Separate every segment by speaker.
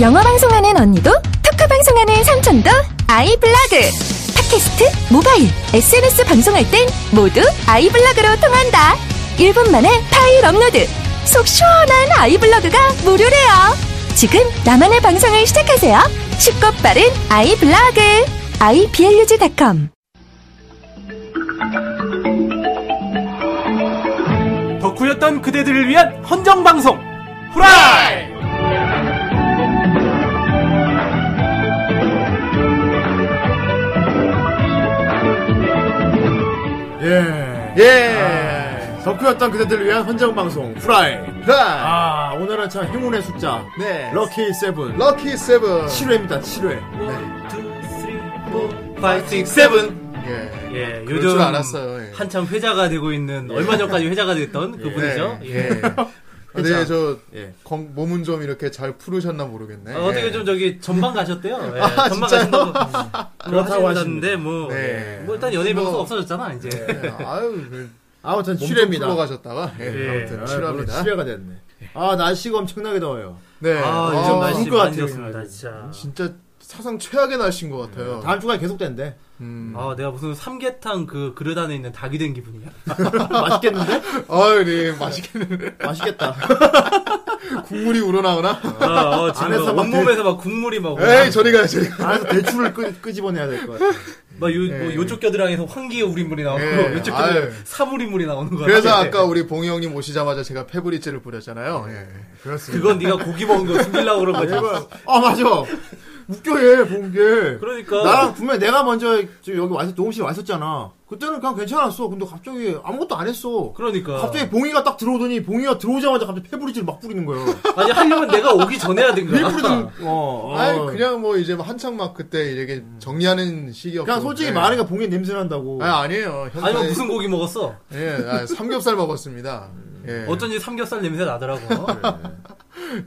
Speaker 1: 영어 방송하는 언니도 토크 방송하는 삼촌도 아이블로그 팟캐스트, 모바일, SNS 방송할 땐 모두 아이블로그로 통한다. 1분 만에 파일 업로드. 속 시원한 아이블로그가 무료래요. 지금 나만의 방송을 시작하세요. 쉽고 빠른 아이블로그. iblog.com
Speaker 2: 덕후였던 그대들을 위한 헌정 방송 후라이
Speaker 3: 예.
Speaker 4: 예.
Speaker 2: 아.
Speaker 3: 덕후였던 그대들을 위한 헌정 방송 후라이.
Speaker 4: 자,
Speaker 3: 아 오늘은 참 행운의 숫자.
Speaker 4: 네.
Speaker 3: 럭키 세븐.
Speaker 4: 럭키 세븐. 네,
Speaker 3: 7회입니다. 7회.
Speaker 4: 예.
Speaker 2: 예,
Speaker 4: 그럴
Speaker 2: 요즘
Speaker 4: 줄 알았어요. 예.
Speaker 2: 한참 회자가 되고 있는 얼마 전까지 회자가 됐던 그분이죠. 그렇죠.
Speaker 4: 네.
Speaker 2: 예.
Speaker 4: 예. 근데 저
Speaker 3: 예.
Speaker 4: 건- 몸은 좀 이렇게 잘 푸르셨나 모르겠네.
Speaker 2: 어, 떻게
Speaker 4: 예.
Speaker 2: 좀 저기 전방 가셨대요. 예,
Speaker 4: 아,
Speaker 2: 전방
Speaker 4: 진짜요?
Speaker 2: 가신다고
Speaker 3: 그렇다고
Speaker 2: 하셨는데 뭐,
Speaker 4: 네.
Speaker 2: 예. 뭐 일단 연예
Speaker 4: 뭐-
Speaker 2: 명수 없어졌잖아 이제.
Speaker 4: 예. 아유, 그
Speaker 3: 아무튼
Speaker 4: 몸좀
Speaker 3: 7회입니다.
Speaker 4: 풀어 가셨다가 예.
Speaker 2: 예.
Speaker 4: 아무튼
Speaker 3: 아, 벌써
Speaker 4: 7회입니다.
Speaker 3: 7회가 됐네. 아 날씨가 엄청나게 더워요.
Speaker 4: 네.
Speaker 2: 아,
Speaker 4: 아,
Speaker 2: 요즘 날씨
Speaker 3: 그거
Speaker 2: 많이
Speaker 3: 같아요,
Speaker 2: 좋습니다
Speaker 3: 요즘.
Speaker 2: 진짜.
Speaker 4: 진짜 사상 최악의 날씨인 것 같아요.
Speaker 2: 네,
Speaker 3: 다음 주까지 계속 된대.
Speaker 4: 음.
Speaker 2: 아, 내가 무슨 삼계탕 그 그릇 안에 있는 닭이 된 기분이야.
Speaker 3: 맛있겠는데?
Speaker 4: 아유, 네, 맛있겠네.
Speaker 3: 맛있겠다.
Speaker 4: 국물이 우러나오나?
Speaker 2: 아, 어, 지금
Speaker 3: 안에서
Speaker 2: 막
Speaker 3: 막
Speaker 2: 온몸에서 막 국물이 막.
Speaker 4: 에이, 저리 가요, 저리 가요.
Speaker 3: 안에서 대추를 끄, 끄집어내야 될 것 같아.
Speaker 2: 막 요, 뭐
Speaker 4: 예.
Speaker 2: 요쪽 겨드랑이에서 황기의 우린물이 나오고,
Speaker 4: 예.
Speaker 2: 요쪽
Speaker 4: 아유.
Speaker 2: 겨드랑이 사물인물이 나오는 거야.
Speaker 4: 그래서 아까 우리 봉이 형님 오시자마자 제가 페브리즈를 뿌렸잖아요. 예. 그렇습니다.
Speaker 2: 그건 네가 고기 먹은 거 숨기려고 그런 거지.
Speaker 3: 아 맞아. 웃겨 얘 본 게.
Speaker 2: 그러니까.
Speaker 3: 나랑 분명 내가 먼저 지금 여기 와서 녹음실 왔었잖아. 그때는 그냥 괜찮았어. 근데 갑자기 아무것도 안 했어.
Speaker 2: 그러니까.
Speaker 3: 갑자기 봉이가 딱 들어오더니 봉이가 들어오자마자 갑자기 페브리즈를 막 뿌리는 거예요.
Speaker 2: 아니, 하려면 내가 오기 전에 하든가.
Speaker 3: 어, 어.
Speaker 4: 아니, 그냥 뭐 이제 한창 막 그때 이게 정리하는 시기였고.
Speaker 3: 그냥 솔직히
Speaker 4: 예.
Speaker 3: 말하니까 봉이 냄새 난다고.
Speaker 4: 아, 아니에요.
Speaker 2: 아니, 뭐
Speaker 4: 현재-
Speaker 2: 무슨 고기 먹었어?
Speaker 4: 예, 아, 삼겹살 먹었습니다.
Speaker 3: 네.
Speaker 4: 예.
Speaker 2: 음. 어쩐지 삼겹살 냄새 나더라고.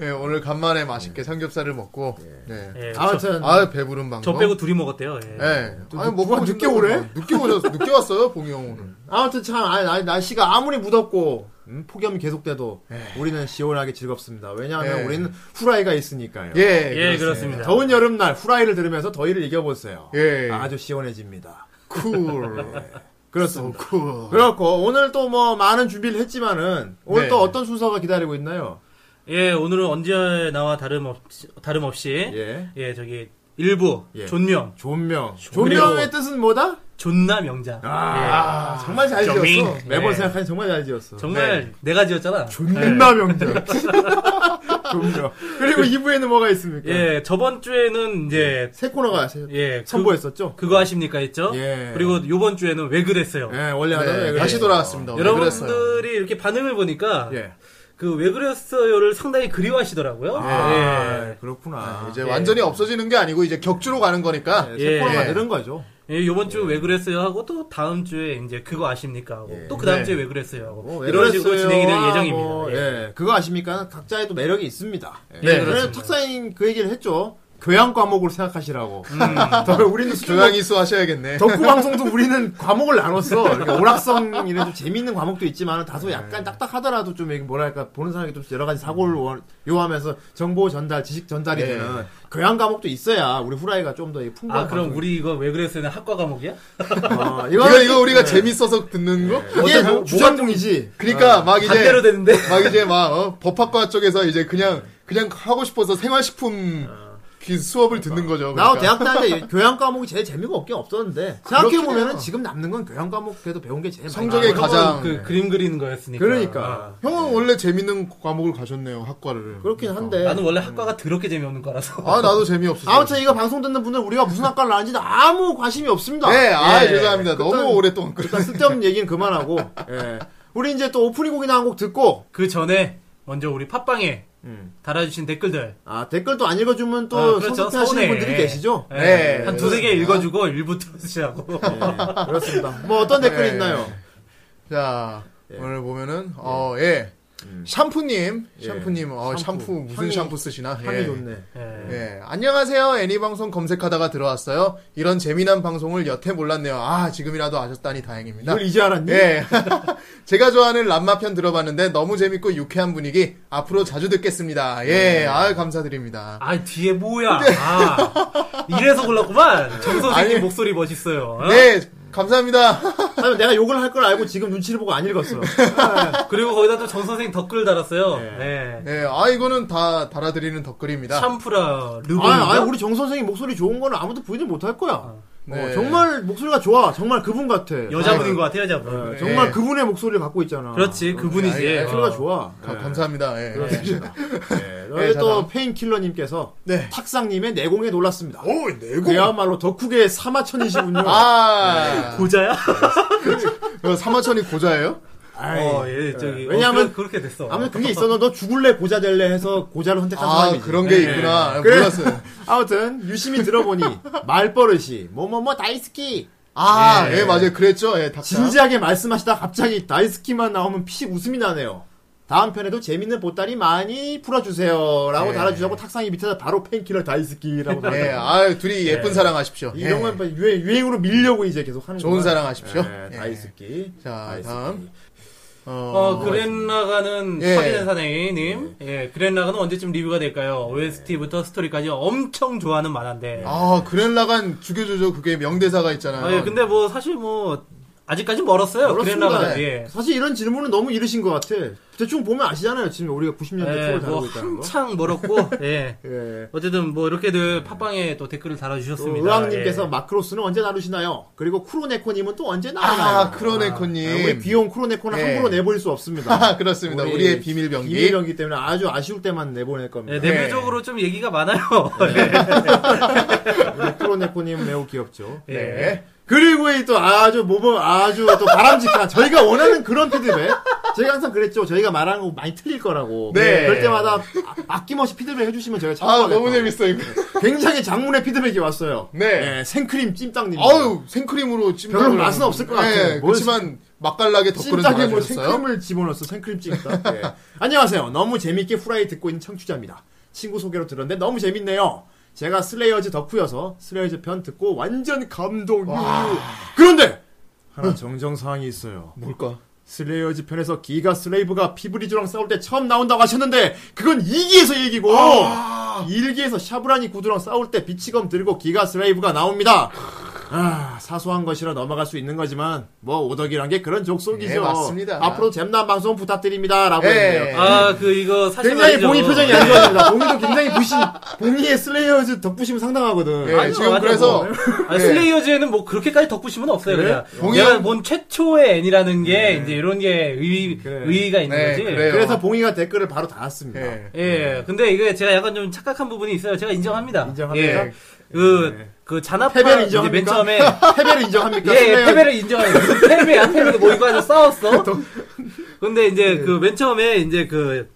Speaker 4: 예, 오늘 간만에 맛있게 삼겹살을 먹고. 예.
Speaker 2: 예, 저,
Speaker 3: 네. 아무튼 뭐? 네,
Speaker 4: 아유, 배부른 방송.
Speaker 2: 저 빼고 둘이 먹었대요. 예.
Speaker 4: 예.
Speaker 3: 또
Speaker 4: 아니,
Speaker 3: 늦-
Speaker 4: 먹고
Speaker 3: 늦게
Speaker 4: 싶다고
Speaker 3: 오래?
Speaker 4: 막 뭐, 늦게 오셨, 늦게 왔어요, 봉이 형 오늘.
Speaker 3: 아무튼 참 아, 날- 날씨가 아무리 무덥고 음, 폭염이 계속돼도 우리는 시원하게 즐겁습니다. 왜냐하면
Speaker 4: 예.
Speaker 3: 우리는 후라이가 있으니까요.
Speaker 4: 예.
Speaker 2: 예, 그렇습니다.
Speaker 3: 더운 여름날 후라이를 들으면서 더위를 이겨보세요.
Speaker 4: 예.
Speaker 3: 아주 시원해집니다.
Speaker 4: 쿨.
Speaker 3: 어, 그렇습니다.
Speaker 4: 쿨.
Speaker 3: 그렇고 오늘 또 뭐 많은 준비를 했지만은 오늘
Speaker 4: 네.
Speaker 3: 또 어떤 순서가 기다리고 있나요?
Speaker 2: 예, 오늘은 언제 나와 다름없이, 다름없이. 예.
Speaker 3: 예.
Speaker 2: 저기, 일부,
Speaker 3: 예.
Speaker 2: 존명,
Speaker 3: 존명.
Speaker 2: 그리고-
Speaker 3: 존명의 뜻은 뭐다?
Speaker 2: 존나 명장.
Speaker 3: 아, 정말 잘
Speaker 2: 존명.
Speaker 3: 지었어. 매번
Speaker 2: 네.
Speaker 3: 생각하니 정말 잘 지었어.
Speaker 2: 예. 정말 내가 지었잖아.
Speaker 3: 네. 존나 명절. 존명. 그리고 2부에는 뭐가 있습니까?
Speaker 2: 예, 저번 주에는 이제,
Speaker 3: 새 코너가 세-
Speaker 2: 예, 그-
Speaker 3: 선보였었죠?
Speaker 2: 그거 하십니까 했죠?
Speaker 3: 예.
Speaker 2: 그리고 요번 주에는 왜 그랬어요?
Speaker 3: 예, 원래 하던
Speaker 4: 네,
Speaker 3: 예, 그래.
Speaker 4: 다시 돌아왔습니다. 오늘. 그랬어요.
Speaker 2: 여러분들이 이렇게 반응을 보니까
Speaker 3: 예.
Speaker 2: 그 왜 그랬어요를 상당히 그리워하시더라고요.
Speaker 3: 아,
Speaker 2: 예.
Speaker 3: 그렇구나.
Speaker 4: 이제
Speaker 3: 예.
Speaker 4: 완전히 없어지는 게 아니고 이제 격주로 가는 거니까.
Speaker 3: 새
Speaker 2: 예.
Speaker 3: 코너가
Speaker 4: 예.
Speaker 3: 늘은 거죠.
Speaker 2: 예, 요번 주 왜 그랬어요 하고 또 다음 주에 이제 그거 아십니까 하고 또 그 다음
Speaker 4: 네.
Speaker 2: 주에 왜 그랬어요 하고
Speaker 3: 뭐,
Speaker 2: 이런 식으로
Speaker 3: 에러스와
Speaker 2: 진행이 될 예정입니다.
Speaker 3: 뭐,
Speaker 2: 예.
Speaker 3: 예. 그거 아십니까? 각자의 또 매력이 있습니다. 예.
Speaker 4: 네,
Speaker 3: 그래서
Speaker 2: 그렇습니다.
Speaker 3: 탁사인 그 얘기를 했죠. 교양 과목으로 생각하시라고.
Speaker 2: 음.
Speaker 3: 덕- 우리는 교양
Speaker 4: 교양이수 하셔야겠네.
Speaker 3: 덕후 방송도 우리는 과목을 나눴어. 이렇게 오락성 이런 좀 재밌는 과목도 있지만 다소
Speaker 4: 네.
Speaker 3: 약간 딱딱하더라도 좀 이게 뭐랄까 보는 사람에게 좀 여러 가지 사고를
Speaker 4: 음.
Speaker 3: 원- 요하면서 정보 전달, 지식 전달이
Speaker 4: 예.
Speaker 3: 되는 교양 과목도 있어야 우리 후라이가 좀 더 풍부한.
Speaker 2: 아 그럼 우리 이거 왜 그랬어요는 학과 과목이야?
Speaker 4: 이거, 이거
Speaker 3: 예.
Speaker 4: 뭐 우리가 재밌어서 듣는 거?
Speaker 3: 이게
Speaker 4: 어쩌-
Speaker 3: 주전공이지.
Speaker 4: 그러니까 막 이제.
Speaker 2: 반대로 되는데
Speaker 4: 막 이제 막 어, 법학과 쪽에서 이제 그냥 그냥 하고 싶어서 생활식품 그 수업을 듣는 거죠.
Speaker 3: 아.
Speaker 4: 그러니까.
Speaker 3: 나도 대학 다닐 때 교양 과목이 제일 재미가 없긴 없었는데 생각해 보면은 지금 남는 건 교양 과목 그래도 배운 게 제일 많이
Speaker 4: 성적에
Speaker 3: 남아요.
Speaker 4: 가장
Speaker 2: 그 그림 그리는 거였으니까.
Speaker 3: 그러니까
Speaker 4: 형은 원래 재밌는 과목을 가셨네요 학과를. 그러니까.
Speaker 3: 그렇긴
Speaker 2: 아,
Speaker 3: 한데
Speaker 2: 나는 원래 학과가 더럽게 재미없는 거라서.
Speaker 4: 아 나도 재미없었어.
Speaker 3: 아무튼 이거 방송 듣는 분들 우리가 무슨 학과를 나왔는지 아무 관심이 없습니다.
Speaker 4: 네, 아
Speaker 3: 예.
Speaker 4: 죄송합니다. 너무 오랫동안 그.
Speaker 3: 일단
Speaker 2: 네.
Speaker 3: 쓸데없는 얘기는 그만하고 예. 우리 이제 또 오프닝 곡이나 한 곡 듣고
Speaker 2: 그 전에 먼저 우리 팟빵에
Speaker 3: 음.
Speaker 2: 달아주신 댓글들
Speaker 3: 아 댓글도 안 읽어주면 또
Speaker 2: 아,
Speaker 3: 성급해 하시는
Speaker 2: 서운해.
Speaker 3: 분들이 계시죠?
Speaker 2: 예.
Speaker 4: 네,
Speaker 2: 한 두세 개
Speaker 4: 그렇습니다.
Speaker 2: 읽어주고 일부 들으시라고.
Speaker 3: 예,
Speaker 2: 네.
Speaker 3: 그렇습니다. 뭐 어떤 댓글이
Speaker 4: 네.
Speaker 3: 있나요?
Speaker 4: 자 오늘 보면은 어예 샴푸님,
Speaker 3: 음. 예.
Speaker 4: 샴푸님, 어, 샴푸,
Speaker 3: 샴푸.
Speaker 4: 무슨
Speaker 3: 향이-
Speaker 4: 샴푸 쓰시나?
Speaker 3: 향이
Speaker 4: 예.
Speaker 3: 좋네.
Speaker 2: 예.
Speaker 4: 예. 안녕하세요. 애니방송 검색하다가 들어왔어요. 이런 재미난 방송을 여태 몰랐네요. 아, 지금이라도 아셨다니 다행입니다.
Speaker 3: 이걸 이제 알았니?
Speaker 2: 네.
Speaker 4: 예. 제가 좋아하는 람마편 들어봤는데 너무 재밌고 유쾌한 분위기. 앞으로 자주 듣겠습니다.
Speaker 3: 네.
Speaker 4: 예. 아 감사드립니다.
Speaker 2: 아 뒤에 뭐야? 아, 이래서 골랐구만. 정
Speaker 4: 아니.
Speaker 2: 선생님 목소리 멋있어요.
Speaker 3: 아?
Speaker 2: 어?
Speaker 4: 네. 감사합니다.
Speaker 3: 아니, 내가 욕을 할 걸 알고 지금 눈치를 보고 안 읽었어.
Speaker 2: 그리고 거기다 또 정 선생 댓글 달았어요.
Speaker 3: 예.
Speaker 2: 예.
Speaker 4: 네. 아, 이거는 다 달아드리는 덧글입니다.
Speaker 2: 샴푸라 르본.
Speaker 3: 아, 아, 우리 정 선생님 목소리 좋은 거는 아무도 부인을 못 할 거야. 어,
Speaker 4: 네.
Speaker 3: 정말 목소리가 좋아. 정말 그분 같아.
Speaker 2: 여자분인
Speaker 4: 아이고.
Speaker 2: 것 같아 여자분.
Speaker 3: 네, 정말
Speaker 4: 예.
Speaker 3: 그분의 목소리를 갖고 있잖아. 예, 네,
Speaker 2: 그렇지, 그분이지.
Speaker 4: 아이, 아이,
Speaker 3: 목소리가
Speaker 2: 어.
Speaker 3: 좋아.
Speaker 4: 가-
Speaker 3: 예.
Speaker 4: 감사합니다. 예.
Speaker 3: 그렇습니다. 예.
Speaker 2: 네,
Speaker 4: 예,
Speaker 3: 여기
Speaker 4: 자,
Speaker 3: 또
Speaker 4: 다음.
Speaker 3: 페인킬러님께서
Speaker 4: 네.
Speaker 3: 탁상님의 내공에 놀랐습니다.
Speaker 4: 오, 예.
Speaker 3: 네
Speaker 4: 내고.
Speaker 3: 그야말로 덕후계의 사마천이시군요.
Speaker 4: 아,
Speaker 2: 고자야?
Speaker 4: 고- 사마천이 그 고자예요?
Speaker 3: 아이,
Speaker 2: 어, 예, 저기.
Speaker 3: 왜냐하면
Speaker 2: 어, 그- 그렇게 됐어.
Speaker 3: 아무튼 그게 있어. 너 죽을래 고자 될래 해서 고자를 선택한
Speaker 4: 아,
Speaker 3: 사람이지. 네.
Speaker 4: 그런 게 있구나.
Speaker 3: 그래.
Speaker 4: 몰랐어요.
Speaker 3: 아무튼 유심히 들어보니 말버릇이 뭐뭐뭐 다이스키
Speaker 4: 아,
Speaker 3: 예.
Speaker 4: 예, 맞아요. 그랬죠. 예, 닭
Speaker 3: 진지하게 말씀하시다 갑자기 다이스키만 나오면 피 웃음이 나네요. 다음 편에도 재밌는 보따리 많이 풀어주세요라고
Speaker 4: 예.
Speaker 3: 달아주자고 탁상이 밑에다 바로 팬킬러 다이스키라고 달아.
Speaker 4: 예, 아유, 둘이 예쁜 사랑하십시오. 예.
Speaker 3: 네. 이런 건 유행, 유행으로 밀려고 이제 계속 하는
Speaker 4: 좋은
Speaker 3: 거야.
Speaker 4: 사랑하십시오.
Speaker 3: 예, 다이스키.
Speaker 4: 자,
Speaker 3: 다이스키.
Speaker 4: 다음. 어,
Speaker 2: 어, 그랜나가는
Speaker 4: 예.
Speaker 2: 확인한 사나이님. 예, 그랜나가는 언제쯤 리뷰가 될까요? OST부터 스토리까지 엄청 좋아하는 만화인데. 아,
Speaker 4: 아, 그렐라간 죽여줘죠. 그게 명대사가 있잖아요.
Speaker 2: 예, 근데 뭐, 사실 뭐, 아직까지 멀었어요.
Speaker 3: 그렇습니다.
Speaker 2: 그랜나가는. 예.
Speaker 3: 사실 이런 질문은 너무 이르신 것 같아. 대충 보면 아시잖아요. 지금 우리가 90년대 초를
Speaker 2: 예,
Speaker 3: 다루고
Speaker 2: 뭐,
Speaker 3: 있다는 거.
Speaker 2: 한창 멀었고, 예.
Speaker 3: 예.
Speaker 2: 어쨌든 뭐, 이렇게들 팟빵에 또 댓글을 달아주셨습니다.
Speaker 3: 의왕님께서
Speaker 2: 예.
Speaker 3: 마크로스는 언제 나누시나요? 그리고 쿠로네코님은 또 언제 나누나요?
Speaker 4: 아, 크로네코님.
Speaker 3: 아, 우리 귀여운 쿠로네코는
Speaker 4: 예.
Speaker 3: 함부로 내버릴 수 없습니다.
Speaker 4: 아, 그렇습니다. 우리 의 비밀병기.
Speaker 3: 비밀병기 때문에 아주 아쉬울 때만 내보낼 겁니다.
Speaker 2: 예,
Speaker 4: 네.
Speaker 2: 내부적으로 좀 얘기가 많아요.
Speaker 3: 네. 우리 쿠로네코님 매우 귀엽죠.
Speaker 2: 예.
Speaker 4: 네.
Speaker 3: 그리고 이 또 아주 모범 아주 또 바람직한 저희가 원하는 그런 피드백. 저희가 항상 그랬죠. 저희가 말하는 거 많이 틀릴 거라고.
Speaker 4: 네.
Speaker 3: 그럴 때마다 아- 아낌없이 피드백 해주시면 저희가
Speaker 4: 아, 너무
Speaker 3: 참고하겠다.
Speaker 4: 재밌어, 이거.
Speaker 3: 굉장히 장문의 피드백이 왔어요.
Speaker 4: 네.
Speaker 3: 예, 생크림 찜닭님.
Speaker 4: 아유, 생크림으로 찜닭.
Speaker 3: 별로 맛은 없을 것 같아요.
Speaker 4: 예,
Speaker 3: 뭘-
Speaker 4: 그렇지만 맛깔나게 덧글은
Speaker 3: 찜닭에 뭐
Speaker 4: 달아주셨어요.
Speaker 3: 생크림을 집어넣었어. 생크림 찜닭. 예. 안녕하세요. 너무 재밌게 후라이 듣고 있는 청취자입니다. 친구 소개로 들었는데 너무 재밌네요. 제가 슬레이어즈 덕후여서 슬레이어즈 편 듣고 완전 감동. 그런데 하나 정정 사항이 있어요.
Speaker 4: 뭘까?
Speaker 3: 슬레이어즈 편에서 기가 슬레이브가 피브리즈랑 싸울 때 처음 나온다고 하셨는데 그건 2기에서 얘기고
Speaker 2: 아.
Speaker 3: 1기에서 샤브라니 구두랑 싸울 때 비치검 들고 기가 슬레이브가 나옵니다. 아, 사소한 것이라 넘어갈 수 있는 거지만 뭐 오덕이란 게 그런 족속이죠.
Speaker 4: 예,
Speaker 2: 네,
Speaker 4: 맞습니다.
Speaker 3: 앞으로 잼난 방송 부탁드립니다라고
Speaker 4: 예.
Speaker 3: 했네요.
Speaker 2: 아, 그, 이거, 사실.
Speaker 3: 굉장히
Speaker 2: 말이죠. 네.
Speaker 3: 봉이 표정이 안 좋아집니다. 봉이도 굉장히 부심, 봉이의 슬레이어즈 덕부심이 상당하거든.
Speaker 4: 예,
Speaker 2: 아니요,
Speaker 4: 지금
Speaker 2: 아니요,
Speaker 4: 그래서
Speaker 2: 뭐. 아니,
Speaker 3: 네.
Speaker 2: 슬레이어즈에는 뭐 그렇게까지 덧붙임은 없어요.
Speaker 3: 그래?
Speaker 2: 그냥
Speaker 4: 봉이
Speaker 2: 내가
Speaker 4: 형-
Speaker 2: 본 최초의 애니라는 게 이제 이런 게 의,
Speaker 3: 그래.
Speaker 2: 의의가 있는
Speaker 4: 네,
Speaker 2: 거지.
Speaker 4: 그래요.
Speaker 3: 네. 그래서 봉이가 댓글을 바로 달았습니다.
Speaker 4: 예.
Speaker 2: 예, 근데 이게 제가 약간 좀 착각한 부분이 있어요. 제가 인정합니다.
Speaker 3: 인정합니다.
Speaker 2: 예, 그,
Speaker 3: 예.
Speaker 2: 그 잔압파
Speaker 3: 패배를
Speaker 2: 이제 맨
Speaker 3: 인정합니까?
Speaker 2: 처음에
Speaker 3: 패배를 인정합니까?
Speaker 2: 예, 예, 패배를 인정해요. 무슨 패배야, 패배도 모이고 와서 싸웠어. 근데 이제 그 맨 처음에 이제 그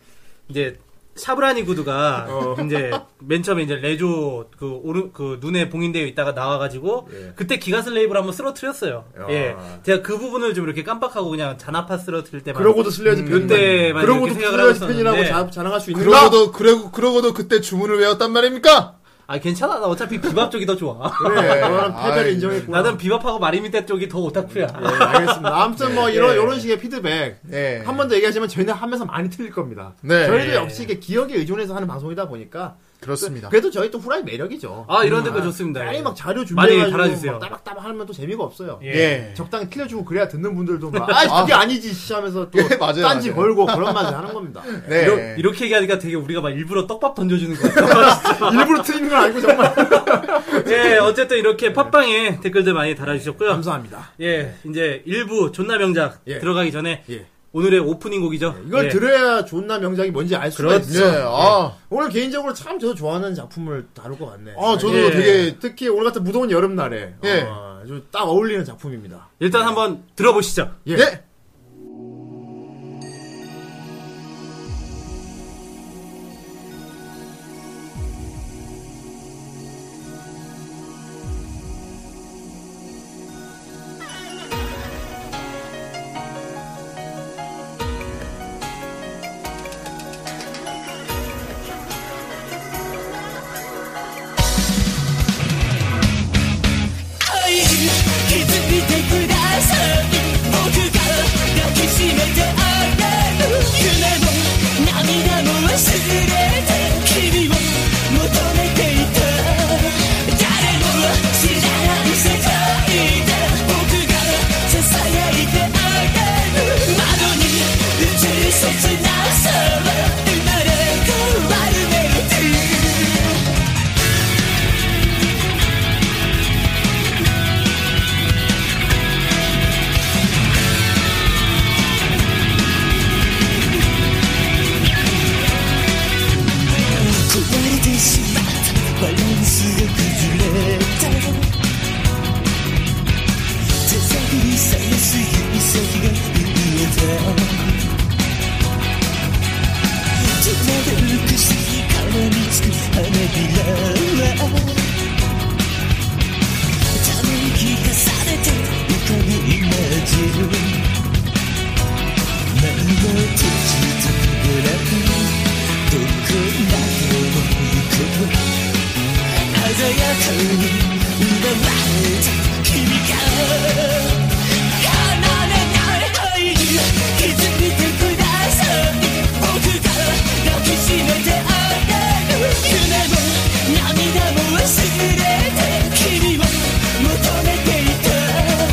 Speaker 2: 이제 샤브라니 구두가 이제 맨 처음에 이제 레조 그 오른 그 눈에 봉인되어 있다가 나와가지고 그때 기가 슬레이브를 한번 쓰러뜨렸어요. 예, 제가 그 부분을 좀 이렇게 깜빡하고 그냥 잔아파 쓰러뜨릴 때만.
Speaker 3: 그러고도 슬레이어즈 편
Speaker 2: 그때만
Speaker 3: 그러고도
Speaker 2: 이렇게 생각을
Speaker 3: 음, 네, 슬레이어즈
Speaker 2: 하고
Speaker 3: 팬이라고
Speaker 2: 있었는데.
Speaker 3: 자, 자랑할 수 있는 거
Speaker 4: 그러고도, 그러고, 그러고도 그때 주문을 외웠단 말입니까?
Speaker 2: 아 괜찮아, 나 어차피 비밥 쪽이 더 좋아.
Speaker 3: 그래 너는 패배를
Speaker 4: 아이,
Speaker 3: 인정했구나
Speaker 2: 나는 비밥하고 마리미떼 쪽이 더 오타쿠야.
Speaker 3: 예, 알겠습니다 아무튼 뭐 이런 이런 식의 피드백
Speaker 4: 예.
Speaker 3: 한 번 더 얘기하지만 저희는 하면서 많이 틀릴 겁니다
Speaker 4: 네.
Speaker 3: 저희도
Speaker 4: 예.
Speaker 3: 역시 이게 기억에 의존해서 하는 방송이다 보니까
Speaker 4: 그렇습니다.
Speaker 3: 그래도 저희 또 후라이 네. 매력이죠
Speaker 2: 아 이런 댓글 좋습니다.
Speaker 3: 네. 많이 막 자료
Speaker 2: 많이
Speaker 3: 준비해가지고
Speaker 2: 달아주세요.
Speaker 3: 막 따박따박 하면 또 재미가 없어요
Speaker 2: 예.
Speaker 4: 예.
Speaker 3: 적당히 틀려주고 그래야 듣는 분들도 막아 그게 아니지 씨 하면서 또
Speaker 4: 예, 맞아요,
Speaker 3: 딴지
Speaker 4: 맞아요.
Speaker 3: 걸고 그런 말을 하는 겁니다
Speaker 4: 네.
Speaker 2: 이러- 이렇게 얘기하니까 되게 우리가 막 일부러 떡밥 던져주는 거 같아요.
Speaker 3: 일부러 틀리는 건 아니고 정말
Speaker 2: 예, 어쨌든 이렇게 팟빵에 댓글들 많이 달아주셨고요.
Speaker 3: 감사합니다
Speaker 2: 예, 이제 일부 존나 명작
Speaker 3: 예.
Speaker 2: 들어가기 전에
Speaker 3: 예.
Speaker 2: 오늘의 오프닝 곡이죠.
Speaker 3: 이걸
Speaker 2: 예.
Speaker 3: 들어야 존나 명작이 뭔지 알 수가
Speaker 4: 그렇죠.
Speaker 3: 있죠.
Speaker 4: 예, 아.
Speaker 3: 오늘 개인적으로 참 저도 좋아하는 작품을 다룰 것 같네.
Speaker 4: 아, 저도
Speaker 2: 예.
Speaker 4: 되게,
Speaker 3: 특히 오늘 같은 무더운 여름날에
Speaker 4: 예.
Speaker 3: 어, 아주 딱 어울리는 작품입니다.
Speaker 2: 일단 한번 들어보시죠.
Speaker 3: 예.
Speaker 4: 예.
Speaker 5: 사랑이 모두가抱きしめてあげる夢も涙も忘れて君を求めていた誰も知らない世界で僕が囁いてあげる窓に映る切なさは生まれ変わるメロディー壊れてしまったバランスが崩れた手先に探す指先が見えたとなるくし絡みつく花びらはため息がされて浮かび混じる「何を閉じた扉にどこまでも」「行こう」「鮮やかに奪われた君が」「離れない愛に気づいてください」「僕が抱きしめてあげる」「夢も涙も忘れて君を求めていた」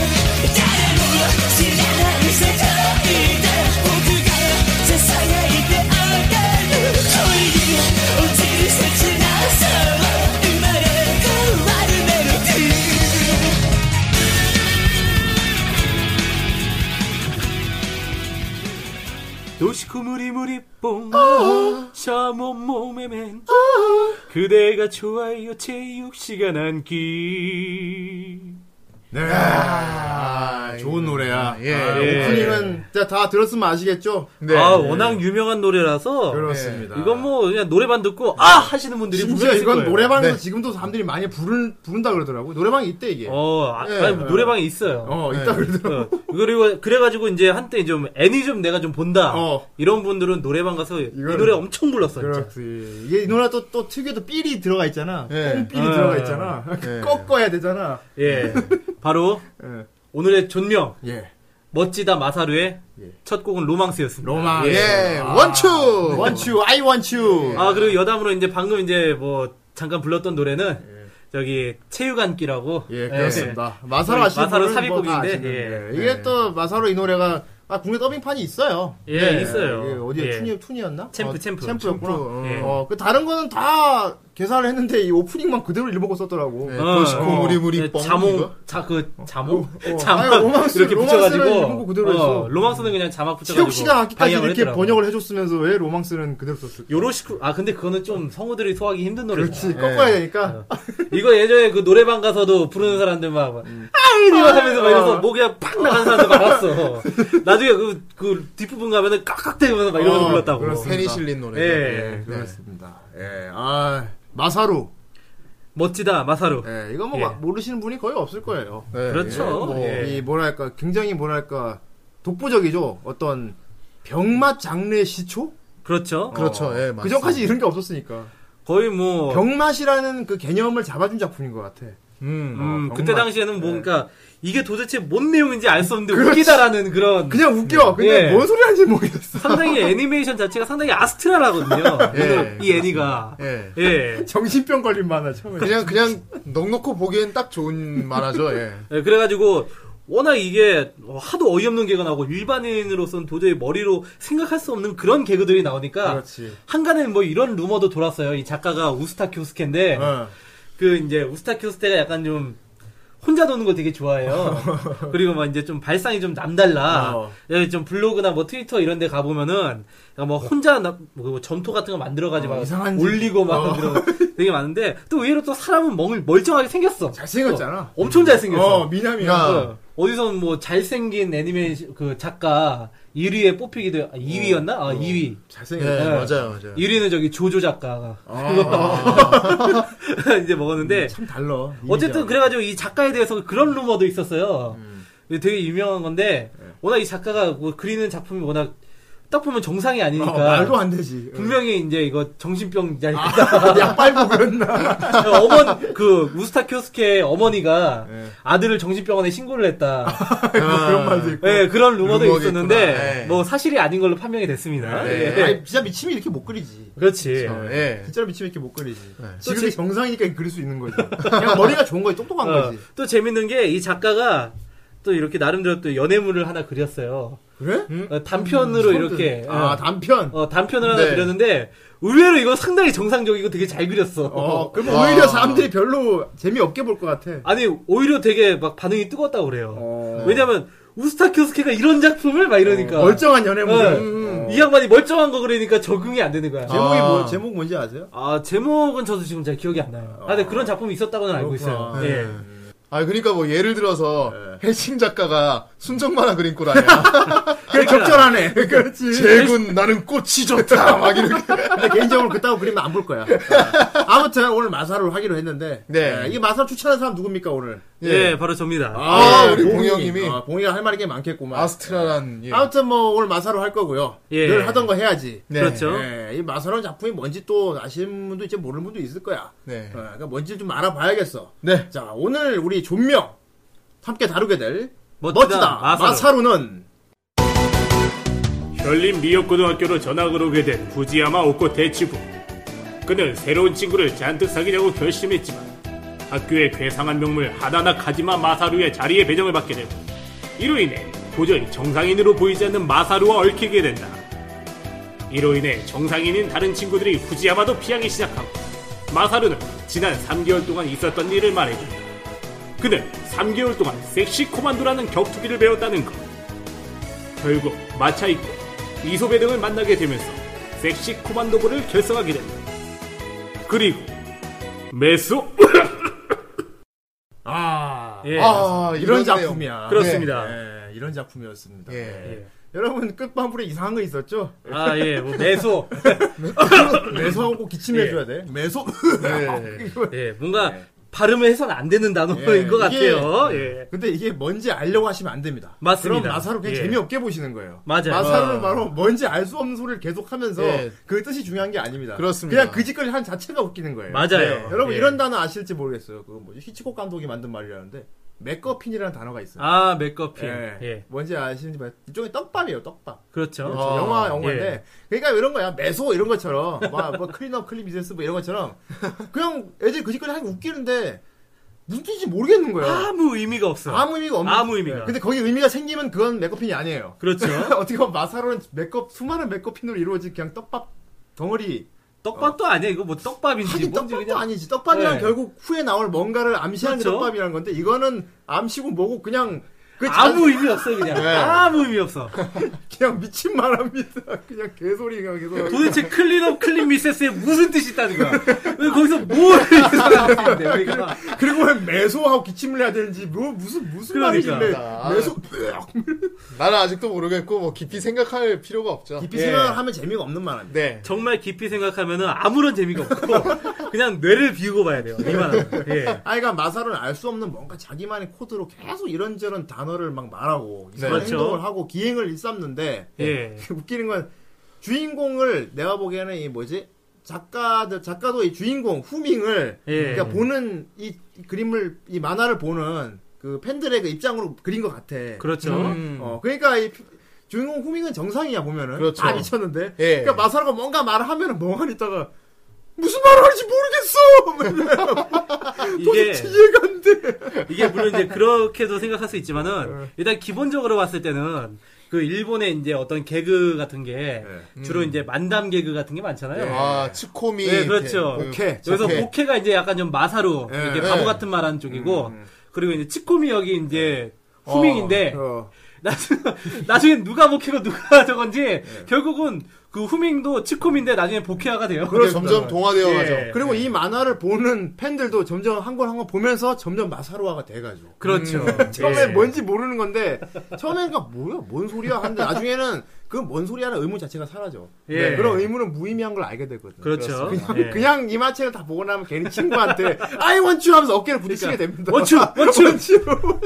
Speaker 5: 「誰も知らない世界で僕が囁いてあげる」「恋に落ちる切なさは生まれ変わるメロディー」
Speaker 2: 도시쿠무리 무리뽕
Speaker 4: 아.
Speaker 2: 샤몸 몸에맨 그대가 좋아요 체육시간 한끼
Speaker 3: 네.
Speaker 4: 아,
Speaker 3: 좋은 노래야.
Speaker 4: 예,
Speaker 3: 아,
Speaker 4: 예.
Speaker 3: 오프닝은 진짜 다 들었으면 아시겠죠?
Speaker 4: 네.
Speaker 2: 아
Speaker 3: 예.
Speaker 2: 워낙 유명한 노래라서
Speaker 3: 그렇습니다.
Speaker 2: 이건 뭐 그냥 노래만 듣고 아 하시는 분들이
Speaker 3: 진짜
Speaker 2: 분명히 있을
Speaker 3: 이건
Speaker 2: 거예요.
Speaker 3: 노래방에서
Speaker 4: 네.
Speaker 3: 지금도 사람들이 많이 부른, 부른다 그러더라고. 노래방에 있대, 이게. 어, 네.
Speaker 2: 어 아,
Speaker 3: 예,
Speaker 2: 아니,
Speaker 3: 예.
Speaker 2: 노래방에 있어요.
Speaker 3: 있다 그러더라고.
Speaker 2: 어, 그리고 그래가지고 이제 한때 좀 애니 좀 내가 좀 본다
Speaker 3: 어.
Speaker 2: 이런 분들은 노래방 가서 이
Speaker 3: 이거는-
Speaker 2: 노래 엄청 불렀어요. 진짜.
Speaker 3: 그렇지. 이게 이 노래 또, 또 특유의 또 삘이 들어가 있잖아.
Speaker 4: 예.
Speaker 3: 뽕삘이
Speaker 2: 예.
Speaker 3: 들어가 있잖아.
Speaker 4: 예.
Speaker 3: 꺾어야 되잖아.
Speaker 2: 예, 바로
Speaker 3: 예.
Speaker 2: 오늘의 존명
Speaker 3: 예.
Speaker 2: 멋지다 마사루의 첫 곡은 로망스였습니다.
Speaker 3: 로망.
Speaker 2: 예.
Speaker 4: 예, 원추!
Speaker 3: 네. 원츄, 아이 원츄.
Speaker 2: 아 그리고 여담으로 이제 방금 이제 뭐 잠깐 불렀던 노래는 저기 체육안기라고
Speaker 3: 예, 그렇습니다. 마사로
Speaker 2: 네,
Speaker 3: 아시는
Speaker 2: 마사로
Speaker 3: 분은 뭐
Speaker 2: 삽입곡인데,
Speaker 3: 다 아시는,
Speaker 2: 예.
Speaker 3: 예. 이게 또 마사로 이 노래가 아, 국내 더빙판이 있어요.
Speaker 2: 예, 있어요.
Speaker 3: 이게 어디에
Speaker 2: 예.
Speaker 3: 툰이, 툰이었나?
Speaker 2: 챔프,
Speaker 3: 어,
Speaker 2: 챔프.
Speaker 3: 챔프였구나.
Speaker 4: 챔프,
Speaker 2: 예.
Speaker 3: 어, 그 다른 거는 다 계산을 했는데 이 오프닝만 그대로 일본어 썼더라고.
Speaker 4: 예,
Speaker 2: 어,
Speaker 4: 도시코무리
Speaker 2: 예,
Speaker 4: 무리뽕.
Speaker 2: 자몽
Speaker 4: 이거?
Speaker 2: 자 그 자몽
Speaker 3: 어.
Speaker 2: 자몽
Speaker 3: 아니, 로망스,
Speaker 2: 이렇게
Speaker 3: 로망스는 이런
Speaker 2: 붙여가지고
Speaker 3: 거 그대로 했어.
Speaker 2: 로망스는 그냥 자막 붙여가지고
Speaker 3: 체육 시간 악기까지
Speaker 2: 방향을
Speaker 3: 이렇게
Speaker 2: 했더라고.
Speaker 3: 번역을 해줬으면서 왜 로망스는 그대로 썼을까?
Speaker 2: 요로시쿠 아 근데 그거는 좀 성우들이 소화하기 힘든 노래
Speaker 3: 그렇지 꺾어야 되니까.
Speaker 2: 아, 이거 예전에 그 노래방 가서도 부르는 사람들 막, 막 아이리 막 하면서 막
Speaker 3: 어.
Speaker 2: 이러면서 목이 팍 나간 사람들 많았어. 나중에 그, 그 뒷부분 가면은 깍깍대면서 막 이러면서
Speaker 3: 어,
Speaker 2: 불렀다고.
Speaker 3: 그렇습니다.
Speaker 4: 팬이 아, 실린 노래.
Speaker 2: 예.
Speaker 3: 예, 그렇습니다. 예, 아 마사루.
Speaker 2: 멋지다, 마사루.
Speaker 3: 예, 이거 뭐
Speaker 2: 예.
Speaker 3: 마- 모르시는 분이 거의 없을 거예요.
Speaker 2: 그렇죠.
Speaker 3: 뭐,
Speaker 2: 예.
Speaker 3: 이 뭐랄까 굉장히 뭐랄까 독보적이죠. 어떤 병맛 장르의 시초?
Speaker 2: 그렇죠.
Speaker 4: 그렇죠. 예,
Speaker 3: 그
Speaker 4: 맞습니다.
Speaker 3: 전까지 이런 게 없었으니까
Speaker 2: 거의
Speaker 3: 어.
Speaker 2: 뭐,
Speaker 3: 병맛이라는 그 개념을 잡아준 작품인 것 같아.
Speaker 4: 음.
Speaker 2: 음,
Speaker 3: 어,
Speaker 2: 그때
Speaker 3: 병맛.
Speaker 2: 당시에는 뭐, 그니까, 이게 도대체 뭔 내용인지 알 수 없는데 웃기다라는 그런.
Speaker 3: 그냥 웃겨. 근데
Speaker 2: 예.
Speaker 3: 뭔 소리 하는지 모르겠어.
Speaker 2: 상당히 애니메이션 자체가 상당히 아스트랄하거든요.
Speaker 4: 예.
Speaker 2: 이 애니가.
Speaker 4: 예.
Speaker 2: 예.
Speaker 3: 정신병 걸린 만화 처음에.
Speaker 4: 그냥, 그냥, 넉넉히 보기엔 딱 좋은 만화죠, 예.
Speaker 2: 예, 그래가지고 워낙 이게 하도 어이없는 개가 나오고 일반인으로서는 도저히 머리로 생각할 수 없는 그런 개그들이 나오니까
Speaker 3: 그렇지.
Speaker 2: 한간에는 뭐 이런 루머도 돌았어요. 이 작가가 우스타 키오스케인데
Speaker 3: 어.
Speaker 2: 그 이제 우스타 키오스케가 약간 좀 혼자 노는 거 되게 좋아해요. 그리고 막 이제 좀 발상이 좀 남달라.
Speaker 3: 어.
Speaker 2: 예, 좀 블로그나 뭐 트위터 이런 데 가보면은 약간 뭐 혼자 나, 뭐 점토 같은 거 만들어가지고
Speaker 3: 어,
Speaker 2: 막
Speaker 3: 이상한 짓.
Speaker 2: 올리고 막
Speaker 3: 어.
Speaker 2: 그런 거 되게 많은데 또 의외로 또 사람은 멍, 멀쩡하게 생겼어.
Speaker 3: 잘생겼잖아.
Speaker 2: 엄청 잘생겼어.
Speaker 3: 어, 미남이야.
Speaker 4: 야.
Speaker 2: 어디선 뭐 잘생긴 애니메이션 그 작가 1위에 뽑히기도 2위였나?
Speaker 3: 어.
Speaker 2: 아 2위.
Speaker 4: 예,
Speaker 3: 잘생겼.
Speaker 4: 맞아요, 맞아요.
Speaker 2: 1위는 저기 조조 작가가 이제 먹었는데
Speaker 3: 아. 음, 참 달라.
Speaker 2: 어쨌든
Speaker 3: 이미지하고.
Speaker 2: 그래가지고 이 작가에 대해서 그런
Speaker 3: 음.
Speaker 2: 루머도
Speaker 3: 네.
Speaker 2: 있었어요. 되게 유명한 건데 워낙 이 작가가 뭐 그리는 작품이 워낙 딱 보면 정상이 아니니까.
Speaker 3: 어, 말도 안 아. 되지.
Speaker 2: 분명히 이제 이거 정신병 자니까
Speaker 3: 약 빨고 그랬나?
Speaker 2: 어머니 그 우스타 키오스케 어머니가
Speaker 3: 네.
Speaker 2: 아들을 정신병원에 신고를 했다.
Speaker 3: 그런 말도 있고.
Speaker 2: 예, 그런 루머도
Speaker 4: 루머겠구나.
Speaker 2: 있었는데
Speaker 4: 예.
Speaker 2: 뭐 사실이 아닌 걸로 판명이 됐습니다.
Speaker 4: 네.
Speaker 2: 예.
Speaker 3: 아니, 진짜 미치면 이렇게 못 그리지.
Speaker 2: 그렇지.
Speaker 4: 예.
Speaker 3: 네. 진짜로 미치면 이렇게 못 그리지.
Speaker 2: 또
Speaker 3: 지금이
Speaker 2: 제-
Speaker 3: 정상이니까 그릴 수 있는 거지. 그냥 머리가 좋은 거지, 똑똑한
Speaker 2: 어,
Speaker 3: 거지.
Speaker 2: 또 재밌는 게 이 작가가 또 이렇게 나름대로 또 연애물을 하나 그렸어요.
Speaker 3: 그래?
Speaker 2: 어, 단편으로 이렇게
Speaker 3: 아,
Speaker 2: 어,
Speaker 3: 단편.
Speaker 2: 어, 단편을 하나
Speaker 4: 네.
Speaker 2: 그렸는데 의외로 이거 상당히 정상적이고 되게 잘 그렸어.
Speaker 3: 어, 그러면
Speaker 4: 와.
Speaker 3: 오히려 사람들이 별로 재미없게 볼 것 같아.
Speaker 2: 아니 오히려 되게 막 반응이 뜨겁다고 그래요.
Speaker 3: 어.
Speaker 2: 왜냐면 우스타 키오스케가 이런 작품을 막 이러니까
Speaker 3: 멀쩡한 연애물.
Speaker 2: 네.
Speaker 3: 그러니까. 음.
Speaker 2: 이 양반이 멀쩡한 거 그러니까 적응이 안 되는 거야.
Speaker 3: 제목이
Speaker 4: 아.
Speaker 3: 뭐, 제목 뭔지 아세요?
Speaker 2: 아 제목은 저도 지금 잘 기억이 안 나요. 아 근데 그런 작품이 있었다고는 알고 있어요.
Speaker 3: 그렇구나. 네.
Speaker 2: 예.
Speaker 4: 아, 그러니까 뭐 예를 들어서 해신 작가가 순정 만화 그린 꼴 아니야.
Speaker 3: 그게 적절하네. 네. 그렇지.
Speaker 4: 제군 나는 꽃이 좋다. 막 이렇게.
Speaker 3: 근데 개인적으로 그따구 그림은 안 볼 거야. 아무튼 오늘 마사를 하기로 했는데.
Speaker 4: 네.
Speaker 3: 네. 이 마사 추천한 사람 누굽니까 오늘?
Speaker 2: 예. 바로 접니다.
Speaker 4: 아, 우리 봉이 형님이.
Speaker 3: 아, 봉이가 할 말이 꽤 많겠구만.
Speaker 4: 아스트라란 예.
Speaker 3: 아무튼 뭐 오늘 마사로 할 거고요.
Speaker 2: 예.
Speaker 3: 늘 하던 거 해야지.
Speaker 4: 네.
Speaker 2: 그렇죠.
Speaker 3: 예, 이 마사로는 작품이 뭔지 또 아시는 분도 이제 모르는 분도 있을 거야.
Speaker 4: 네.
Speaker 3: 어, 그러니까 뭔지 좀 알아봐야겠어.
Speaker 4: 네.
Speaker 3: 자, 오늘 우리 존명 함께 다루게 될
Speaker 2: 멋지다,
Speaker 3: 멋지다,
Speaker 2: 마사루.
Speaker 3: 마사루. 는
Speaker 6: 현림 미역고등학교로 전학을 오게 된 후지야마 오코 대치부. 그는 새로운 친구를 잔뜩 사귀자고 결심했지만 학교의 괴상한 명물 하나나 카지마 마사루의 자리에 배정을 받게 되고 이로 인해 도저히 정상인으로 보이지 않는 마사루와 얽히게 된다. 이로 인해 정상인인 다른 친구들이 후지야마도 피하기 시작하고 마사루는 지난 3개월 동안 있었던 일을 말해준다. 그는 3개월 동안 섹시 코만도라는 격투기를 배웠다는 것. 결국 마차이코, 이소배 등을 만나게 되면서 섹시 코만도부를 결성하게 된다. 그리고 메소
Speaker 3: 아,
Speaker 2: 예.
Speaker 4: 아,
Speaker 3: 이런
Speaker 4: 이러네요.
Speaker 3: 작품이야.
Speaker 2: 그렇습니다.
Speaker 3: 예, 이런 작품이었습니다.
Speaker 4: 예.
Speaker 3: 예. 여러분 끝반부에 이상한 거 있었죠?
Speaker 2: 아 예. 뭐 매소.
Speaker 3: 매소하고 기침해줘야 돼. 매소.
Speaker 4: 네.
Speaker 2: 예. 뭔가 발음을 해서는 안 되는 단어인 것
Speaker 3: 예. 이게- 네.
Speaker 2: 같아요. 예.
Speaker 3: 근데 이게 뭔지 알려고 하시면 안 됩니다.
Speaker 2: 맞습니다.
Speaker 3: 그럼 마사루 그냥
Speaker 2: 예.
Speaker 3: 재미없게 보시는 거예요.
Speaker 2: 맞아요. 어.
Speaker 3: 마사루는 바로 뭔지 알 수 없는 소리를 계속하면서
Speaker 4: 예.
Speaker 3: 그 뜻이 중요한 게 아닙니다.
Speaker 4: 그렇습니다.
Speaker 3: 그냥 그 짓거리 한 자체가 웃기는 거예요.
Speaker 2: 맞아요.
Speaker 3: 네. 여러분
Speaker 2: 예.
Speaker 3: 이런 단어 아실지 모르겠어요. 그 뭐지 히치콕 감독이 만든 말이라는데 맥거핀이라는 단어가 있어요.
Speaker 2: 아 맥커피.
Speaker 3: 예.
Speaker 2: 예.
Speaker 3: 뭔지 아시는지 모르 일종의 떡밥이에요, 떡밥.
Speaker 2: 그렇죠.
Speaker 3: 그렇죠. 영화, 영화인데. 그러니까 이런 거야. 매소 이런 것처럼. 막, 뭐, 클린업, 클리비세스 뭐 이런 것처럼. 그냥 애들이 그 짓거리 하기 웃기는데, 무슨 뜻인지 모르겠는 거예요.
Speaker 2: 그렇죠. 아무 의미가 없어.
Speaker 3: 아무 의미가 없는 네.
Speaker 2: 아무 의미가.
Speaker 3: 근데 거기 의미가 생기면 그건 맥거핀이 아니에요.
Speaker 2: 그렇죠.
Speaker 3: 어떻게 보면 마사로는 맥겁 수많은 맥거핀으로 이루어진 그냥 떡밥 덩어리.
Speaker 2: 떡밥도 아니야. 이거 뭐 떡밥인지
Speaker 3: 하긴
Speaker 2: 뭔지
Speaker 3: 떡밥도
Speaker 2: 그냥
Speaker 3: 아니지. 떡밥이란
Speaker 2: 네.
Speaker 3: 결국 후에 나올 뭔가를 암시하는 게
Speaker 2: 그렇죠.
Speaker 3: 떡밥이라는 건데 이거는 암시고 뭐고 그냥 그
Speaker 2: 아무 의미 없어 그냥.
Speaker 3: 네.
Speaker 2: 아무 의미 없어.
Speaker 3: 자- 그냥 미친 말합니다. 그냥 개소리 그냥 계속.
Speaker 2: 도대체 클린업 클린 미세스에 무슨 뜻이 있다는 거야? 왜 거기서 뭘 이상한데 우리가
Speaker 3: 그리고 왜 매소하고 기침을 해야 되는지 뭐 무슨 무슨
Speaker 2: 그러니까.
Speaker 3: 말이길래 매소
Speaker 4: 나는 아직도 모르겠고 뭐 깊이 생각할 필요가 없죠. 예.
Speaker 3: 깊이
Speaker 2: 예.
Speaker 3: 생각을 하면 재미가 없는 말입니다.
Speaker 4: 네.
Speaker 2: 정말 깊이 생각하면은 아무런 재미가 없고 그냥 뇌를 비우고 봐야 돼요. 이만하면. 예.
Speaker 3: 아이가 마사로는 알 수 없는 뭔가 자기만의 코드로 계속 이런저런 단어를 막 말하고 이상한
Speaker 2: 그렇죠.
Speaker 3: 행동을 하고 기행을 일삼는데
Speaker 2: 예.
Speaker 3: 웃기는 건 주인공을 내가 보기에는 이 뭐지 작가들 작가도 이 주인공 후밍을
Speaker 2: 예.
Speaker 3: 그러니까 보는 이 그림을 이 만화를 보는 그 팬들의 그 입장으로 그린 것 같아.
Speaker 2: 그렇죠.
Speaker 3: 어 그러니까 이 피- 주인공 후밍은 정상이야 보면은
Speaker 4: 그렇죠.
Speaker 3: 다 미쳤는데
Speaker 4: 예.
Speaker 3: 그러니까 마사로가 뭔가 말을 하면은 멍하니 있다가 무슨 말을 하는지 모르겠어.
Speaker 2: 이게
Speaker 3: 이해가 안 돼.
Speaker 2: 이게 물론 이제 그렇게도 생각할 수 있지만은 일단 기본적으로 봤을 때는 그 일본의 이제 어떤 개그 같은 게 주로 이제 만담 개그 같은 게 많잖아요.
Speaker 4: 아, 치코미.
Speaker 2: 네, 그렇죠.
Speaker 4: 그-
Speaker 3: 오케이.
Speaker 2: 여기서
Speaker 4: 오케이.
Speaker 2: 복해가 이제 약간 좀 마사로
Speaker 3: 예, 음,
Speaker 2: 이렇게
Speaker 4: 예.
Speaker 2: 바보 같은 말하는 쪽이고 그리고 이제 치코미 여기 이제 후밍인데
Speaker 3: 어.
Speaker 2: 나중에, 나중에 누가 복해고 누가 저건지
Speaker 3: 예.
Speaker 2: 결국은 그 후밍도 치콤인데 나중에 복해화가 돼요.
Speaker 4: 그게 점점 동화되어 가죠.
Speaker 2: 예.
Speaker 3: 그리고 이 만화를 보는 팬들도 점점 한 권 한 권 보면서 점점 마사로화가 돼가지고
Speaker 2: 그렇죠.
Speaker 3: 처음에
Speaker 2: 예.
Speaker 3: 뭔지 모르는 건데 처음에는 그 뭐야 뭔 소리야 하는데 나중에는 그 뭔 소리야는 의문 자체가 사라져
Speaker 2: 예.
Speaker 3: 네, 그런 의문은 무의미한 걸 알게 되거든
Speaker 2: 그렇죠.
Speaker 3: 그냥,
Speaker 2: 예.
Speaker 3: 그냥 이 마체를 다 보고 나면 괜히 친구한테 아이 원츄 하면서 어깨를 부딪히게
Speaker 2: 그러니까
Speaker 3: 됩니다
Speaker 2: 원츄, 원츄.
Speaker 3: 원츄 어.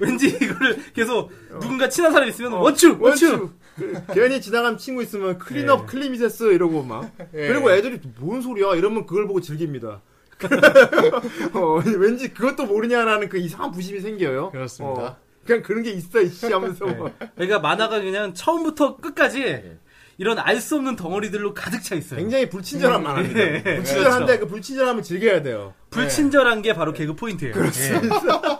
Speaker 2: 왠지 이거를 계속 누군가 친한 사람 이 있으면 원추, 원추.
Speaker 3: 그, 괜히 지나간 친구 있으면
Speaker 4: 예.
Speaker 3: 클린업 클리미세스 이러고 막 그리고 애들이 뭔 소리야 이러면 그걸 보고 즐깁니다. 어, 왠지 그것도 모르냐라는 그 이상한 부심이 생겨요.
Speaker 4: 그렇습니다. 예.
Speaker 3: 어, 그냥 그런 게 있어 이씨 하면서 뭐. 막.
Speaker 2: 그러니까 만화가 그냥 처음부터 끝까지 이런 알 수 없는 덩어리들로 가득 차 있어요.
Speaker 3: 네. 굉장히
Speaker 4: 음,
Speaker 3: 불친절한 만화입니다.
Speaker 4: 예.
Speaker 3: 불친절한데
Speaker 4: 그렇죠.
Speaker 3: 그 불친절함을 즐겨야 돼요.
Speaker 2: 불친절한 게
Speaker 3: 네.
Speaker 2: 바로 개그 포인트예요. 예.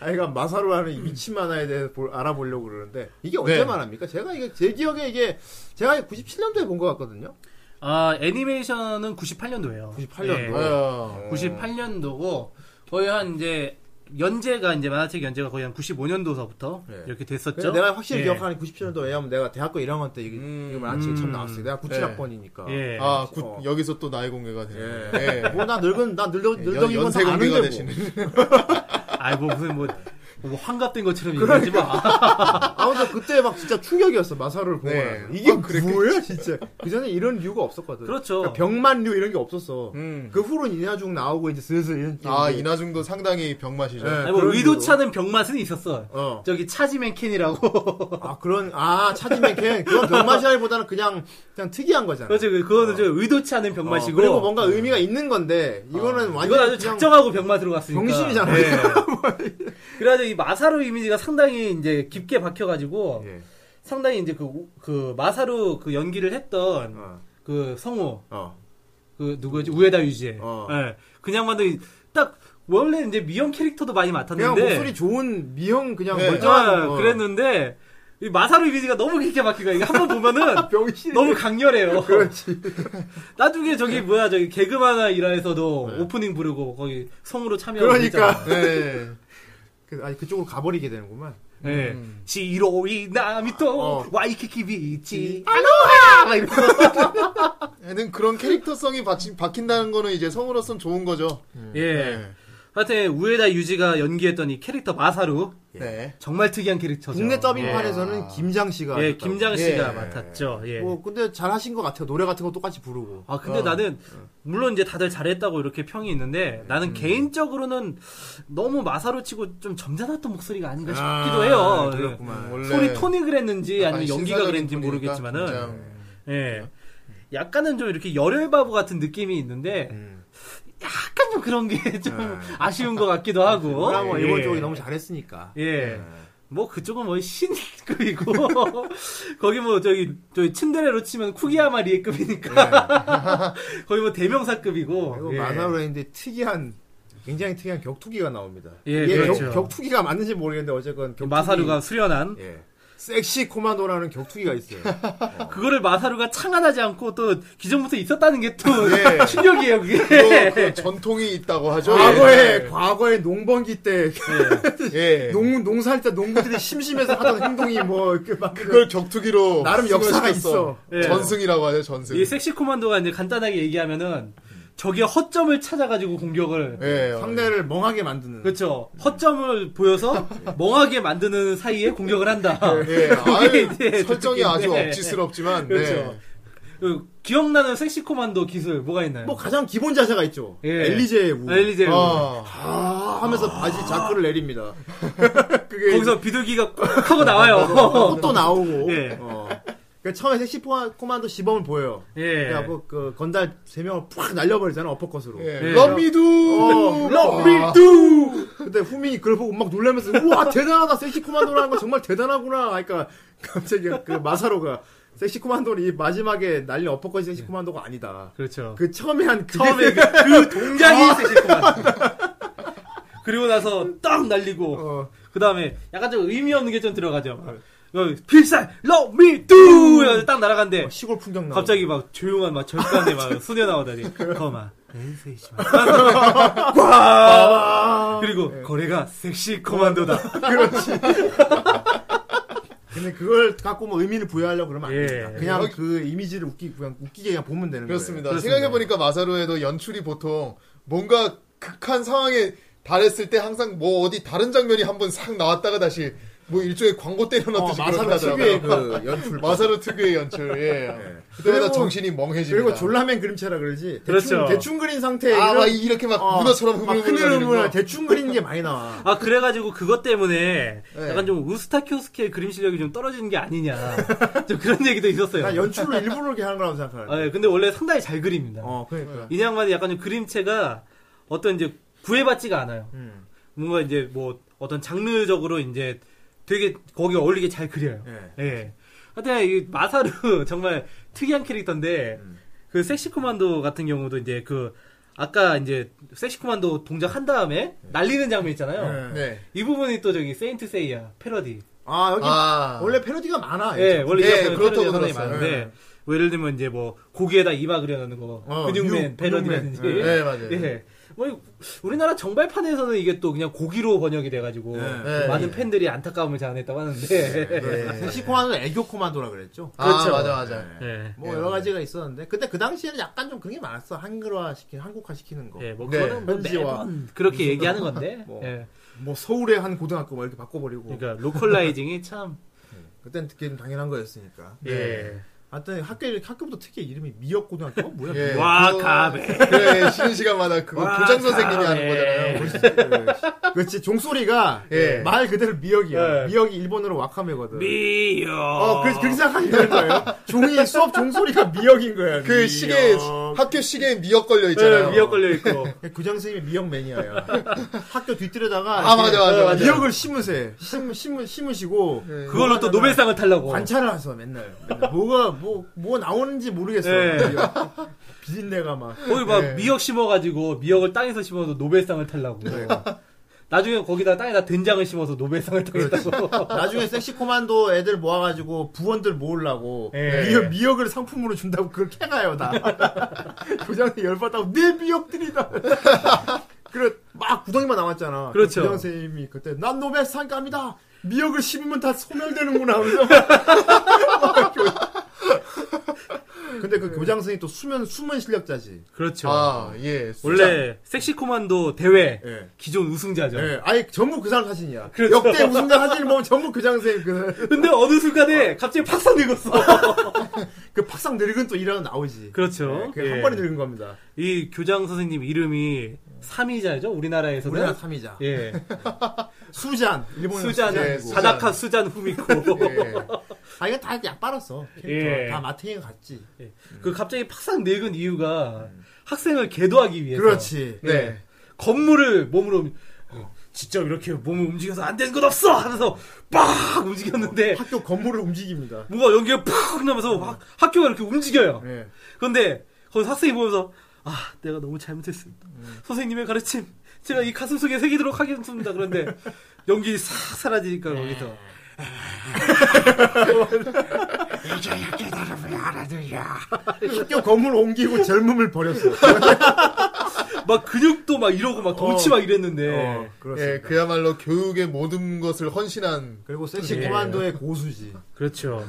Speaker 3: 아, 이가 마사루라는 이 미친 만화에 대해서 볼- 알아보려고 그러는데 이게 언제
Speaker 4: 네.
Speaker 3: 만화입니까? 제가 이게 제 기억에 이게 제가 97년도에 본 것 같거든요.
Speaker 2: 아 애니메이션은 98년도예요.
Speaker 3: 98년도. 네.
Speaker 4: 어.
Speaker 2: 98년도고 거의 한 이제 연재가 이제 만화책 연재가 거의 한 95년도서부터
Speaker 3: 네. 근데
Speaker 2: 이렇게 됐었죠.
Speaker 3: 내가 확실히
Speaker 2: 예.
Speaker 3: 기억하는 97년도 왜냐면 내가 대학교 1학년 때 이거 이거 만화책이 처음 나왔어요. 내가 97학번이니까.
Speaker 2: 예.
Speaker 4: 아, 굿.
Speaker 3: 어.
Speaker 4: 여기서 또 나이 공개가 되네.
Speaker 3: 예.
Speaker 4: 예.
Speaker 3: 뭐 나 늙은 나 늙, 늙은 건다
Speaker 4: 연세 공개가
Speaker 3: 아는데
Speaker 4: 되시네.
Speaker 3: 뭐.
Speaker 2: 아이 뭐 무슨 뭐, 뭐 환갑된 것처럼
Speaker 3: 그러니까.
Speaker 2: 얘기하지 마. 아.
Speaker 3: 아무튼 그때 막 진짜 충격이었어 마사루를 보고
Speaker 4: 네.
Speaker 3: 나서 이게
Speaker 4: 아, 그랬겠지.
Speaker 3: 뭐야 진짜 그 전에 이런 류가 없었거든.
Speaker 2: 그렇죠.
Speaker 3: 그러니까 병만류 이런 게 없었어.
Speaker 4: 음.
Speaker 3: 그 후로 이나중 나오고 이제 슬슬 이런.
Speaker 4: 아,
Speaker 3: 이제-
Speaker 4: 이나중도 상당히 병맛이죠.
Speaker 3: 예,
Speaker 2: 아니, 뭐
Speaker 3: 그런
Speaker 2: 의도치
Speaker 3: 류로.
Speaker 2: 않은 병맛은 있었어.
Speaker 3: 어.
Speaker 2: 저기 차지맨 캔이라고.
Speaker 3: 아 그런 아 차디맨 캔 그건 병맛이라기보다는 그냥 그냥 특이한 거잖아.
Speaker 2: 그렇죠. 그- 그거는 좀 의도치 않은
Speaker 3: 어,
Speaker 2: 병맛이고.
Speaker 3: 그리고 뭔가 의미가 있는 건데 이거는
Speaker 2: 이건
Speaker 3: 완전
Speaker 2: 아주 작정하고 병맛으로 갔으니까.
Speaker 3: 병신이잖아.
Speaker 2: 예. 그래가지고 이 마사루 이미지가 상당히 이제 깊게 박혀가지고
Speaker 3: 예.
Speaker 2: 상당히 이제 그, 우- 그 마사루 그 연기를 했던
Speaker 3: 어.
Speaker 2: 그 성우
Speaker 3: 어.
Speaker 2: 그 누구지 우에다 유지.
Speaker 3: 어.
Speaker 2: 예. 그냥 봐도 이- 딱 원래 이제 미형 캐릭터도 많이
Speaker 3: 그냥
Speaker 2: 맡았는데
Speaker 3: 목소리 좋은 미형 그냥 뭐.
Speaker 4: 네.
Speaker 3: 멀쩡한
Speaker 2: 아,
Speaker 3: 거.
Speaker 2: 그랬는데 이 마사루 이미지가 너무 깊게 박히가 이거 한번 보면은
Speaker 3: 병신
Speaker 2: 너무 강렬해요.
Speaker 3: 그렇지.
Speaker 2: 나중에 저기 뭐야 저기 개그마나 일화에서도 오프닝 부르고 거기 성우로 참여하고
Speaker 3: 네. 그러니까
Speaker 2: 있잖아.
Speaker 4: 네.
Speaker 3: 그, 아니 그쪽으로 가버리게 되는구만.
Speaker 2: 예. 지로이 나미토
Speaker 3: 음. 어.
Speaker 2: 와이키키 비치. 아!
Speaker 4: 애는 그런 캐릭터성이 박힌, 박힌다는 거는 이제 성으로선 좋은 거죠.
Speaker 2: 예.
Speaker 3: 네.
Speaker 2: 하여튼 우에다 유지가 연기했던 이 캐릭터 마사루
Speaker 4: 네.
Speaker 2: 정말 특이한 캐릭터죠.
Speaker 3: 국내 더빙판에서는 김장 씨가
Speaker 2: 예,
Speaker 3: 했다고.
Speaker 2: 김장 씨가
Speaker 4: 예.
Speaker 2: 맡았죠. 예.
Speaker 3: 뭐 근데 잘 하신 것 같아요. 노래 같은 거 똑같이 부르고.
Speaker 2: 아 근데 나는 물론 이제 다들 잘했다고 이렇게 평이 있는데 나는 개인적으로는 너무 마사로치고 좀 점잖았던 목소리가 아닌가 싶기도 해요. 예.
Speaker 3: 그렇구만.
Speaker 4: 원래
Speaker 2: 소리 톤이 그랬는지
Speaker 4: 약간
Speaker 2: 아니면 연기가
Speaker 4: 신사적인
Speaker 2: 그랬는지
Speaker 4: 분이니까
Speaker 2: 모르겠지만은
Speaker 4: 그냥
Speaker 2: 예. 약간은 좀 이렇게 열혈 바보 같은 느낌이 있는데 약간 좀 그런 게 좀 아쉬운 것 같기도 하고.
Speaker 3: 그럼 뭐 이번
Speaker 2: 예.
Speaker 3: 쪽이 너무 잘했으니까.
Speaker 2: 예.
Speaker 4: 네.
Speaker 2: 뭐 그쪽은 뭐 신급이고 거기 뭐 저기 저기 츤데레로 치면 쿠기야마 리에급이니까
Speaker 4: 네.
Speaker 2: 거기 뭐 대명사급이고
Speaker 3: 그리고
Speaker 2: 예.
Speaker 3: 마사로인데 특이한 굉장히 특이한 격투기가 나옵니다.
Speaker 2: 예,
Speaker 3: 이게
Speaker 2: 그렇죠.
Speaker 3: 격, 투기가 맞는지 모르겠는데 어쨌건 격투기,
Speaker 2: 그 마사루가 수련한
Speaker 3: 예. 섹시 코마도라는 격투기가 있어요.
Speaker 2: 그거를 마사루가 창안하지 않고 또 기존부터 있었다는 게 또
Speaker 4: 예.
Speaker 2: 충격이에요 그게
Speaker 4: 또 그 전통이 있다고
Speaker 2: 예.
Speaker 4: 하죠.
Speaker 3: 과거에 과거에 농번기 때
Speaker 4: 예.
Speaker 2: 네.
Speaker 4: 예.
Speaker 3: 농, 농사할 때 농부들이 심심해서 하던 행동이 뭐, 이렇게 막.
Speaker 4: 그걸 격투기로
Speaker 3: 나름 역사가
Speaker 4: 승화시켰어.
Speaker 2: 있어. 예.
Speaker 4: 전승이라고 하죠. 전승.
Speaker 2: 이 섹시 코만도가 이제 간단하게 얘기하면은 저기의 허점을 찾아가지고 공격을
Speaker 4: 예.
Speaker 3: 상대를 멍하게 만드는.
Speaker 2: 그렇죠 허점을 보여서 멍하게 만드는 사이에 공격을 한다
Speaker 4: 예.
Speaker 2: 그게 이제
Speaker 4: 아유, 설정이 아주
Speaker 2: 네.
Speaker 4: 억지스럽지만
Speaker 2: 그렇죠. 그 기억나는 섹시 코만도 기술 뭐가 있나요?
Speaker 3: 뭐 가장 기본 자세가 있죠.
Speaker 2: 예.
Speaker 3: 엘리제의 우.
Speaker 2: 엘리제
Speaker 4: 네. 어.
Speaker 3: 아, 하면서 바지 자크를 내립니다. 그게.
Speaker 2: 거기서 비둘기가 꾹 하고 나와요.
Speaker 3: 꽃도 나오고.
Speaker 2: 예.
Speaker 3: 어. 그러니까 처음에 섹시 포- 코만도 시범을 보여요.
Speaker 2: 예.
Speaker 3: 그래갖고 그 건달 세 명을 푹 날려버리잖아, 어퍼컷으로.
Speaker 4: 예.
Speaker 2: 예.
Speaker 4: 럼미두. 아,
Speaker 3: 어, 럼밀두! 근데 후민이 그걸 보고 막 놀라면서, 우와, 대단하다, 섹시 코만도라는 거 정말 대단하구나. 그러니까, 갑자기 그 마사로가, 섹시 코만도는 이 마지막에 날린 어퍼컷이 섹시 코만도가 아니다.
Speaker 2: 그렇죠.
Speaker 3: 그 처음에 한, 그게
Speaker 2: 처음에 그, 그 동작이 섹시 코만도. 그리고 나서 딱 날리고
Speaker 3: 어.
Speaker 2: 그 다음에 약간 좀 의미 없는 게 좀 들어가죠. 막. 어, 필살 love me do 해가지고 딱 날아간데
Speaker 3: 시골 풍경 나
Speaker 2: 갑자기 막 조용한 막 절간에 막 수녀 나오다니 거마 렌세이시 그리고 거래가 섹시 코만도다
Speaker 3: 근데 그걸 갖고 뭐 의미를 부여하려고 그러면 안
Speaker 2: 예.
Speaker 3: 됩니다. 그냥 그 이미지를 웃기, 그냥 웃기게 그냥 보면 되는
Speaker 4: 그렇습니다.
Speaker 3: 거예요.
Speaker 4: 생각해보니까 마사루에도 연출이 보통 뭔가 극한 상황에 달했을 때 항상 뭐 어디 다른 장면이 한번 싹 나왔다가 다시 뭐 일종의 광고 때려넣듯이
Speaker 3: 어,
Speaker 4: 그렇게
Speaker 3: 마사로
Speaker 4: 하더라고요.
Speaker 3: 특유의 그 연출. 네.
Speaker 4: 마사로 특유의 연출. 예. 그때마다
Speaker 3: 그리고-
Speaker 4: 정신이 멍해집니다.
Speaker 3: 그리고 졸라맨 그림체라 그러지. 대충,
Speaker 2: 그렇죠.
Speaker 3: 대충 그린 상태에
Speaker 4: 아,
Speaker 3: 이런-
Speaker 4: 막 이렇게 막
Speaker 3: 어,
Speaker 4: 문어처럼
Speaker 3: 막
Speaker 4: 흐물흐물거리는 거.
Speaker 3: 흐물흐물 대충 그린 게 많이 나와.
Speaker 2: 아 그래가지고 그것 때문에
Speaker 4: 네.
Speaker 2: 약간 좀 우스타 키오스케의 그림 실력이 좀 떨어지는 게 아니냐 좀 그런 얘기도 있었어요.
Speaker 4: 네.
Speaker 3: 난 연출로 일부러 이렇게 하는 거라고 생각하는데.
Speaker 2: 아, 예, 근데 원래 상당히 잘 그립니다.
Speaker 3: 어,
Speaker 4: 아,
Speaker 3: 그러니까.
Speaker 2: 이 양반이 약간 좀 그림체가 어떤 이제 구애받지가 않아요.
Speaker 3: 음.
Speaker 2: 뭔가 이제 뭐 어떤 장르적으로 이제 되게 거기 어울리게 잘 그려요.
Speaker 3: 예.
Speaker 2: 예. 하여튼 이 마사루 정말 특이한 캐릭터인데
Speaker 3: 음.
Speaker 2: 그 섹시 코만도 같은 경우도 이제 그 아까 이제 섹시 코만도 동작 한 다음에 날리는 장면 있잖아요.
Speaker 3: 네.
Speaker 4: 네.
Speaker 2: 이 부분이 또 저기 세인트 세이야 패러디.
Speaker 3: 아, 여기
Speaker 4: 아.
Speaker 3: 원래 패러디가 많아.
Speaker 2: 예, 원래
Speaker 4: 예,
Speaker 2: 이 작품은
Speaker 4: 그렇다고
Speaker 2: 패러디가 상당히
Speaker 4: 들었어요. 네,
Speaker 2: 많은데 뭐 예를 들면 이제 뭐 고기에다 이마 그려놓는 거
Speaker 3: 어, 근육,
Speaker 2: 근육맨 패러디라든지.
Speaker 3: 근육맨.
Speaker 4: 예, 맞아요.
Speaker 2: 예. 뭐 이- 우리나라 정발판에서는 이게 또 그냥 고기로 번역이 돼가지고
Speaker 4: 네,
Speaker 3: 예,
Speaker 2: 많은 팬들이 안타까움을 자아냈다고 하는데
Speaker 3: 섹시 코마는 네. 애교 코마도라 그랬죠.
Speaker 4: 아, 맞아, 맞아.
Speaker 2: 예.
Speaker 4: 네.
Speaker 3: 뭐 여러 가지가 있었는데 근데 그 당시에는 약간 좀 그런 게 많았어 한글화 시키 한국화 시키는 거.
Speaker 2: 예, 뭐
Speaker 4: 네,
Speaker 2: 그거는 뭐
Speaker 3: 현지화.
Speaker 2: 매번 그렇게 얘기하는 건데
Speaker 3: 뭐.
Speaker 2: 예.
Speaker 3: 뭐 서울의 한 고등학교 막 이렇게 바꿔버리고.
Speaker 2: 그러니까 로컬라이징이 참
Speaker 3: 그땐 듣기는 당연한 거였으니까.
Speaker 4: 네.
Speaker 2: 예.
Speaker 3: 하여튼 학교 학교부터 특히 이름이 미역 고등학교 어, 뭐야?
Speaker 4: 예.
Speaker 2: 와카베.
Speaker 4: 그래, 쉬는 시간마다 그거
Speaker 2: 와,
Speaker 4: 교장 선생님이
Speaker 2: 아,
Speaker 4: 하는
Speaker 2: 예.
Speaker 4: 거잖아요.
Speaker 3: 어, 예. 그렇지 종소리가
Speaker 4: 예.
Speaker 3: 말 그대로 미역이야.
Speaker 2: 예.
Speaker 3: 미역이 일본어로 와카메거든.
Speaker 2: 미요.
Speaker 3: 어, 그래서 그렇게 생각하면 되는 거예요. 종이 수업 종소리가 미역인 거야.
Speaker 4: 그 시계, 학교 시계에 미역 걸려 있잖아요. 네.
Speaker 2: 예,
Speaker 3: 네,
Speaker 2: 미역 걸려 있고.
Speaker 3: 그 교장 선생님이 미역 매니아야. 학교 뒤뜰에다가
Speaker 4: 아, 맞아, 맞아, 맞아. 예.
Speaker 3: 미역을 심으세. 심, 심, 심으시고
Speaker 2: 그걸로 또 노벨상을 타려고.
Speaker 3: 관찰을 하서 맨날. 맨날 뭐가 뭐, 뭐 나오는지 모르겠어.
Speaker 2: 예.
Speaker 3: 미역. 비린내가 막.
Speaker 2: 거기 막
Speaker 4: 네.
Speaker 2: 미역 심어가지고 미역을 땅에서 심어서 노벨상을 타려고.
Speaker 3: 네.
Speaker 2: 나중에 거기다 땅에다 된장을 심어서 노벨상을
Speaker 3: 그렇죠.
Speaker 2: 타겠다고.
Speaker 3: 나중에 섹시 코만도 애들 모아가지고 부원들 모으려고
Speaker 2: 예.
Speaker 3: 네. 미역, 미역을 상품으로 준다고 그걸 캐가요 나 교장님 열받다고 내 미역들이다 그래 막 구덩이만 남았잖아
Speaker 2: 그렇죠.
Speaker 3: 교장 선생님이 그때 난 노벨 상감이다 미역을 심으면 다 소멸되는구나 하면서 근데 그 교장 선생님 또 수면 숨은 실력자지
Speaker 2: 그렇죠.
Speaker 4: 아, 예. 숫자.
Speaker 2: 원래 섹시 코만도 대회
Speaker 3: 예.
Speaker 2: 기존 우승자죠.
Speaker 3: 예, 아예 전부 그 사람 사진이야
Speaker 2: 네. 그렇죠.
Speaker 3: 역대 우승자 사진을 보면 전부 교장 선생님 그
Speaker 2: 근데 어느 순간에 갑자기 팍상 늙었어.
Speaker 3: 그 팍상 늙은 또 일화가 나오지.
Speaker 2: 그렇죠.
Speaker 3: 네, 그게
Speaker 2: 예.
Speaker 3: 한 번에 늙은 겁니다.
Speaker 2: 이 교장 선생님 이름이 삼이자죠. 우리나라에서는.
Speaker 3: 우리나라 3위자.
Speaker 2: 예.
Speaker 3: 수잔. 일본은
Speaker 2: 수잔,
Speaker 4: 예,
Speaker 3: 수잔이고.
Speaker 4: 수잔.
Speaker 2: 바다카 수잔 후미코.
Speaker 4: 예.
Speaker 3: 아, 이거 다 약 빨았어.
Speaker 2: 예.
Speaker 3: 캐릭터. 다 마탱이가 갔지.
Speaker 2: 그 갑자기 팍상 늙은 이유가 학생을 계도하기 위해서.
Speaker 3: 음. 그렇지.
Speaker 2: 네. 건물을 몸으로 어, 진짜 이렇게 몸을 움직여서 안 되는 건 없어 하면서 빡 움직였는데
Speaker 3: 네. 학교 건물을 움직입니다.
Speaker 2: 뭔가 연기가 팍 나면서 막 학교가 이렇게
Speaker 3: 어.
Speaker 2: 움직여요.
Speaker 3: 예.
Speaker 2: 그런데 거기 학생이 보면서 아 내가 너무 잘못했습니다.
Speaker 3: 예.
Speaker 2: 선생님의 가르침 제가 이 가슴 속에 새기도록 하겠습니다. 그런데 연기 싹 사라지니까
Speaker 3: 예.
Speaker 2: 거기서
Speaker 3: 학교 건물 옮기고 젊음을 버렸어.
Speaker 2: 막 근육도 막 이러고 막 덩치 막 이랬는데
Speaker 3: 어, 그렇습니다.
Speaker 4: 예, 그야말로 교육의 모든 것을 헌신한.
Speaker 3: 그리고 섹시
Speaker 2: 예.
Speaker 3: 코만도의 고수지.
Speaker 2: 그렇죠.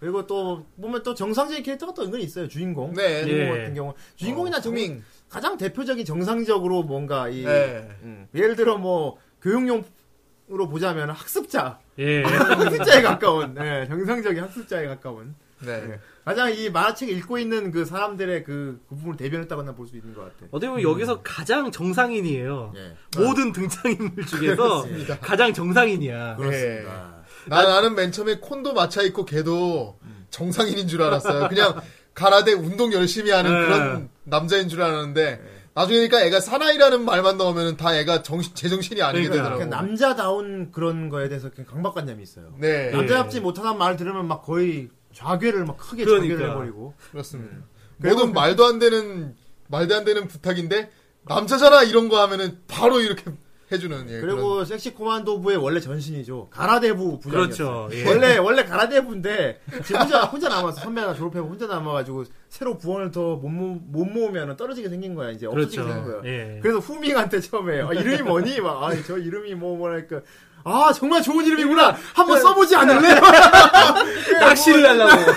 Speaker 3: 그리고 또 보면 또 정상적인 캐릭터가 또 은근히 있어요. 주인공.
Speaker 4: 네.
Speaker 3: 주인공
Speaker 2: 예.
Speaker 3: 같은 경우 주인공이나 정,
Speaker 4: 투밍.
Speaker 3: 가장 대표적인 정상적으로 뭔가 이
Speaker 4: 예.
Speaker 3: 음, 예를 들어 뭐 교육용으로 보자면 학습자.
Speaker 2: 예.
Speaker 3: 학습자에 가까운, 예, 정상적인 학습자에 가까운.
Speaker 4: 네.
Speaker 3: 예. 가장 이 만화책 읽고 있는 그 사람들의 그, 그 부분을 대변했다고 나 볼 수 있는 것 같아.
Speaker 2: 어떻게 보면 여기서 가장 정상인이에요.
Speaker 3: 예.
Speaker 2: 모든 등장인물 중에서 가장 정상인이야.
Speaker 3: 그렇습니다.
Speaker 4: 나, 나는 예. 맨 처음에 콘도 마차 입고 걔도
Speaker 3: 음.
Speaker 4: 정상인인 줄 알았어요. 그냥 가라데 운동 열심히 하는
Speaker 3: 예.
Speaker 2: 네.
Speaker 4: 그런 남자인 줄 알았는데 나중에니까 애가 사나이라는 말만 나오면 다 애가 정신 제정신이 아니게
Speaker 2: 그러니까요.
Speaker 4: 되더라고.
Speaker 3: 그러니까 남자다운 그런 거에 대해서 그냥 강박관념이 있어요.
Speaker 4: 네,
Speaker 3: 남자답지 못하다는 말을 들으면 막 거의 좌괴를 막 크게 좌괴를
Speaker 2: 그러니까.
Speaker 3: 해버리고.
Speaker 4: 그렇습니다.
Speaker 3: 음.
Speaker 4: 모든 말도 안 되는 말도 안 되는 부탁인데 남자잖아 이런 거 하면은 바로 이렇게 해주는
Speaker 2: 네,
Speaker 4: 예,
Speaker 3: 그리고
Speaker 4: 그런-
Speaker 3: 섹시 코만도부의 원래 전신이죠. 가라데부 부장이었어요.
Speaker 2: 그렇죠. 예.
Speaker 3: 원래 원래 가라데부인데 지금 혼자 혼자 남았어. 선배가 졸업하고 혼자 남아가지고 새로 부원을 더못 못 모으면 떨어지게 생긴 거야. 이제 없어지게
Speaker 2: 그렇죠.
Speaker 3: 생긴 거야.
Speaker 2: 예.
Speaker 3: 그래서 후밍한테 처음에 아, 이름이 뭐니? 막저 이름이 뭐 뭐랄까. 아 정말 좋은 이름이구나. 한번 써보지 않을래?
Speaker 2: 그 낚시를 하려고.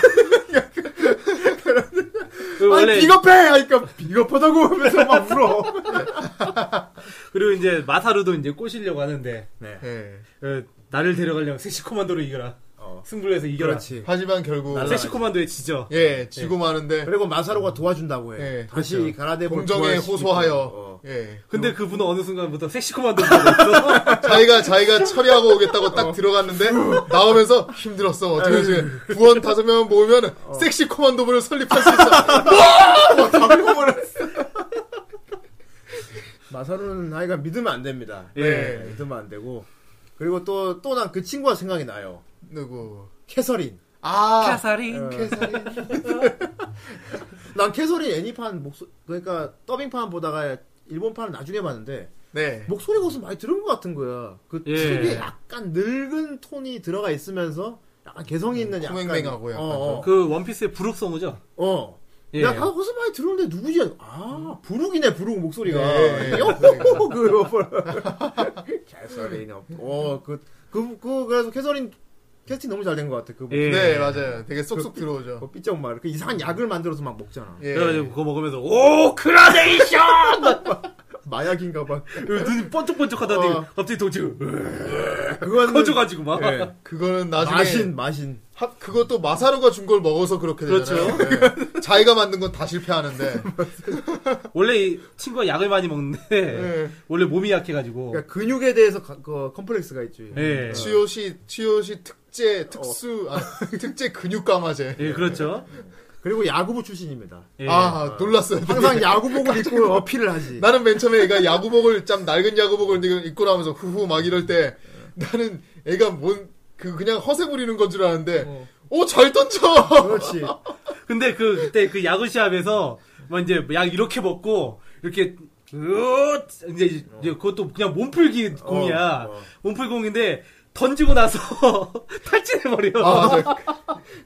Speaker 2: 그
Speaker 3: 아니
Speaker 2: 원래
Speaker 3: 비겁해. 하니까 비겁하다고 하면서 막 울어.
Speaker 2: 그리고 이제 마사루도 이제 꼬시려고 하는데
Speaker 4: 예.
Speaker 2: 그 나를 데려가려면 섹시코만도로 이겨라. 승부를 해서 이겨라.
Speaker 3: 그렇지.
Speaker 4: 예. 하지만 결국
Speaker 2: 섹시코만도에 지죠.
Speaker 4: 예 지고 마는데
Speaker 3: 그리고 마사로가 도와준다고 해.
Speaker 4: 예,
Speaker 3: 다시
Speaker 4: 그렇죠.
Speaker 3: 가라데브
Speaker 4: 공정에 호소하여
Speaker 3: 어.
Speaker 4: 예
Speaker 2: 근데 그분은 어느 순간부터 섹시코만도로 있어.
Speaker 4: 자기가 자기가 처리하고 오겠다고 딱 들어갔는데 나오면서 힘들었어 어떻게 지 부원 다섯 명 모으면 섹시 코만도부를 설립할 수 있어 뭐!
Speaker 3: 마사로는 아이가 믿으면 안 됩니다.
Speaker 2: 예.
Speaker 3: 네, 믿으면 안 되고 그리고 또 또 난 그 친구가 생각이 나요.
Speaker 4: 누구
Speaker 3: 캐서린.
Speaker 4: 아
Speaker 2: 카사린.
Speaker 3: 난 캐서린 애니판 목소 그러니까 더빙판 보다가 일본판을 나중에 봤는데
Speaker 4: 네
Speaker 3: 목소리 것은 많이 들은 것 같은 거야. 그
Speaker 2: 예.
Speaker 3: 특유의 약간 늙은 톤이 들어가 있으면서 약간 개성 있는 약간
Speaker 4: 맹맹하고 약간
Speaker 3: 어, 어.
Speaker 2: 그 원피스의 부룩성우죠.
Speaker 3: 어.
Speaker 2: 예.
Speaker 3: 야, 나 거기서 많이 들었는데 누구지? 아, 부룩이네, 부룩 목소리가.
Speaker 4: 예, 예.
Speaker 3: 요, 그, 요걸. 캐서린. 어, 그, 그, 그, 그래서 캐서린 캐스팅 너무 잘 된 것 같아. 그,
Speaker 2: 예.
Speaker 4: 네 맞아요 되게 쏙쏙 들어오죠
Speaker 3: 그 삐쩍 말. 그 이상한 약을 만들어서 막 먹잖아.
Speaker 4: 예
Speaker 2: 그래가지고 그거 먹으면서 오 크라데이션!
Speaker 3: 마약인가 봐.
Speaker 2: 눈이 번쩍번쩍하다니
Speaker 4: 어.
Speaker 2: 갑자기 동지
Speaker 3: 아, 그거는.
Speaker 2: 커져가지고 막
Speaker 3: 예.
Speaker 4: 그거는 나중에
Speaker 3: 마신, 마신.
Speaker 4: 합- 그것도 마사루가 준 걸 먹어서 그렇게 되잖아요 예. 자기가 만든 건 다 실패하는데
Speaker 2: 원래 이 친구가 약을 많이 먹는데
Speaker 4: 예.
Speaker 2: 원래 몸이 약해가지고
Speaker 3: 그러니까 근육에 대해서 가- 그 컴플렉스가 있지.
Speaker 2: 예.
Speaker 4: 치요시 치요시 특제 특수 아, 특제 근육 강화제
Speaker 2: 예, 그렇죠.
Speaker 3: 그리고 야구부 출신입니다.
Speaker 2: 예.
Speaker 4: 아 놀랐어요
Speaker 3: 항상 야구복을 입고 어필을 하지.
Speaker 4: 나는 맨 처음에 애가 야구복을 참 낡은 야구복을 지금 입고 나오면서 후후 막 이럴 때 나는 애가 뭔 그 그냥 허세 부리는 건 줄
Speaker 2: 어.
Speaker 4: 아는데 오 잘 던져
Speaker 3: 그렇지.
Speaker 2: 근데 그 그때 그 야구 시합에서 막 이제 약 이렇게 먹고 이렇게 으 이제 이제 그것도 그냥 몸풀기 공이야. 몸풀 공인데 던지고 나서 탈진해 버려.
Speaker 4: 아, 맞아요.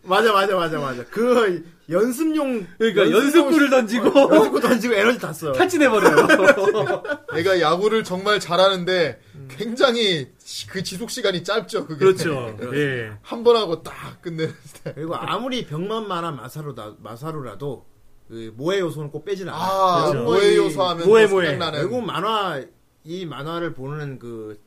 Speaker 3: 맞아, 맞아, 맞아, 맞아. 그 연습용. 어,
Speaker 2: 그러니까 연습구를 던지고
Speaker 3: 연습구 던지고 에너지 다 써.
Speaker 2: 탈진해 버려.
Speaker 4: 애가 야구를 정말 잘하는데 굉장히 시- 그 지속 시간이 짧죠 그게
Speaker 2: 음. 그렇죠. 예.
Speaker 4: 한 번 하고 딱 끝내는 스타일
Speaker 3: 그리고 아무리 병만 많한 마사루다, 마사루라도 그 모의 요소는 꼭 빼진 않아.
Speaker 4: 아
Speaker 3: 그래서
Speaker 4: 모의
Speaker 3: 이
Speaker 4: 요소 하면
Speaker 2: 모에,
Speaker 4: 또
Speaker 2: 모에.
Speaker 4: 생각나는
Speaker 3: 외국 만화 이 만화를 보는 그,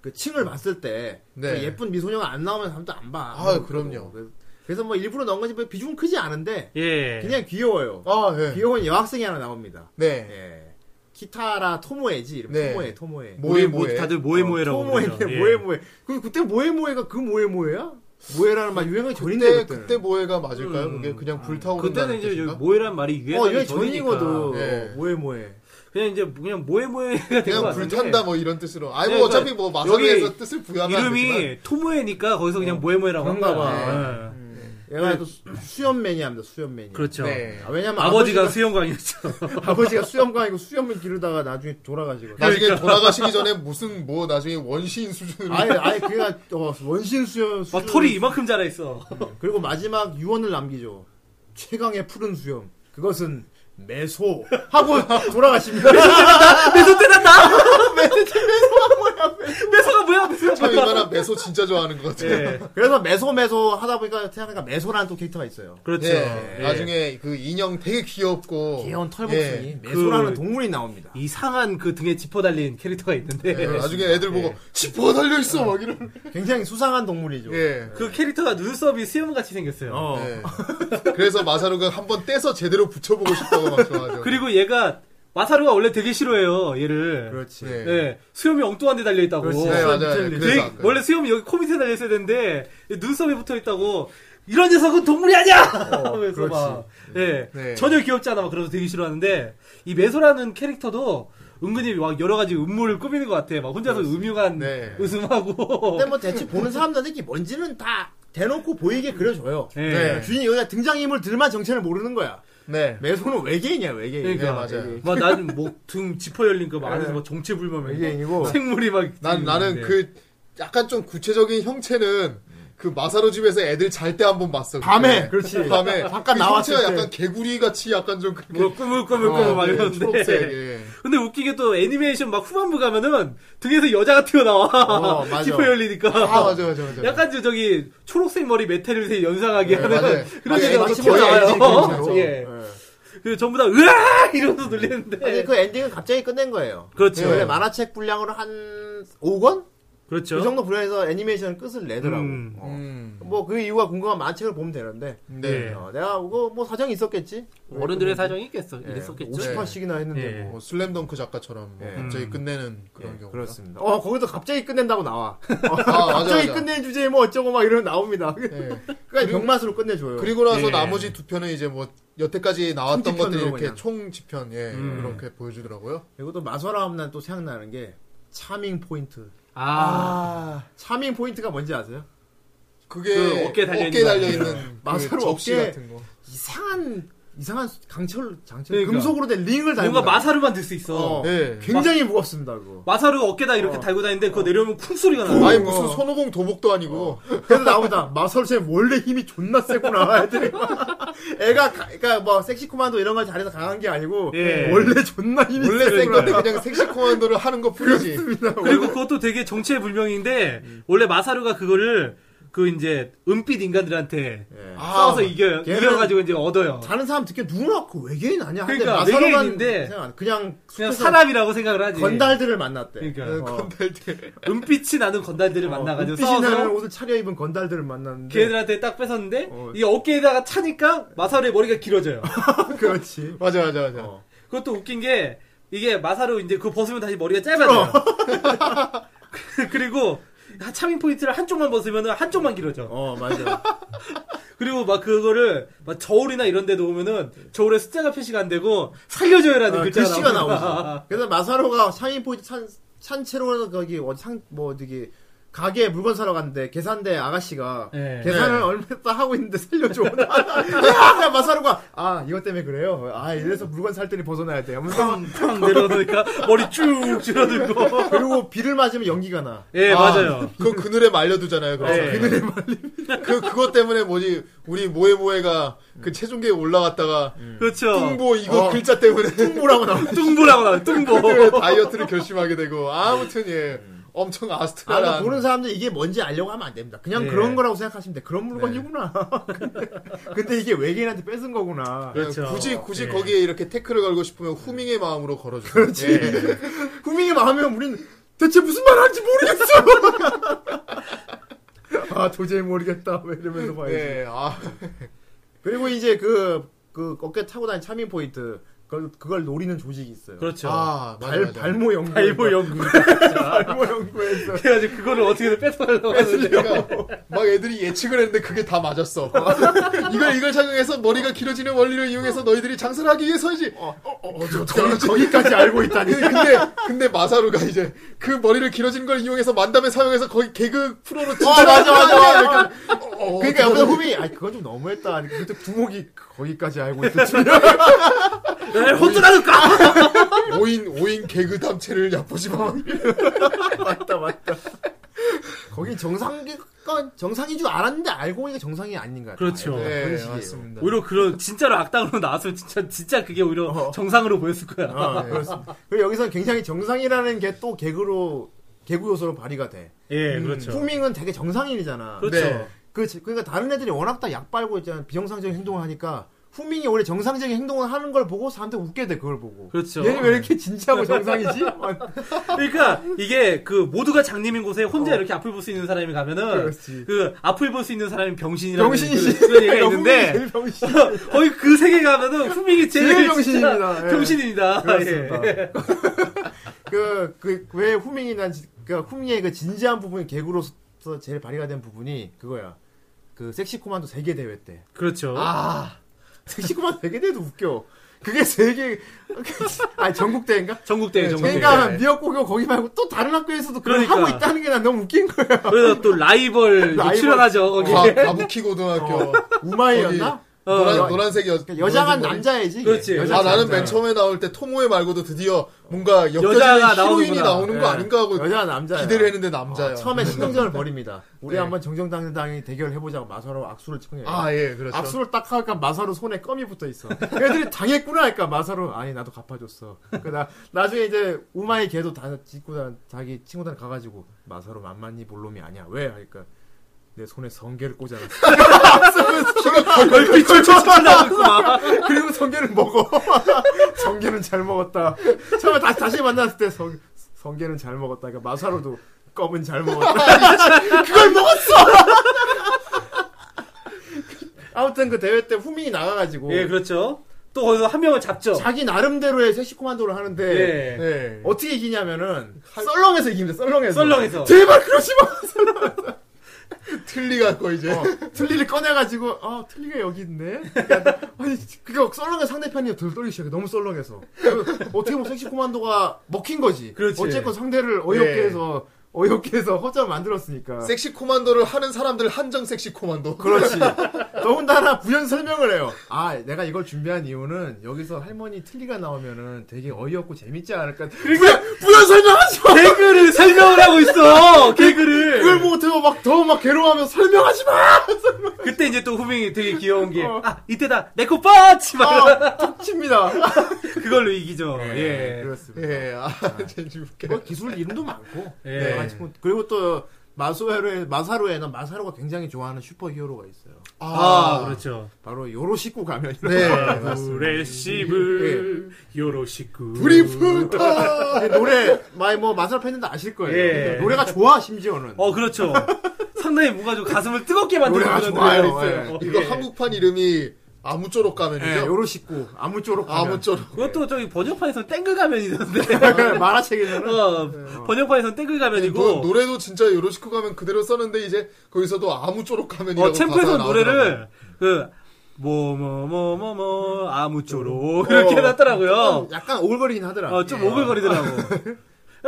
Speaker 3: 그 층을 봤을 때
Speaker 4: 음. 네.
Speaker 3: 그 예쁜 미소녀가 안 나오면 사람도 안 봐.
Speaker 4: 아, 그럼요.
Speaker 3: 그래서- 그래서 뭐 일부러 넣은 건지 뭐 비중은 크지 않은데
Speaker 2: 예.
Speaker 3: 그냥 귀여워요.
Speaker 4: 아 예.
Speaker 3: 귀여운 여학생이 하나 나옵니다.
Speaker 4: 네
Speaker 3: 예. 키타라 토모에지 이름
Speaker 4: 네.
Speaker 3: 토모에 토모에.
Speaker 4: 모에
Speaker 2: 모에
Speaker 4: 모에
Speaker 2: 모에 다들 모에 모에라고
Speaker 3: 어, 토모에인데
Speaker 2: 그러죠. 예.
Speaker 3: 모에 모에. 그 그때 모에 모에가 그 모에 모에야? 모에라는 말 유행이 전인데
Speaker 4: 그때
Speaker 3: 그때는.
Speaker 4: 그때 모에가 맞을까요 그게 그냥 불타오른다는
Speaker 2: 음. 그때는 이제
Speaker 4: 뜻인가?
Speaker 2: 모에란 말이 유행
Speaker 3: 어, 유행
Speaker 2: 전이거든.
Speaker 3: 전이거든.
Speaker 4: 예.
Speaker 3: 어, 모에 모에.
Speaker 2: 그냥 이제 그냥 모에 모에가 된거
Speaker 4: 그냥 불탄다 뭐 이런 뜻으로. 아니 뭐
Speaker 2: 그러니까
Speaker 4: 어차피 뭐 마사리에서
Speaker 2: 여기
Speaker 4: 뜻을 부여하면 안 되지만.
Speaker 2: 이름이 토모에니까 거기서 그냥 모에모에라고 예.
Speaker 3: 그런가
Speaker 2: 한가
Speaker 3: 봐.
Speaker 2: 봐.
Speaker 3: 얘가 또 수- 수염 매니아입니다. 수염 매니아.
Speaker 2: 그렇죠.
Speaker 4: 네.
Speaker 3: 아, 왜냐면
Speaker 2: 아버지가
Speaker 3: 아버지가
Speaker 2: 수영광이었죠.
Speaker 3: 아버지가 수염광이고 수염을 기르다가 나중에 돌아가시거든.
Speaker 2: 그러니까.
Speaker 4: 나중에 돌아가시기 전에 무슨 뭐 나중에 원시인 수준으로
Speaker 3: 아예 아예 그가 어, 원신 수염
Speaker 2: 막
Speaker 3: 수염.
Speaker 2: 털이 이만큼 자라있어.
Speaker 3: 그리고 마지막 유언을 남기죠. 최강의 푸른 수염. 그것은 매소 하고 돌아가십니다.
Speaker 2: 매소 때렸다! 매소가 뭐야? 매소가
Speaker 4: 참
Speaker 2: 뭐야?
Speaker 4: 이만한 매소 진짜 좋아하는 것 같아요.
Speaker 2: 예.
Speaker 3: 그래서 매소 매소 하다 보니까 태양이가 매소라는 또 캐릭터가 있어요.
Speaker 2: 그렇죠.
Speaker 4: 예.
Speaker 2: 예.
Speaker 4: 나중에 그 인형 되게 귀엽고
Speaker 3: 귀여운 털복숭이
Speaker 4: 예.
Speaker 3: 매소라는
Speaker 2: 그-
Speaker 3: 동물이 나옵니다.
Speaker 2: 이상한 그 등에 지퍼 달린 캐릭터가 있는데
Speaker 4: 예, 나중에 애들 보고 지퍼 달려 있어 막 이런.
Speaker 3: 굉장히 수상한 동물이죠.
Speaker 4: 예.
Speaker 2: 그 캐릭터가 눈썹이 수염같이 생겼어요.
Speaker 3: 어.
Speaker 4: 예. 그래서 마사루가 한번 떼서 제대로 붙여보고 싶다고 막 좋아하죠.
Speaker 2: 그리고 얘가 마사루가 원래 되게 싫어해요. 얘를.
Speaker 3: 그렇지.
Speaker 4: 예.
Speaker 2: 예. 수염이 엉뚱한 데 달려있다고.
Speaker 3: 그렇지.
Speaker 4: 네 맞아요.
Speaker 3: 되게-
Speaker 2: 되게-
Speaker 4: 그래서 아까-
Speaker 2: 어, 원래 수염이 여기 코 밑에 달려있어야 되는데 눈썹에 붙어있다고 이런 녀석은 동물이 아니야! 하면서 막
Speaker 4: 어,
Speaker 2: 예.
Speaker 4: 네.
Speaker 2: 전혀 귀엽지 않아 막 그러면서 되게 싫어하는데 이 메소라는 캐릭터도 은근히 막 여러 가지 음모를 꾸미는 것 같아. 막 혼자서 음흉한
Speaker 4: 네.
Speaker 2: 웃음하고
Speaker 3: 근데 뭐 대체 보는 사람들한테 이게 뭔지는 다 대놓고 보이게 그려줘요.
Speaker 2: 예.
Speaker 4: 네.
Speaker 3: 주인이 여기다 등장인물들만 정체를 모르는 거야.
Speaker 4: 네.
Speaker 3: 매소는 외계인이야, 외계인.
Speaker 2: 그러니까
Speaker 4: 네, 맞아요. 네.
Speaker 2: 막 나는 목등 지퍼 열린 거 막 안에서 막 정체불명의
Speaker 3: 외계인이고.
Speaker 2: 생물이 막
Speaker 3: 음,
Speaker 4: 난 나는
Speaker 3: 네.
Speaker 2: 있는데.
Speaker 4: 그 약간 좀 구체적인 형체는 그 마사로 집에서 애들 잘 때 한 번 봤어. 그때.
Speaker 3: 밤에, 그렇지.
Speaker 4: 밤에
Speaker 3: 잠깐
Speaker 4: 그
Speaker 3: 나왔을
Speaker 4: 형체가
Speaker 3: 때.
Speaker 4: 약간 개구리 같이 약간 좀 그렇게
Speaker 2: 뭐 꾸물꾸물꾸물 막
Speaker 4: 예, 초록색,
Speaker 2: 이러는데
Speaker 4: 예.
Speaker 2: 근데 웃기게 또 애니메이션 막 후반부 가면은 등에서 여자가 튀어나와
Speaker 3: 어, 맞아.
Speaker 2: 지퍼 열리니까
Speaker 4: 아 맞아 맞아 맞아.
Speaker 2: 약간 저 저기 초록색 머리 메테를
Speaker 3: 네,
Speaker 2: 연상하게 하는
Speaker 4: 네, 맞아요.
Speaker 2: 그런
Speaker 4: 맞아요.
Speaker 2: 애가
Speaker 4: 마치
Speaker 2: 튀어
Speaker 4: 거의 LG
Speaker 2: 나와요.
Speaker 3: 그렇죠.
Speaker 4: 그림자로.
Speaker 2: 예. 그 전부 다 으아 이러면서 놀리는데
Speaker 4: 그
Speaker 3: 아니, 그 엔딩은 갑자기 끝낸 거예요.
Speaker 2: 그렇죠.
Speaker 3: 원래 만화책 분량으로 한 5권?
Speaker 2: 그렇죠.
Speaker 3: 그 정도 분량에서 애니메이션 끝을 내더라고.
Speaker 2: 음.
Speaker 4: 음.
Speaker 3: 뭐 그 이유가 궁금한 만책을 보면 되는데.
Speaker 4: 네.
Speaker 2: 네.
Speaker 3: 어, 내가 그거 뭐 사정이 있었겠지.
Speaker 2: 어른들의 사정이 있겠어.
Speaker 4: 네.
Speaker 3: 예,
Speaker 2: 있었겠죠.
Speaker 3: 50화씩이나 했는데.
Speaker 2: 네. 예.
Speaker 3: 뭐.
Speaker 4: 뭐 슬램덩크 작가처럼 뭐
Speaker 3: 예.
Speaker 4: 갑자기 끝내는 그런
Speaker 3: 예,
Speaker 4: 경우.
Speaker 3: 그렇습니다. 어 거기서 갑자기 끝낸다고 나와. 어,
Speaker 4: 맞아,
Speaker 3: 갑자기
Speaker 4: 맞아.
Speaker 3: 끝내는 주제에 뭐 어쩌고 막 이러면 나옵니다.
Speaker 4: 예.
Speaker 3: 그러니까 병맛으로 끝내줘요.
Speaker 4: 그리고 나서
Speaker 6: 예.
Speaker 4: 나머지 두 편은 이제 뭐 여태까지 나왔던
Speaker 3: 총집편으로
Speaker 4: 것들 이렇게
Speaker 3: 그냥.
Speaker 4: 총집편 예
Speaker 2: 음.
Speaker 4: 이렇게 보여주더라고요.
Speaker 3: 그리고 또 마소라 하면 또 생각나는 게 차밍 포인트.
Speaker 2: 아,
Speaker 3: 차밍 포인트가 뭔지 아세요?
Speaker 4: 그게
Speaker 2: 그 어깨에
Speaker 4: 어깨
Speaker 2: 달려있는
Speaker 4: 달려
Speaker 2: 거그
Speaker 4: 있는 그
Speaker 3: 마사로
Speaker 4: 접시
Speaker 3: 어깨에
Speaker 4: 같은 거.
Speaker 3: 이상한 이상한 수- 강철 장철
Speaker 2: 그러니까.
Speaker 3: 금속으로 된 링을 달고
Speaker 2: 뭔가
Speaker 3: 다녀요.
Speaker 2: 마사루만 들 수 있어. 네.
Speaker 3: 어.
Speaker 4: 예.
Speaker 3: 굉장히 무겁습니다 그거.
Speaker 2: 마사루 어깨다 이렇게 달고 다니는데 그거 내려오면 쿵 소리가 나.
Speaker 4: 아니 무슨 손오공 도복도 아니고
Speaker 3: 그래서 나보다 마사로 쌤 원래 힘이 존나 세구나 애들이 막. 애가 가- 그러니까 뭐 섹시 코만도 이런 걸 잘해서 강한 게 아니고
Speaker 2: 예.
Speaker 3: 원래 존나 힘이
Speaker 4: 원래 센
Speaker 3: 세구나.
Speaker 4: 건데 그냥 섹시 코만도를 하는 것뿐이지.
Speaker 2: 그리고 그것도 되게 정체불명인데 원래 마사루가 그거를 그 이제 은빛 인간들한테
Speaker 4: 아,
Speaker 2: 싸워서 이겨
Speaker 3: 걔는-
Speaker 2: 이겨가지고 이제 얻어요.
Speaker 3: 다른 사람 듣기에 누구나 그 외계인 아니야? 하는데
Speaker 2: 그러니까,
Speaker 3: 마사로만
Speaker 2: 외계인인데
Speaker 3: 생각 안 해. 그냥
Speaker 2: 그냥
Speaker 3: 숲에서
Speaker 2: 사람이라고 생각을 하지.
Speaker 3: 건달들을 만났대.
Speaker 2: 예. 그러니까
Speaker 4: 예, 건달들.
Speaker 2: 은빛이 나는 건달들을 만나가지고
Speaker 3: 빛이 어, 나는
Speaker 2: 싸워서
Speaker 3: 옷을 차려입은 건달들을 만났는데
Speaker 2: 걔들한테 딱 뺏었는데
Speaker 3: 어.
Speaker 2: 이 어깨에다가 차니까 마사루의 머리가 길어져요.
Speaker 3: 그렇지.
Speaker 4: 맞아 맞아 맞아.
Speaker 3: 어.
Speaker 2: 그것도 웃긴 게 이게 마사루 이제 그거 벗으면 다시 머리가 짧아져요.
Speaker 3: 어.
Speaker 2: 그리고 차밍 포인트를 한쪽만 벗으면 한쪽만 길어져.
Speaker 3: 어 맞아.
Speaker 2: 그리고 막 그거를 막 저울이나 이런 데도 오면은 저울에 숫자가 표시가 안 되고 살려줘요라는
Speaker 3: 아,
Speaker 2: 글자가
Speaker 3: 글씨가
Speaker 2: 그 나오고.
Speaker 3: 나오죠. 그래서 마사로가 상인 포인트 찬 산채로 거기 어디 상뭐 되게 가게에 물건 사러 갔는데 계산대 아가씨가
Speaker 2: 예.
Speaker 3: 계산을 얼마나 하고 있는데 살려줘. 야, 마사로가 아 이것 때문에 그래요. 아 이래서 물건 살 때는 벗어나야 돼. 하면서
Speaker 2: 팡 내려오니까 머리 쭉 줄어들고.
Speaker 3: 그리고 비를 맞으면 연기가 나.
Speaker 2: 예
Speaker 4: 아,
Speaker 2: 맞아요.
Speaker 4: 그거 그늘에 말려두잖아요. 그래서
Speaker 2: 예.
Speaker 4: 그늘에 말리. 그 그것 때문에 뭐지 우리 모에 모에가 그 최종계에 올라갔다가
Speaker 2: 그렇죠.
Speaker 4: 뚱보 이거
Speaker 3: 어.
Speaker 4: 글자 때문에
Speaker 3: 뭐라고 나와.
Speaker 2: 뚱보라고 나와. 뚱보.
Speaker 4: 그때 다이어트를 결심하게 되고 아무튼 예 엄청
Speaker 3: 아, 그러니까
Speaker 4: 아스트라란
Speaker 3: 보는 사람들 이게 뭔지 알려고 하면 안 됩니다. 그냥
Speaker 2: 예.
Speaker 3: 그런 거라고 생각하시면 돼. 그런 물건이구나. 근데 이게 외계인한테 뺏은 거구나.
Speaker 4: 예,
Speaker 2: 그렇죠.
Speaker 4: 굳이 굳이
Speaker 2: 예.
Speaker 4: 거기에 이렇게 태클을 걸고 싶으면 후밍의 마음으로 걸어주세요. 그렇지.
Speaker 3: 후밍이 망하면 우린 대체 무슨 말 하는지 모르겠어. 아 도저히 모르겠다. 막 이러면서 봐야지.
Speaker 4: 예, 아,
Speaker 3: 그리고 이제 그, 그 어깨 타고 다니는 차민 포인트 그걸, 그걸 노리는 조직이 있어요.
Speaker 2: 그렇죠.
Speaker 4: 아, 맞아,
Speaker 3: 발,
Speaker 4: 맞아.
Speaker 3: 발모 연구.
Speaker 2: 발보 연구.
Speaker 3: 발모 연구에서.
Speaker 2: 그래가지고 그거를 어떻게든 뺏어가려고 하는데.
Speaker 4: 그러니까 아, 막 애들이 예측을 했는데 그게 다 맞았어. 이걸 이걸 착용해서 머리가 길어지는 원리를 이용해서 너희들이 장사를 하기 위해서이지.
Speaker 3: 어, 어, 어, 저, 저, 거기까지 알고 있다니.
Speaker 4: 근데 근데 마사루가 이제 그 머리를 길어지는 걸 이용해서 만담에 사용해서 거의 개그 프로로
Speaker 3: 아, 맞아, 맞아, 맞아.
Speaker 4: 어,
Speaker 3: 그러니까 여기서 후미, 아, 그건 좀 너무했다. 아니, 그때 부목이 거기까지 알고 있었지.
Speaker 2: 날 혼쭐하니까!
Speaker 4: 5인 5인 개그 담체를 얕보지 마.
Speaker 3: 맞다, 맞다. 거긴 정상이건 정상인 줄 알았는데 알고 보니까 정상이 아닌 것 같아요.
Speaker 2: 그렇죠.
Speaker 3: 네,
Speaker 4: 네,
Speaker 3: 그런 식이에요.
Speaker 4: 맞습니다.
Speaker 2: 오히려 그런, 진짜로 악당으로 나왔으면 진짜, 진짜 그게 오히려 정상으로 보였을 거야.
Speaker 3: 아, 그렇습니다. 그리고 여기서 굉장히 정상이라는 게 또 개그로 개구 요소로 발휘가 돼.
Speaker 2: 예, 그렇죠.
Speaker 3: 후밍은 되게 정상인이잖아.
Speaker 2: 그렇죠.
Speaker 4: 네.
Speaker 3: 그 지- 그러니까 다른 애들이 워낙 다 약 빨고 있잖아 비정상적인 행동을 하니까 후밍이 원래 정상적인 행동을 하는 걸 보고 사람들 웃게 돼 그걸 보고.
Speaker 2: 그렇죠.
Speaker 3: 얘는 왜 이렇게 진지하고 정상이지? 막
Speaker 2: 그러니까 이게 그 모두가 장님인 곳에 혼자 이렇게 앞을 볼 수 있는 사람이 가면은
Speaker 3: 어. 그렇지.
Speaker 2: 그 앞을 볼 수 있는 사람이 병신이라는
Speaker 3: 병신이지. 그러니까
Speaker 2: 그, 그런 얘기가
Speaker 3: 후밍이
Speaker 2: 있는데
Speaker 3: 제일 병신.
Speaker 2: 거의 그 세계 가면은 후밍이 제일,
Speaker 3: 제일
Speaker 2: 진짜
Speaker 3: 병신입니다. 예.
Speaker 2: 병신입니다.
Speaker 3: 그렇습니다.
Speaker 2: 예.
Speaker 3: 그, 그, 왜 후밍이 난, 진- 그, 후밍의 그 진지한 부분이 개구로서 제일 발휘가 된 부분이 그거야. 그, 섹시 코만도 세계 대회 때.
Speaker 2: 그렇죠.
Speaker 3: 아, 섹시 코만도 세계 대회도 웃겨. 그게 세계, 아, 전국대회인가?
Speaker 4: 네,
Speaker 2: 전국대회 전국대회. 예.
Speaker 3: 그러니까 미역국이고 거기 말고 또 다른 학교에서도 그걸
Speaker 2: 그러니까.
Speaker 3: 하고 있다는 게 난 너무 웃긴 거야.
Speaker 2: 그래서 또 라이벌,
Speaker 3: 라이벌. 아.
Speaker 2: 출연하죠. 거기.
Speaker 4: 가, 가부키 고등학교
Speaker 3: 우마이였나?
Speaker 2: 어,
Speaker 4: 노란,
Speaker 3: 여-
Speaker 4: 노란색 여,
Speaker 3: 그러니까
Speaker 4: 노란색
Speaker 3: 여장한
Speaker 4: 머리.
Speaker 3: 남자애지. 이게.
Speaker 2: 그렇지.
Speaker 3: 여장한
Speaker 4: 아 나는
Speaker 3: 남자.
Speaker 4: 맨 처음에 나올 때 토모에 말고도 드디어 뭔가
Speaker 2: 여자가
Speaker 4: 엮여지는 히로인이
Speaker 2: 나오는구나.
Speaker 4: 나오는 거
Speaker 3: 예.
Speaker 4: 아닌가 하고
Speaker 3: 여자 남자
Speaker 4: 기대를 했는데 남자야.
Speaker 3: 아, 처음에 신경전을 벌입니다. 우리
Speaker 4: 네.
Speaker 3: 한번 정정당당히 대결을 해보자고 마서로 악수를 청해요.
Speaker 4: 아 예, 그렇죠.
Speaker 3: 악수를 딱 하니까 마사로 손에 껌이 붙어 있어. 애들이 당했구나 하니까 마사로 아니 나도 갚아줬어. 그러니까 그나 나중에 이제 우마이 걔도 다 짓고 다 자기 친구들 가가지고 마사로 만만히 볼 놈이 아니야. 왜? 하니까 내 손에 성게를 꽂아놨어.
Speaker 2: 얼핏 출출출출 나고 있고 막.
Speaker 3: 그리고 성게를 먹어. 성게는 잘 먹었다. 처음에 다시 다시 만났을 때 성, 성게는 잘 먹었다. 그러니까 마사로도 껌은 잘 먹었다. 그걸 먹었어! 아무튼 그 대회 때 후민이 나가가지고.
Speaker 2: 예, 그렇죠. 또 거기서 한 명을 잡죠.
Speaker 3: 자기 나름대로의 섹시 코만도를 하는데.
Speaker 2: 예.
Speaker 4: 네.
Speaker 3: 어떻게 이기냐면은 썰렁해서 이깁니다. 썰렁해서.
Speaker 2: 썰렁해서.
Speaker 3: 제발 그러지 마.
Speaker 4: 틀리 갖고 이제.
Speaker 3: 어, 틀리를 꺼내가지고 어 틀리가 여기 있네. 약간, 아니 그거 썰렁해 상대편이 덜 떨리기 시작해. 너무 썰렁해서. 그, 어떻게 보면 섹시 코만도가 먹힌 거지.
Speaker 2: 그렇지.
Speaker 3: 어쨌건 상대를 어이없게
Speaker 4: 네.
Speaker 3: 해서 어이없게 해서 허점을 만들었으니까.
Speaker 4: 섹시 코만도를 하는 사람들 한정 섹시 코만도.
Speaker 3: 그렇지. 더군다나 부연 설명을 해요. 아, 내가 이걸 준비한 이유는 여기서 할머니 틀리가 나오면은 되게 어이없고 재밌지 않을까. 부연, 부연 설명하지 마.
Speaker 2: 개그를 설명을 하고 있어. 개그를.
Speaker 3: 그걸 뭐- 보고 더 막, 더 막 괴로워하면서 설명하지 마!
Speaker 2: 그때 이제 또 후밍이 되게 귀여운 게,
Speaker 3: 어.
Speaker 2: 아, 이때다, 내코 빠치! 막,
Speaker 3: 아, 툭 칩니다.
Speaker 2: 그걸로 이기죠.
Speaker 3: 네,
Speaker 2: 예.
Speaker 3: 그렇습니다.
Speaker 4: 예, 아, 재밌게.
Speaker 3: 뭐 기술 이름도 많고.
Speaker 2: 예.
Speaker 3: 여러 가지 뭐- 그리고 또, 마사루에, 마사루에는 마사루가 굉장히 좋아하는 슈퍼 히어로가 있어요.
Speaker 2: 아, 그렇죠.
Speaker 3: 바로 요로시쿠 가면.
Speaker 4: 네.
Speaker 6: 브레시브
Speaker 2: 예.
Speaker 6: 요로시쿠
Speaker 4: 브리프타!
Speaker 3: 노래, 많이 뭐, 마사루 팬들도 아실 거예요. 그러니까
Speaker 2: 예.
Speaker 3: 노래가 좋아, 심지어는.
Speaker 2: 어, 그렇죠. 상당히 무가지고 가슴을 뜨겁게 만드는
Speaker 3: 노래가
Speaker 2: 그런
Speaker 3: 좋아요.
Speaker 2: 노래가 있어요.
Speaker 3: 예.
Speaker 2: 어,
Speaker 4: 이거
Speaker 2: 예.
Speaker 4: 한국판 이름이 아무쪼록
Speaker 2: 네,
Speaker 3: 예,
Speaker 4: 가면이죠?
Speaker 3: 요로시쿠. 아무쪼록 가면. 네,
Speaker 4: 아무쪼록.
Speaker 2: 그것도 저기 번역판에서는 땡글 가면이던데.
Speaker 3: 만화책에서는.
Speaker 2: 어, 번역판에서는
Speaker 4: 네.
Speaker 2: 땡글
Speaker 4: 노,
Speaker 2: 가면이고, 어,
Speaker 4: 노래도 진짜 요로시코 가면 그대로 썼는데 이제 거기서도 아무쪼록 가면이라고
Speaker 2: 어, 챔프에서
Speaker 4: 가사가
Speaker 2: 노래를,
Speaker 4: 나오더라고요.
Speaker 2: 그, 뭐, 뭐, 뭐, 뭐, 뭐,
Speaker 4: 어.
Speaker 2: 아무쪼록, 이렇게 해놨더라고요.
Speaker 3: 약간 오글거리긴 하더라.
Speaker 2: 어, 좀 오글거리더라고.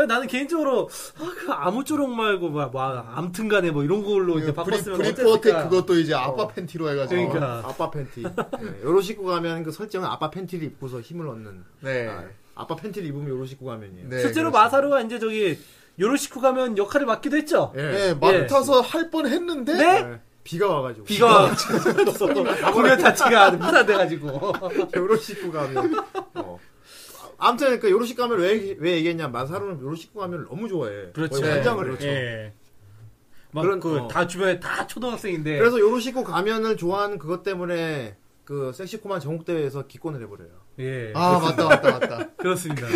Speaker 2: 예, 나는 개인적으로, 아, 그 아무쪼록 말고, 막, 막, 암튼 간에 뭐 이런 걸로 이제
Speaker 4: 그 브리,
Speaker 2: 바꿨으면
Speaker 4: 브리포어텍
Speaker 2: 어땠을까.
Speaker 4: 그것도 이제 아빠 팬티로 해가지고.
Speaker 2: 그러니까.
Speaker 3: 어, 아빠 팬티. 네, 요로시쿠 가면 그 설정은 아빠 팬티를 입고서 힘을 얻는.
Speaker 4: 네.
Speaker 3: 아, 아빠 팬티를 입으면 요로시쿠 가면이에요.
Speaker 4: 네,
Speaker 2: 실제로
Speaker 4: 그렇습니다.
Speaker 2: 마사루가 이제 저기, 요로시쿠 가면 역할을 맡기도 했죠.
Speaker 3: 예.
Speaker 4: 네, 맡아서 할 뻔 했는데.
Speaker 2: 네?
Speaker 3: 네. 비가 와가지고.
Speaker 2: 비가 와가지고, 공연 자체가 무산돼가지고.
Speaker 3: 요로시쿠 가면. 어. 아무튼 그 요로시쿠 가면 왜, 왜 얘기했냐. 마사루는 요로시쿠 가면 너무 좋아해.
Speaker 2: 그렇죠.
Speaker 3: 거의 환장을 해.
Speaker 2: 예. 막,
Speaker 3: 그런-
Speaker 2: 그,
Speaker 3: 어.
Speaker 2: 다 주변에 다 초등학생인데.
Speaker 3: 그래서 요로시쿠 가면을 좋아하는 그것 때문에 그 섹시코만 전국대회에서 기권을 해버려요.
Speaker 2: 예.
Speaker 4: 아, 맞다, 맞다, 맞다.
Speaker 2: 그렇습니다.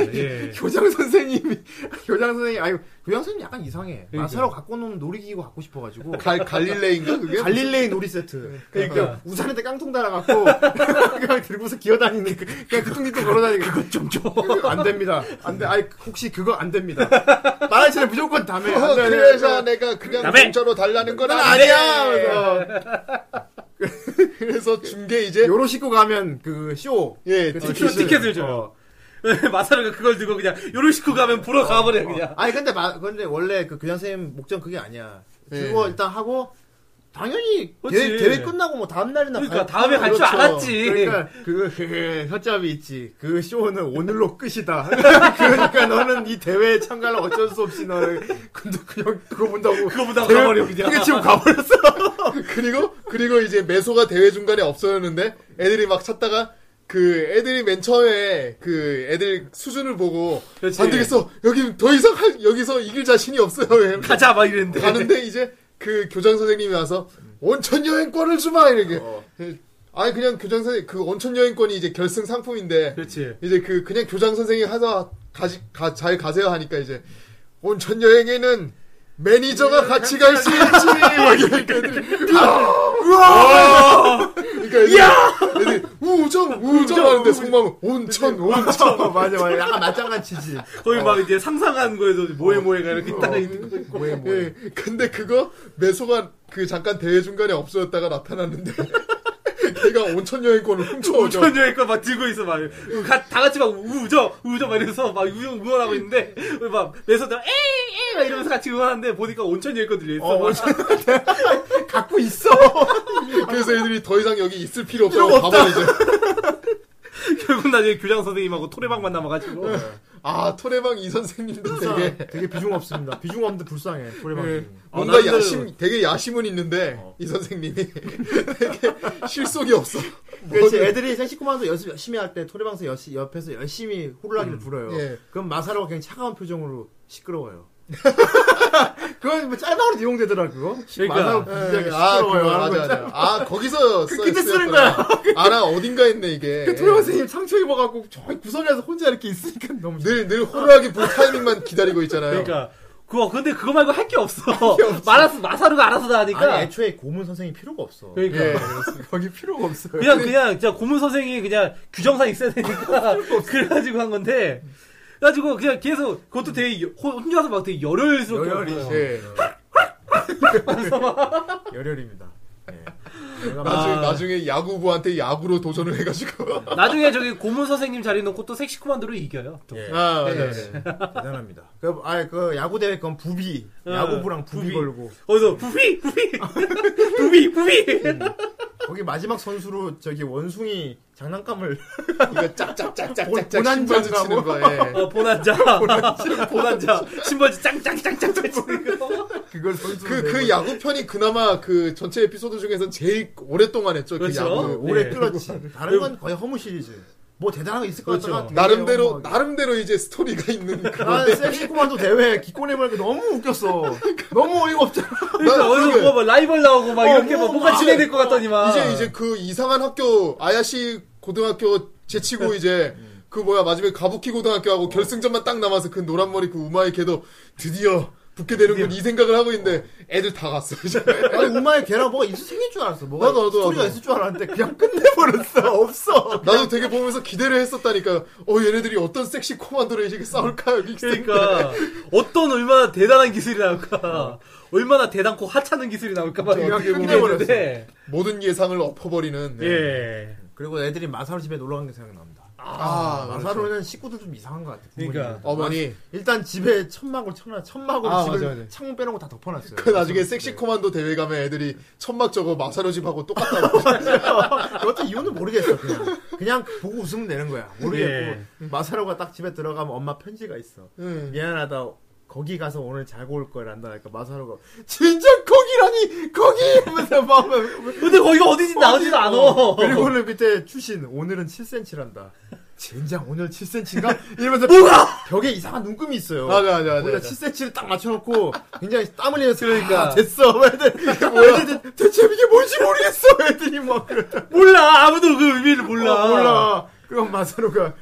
Speaker 2: 예.
Speaker 3: 교장 선생님이 교장 선생님 아유 교장 선생님 약간 이상해.
Speaker 2: 그러니까요.
Speaker 3: 마사로 갖고 노는 놀이기구 갖고 싶어가지고
Speaker 4: 갈, 갈릴레인가, 그게?
Speaker 3: 갈릴레이 놀이 세트. 그러니까
Speaker 2: 그러니까.
Speaker 3: 우산에다 깡통 달아갖고 그냥 들고서 기어다니는 그- 그냥 뒤뚱뒤뚱 걸어다니는 그거 좀 줘. 안 됩니다. 안 돼. 아이 혹시 그거 안 됩니다. 말할 차례 무조건 담에.
Speaker 4: 어, 그래서 내가 그냥
Speaker 2: 남의- 네.
Speaker 4: 공짜로 달라는 건
Speaker 3: 아니야.
Speaker 4: 아니야.
Speaker 3: 그래서
Speaker 4: 그래서 중계 이제
Speaker 3: 네. 요로 식구 가면 그 쇼
Speaker 4: 네. 예,
Speaker 3: 그
Speaker 4: 티-
Speaker 2: 티켓, 티켓을 줘요. 마사루가 그걸 들고 그냥 요로시쿠 가면 불어 가버려, 그냥.
Speaker 3: 아니 근데 마, 근데 원래 그 교장 선생님 목적 은 그게 아니야.
Speaker 4: 예.
Speaker 3: 그거 일단 하고 당연히
Speaker 2: 그렇지.
Speaker 3: 대회, 대회 끝나고 뭐 다음 날이나
Speaker 2: 그러니까
Speaker 3: 가야-
Speaker 2: 다음에 갈 줄
Speaker 3: 그렇죠.
Speaker 2: 알았지.
Speaker 3: 그러니까 그, 그 협잡이 있지. 그 쇼는 오늘로 끝이다. 그러니까 너는 이 대회에 참가를 어쩔 수 없이 너를 근데 그냥 그거 본다고
Speaker 2: 그거 보다
Speaker 3: 대회-
Speaker 2: 가버려, 그냥.
Speaker 3: 그게 지금 가버렸어.
Speaker 4: 그리고 그리고 이제 매소가 대회 중간에 없어졌는데 애들이 막 찾다가 그 애들이 맨 처음에 그 애들 수준을 보고
Speaker 2: 그렇지.
Speaker 4: 안 되겠어 여기 더 이상 할, 여기서 이길 자신이 없어요
Speaker 2: 가자, 막 이랬는데.
Speaker 4: 네. 가는데 이제 그 교장 선생님이 와서 온천 여행권을 주마 이렇게
Speaker 3: 어.
Speaker 4: 아니 그냥 교장 선생 그 온천 여행권이 이제 결승 상품인데
Speaker 2: 그렇지.
Speaker 4: 이제 그 그냥 교장 선생님 하자 가지 가, 잘 가세요 하니까 이제 온천 여행에는
Speaker 3: 네,
Speaker 4: 매니저가 같이 갈 수 있지 막 이러니까 애들이 그러니까 애들이, 애들이 우정 우정 하는데 속마음 온천 온천
Speaker 3: 맞아 맞아. 약간 맞장난치지.
Speaker 2: 거의 어. 막 이제 상상한 거에서 뭐해 뭐해가 이렇게 딱 있는 거지.
Speaker 3: 뭐해 뭐해.
Speaker 4: 예, 근데 그거 매소가 그 잠깐 대회 중간에 없어졌다가 나타났는데 걔가 온천 여행권을 훔쳐오죠
Speaker 2: 전여의 거막 들고 있어 막. 가- 다 같이 막 우저 우저 막 이러면서 막 우정 응원하고 있는데 막 내서들 에이 에이 막 이러면서 같이 응원하는데 보니까 온천 여행 거 들려 있어.
Speaker 3: 어,
Speaker 2: 막.
Speaker 3: 온천- 갖고 있어.
Speaker 4: 그래서 애들이 더 이상 여기 있을 필요 없다고 가버리죠
Speaker 2: 결국 나중에 교장 선생님하고 토레방 만나봐가지고
Speaker 4: 아 토레방 이 선생님도 되게
Speaker 3: 되게 되게 비중 없습니다. 비중 없는데
Speaker 2: 네.
Speaker 3: 불쌍해.
Speaker 4: 예.
Speaker 3: 소리만.
Speaker 4: 뭔가
Speaker 2: 아, 나는-
Speaker 4: 야심, 되게 야심은 있는데,
Speaker 3: 어.
Speaker 4: 이 선생님이. 되게 실속이 없어.
Speaker 3: 그렇지 애들이 섹시코만도 연습 열심히 할 때 토레방서 여시, 옆에서 열심히 호루라기를 불어요.
Speaker 4: 예.
Speaker 3: 그럼 마사로가 그냥 차가운 표정으로 시끄러워요. 그건 뭐 짤방으로 이용되더라 그거.
Speaker 2: 그러니까.
Speaker 3: 마사로
Speaker 4: 예,
Speaker 3: 굉장히
Speaker 4: 아,
Speaker 3: 시끄러워요.
Speaker 4: 그거,
Speaker 3: 하는
Speaker 4: 맞아,
Speaker 3: 거
Speaker 4: 맞아. 아, 거기서 써-
Speaker 3: 그때 쓰는
Speaker 4: 쓰였구나. 아, 나 어딘가 했네, 이게.
Speaker 3: 그 토레방 선생님 상처 입어갖고 저기 구석에서 혼자 이렇게 있으니까 너무.
Speaker 4: 늘, 늘 호루라기 불 타이밍만 기다리고 있잖아요.
Speaker 2: 그러니까 그거 근데 그거 말고 할 게 없어. 마라스 마사루가 알아서 다 하니까.
Speaker 3: 아니 애초에 고문 선생이 필요가 없어.
Speaker 2: 그러니까
Speaker 4: 예, 그래서 거기 필요가 없어요.
Speaker 2: 그냥 그냥 진짜 고문 선생이 그냥 규정상 있어야 되니까 그래가지고 한 건데. 그래가지고 그냥 계속 그것도 되게 여- 혼- 혼자서 막 되게 열혈스럽게
Speaker 3: 열혈이지.
Speaker 4: 예.
Speaker 3: 어. 열혈입니다.
Speaker 4: 나중에 나중에 야구부한테 야구로 도전을 해가지고.
Speaker 2: 나중에 저기 고문 선생님 자리 놓고 또 섹시코만드로 이겨요. 또.
Speaker 3: 예.
Speaker 4: 아,
Speaker 3: 예,
Speaker 4: 맞아요.
Speaker 3: 예. 대단합니다. 그, 아, 그 야구 대회 건 부비, 야구부랑 부비,
Speaker 2: 부비.
Speaker 3: 걸고
Speaker 2: 어디서 부비 부비 부비 부비
Speaker 3: 거기 마지막 선수로 저기 원숭이 장난감을
Speaker 4: 이거 짝짝짝짝짝
Speaker 3: 고- 고난장가고.
Speaker 4: 신발도 치는 거. 예.
Speaker 2: 어, 보난자 보난자 신발지 짱짱짱짱짱 치는 거.
Speaker 3: 그걸 선수로
Speaker 4: 그,
Speaker 3: 내고
Speaker 4: 그 야구편이 그나마 그 전체 에피소드 중에서 제일 오랫동안 했죠. 그
Speaker 2: 그렇죠.
Speaker 3: 그
Speaker 4: 야구.
Speaker 3: 오래
Speaker 2: 네.
Speaker 3: 끌었지. 다른 건 거의 허무 시리즈. 뭐 대단한 거 있을 것
Speaker 2: 그렇죠.
Speaker 3: 같다가 되게 뭐
Speaker 4: 나름대로,
Speaker 3: 허무하게.
Speaker 4: 나름대로 이제 스토리가 있는 그런.
Speaker 3: 난 섹시코만도 대회 기권해보니까 너무 웃겼어. 너무 어이가 없잖아.
Speaker 2: 그러니까 어디서
Speaker 4: 그러게.
Speaker 2: 뭐가 막 라이벌 나오고 막
Speaker 3: 어,
Speaker 2: 이렇게
Speaker 3: 뭐,
Speaker 2: 막 뭔가
Speaker 3: 막.
Speaker 2: 진행될 것 같더니만
Speaker 4: 이제, 이제 그 이상한 학교, 아야시 고등학교 제치고 이제 그 뭐야, 마지막에 가부키 고등학교하고 결승전만 딱 남아서 그 노란머리 그 우마이 걔도 드디어 붙게 되는군 이 생각을 하고 있는데 애들 다 갔어. 이제.
Speaker 3: 아니, 우마에 걔랑 뭐가 있을 생길 줄 알았어. 뭐가
Speaker 4: 나도, 나도,
Speaker 3: 스토리가
Speaker 4: 나도.
Speaker 3: 있을 줄 알았는데 그냥 끝내버렸어. 없어.
Speaker 4: 나도 되게 보면서 기대를 했었다니까요. 어, 얘네들이 어떤 섹시 코만도로 이렇게 싸울까, 여기
Speaker 2: 그러니까 어떤 얼마나 대단한 기술이 나올까 얼마나 대단코 하찮은 기술이 나올까 막
Speaker 3: 그냥
Speaker 2: 이렇게
Speaker 3: 끝내버렸어.
Speaker 2: 보는데
Speaker 4: 모든 예상을 엎어버리는. 네.
Speaker 2: 예
Speaker 3: 그리고 애들이 마사로 집에 놀러 간 게 생각납니다.
Speaker 4: 아,
Speaker 3: 마사로는 식구들 좀 이상한 것 같아. 부모님이.
Speaker 2: 그러니까.
Speaker 4: 어머니.
Speaker 3: 일단 집에 천막을 쳐놔. 천막으로
Speaker 4: 아,
Speaker 3: 집을
Speaker 4: 맞아, 맞아.
Speaker 3: 창문 빼놓고 다 덮어놨어요.
Speaker 4: 그 나중에 섹시 코만도 대회 가면 애들이 천막 저거 마사로 집하고 똑같다고.
Speaker 3: 여튼 이유는 모르겠어. 그냥 그냥 보고 웃으면 되는 거야.
Speaker 2: 예.
Speaker 3: 모르겠고 음. 마사로가 딱 집에 들어가면 엄마 편지가 있어.
Speaker 4: 음.
Speaker 3: 미안하다. 거기 가서 오늘 자고 올 거란다. 그러니까 마사로가 진짜 거기라니 거기 하면서 막
Speaker 2: 근데 거기가 어디지 나오지도 않아
Speaker 3: 그리고는 밑에 출신 오늘은 7cm란다. 젠장 오늘 7cm인가? 이러면서 뭐가 벽에 이상한 눈금이 있어요.
Speaker 4: 맞아, 네, 맞아, 맞아,
Speaker 3: 거기다
Speaker 4: 맞아.
Speaker 3: 7cm를 딱 맞춰놓고 굉장히 땀 흘리면서
Speaker 2: 그러니까.
Speaker 3: 아, 됐어. 애들 이게 뭐야? 애들 대체 이게 뭔지 모르겠어. 애들이 막 그래.
Speaker 2: 몰라 아무도 그 의미를 몰라
Speaker 3: 어, 몰라. 그럼 마사로가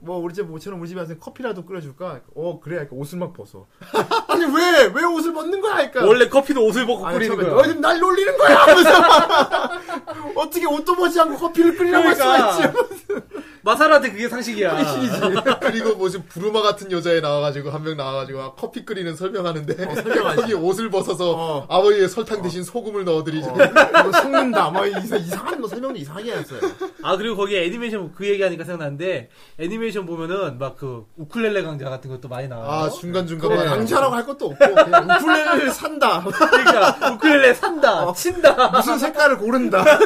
Speaker 3: 뭐 우리 집 모처럼 우리 집에 와서 커피라도 끓여줄까? 어 그래. 그러니까 옷을 막 벗어. 아니 왜 왜 옷을 벗는 거야? 그러니까
Speaker 2: 원래 커피도 옷을 벗고
Speaker 3: 아니,
Speaker 2: 끓이는
Speaker 3: 처음에
Speaker 2: 거야
Speaker 3: 너 지금 날 놀리는 거야 하면서 어떻게 옷도 벗지 않고 커피를 끓이라고 할 수가 있지?
Speaker 2: 그러니까 마사라한테 그게 상식이야
Speaker 4: 그리고 뭐지 부르마 같은 여자애 나와가지고 한 명 나와가지고 막 커피 끓이는 설명하는데
Speaker 3: 설명하지.
Speaker 4: 거기 옷을 벗어서
Speaker 3: 어.
Speaker 4: 아버지의 설탕 대신 소금을 넣어드리죠.
Speaker 3: 어, 이거 속는다. 막 이상, 이상한 거 설명도 이상하게 했어요.
Speaker 2: 아 그리고 거기 애니메이션 그 얘기하니까 생각나는데 애니메이션 보면은 막 그 우쿨렐레 강좌 같은 것도 많이 나와
Speaker 4: 아
Speaker 2: 요
Speaker 4: 중간 중간만
Speaker 3: 그거 강좌라고 할 것도 없고 그냥 우쿨렐레를 산다.
Speaker 2: 그러니까 우쿨렐레 산다
Speaker 3: 어.
Speaker 2: 친다
Speaker 3: 무슨 색깔을 고른다.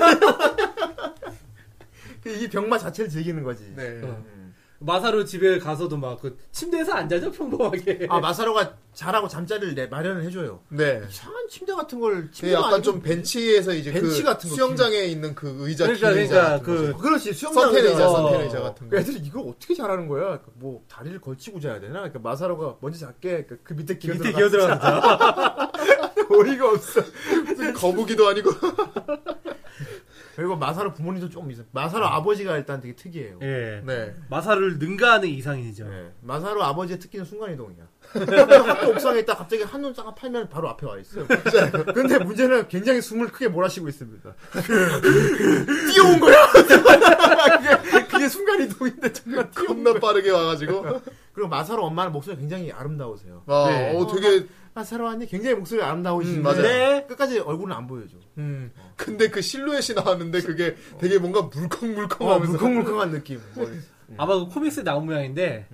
Speaker 3: 이 병맛 자체를 즐기는 거지.
Speaker 4: 네.
Speaker 2: 마사로 집에 가서도 막 그 침대에서 안 자죠 평범하게
Speaker 3: 아 마사로가 자라고 잠자리를 내- 마련을 해줘요.
Speaker 4: 네.
Speaker 3: 이상한 침대 같은 걸
Speaker 4: 네,
Speaker 3: 침대가
Speaker 4: 약간
Speaker 3: 아니고-
Speaker 4: 좀 벤치에서 이제
Speaker 3: 벤치
Speaker 4: 그
Speaker 3: 같은 거
Speaker 4: 수영장에 있는 그 의자
Speaker 2: 그러니까
Speaker 4: 긴 의자
Speaker 2: 그러니까
Speaker 4: 같은 거죠.
Speaker 2: 그
Speaker 3: 그렇지
Speaker 4: 선텐 의자, 선텐
Speaker 2: 어.
Speaker 3: 수영장에서
Speaker 4: 의자 같은 거.
Speaker 3: 애들이 이걸 어떻게 자라는 거야? 그러니까 뭐 다리를 걸치고 자야 되나? 그러니까 마사로가 먼저 잤게 그 밑에 기어
Speaker 2: 밑에
Speaker 3: 들어가.
Speaker 2: 기어들어가서 자.
Speaker 3: 어이가 없어.
Speaker 4: 무슨 거북이도 아니고.
Speaker 3: 그리고 마사로 부모님도 조금 있어. 마사로 아버지가 일단 되게 특이해요.
Speaker 2: 예.
Speaker 4: 네.
Speaker 2: 마사를 능가하는 이상이죠.
Speaker 3: 예. 마사로 아버지의 특기는 순간이동이야. 학교 옥상에 있다 갑자기 한눈 딱 팔면 바로 앞에 와 있어요. 근데 문제는 굉장히 숨을 크게 몰아쉬고 있습니다. 뛰어온 거야! 그게, 그게 순간이동인데 정말 뛰어온
Speaker 4: 겁나 빠르게 와가지고.
Speaker 3: 그리고 마사로 엄마는 목소리 굉장히 아름다우세요.
Speaker 4: 와,
Speaker 2: 네.
Speaker 4: 어, 되게,
Speaker 3: 마사로 언니 굉장히 목소리 아름다우시는데
Speaker 4: 맞아요.
Speaker 2: 네.
Speaker 3: 끝까지 얼굴은 안 보여줘.
Speaker 4: 음, 근데 그 실루엣이 나왔는데 그게 되게 뭔가 물컹물컹
Speaker 3: 어,
Speaker 4: 하면서.
Speaker 3: 물컹물컹한 느낌. 뭐,
Speaker 2: 아마 그 코믹스에 나온 모양인데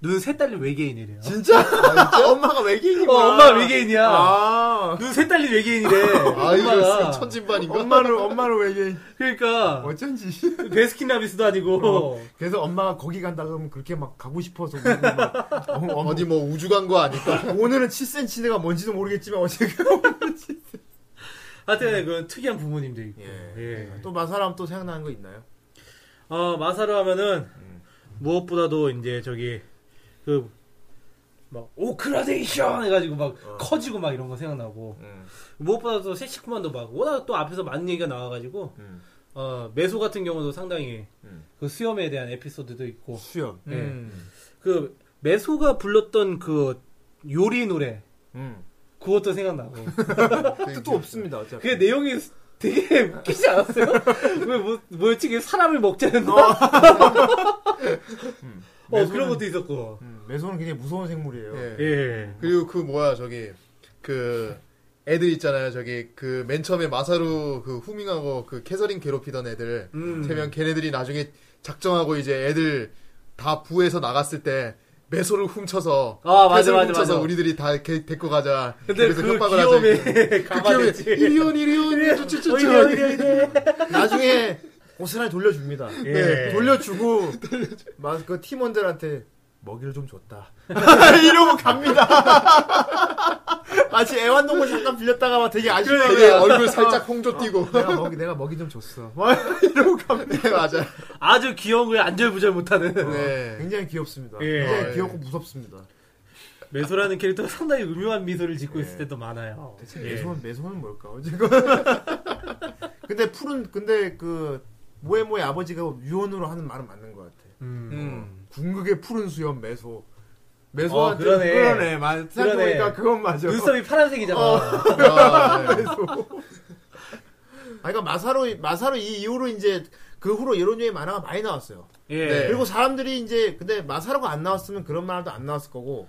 Speaker 2: 눈 셋 달린 외계인이래요.
Speaker 3: 진짜? 엄마가
Speaker 2: 어,
Speaker 3: 외계인이구나.
Speaker 2: 엄마 외계인이야.
Speaker 3: 아.
Speaker 2: 눈 셋 달린 외계인이래.
Speaker 4: 아, 이거
Speaker 2: 엄마가.
Speaker 4: 천진반인가?
Speaker 3: 엄마는 엄마는 외계인.
Speaker 2: 그러니까
Speaker 3: 어쩐지.
Speaker 2: 베스킨라빈스도 아니고
Speaker 3: 그래서 엄마가 거기 간다 그러면 그렇게 막 가고 싶어서 울고 막, 어, 어머,
Speaker 4: 어디 뭐 우주 간 거 아닐까?
Speaker 3: 오늘은 7cm가 뭔지도 모르겠지만 어제가
Speaker 2: 하여튼 그런 특이한 부모님도 있고. 예.
Speaker 3: 또 마사람 또 생각나는 거 있나요?
Speaker 2: 어, 마사로 하면은
Speaker 3: 음.
Speaker 2: 무엇보다도 이제 저기 그 막 오크라데이션 해가지고 막
Speaker 3: 어.
Speaker 2: 커지고 막 이런 거 생각나고
Speaker 3: 음.
Speaker 2: 무엇보다도 섹시코만도 막 워낙 또 앞에서 많은 얘기가 나와가지고
Speaker 3: 음.
Speaker 2: 어, 메소 같은 경우도 상당히
Speaker 3: 음.
Speaker 2: 그 수염에 대한 에피소드도 있고
Speaker 3: 네, 수염.
Speaker 2: 예. 그 메소가 불렀던 그 요리 노래
Speaker 3: 음.
Speaker 2: 그것도 생각나고.
Speaker 3: 뜻도 없습니다. 어차피.
Speaker 2: 그 내용이 되게 웃기지 않았어요? 왜 뭐, 뭐였지? 그게 사람을 먹자는 거? 어, 그런 것도 있었고.
Speaker 3: 음, 매소는 굉장히 무서운 생물이에요.
Speaker 4: 예.
Speaker 2: 예.
Speaker 4: 그리고 그 뭐야 저기 그 애들 있잖아요 저기 그 맨 처음에 마사루 그 후밍하고 그 캐서린 괴롭히던 애들
Speaker 2: 음.
Speaker 4: 세명 걔네들이 나중에 작정하고 이제 애들 다 부에서 나갔을 때 매소를 훔쳐서
Speaker 2: 아, 맞아,
Speaker 4: 폐소를
Speaker 2: 맞아,
Speaker 4: 훔쳐서
Speaker 2: 맞아.
Speaker 4: 우리들이 다 이렇게 데리고 가자
Speaker 2: 근데
Speaker 4: 그래서
Speaker 2: 그
Speaker 4: 협박을 하자.
Speaker 2: 귀여움에
Speaker 4: 그 귀여움에
Speaker 2: 가만했지.
Speaker 4: 이리온 이리온
Speaker 2: 오히려,
Speaker 4: 쭈쭈쭈쭈
Speaker 2: 오히려, 오히려.
Speaker 3: 나중에 고스란히 돌려줍니다.
Speaker 2: 예.
Speaker 3: 네. 돌려주고 마- 그 팀원들한테 먹이를 좀 줬다. 이러고 갑니다. 마치 애완동물 잠깐 빌렸다가 막 되게 아쉽게
Speaker 2: 그러니까.
Speaker 4: 되게 얼굴 살짝 홍조 띄고
Speaker 3: 내가 먹이 내가 먹이 좀 줬어. 막 이러고 갑니다.
Speaker 4: 네 맞아
Speaker 2: 아주 귀여운 거에 안절부절 못하는.
Speaker 4: 네
Speaker 3: 굉장히 귀엽습니다.
Speaker 2: 예.
Speaker 3: 굉장히
Speaker 4: 어,
Speaker 3: 귀엽고 무섭습니다.
Speaker 2: 메소라는 캐릭터가 상당히 음흉한 미소를
Speaker 4: 예.
Speaker 2: 짓고 있을 때도
Speaker 4: 어.
Speaker 2: 많아요.
Speaker 3: 대체
Speaker 2: 예.
Speaker 3: 매소는 매소는 뭘까? 지금 근데 푸른 근데 그 모에 모의 아버지가 유언으로 하는 말은 맞는 것 같아.
Speaker 2: 음.
Speaker 3: 궁극의 푸른 수염 매소. 매소한테
Speaker 2: 어, 그러네.
Speaker 3: 그러네. 맞- 생각해보니까
Speaker 2: 그러네.
Speaker 3: 그건 맞아.
Speaker 2: 눈썹이 파란색이잖아.
Speaker 4: 어. 아, 네.
Speaker 3: 아, 그러니까 마사로 마사로 이 이후로 이제 그 후로 여론주의 만화가 많이 나왔어요.
Speaker 2: 예.
Speaker 4: 네.
Speaker 3: 그리고 사람들이 이제 근데 마사로가 안 나왔으면 그런 만화도 안 나왔을 거고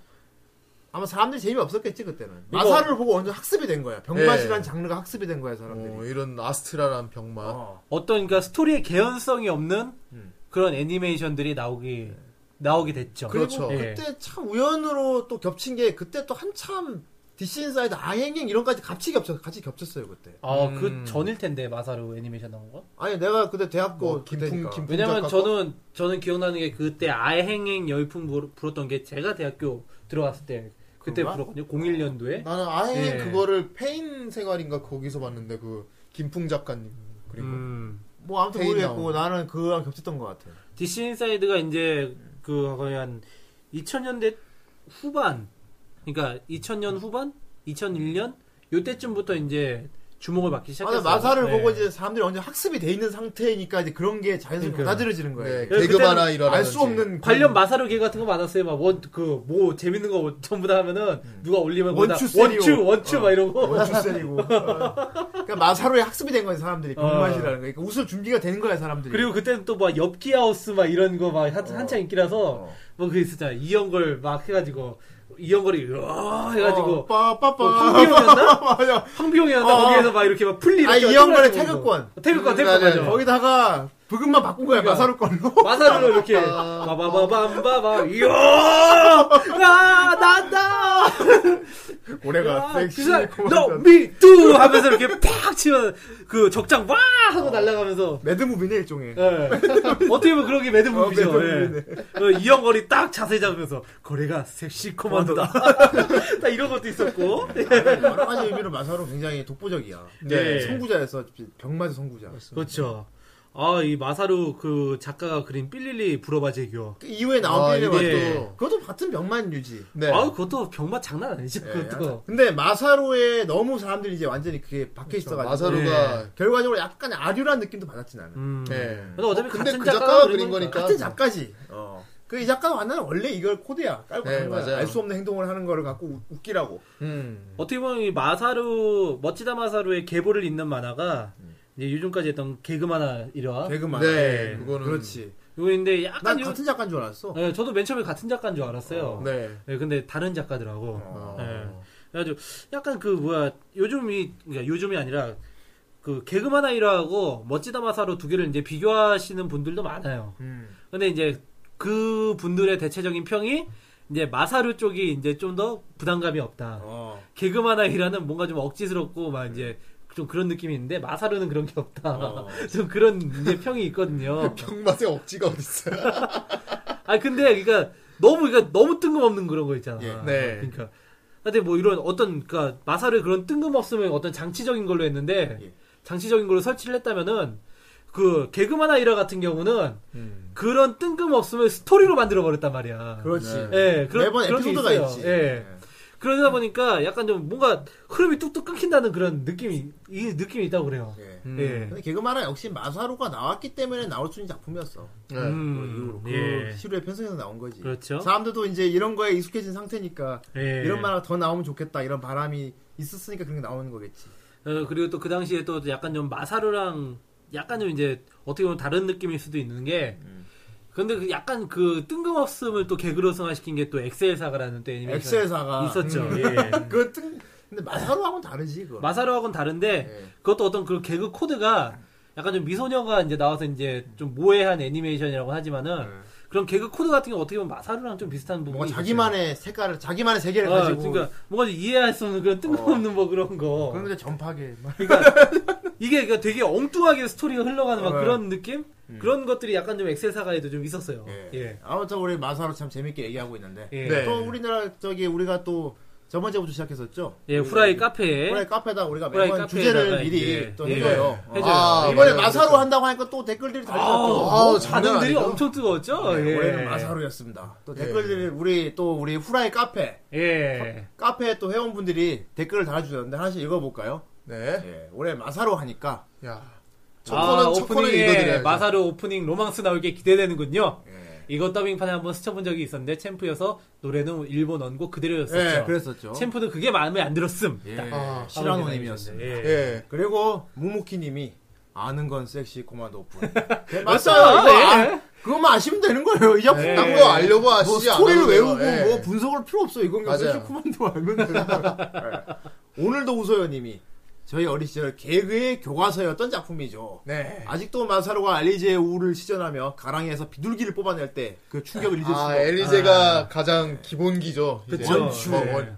Speaker 3: 아마 사람들이 재미 없었겠지 그때는.
Speaker 2: 이거- 네.
Speaker 3: 마사로를 보고 완전 학습이 된 거야. 병맛이란
Speaker 4: 예.
Speaker 3: 장르가 학습이 된 거야 사람들이.
Speaker 4: 어, 이런 아스트라란 병맛
Speaker 3: 어.
Speaker 2: 어떤 그러니까 스토리의 개연성이 없는
Speaker 3: 음.
Speaker 2: 그런 애니메이션들이 나오기 나오게 됐죠.
Speaker 4: 그렇죠.
Speaker 2: 예.
Speaker 3: 그때 참 우연으로 또 겹친 게 그때 또 한참 DC 인사이드 아행행 이런까지 같이 겹쳐 같이 겹쳤어요 그때.
Speaker 2: 아,
Speaker 4: 음.
Speaker 2: 그 전일 텐데 마사루 애니메이션 나온 거?
Speaker 3: 아니 내가 그때 대학교
Speaker 4: 뭐, 김풍,
Speaker 3: 그때니까.
Speaker 4: 김풍.
Speaker 2: 왜냐면
Speaker 4: 작가
Speaker 2: 저는 저는 기억나는 게 그때 아행행 열풍 불- 불었던 게 제가 대학교 들어갔을 때 그때
Speaker 3: 그런가?
Speaker 2: 불었거든요. 01년도에.
Speaker 4: 나는 아예
Speaker 2: 예.
Speaker 4: 그거를 페인 생활인가 거기서 봤는데 그 김풍 작가님 그리고
Speaker 2: 음.
Speaker 3: 뭐 아무튼
Speaker 4: 페인
Speaker 3: 모르겠고
Speaker 4: 나오는.
Speaker 3: 나는 그거랑 겹쳤던 것 같아.
Speaker 2: DC 인사이드가 이제 그 거의 한 2000년대 후반 그러니까 2000년 후반 2001년 요때쯤부터 이제 주목을 받기
Speaker 3: 맞아
Speaker 2: 시작했어요.
Speaker 3: 마사를
Speaker 2: 네.
Speaker 3: 보고 이제 사람들이 완전 학습이 돼 있는 상태니까 이제 그런 게 자연스럽게
Speaker 2: 그러니까요.
Speaker 3: 받아들여지는
Speaker 4: 네,
Speaker 3: 거예요.
Speaker 2: 그래서
Speaker 4: 개그마나 이런
Speaker 3: 알 수 없는
Speaker 2: 관련
Speaker 3: 그런-
Speaker 2: 마사로계 같은 거 많았어요. 막 원 그 뭐 재밌는 거 전부 다 하면은 누가 올리면
Speaker 3: 음.
Speaker 2: 거기다
Speaker 3: 원추 세리오.
Speaker 2: 원추 원추
Speaker 3: 어.
Speaker 2: 막 이러고
Speaker 3: 원추세이고. 어. 그러니까 마사로에 학습이 된 거예요 사람들이
Speaker 2: 어.
Speaker 3: 병맛이라는 거. 그러니까 웃을 준비가 되는 거야 사람들이.
Speaker 2: 그리고 그때는 또 막 엽기 하우스 막 이런 거 막 한창 인기라서
Speaker 3: 어.
Speaker 2: 뭐 그 있었잖아 이영걸 막 해가지고 이영걸이 으아 해가지고 뭐
Speaker 3: 어, 빠빠빠.
Speaker 2: 황비용이었나?
Speaker 3: 맞아.
Speaker 2: 황비용이었나
Speaker 3: 어.
Speaker 2: 거기에서 막 이렇게 막 풀리
Speaker 3: 아,
Speaker 2: 이렇게
Speaker 3: 이영걸의
Speaker 2: 동그랗게 보이고.
Speaker 3: 태극권. 음,
Speaker 2: 어, 태극권
Speaker 4: 맞아요.
Speaker 2: 태극권 맞아
Speaker 3: 거기다가 브금만 바꾼 거야
Speaker 2: 그러니까.
Speaker 3: 마사로 걸로.
Speaker 2: 마사로 이렇게
Speaker 3: 아.
Speaker 2: 바바바밤바바 이야 아 난다
Speaker 3: 올해가
Speaker 2: 아,
Speaker 3: 섹시.
Speaker 2: 그사
Speaker 3: 고맙다.
Speaker 2: 너미뚜 하면서 이렇게 팍 치면 그 적장 와 하고 날아가면서
Speaker 3: 매드 무비네 일종의.
Speaker 2: 예. 어떻게 보면 그런 게 매드 무비죠.
Speaker 3: 매듭
Speaker 2: 예. 어, 이영걸이 딱 자세 잡으면서 거래가 섹시 코만도다. 딱 이런 것도 있었고. 예.
Speaker 3: 여러 가지 의미로 마사로 굉장히 독보적이야.
Speaker 2: 네.
Speaker 3: 선구자에서 병맞은 선구자.
Speaker 2: 그렇죠. 아, 이 마사루 그 작가가 그린 삘릴리 불어바 제교.
Speaker 3: 그 이후에 나온
Speaker 4: 아,
Speaker 3: 필름이
Speaker 2: 이게-
Speaker 3: 또 그것도 같은 병만 유지. 예,
Speaker 4: 네.
Speaker 2: 아, 그것도 병맛 장난 아니죠. 그것도.
Speaker 3: 근데 마사로에 너무 사람들이 이제 완전히 그게 박혀
Speaker 2: 그렇죠.
Speaker 3: 있어가지고 예.
Speaker 4: 마사루가
Speaker 3: 결과적으로 약간 아류란 느낌도 받았지 나는.
Speaker 2: 음.
Speaker 4: 네.
Speaker 2: 근데 어차피
Speaker 4: 근데
Speaker 2: 같은
Speaker 4: 그
Speaker 2: 작가가,
Speaker 4: 작가가
Speaker 2: 그린
Speaker 4: 그린
Speaker 2: 거니까.
Speaker 4: 거니까.
Speaker 3: 같은 작가지.
Speaker 4: 예.
Speaker 3: 그 이 작가가 완전 원래 이걸 코드야. 깔고
Speaker 4: 네,
Speaker 3: 가는 거야.
Speaker 4: 맞아요.
Speaker 3: 알 수 없는 행동을 하는 거를 갖고 우- 웃기라고.
Speaker 4: 음.
Speaker 2: 어떻게 보면 이 마사루 멋지다 마사루의 계보를 잇는 만화가 이제 요즘까지 했던 음. 개그 만화 일화.
Speaker 3: 개그만. 예.
Speaker 4: 네, 그거는
Speaker 3: 그렇지.
Speaker 2: 요인데
Speaker 3: 난
Speaker 2: 약간 요...
Speaker 3: 같은 작가인 줄 알았어.
Speaker 2: 예, 저도 맨 처음에 같은 작가인 줄 알았어요.
Speaker 4: 네.
Speaker 2: 예, 근데 다른 작가더라고.
Speaker 3: 어.
Speaker 4: 아.
Speaker 2: 예. 그래가지고 약간 그 뭐야 요즘이 그러니까 요즘이 아니라 그 개그만 아이라하고 멋지다 마사로 두 개를 이제 비교하시는 분들도 많아요.
Speaker 3: 음.
Speaker 2: 근데 이제 그 분들의 대체적인 평이 이제 마사루 쪽이 이제 좀 더 부담감이 없다.
Speaker 3: 어.
Speaker 2: 개그만 아이라는 뭔가 좀 억지스럽고 막 이제 좀 그런 느낌이 있는데 마사루는 그런 게 없다. 좀 그런 이제 평이 있거든요.
Speaker 4: 병맛의 억지가 어딨어요.
Speaker 2: 아 근데 그러니까 너무 그러니까 너무 뜬금없는 그런 거 있잖아.
Speaker 4: 예, 네.
Speaker 2: 그러니까 근데 뭐 이런 어떤 그러니까 마사를 그런 뜬금없으면 어떤 장치적인 걸로 했는데
Speaker 3: 예.
Speaker 2: 장치적인 걸로 설치를 했다면은 그 개그마나 이라 같은 경우는
Speaker 4: 음.
Speaker 2: 그런 뜬금없으면 스토리로 만들어 버렸단 말이야.
Speaker 3: 그렇지.
Speaker 4: 네.
Speaker 2: 예, 그런
Speaker 3: 매번
Speaker 2: 그런 게
Speaker 3: 에피소드가
Speaker 2: 있어요.
Speaker 3: 있지.
Speaker 2: 예. 그러다 보니까 약간 좀 뭔가 흐름이 뚝뚝 끊긴다는 그런 느낌이 이 느낌이 있다고 그래요.
Speaker 3: 예.
Speaker 2: 예.
Speaker 3: 근데 개그만화 역시 마사루가 나왔기 때문에 나올 수 있는 작품이었어.
Speaker 2: 음,
Speaker 3: 그
Speaker 2: 예.
Speaker 3: 시류의 편성에서 나온 거지.
Speaker 2: 그렇죠.
Speaker 3: 사람들도 이제 이런 거에 익숙해진 상태니까
Speaker 2: 예.
Speaker 3: 그 이런 만화 더 나오면 좋겠다 이런 바람이 있었으니까 그런 게 나오는 거겠지.
Speaker 2: 어, 그리고 또 그 당시에 또 약간 좀 마사루랑 약간 좀 이제 어떻게 보면 다른 느낌일 수도 있는 게
Speaker 3: 음.
Speaker 2: 근데 그 약간 그 뜬금없음을 또 개그로 승화시킨 게 또 엑셀사가라는 또 애니메이션
Speaker 3: 엑셀사가
Speaker 2: 있었죠. 예.
Speaker 3: 그 뜬, 근데 마사루하고는 다르지 그거.
Speaker 2: 마사루하고는 다른데
Speaker 3: 예.
Speaker 2: 그것도 어떤 그 개그 코드가 약간 좀 미소녀가 이제 나와서 이제 좀 모해한 애니메이션이라고 하지만은 그런 개그 코드 같은 게 어떻게 보면 마사루랑 좀 비슷한 부분이
Speaker 3: 네. 뭔가
Speaker 2: 뭐 있어요.
Speaker 3: 자기만의 색깔을 자기만의 세계를
Speaker 2: 어,
Speaker 3: 가지고 어.
Speaker 2: 그러니까 뭔가 좀 이해할 수 없는 그런 뜬금없는 뭐 그런 거
Speaker 3: 그런데 전파계 막
Speaker 2: 이게 그러니까 되게 엉뚱하게 스토리가 흘러가는
Speaker 3: 네.
Speaker 2: 막 그런 느낌 그런 것들이 약간 좀 엑셀사가에도 좀 있었어요.
Speaker 3: 음. 예.
Speaker 2: 예.
Speaker 3: 아무튼 우리 마사로 참 재밌게 얘기하고 있는데
Speaker 2: 예.
Speaker 4: 네.
Speaker 3: 또 우리나라 저기 우리가 또 저번 주부터 시작했었죠.
Speaker 2: 예, 후라이 카페에
Speaker 3: 후라이 카페다 우리가
Speaker 2: 후라이
Speaker 3: 매번
Speaker 2: 카페에다가
Speaker 3: 주제를 미리
Speaker 2: 이제,
Speaker 3: 또
Speaker 2: 예.
Speaker 3: 해줘요.
Speaker 2: 해줘요.
Speaker 3: 아,
Speaker 4: 예.
Speaker 3: 이번에 마사로 한다고 하니까 또 댓글들이 달렸죠. 네,
Speaker 4: 아우,
Speaker 2: 뭐
Speaker 4: 장난
Speaker 2: 반응들이
Speaker 4: 아니다.
Speaker 2: 엄청 뜨거웠죠. 예.
Speaker 3: 올해는 마사로였습니다. 또 댓글들이 우리 또 우리 후라이 카페
Speaker 2: 예.
Speaker 3: 카페 또 회원분들이 댓글을 달아주셨는데 하나씩 읽어볼까요?
Speaker 4: 네.
Speaker 3: 예, 올해 마사로 하니까
Speaker 4: 야.
Speaker 2: 아,
Speaker 4: 첫코는 첫코는
Speaker 2: 오프닝에
Speaker 4: 읽어드려야죠.
Speaker 2: 마사루 오프닝 로망스 나올 게 기대되는군요.
Speaker 3: 예.
Speaker 2: 이거 더빙판에 한번 스쳐본 적이 있었는데 챔프여서 노래는 일본 원곡 그대로였었죠.
Speaker 3: 예, 그랬었죠. 예.
Speaker 2: 챔프도 그게 마음에 안 들었음. 딱
Speaker 4: 아,
Speaker 3: 실화노님이었습니다.
Speaker 2: 예.
Speaker 4: 예.
Speaker 3: 그리고 무무키님이 아는 건 섹시 고만 높은. 네,
Speaker 2: 맞아요.
Speaker 3: 맞아요. 이거 아-
Speaker 2: 예.
Speaker 3: 그거만 아시면 되는 거예요. 이 작품
Speaker 2: 예.
Speaker 3: 딴
Speaker 4: 딴거
Speaker 3: 거.
Speaker 4: 알려고 하시지
Speaker 3: 뭐 스토리를
Speaker 4: 않아도 돼요.
Speaker 3: 외우고
Speaker 4: 예.
Speaker 3: 뭐 분석을 필요 없어. 이건 그냥
Speaker 4: 맞아요.
Speaker 3: 섹시 고만도 알면 되는 거예요. 예. 오늘도 우소연님이 저희 어린 시절 개그의 교과서였던 작품이죠.
Speaker 4: 네.
Speaker 3: 아직도 마사로가 알리제의 우를 시전하며 가랑이에서 비둘기를 뽑아낼 때 그 충격을 잊을 수가
Speaker 4: 아,
Speaker 3: 없-
Speaker 4: 엘리제가 가장 기본기죠. 이제.
Speaker 2: 그쵸. 음.
Speaker 4: 원추.
Speaker 2: 네.
Speaker 4: 원.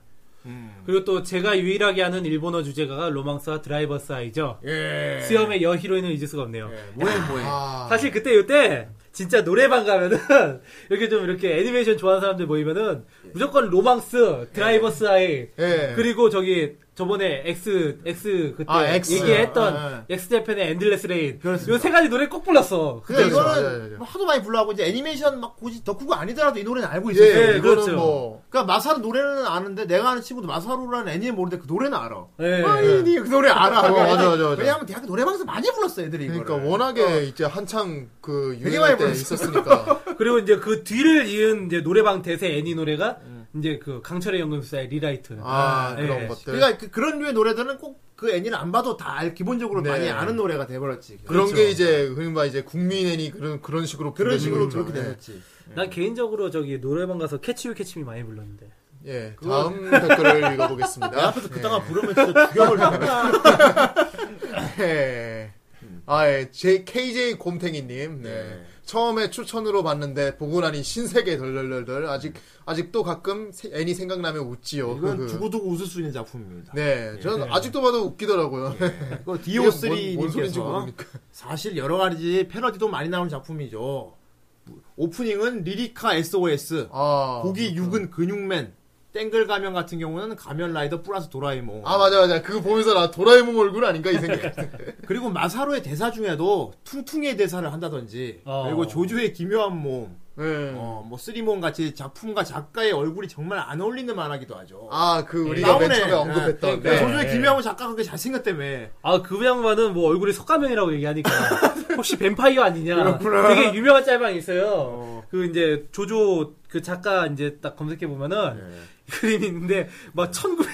Speaker 2: 그리고 또 제가 유일하게 아는 일본어 주제가가 로망스와 드라이버스 아이죠. 예. 수염의 여히로인을 잊을 수가 없네요.
Speaker 3: 뭐해 뭐해.
Speaker 4: 아.
Speaker 2: 사실 그때 이때 진짜 노래방 가면은 이렇게 좀 이렇게 애니메이션 좋아하는 사람들 모이면은 무조건 로망스, 드라이버스 아이
Speaker 4: 예.
Speaker 2: 그리고 저기 저번에 엑스 엑스 그때
Speaker 3: 아, 엑스.
Speaker 2: 얘기했던
Speaker 3: 아,
Speaker 2: 엑스 재팬의 엔들레스 레인
Speaker 3: 그렇습니다.
Speaker 2: 요 세 가지 노래 꼭 불렀어.
Speaker 3: 근데
Speaker 4: 그렇죠.
Speaker 3: 이거는
Speaker 4: 맞아요, 맞아요.
Speaker 3: 뭐 하도 많이 불러하고 이제 애니메이션 막 굳이 덕후가 아니더라도 이 노래는 알고
Speaker 4: 예,
Speaker 3: 있어요.
Speaker 2: 예,
Speaker 4: 이거는
Speaker 2: 그렇죠.
Speaker 4: 뭐.
Speaker 3: 그러니까 마사루 노래는 아는데 내가 아는 친구도 마사루라는 애니는 모르는데 그 노래는 알아.
Speaker 2: 예.
Speaker 3: 아니 그 노래 알아.
Speaker 4: 네. 어,
Speaker 3: 그러니까
Speaker 4: 맞아,
Speaker 3: 애들-
Speaker 4: 맞아, 맞아.
Speaker 3: 왜냐하면 대학교 노래방에서 많이 불렀어 애들이 이거를.
Speaker 4: 그러니까 워낙에 이제 한창 그
Speaker 3: 많이
Speaker 4: 유행할 때
Speaker 3: 불렀어요.
Speaker 4: 있었으니까.
Speaker 2: 그리고 이제 그 뒤를 이은 이제 노래방 대세 애니 노래가 이제 그 강철의 연금술사의 리라이트.
Speaker 4: 아, 그런
Speaker 2: 예.
Speaker 4: 것들.
Speaker 3: 그러니까 그, 런 류의 노래들은 꼭 그 애니를 안 봐도 다 알- 기본적으로
Speaker 4: 네.
Speaker 3: 많이 아는 노래가 돼버렸지.
Speaker 4: 그런
Speaker 2: 그렇죠.
Speaker 4: 게 이제 흔히봐 이제 국민 애니 그런 그런 식으로
Speaker 3: 그런
Speaker 4: 불리는
Speaker 3: 식으로
Speaker 4: 거죠. 네.
Speaker 3: 그렇게 되었지.
Speaker 2: 난 개인적으로 저기 노래방 가서 캐치유 캐치미 많이 불렀는데.
Speaker 4: 예. 예. 다음 댓글을 읽어보겠습니다.
Speaker 3: 그따가 부르면 진짜 죽여버리는
Speaker 4: 예. 아, 예. J, KJ 곰탱이님. 네. 처음에 추천으로 봤는데, 보고 나니 신세계 덜덜덜덜. 아직, 아직도 가끔 세- 애니 생각나면 웃지요.
Speaker 3: 이건
Speaker 4: 흐흐.
Speaker 3: 두고두고 웃을 수 있는 작품입니다.
Speaker 4: 그, 네. 저는 아직도 봐도 웃기더라고요.
Speaker 3: 그
Speaker 4: 이게 뭔- 뭔 소린지
Speaker 3: 디오3님께서
Speaker 4: 모르니까.
Speaker 3: 사실 여러 가지 패러디도 많이 나오는 작품이죠. 오프닝은 리리카 SOS,
Speaker 4: 아.
Speaker 3: 고기 육은 근육맨, 땡글 가면 같은 경우는 가면 라이더 플러스 도라이모.
Speaker 4: 아, 맞아, 맞아. 그거 보면서 나 도라에몽 얼굴 아닌가, 이 생각.
Speaker 3: 그리고 마사로의 대사 중에도 퉁퉁의 대사를 한다든지,
Speaker 2: 어. 음.
Speaker 3: 그리고 조조의 기묘한 몸,
Speaker 4: 예.
Speaker 3: 어, 뭐 쓰리몬 같이 작품과 작가의 얼굴이 정말 안 어울리는 만화기도 하죠.
Speaker 4: 아, 그, 우리가 맨
Speaker 3: 나오네.
Speaker 4: 처음에 언급했던.
Speaker 3: 그러니까
Speaker 4: 네.
Speaker 3: 조조의 기묘한 몸 작가가 그게 잘생겼다며.
Speaker 2: 아, 그 양반은 뭐 얼굴이 석가면이라고 얘기하니까. 혹시 뱀파이어 아니냐. 되게 유명한 짤방이 있어요. 그 이제 조조 그 작가 이제 딱 검색해보면은
Speaker 3: 예.
Speaker 2: 그림이 있는데 막 1900,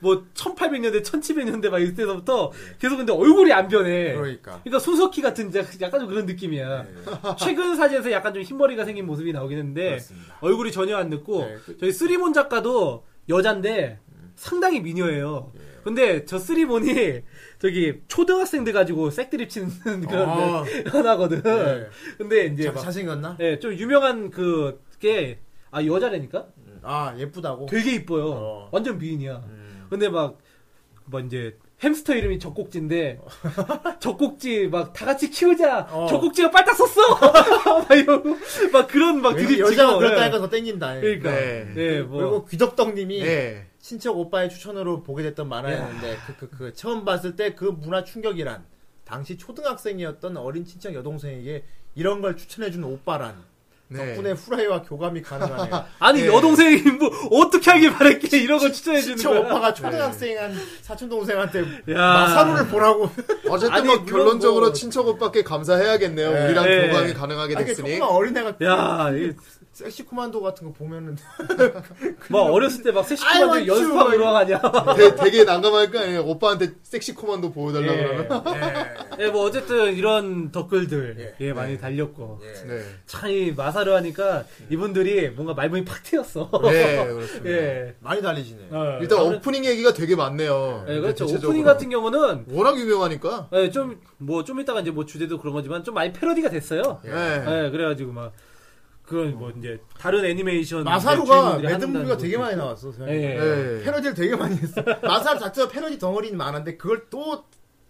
Speaker 2: 뭐 1800년대, 1700년대 막 이때서부터 계속 근데 얼굴이 안 변해.
Speaker 3: 예. 그러니까. 예.
Speaker 2: 그러니까 손석희 같은 이제 약간 좀 그런 느낌이야. 최근 사진에서 약간 좀 흰머리가 생긴 모습이 나오긴 했는데 얼굴이 전혀 안
Speaker 3: 네,
Speaker 2: 늦고 네,
Speaker 3: 그
Speaker 2: 저희 쓰리몬 작가도 여잔데 상당히 미녀예요. 근데 저 쓰리몬이 저기 초등학생들 가지고 색드립 치는 그런
Speaker 3: 아. 네.
Speaker 2: 하나거든. 근데 이제
Speaker 3: 자-
Speaker 2: 막
Speaker 3: 잘생겼나?
Speaker 2: 예, 좀 유명한 그 그게아 여자라니까
Speaker 3: 아, 예쁘다고.
Speaker 2: 되게 이뻐요.
Speaker 3: 어. 음.
Speaker 2: 완전 미인이야. 근데 막, 뭐 이제, 햄스터 이름이 젖꼭지인데, 젖꼭지 막 다 같이 키우자!
Speaker 3: 어.
Speaker 2: 젖꼭지가 빨딱 썼어! 막 이러고, 막 그런 막
Speaker 3: 왠지
Speaker 2: 드립
Speaker 3: 여자가
Speaker 2: 치고,
Speaker 3: 그렇다니까
Speaker 2: 예.
Speaker 3: 더 땡긴다. 예.
Speaker 2: 그러니까.
Speaker 4: 네.
Speaker 2: 네. 뭐.
Speaker 3: 그리고 귀덕덕님이
Speaker 4: 예.
Speaker 3: 친척 오빠의 추천으로 보게 됐던 만화였는데 그, 그, 그 처음 봤을 때 그 문화 충격이란 당시 초등학생이었던 어린 친척 여동생에게 이런 걸 추천해준 오빠란
Speaker 4: 네.
Speaker 3: 덕분에 후라이와 교감이 가능하네요.
Speaker 2: 아니
Speaker 4: 네.
Speaker 2: 여동생이 뭐 어떻게 하길 바랬길래 이런 걸 추천해주는
Speaker 3: 시청
Speaker 2: 거야
Speaker 4: 네.
Speaker 3: 오빠가 초등학생한 사촌 동생한테
Speaker 2: 야.
Speaker 3: 마사루를 보라고.
Speaker 4: 어쨌든
Speaker 2: 아니,
Speaker 4: 뭐
Speaker 2: 물론
Speaker 4: 결론적으로
Speaker 2: 뭐-
Speaker 4: 친척 오빠께 감사해야겠네요.
Speaker 3: 네.
Speaker 4: 우리랑
Speaker 2: 네.
Speaker 4: 교감이 가능하게
Speaker 3: 이게
Speaker 4: 됐으니.
Speaker 3: 정말 어린애가
Speaker 2: 야, 이게
Speaker 3: 섹시 코만도 같은 거 보면은
Speaker 2: 막 어렸을 때 막
Speaker 3: 아이,
Speaker 2: 세시코만들
Speaker 3: 맞죠.
Speaker 2: 연습하고 돌아가냐.
Speaker 4: 되, 되게 난감할 거 아니에요. 오빠한테 섹시 코만도 보여달라 그러면.
Speaker 2: 예, 뭐 어쨌든 이런 덧글들 예, 많이 달렸고
Speaker 4: 네.
Speaker 2: 참 이 마사로 하니까 이분들이 뭔가 말문이 팍 트였어.
Speaker 4: 네, 그렇습니다.
Speaker 2: 예.
Speaker 3: 많이 달리시네.
Speaker 2: 어,
Speaker 4: 일단
Speaker 2: 아무래-
Speaker 4: 오프닝 얘기가 되게 많네요.
Speaker 2: 예, 그렇죠.
Speaker 4: 대체적으로.
Speaker 2: 오프닝 같은 경우는
Speaker 4: 워낙 유명하니까.
Speaker 2: 예, 좀 뭐 좀 이따가 이제 뭐 주제도 그런 거지만 좀 많이 패러디가 됐어요.
Speaker 4: 예.
Speaker 2: 예, 그래가지고 막 그건 뭐 이제 다른 애니메이션
Speaker 3: 마사루가
Speaker 2: 네, 주인공들이
Speaker 3: 매듭 무비가
Speaker 2: 한다는
Speaker 3: 되게
Speaker 2: 거고.
Speaker 3: 많이 나왔어. 생각해.
Speaker 2: 예, 예.
Speaker 4: 예.
Speaker 3: 패러디를 되게 많이 했어. 마사루 자체가 패러디 덩어리는 많은데 그걸 또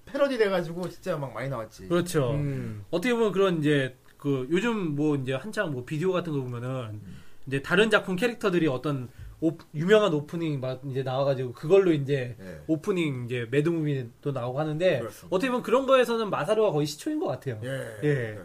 Speaker 3: 패러디를 해가지고 진짜 막 많이 나왔지.
Speaker 2: 그렇죠.
Speaker 4: 음.
Speaker 2: 어떻게 보면 그런 이제 그 요즘 뭐 이제 한창 뭐 비디오 같은 거 보면은 이제 다른 작품 캐릭터들이 어떤 오- 유명한 오프닝 막 이제 나와가지고 그걸로 이제 오프닝 이제 매드무비도 나오고 하는데 어떻게 보면 그런 거에서는 마사루가 거의 시초인 것 같아요.
Speaker 3: 예.
Speaker 2: 예.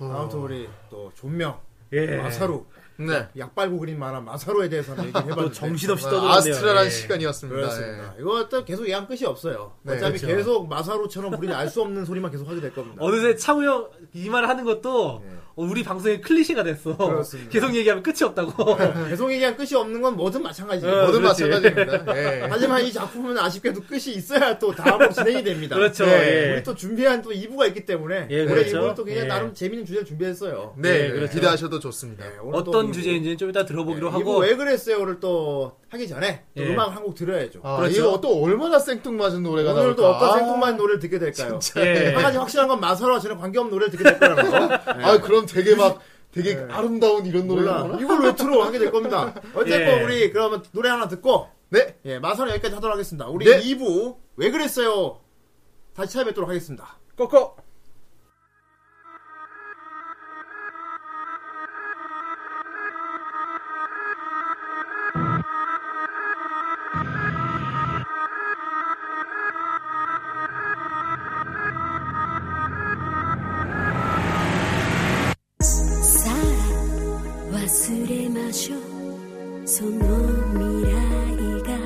Speaker 3: 아무튼 우리 또 존명
Speaker 2: 예.
Speaker 3: 마사루
Speaker 4: 네.
Speaker 3: 약 빨고 그린 만화 마사루에 대해서 한번 얘기를
Speaker 2: 또
Speaker 3: 해봤는데
Speaker 2: 정신없이 떠들었네요.
Speaker 4: 아스트라라는
Speaker 2: 예.
Speaker 4: 시간이었습니다.
Speaker 3: 그렇습니다. 이거 또 계속 예한 끝이 없어요.
Speaker 4: 네,
Speaker 3: 어차피
Speaker 2: 그렇죠.
Speaker 3: 계속 마사루처럼 우리는 알 수 없는 소리만 계속 하게 될 겁니다.
Speaker 2: 어느새 창우 형 이 말을 하는 것도 어, 우리 방송의 클리셰가 됐어.
Speaker 3: 그렇습니다.
Speaker 2: 계속 얘기하면 끝이 없다고.
Speaker 3: 계속 얘기한 끝이 없는 건 뭐든 마찬가지예요.
Speaker 2: 어,
Speaker 4: 모든
Speaker 2: 그렇지.
Speaker 4: 마찬가지입니다.
Speaker 2: 네.
Speaker 4: 예.
Speaker 3: 하지만 이 작품은 아쉽게도 끝이 있어야 또 다음 진행이 됩니다.
Speaker 2: 그렇죠.
Speaker 4: 네.
Speaker 2: 예.
Speaker 3: 우리 또 준비한 또 2부가 있기 때문에
Speaker 2: 예,
Speaker 3: 올해
Speaker 2: 그렇죠.
Speaker 3: 2부는 또 그냥
Speaker 2: 예.
Speaker 3: 나름 재밌는 주제를 준비했어요.
Speaker 4: 네,
Speaker 2: 네, 그렇죠.
Speaker 4: 기대하셔도 좋습니다.
Speaker 3: 네, 오늘 또
Speaker 2: 어떤
Speaker 3: 이부-
Speaker 2: 주제인지는 좀 이따 들어보기로
Speaker 3: 예, 이부
Speaker 2: 하고.
Speaker 3: 왜 그랬어요를 또 하기 전에 또
Speaker 2: 예.
Speaker 3: 음악 한 곡 들어야죠.
Speaker 4: 아,
Speaker 2: 그렇죠.
Speaker 4: 이거 또 얼마나 생뚱맞은 노래가 나올까.
Speaker 3: 오늘도 어떤
Speaker 4: 아,
Speaker 3: 생뚱만 노래를 듣게 될까요?
Speaker 2: 예.
Speaker 3: 한 가지 확실한 건 마사로와 전혀 관계없는 노래를 듣게 될 거라는 거.
Speaker 4: 아, 그럼 되게 막 되게 아름다운 이런 노래가
Speaker 3: 몰라.
Speaker 4: 나오나?
Speaker 3: 이걸 왜 틀어? 하게 될 겁니다. 어쨌건
Speaker 2: 예.
Speaker 3: 우리 그러면 노래 하나 듣고
Speaker 4: 네.
Speaker 3: 예, 마사로 여기까지 하도록 하겠습니다. 우리
Speaker 4: 네.
Speaker 3: 2부 왜 그랬어요? 다시 찾아뵙도록 하겠습니다.
Speaker 2: 꼬꼬.
Speaker 7: さあ忘れましょうその未来が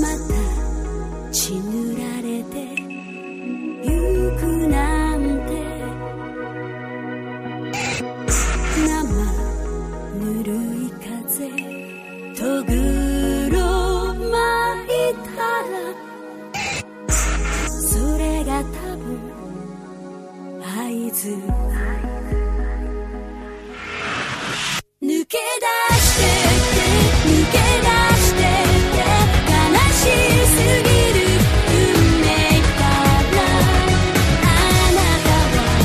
Speaker 7: また血塗られてゆくなんて生ぬるい風とぐろ巻いたらそれが多分合図抜け出してって抜け出してって悲しすぎる運命からあなたは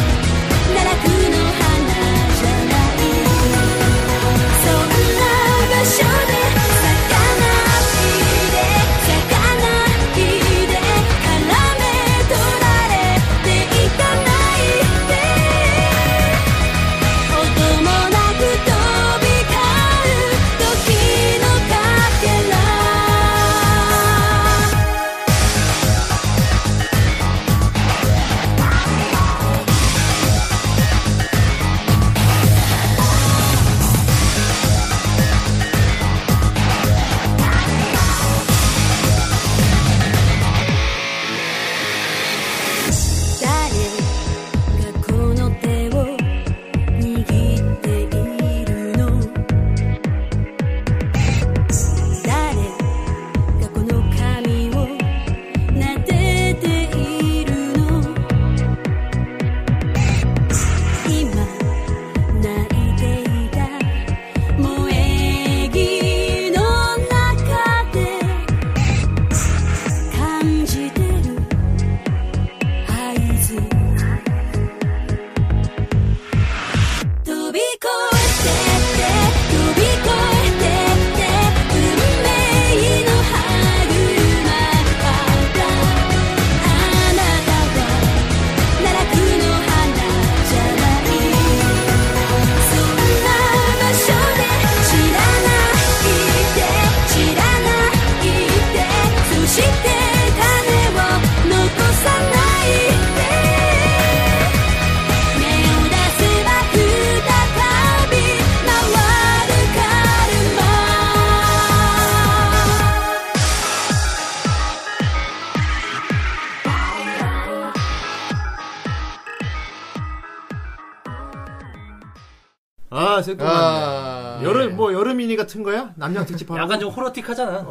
Speaker 7: 奈落の花じゃないそんな場所で魚火で魚火で絡め取られていかないで
Speaker 3: 아, 새콤한.
Speaker 4: 아.
Speaker 3: 여름 뭐 여름이니 같은 거야? 남양 특집 하라고.
Speaker 2: 약간 좀 호러틱하잖아.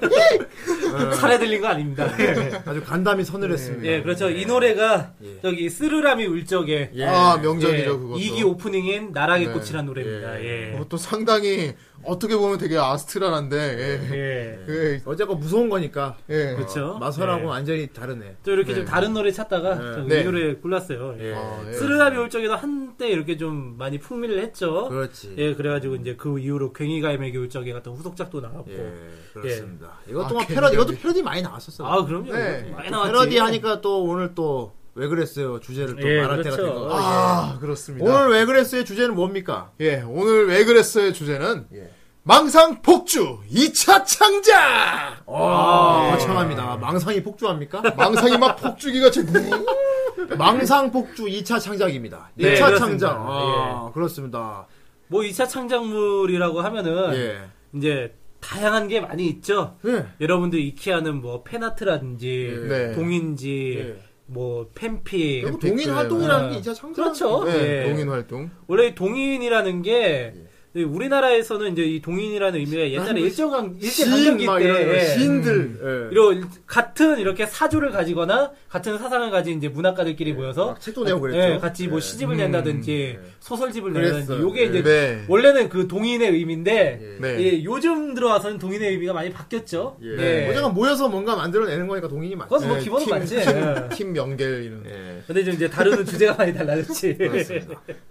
Speaker 2: 네. 살에 들린 거 아닙니다. 예,
Speaker 3: 아주 간담이 서늘했습니다.
Speaker 2: 예, 그렇죠. 이 노래가 저기 쓰르람이 울 적에
Speaker 4: 아,
Speaker 2: 예,
Speaker 4: 명작이죠, 그것도.
Speaker 2: 2기 오프닝인 나락의
Speaker 4: 네. 어,
Speaker 2: 꽃이란 노래입니다. 예.
Speaker 4: 그것도 상당히, 어떻게 보면 되게 아스트랄한데,
Speaker 2: 예.
Speaker 4: 예. 예.
Speaker 3: 어제가 무서운 거니까 어,
Speaker 4: 예.
Speaker 2: 그렇죠.
Speaker 3: 마설하고
Speaker 2: 예.
Speaker 3: 완전히 다르네.
Speaker 2: 또 이렇게 좀 다른 노래 찾다가 저이
Speaker 4: 네.
Speaker 2: 노래 골랐어요. 예.
Speaker 4: 아, 예.
Speaker 2: 쓰르람이 올 적에도 한때 이렇게 좀 많이 풍미를 했죠.
Speaker 3: 그렇지.
Speaker 2: 예, 그래가지고 이제 그 이후로 괭이가임의 울적에 같은 후속작도 나왔고.
Speaker 3: 예, 그렇습니다.
Speaker 4: 아,
Speaker 3: 이것 동안
Speaker 4: 괜히
Speaker 3: 패러디, 이것도
Speaker 4: 여기.
Speaker 3: 패러디 많이 나왔었어요.
Speaker 2: 아, 그럼요.
Speaker 4: 네.
Speaker 2: 많이 나왔지.
Speaker 3: 패러디 하니까 또 오늘 또 왜 그랬어요 주제를 또
Speaker 2: 예,
Speaker 3: 말할 때가
Speaker 2: 그렇죠.
Speaker 3: 된 거. 같아요.
Speaker 4: 아, 그렇습니다.
Speaker 3: 오늘 왜 그랬어요 주제는 뭡니까? 예.
Speaker 4: 예, 오늘 왜 그랬어의 주제는 망상 폭주 2차 창작!
Speaker 3: 아,
Speaker 2: 예.
Speaker 3: 거창합니다. 망상이 폭주합니까?
Speaker 4: 망상이 막 폭주기가 제
Speaker 3: 망상 폭주 2차 창작입니다. 2차
Speaker 2: 네, 그렇습니다. 예.
Speaker 3: 창작. 아, 그렇습니다.
Speaker 2: 뭐 2차 창작물이라고 하면은
Speaker 4: 네,
Speaker 3: 예.
Speaker 2: 이제 다양한 게 많이 있죠.
Speaker 3: 예.
Speaker 2: 여러분들 이케아는 뭐 팬아트라든지
Speaker 4: 네.
Speaker 2: 동인지 뭐 팬픽
Speaker 3: 그리고 동인 활동이라는 게 2차 창작.
Speaker 2: 그렇죠.
Speaker 4: 네,
Speaker 2: 예.
Speaker 4: 동인 활동.
Speaker 2: 원래 이 동인이라는 게
Speaker 3: 예.
Speaker 2: 우리나라에서는 이제 이 동인이라는
Speaker 3: 아,
Speaker 2: 의미가
Speaker 3: 뭐
Speaker 2: 옛날에
Speaker 3: 네.
Speaker 2: 일정한 일제
Speaker 3: 신,
Speaker 2: 강점기
Speaker 3: 막
Speaker 2: 때
Speaker 3: 이런,
Speaker 2: 예.
Speaker 3: 신들. 예.
Speaker 2: 이런 일- 같은 이렇게 사조를 가지거나 같은 사상을 가진 이제 문학가들끼리 모여서
Speaker 3: 네. 막 책도 내고 그랬죠. 네.
Speaker 2: 예, 같이 뭐 시집을 낸다든지 소설집을 낸다든지
Speaker 3: 그랬어요.
Speaker 2: 요게 이제
Speaker 4: 네.
Speaker 2: 원래는 그 동인의 의미인데
Speaker 4: 네.
Speaker 2: 예, 요즘 들어와서는 동인의 의미가 많이 바뀌었죠. 예.
Speaker 3: 어쨌든 모여서 뭔가 만들어내는 거니까 동인이 많죠.
Speaker 2: 그건 뭐
Speaker 4: 네,
Speaker 2: 기본은
Speaker 4: 팀,
Speaker 2: 맞지. 예.
Speaker 4: 팀, 팀 연결 이런.
Speaker 3: 예.
Speaker 2: 근데 좀 이제 다루는 주제가 많이 달라졌지.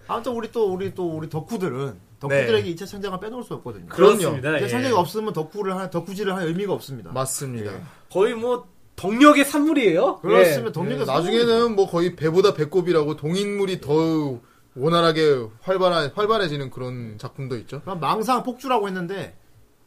Speaker 3: 아무튼 우리 또 우리 또 우리 덕후들은 덕후들에게 2차 창작은 빼놓을 수 없거든요.
Speaker 2: 네. 그렇습니다.
Speaker 3: 2차
Speaker 2: 예.
Speaker 3: 창작이 없으면 덕후를 하, 덕후질을 할 의미가 없습니다.
Speaker 4: 맞습니다.
Speaker 2: 거의 뭐 덕력의 산물이에요.
Speaker 3: 그렇습니다.
Speaker 4: 예,
Speaker 3: 덕력이
Speaker 4: 나중에는 뭐 거의 배보다 배꼽이라고 동인물이 더 원활하게 활발한 활발해지는 그런 작품도 있죠.
Speaker 3: 그럼 망상 폭주라고 했는데